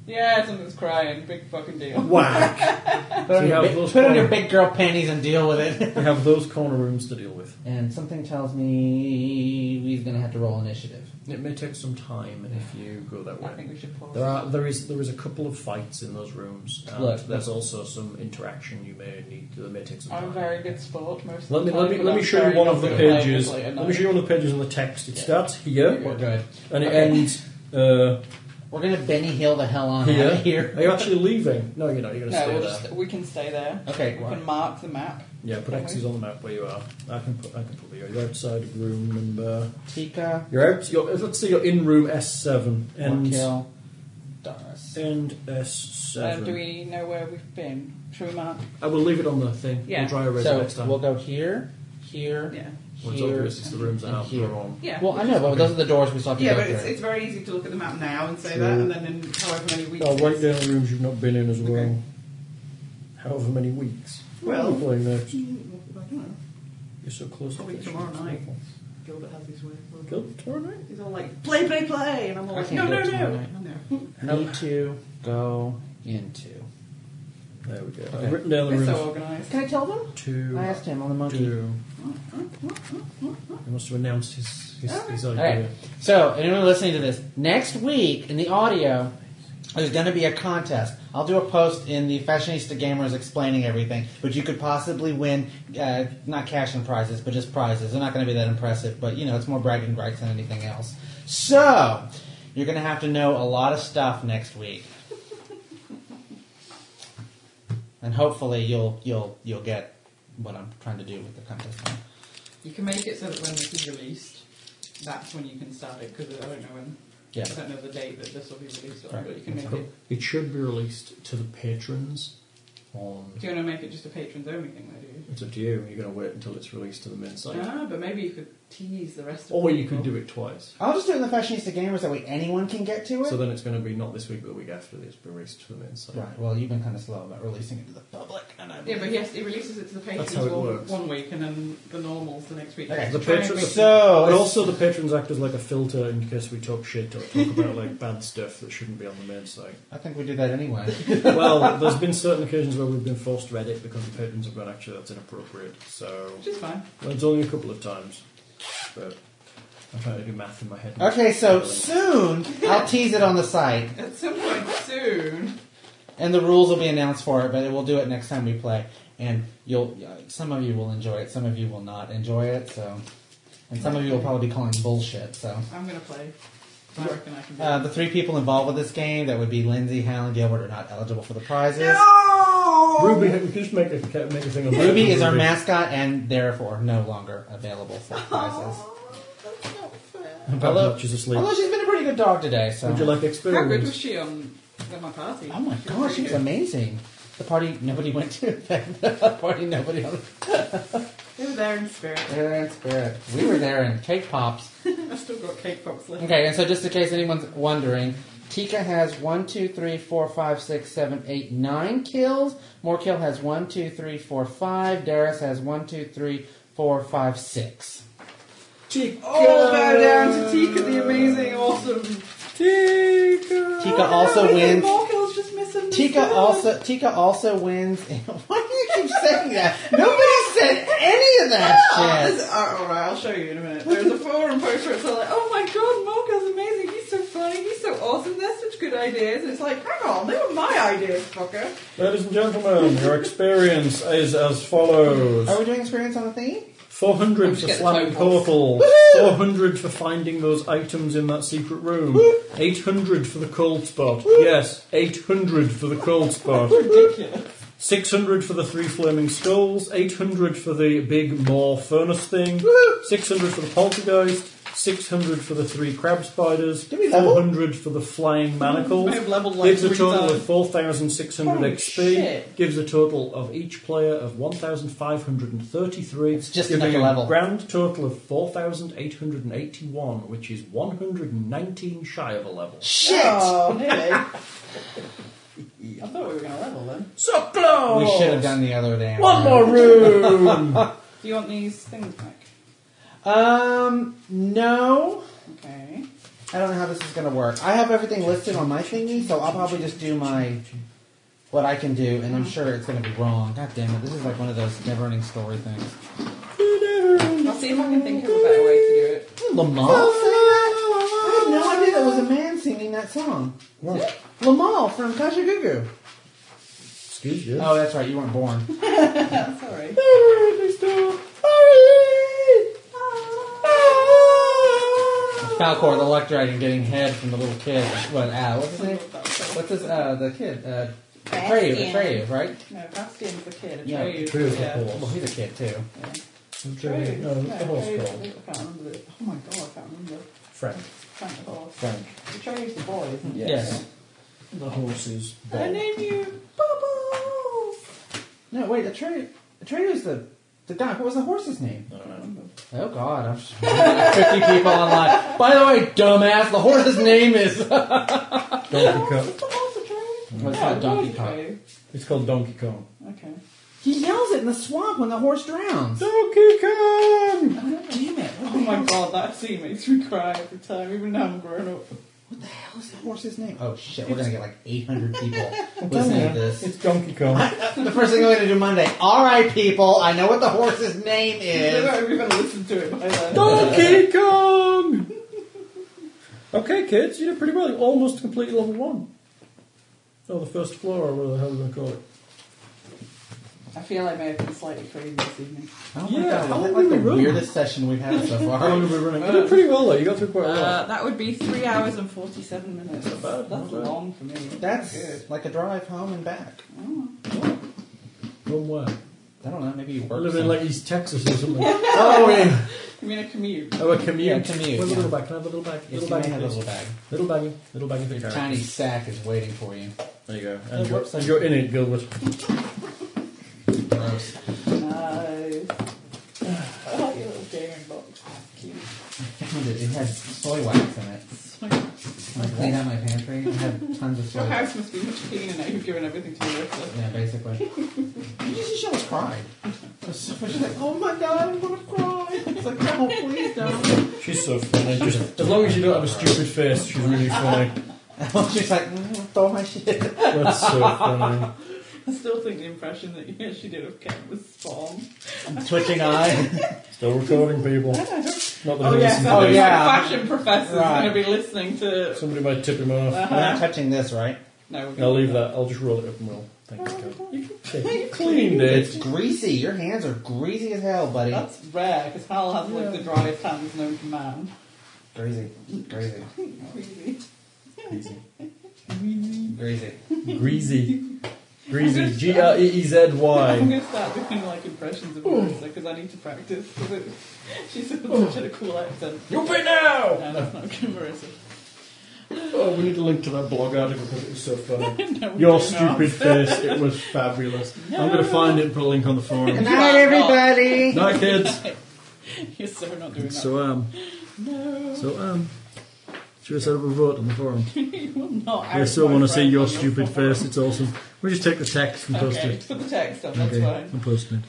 Yeah, something's crying. Big fucking deal. Whack! Put, So on, you your have big, those put on your corner- big girl panties and deal with it. we have those corner rooms to deal with. and something tells me we're going to have to roll initiative. It may take some time if you go that I way. think we should pause. There are there is there is a couple of fights in those rooms, and Look. there's also some interaction you may need. That may take some I'm time. a very good sport most Let of me the time. let me but let me I'm show very you one not of the good at pages. late Let at me night. show you one of the pages in the text. It starts here We're good. and it Okay. ends uh, We're going to Benny Hill the hell on out here. of here. Are you actually leaving? No, you're not. You're going to No, stay we'll there. just, we can stay there. Okay, We right. can mark the map. Um, Yeah, put X's on the map where you are. I can put I can put the you're outside of room number. Tika, You're out. You're, let's say you're in room S seven one and kill, Doris. and S Um, seven. do we know where we've been? Should we mark? I will leave it on the thing. Yeah. We'll try erase it So next time. we'll go here, here, Yeah. Well, it's here. obvious it's the rooms that and are here. wrong. Yeah. Well, I know, but those are the doors we still have to yeah, go but it's, through. it's very easy to look at the map now and say True. that, and then in however many weeks. I'll write it down the rooms you've not been in as well. Okay. However many weeks. Well- What are we playing next. is. I don't know. You're so close. Probably to tomorrow night. Awful. Gilbert has his way. Go tomorrow night. He's all like, play, play, play, and I'm all I like, can't no, do no, it no. tomorrow night. I know. Need to go into. There we go. Okay. I've written down the They're so room. organised. Can I tell them? Two. I asked him on the monkey. Two. He must have announced his, his, his idea. Alright. So, anyone listening to this, next week in the audio, there's going to be a contest. I'll do a post in the Fashionista Gamers explaining everything, but you could possibly win, uh, not cash and prizes, but just prizes. They're not going to be that impressive, but you know, it's more bragging rights than anything else. So, you're going to have to know a lot of stuff next week. And hopefully you'll you'll you'll get what I'm trying to do with the contest. You can make it so that when this is released, that's when you can start it because I don't know when. Yeah. I don't know the date that this will be released on, Right. but you can make Cool. it. It should be released to the patrons on. Do you want to make it just a patrons only thing, though? Do you? It's up to you. You're going to wait until it's released to the main site. Ah, but maybe you could tease the rest of. Or the you could people. do it twice. I'll just do it in the Fashionista Gamers, that way anyone can get to it. So then it's going to be not this week, but the week after that it's been released to the main site. Right. Well, you've been kind of slow about releasing it to the public, and I. Yeah, but yes, he releases it to the patrons how it one, works. one week and then the normals the next week. Okay. The Try and patrons- make- So But it's- also, the patrons act as like a filter in case we talk shit or talk about like bad stuff that shouldn't be on the main site. I think we do that anyway. Well, there's been certain occasions where we've been forced to edit because the patrons have gone, actually, that's inappropriate. So Which is fine. well, it's only a couple of times, but I'm trying to do math in my head. okay, so soon I'll tease it on the site, At some point soon. and the rules will be announced for it. But we'll do it next time we play, and you'll. uh, Some of you will enjoy it. Some of you will not enjoy it. So, and some of you will probably be calling bullshit. So. I'm going to play. I reckon I can do Uh, the three people involved with this game, that would be Lindsay, Hal, and Gilbert, are not eligible for the prizes. Ruby, we could just make a, make a thing on Ruby is our mascot and therefore no longer available for prizes. Although, she's asleep. Although she's been a pretty good dog today, so. Would you like it. How good was experience? she on at my party? Oh my gosh, she was amazing. amazing. The party nobody went to. the party nobody on. They were there in spirit. We were there in spirit. We were there in cake pops. I've still got cake pops left. Okay, and so just in case anyone's wondering, Tika has one, two, three, four, five, six, seven, eight, nine kills. Morkill has one, two, three, four, five. Darius has one, two, three, four, five, six. All bow down to Tika, the amazing, awesome Tika. Tika also Amazing wins. Morkill's just missing the Tika star. also Tika also wins. Why do you keep saying that? Nobody said any of Ah! that Oh, shit. all right, I'll show you in a minute. There was a forum post where it's all like, "Oh my god, Morkill's amazing. He's so funny. He's so awesome. They're such good ideas." And it's like, "Hang on, they were my ideas, fucker." Ladies and gentlemen, your experience is as follows. Are we doing experience on the thing? 400 just for getting slamming phone calls. portals, 400 for finding those items in that secret room, 800 for the cold spot, yes, 800 for the cold spot, Ridiculous. 600 for the three flaming skulls, 800 for the big maw furnace thing, 600 for the poltergeist, 600 for the three crab spiders, Did we level? 400 for the flying manacles, May have leveled like gives a three total of times. 4,600 Holy XP, shit. gives a total of each player of 1,533, It's just giving another level. a grand total of 4,881, which is 119 shy of a level. Shit. Oh, nearly. I thought we were going to level them. So close! We should have done the other day. One more room! Do you want these things back? Um, no. Okay. I don't know how this is going to work. I have everything listed on my thingy, so I'll probably just do my what I can do, and I'm sure it's going to be wrong. God damn it! This is like one of those never-ending story things. I'll see if I can think of a better way to do it. Lamal. Oh, I had no idea that was a man singing that song. What? Lamal from Kashagugu. Excuse you. Oh, that's right. You weren't born. Sorry. Falcor the Luck Dragon getting head from the little kid. What? Uh, what's his name? What's his? Uh, the kid. Uh, Atreyu. Atreyu, right? No, Bastian's the kid. Yeah, Atreyu. True as the yeah. Well, horse. he's a kid too. True. No, No, it's the horse Atreyu- called. I can't remember. the- Oh my god, I can't remember. Frank. Frank the horse. Frank. Atreyu's the boy, isn't he? Yes. The horse is I Bob. name you Bubbles. No, wait. Atreyu. Atreyu's the the guy. What was the horse's name? I don't know. Oh God, I'm fifty people online. By the way, dumbass, the horse's name is. Donkey Kong. It's the horse Atreyu. Well, it's Yeah, not Donkey the Kong. horse Atreyu. It's called Donkey Kong. Okay. He yells it in the swamp when the horse drowns. Donkey Kong! Damn it! Oh my god, that scene makes me cry every time, even now I'm grown up. What the hell is the horse's name? Oh shit, we're gonna get like 800 people Tell listening ya, to this. It's Donkey Kong. the first thing I'm gonna do Monday. All right, people, I know what the horse's name They're is. not even going to listen to it by then. Donkey Kong! okay, kids, you did pretty well. You almost completed level one. Oh, the first floor, or whatever the hell we're going to call it. I feel I may have been slightly crazy this evening. Oh Yeah, how was long that did like the we run? weirdest session we've had so How long far? have we been running? You did pretty well, though. You got through quite well. Uh, that would be three hours and 47 minutes. That's, long for me. That's good. like a drive home and back. From where? I don't know, maybe you I work. live in some- like East Texas or something. oh yeah, You mean a commute? oh, a commute. Yeah, commute, Where's the yeah. little bag? Can I have a little bag? yes, you little may bag, have a please. little bag. Little baggie. Little baggie for the character. Tiny sack is waiting for you. There you go. And, Oh, you're, whoops. and you're in it, Gilbert. Gross. Nice. I like your little gaming box. Cute. Found it. It had soy wax in it. It's like- I cleaned out my pantry. It had tons of soy Your wax. house must be much cleaner now you've given everything to your daughter. Yeah, basically. You just should have cried. I was so- She's like, oh my god, I'm gonna cry. It's like, no, please don't. She's so funny. Just as long as you don't have a stupid face, she's really funny. She's like, mm, throw my shit. That's so funny. I still think the impression that you actually did of Kevin was spot on. Twitching eye. Still recording, people. Not that Oh, I'm yeah, listening so to Oh, the this. yeah. fashion professor's Right. going to be listening to. Somebody might tip him off. We're not touching this, right? No, we're I'll gonna- leave that. I'll just roll it up and roll. Thanks, God. You cleaned It's it. greasy. Your hands are greasy as hell, buddy. That's rare because Hal has like the driest hands known to man. Greasy. Greasy. Crazy. Greasy. Greasy. Greasy. Greasy. G R E E Z I'm Y. gonna start doing like impressions of Marissa because I need to practice. 'cause it- She's such a cool accent. You pay now! No, that's not good, Marissa. Oh, we need to link to that blog article because it was so funny. No, we Your do not. stupid face, it was fabulous. I'm going to find it and put a link on the forum. You are not. Night, kids. You're so not doing that. So, um. no, So, um. Should we set up a vote on the forum? you will not. I out still my want to see friend your on stupid phone. face. It's awesome. We just take the text and post Okay, it. put the text up. That's okay, fine. I'm posting it.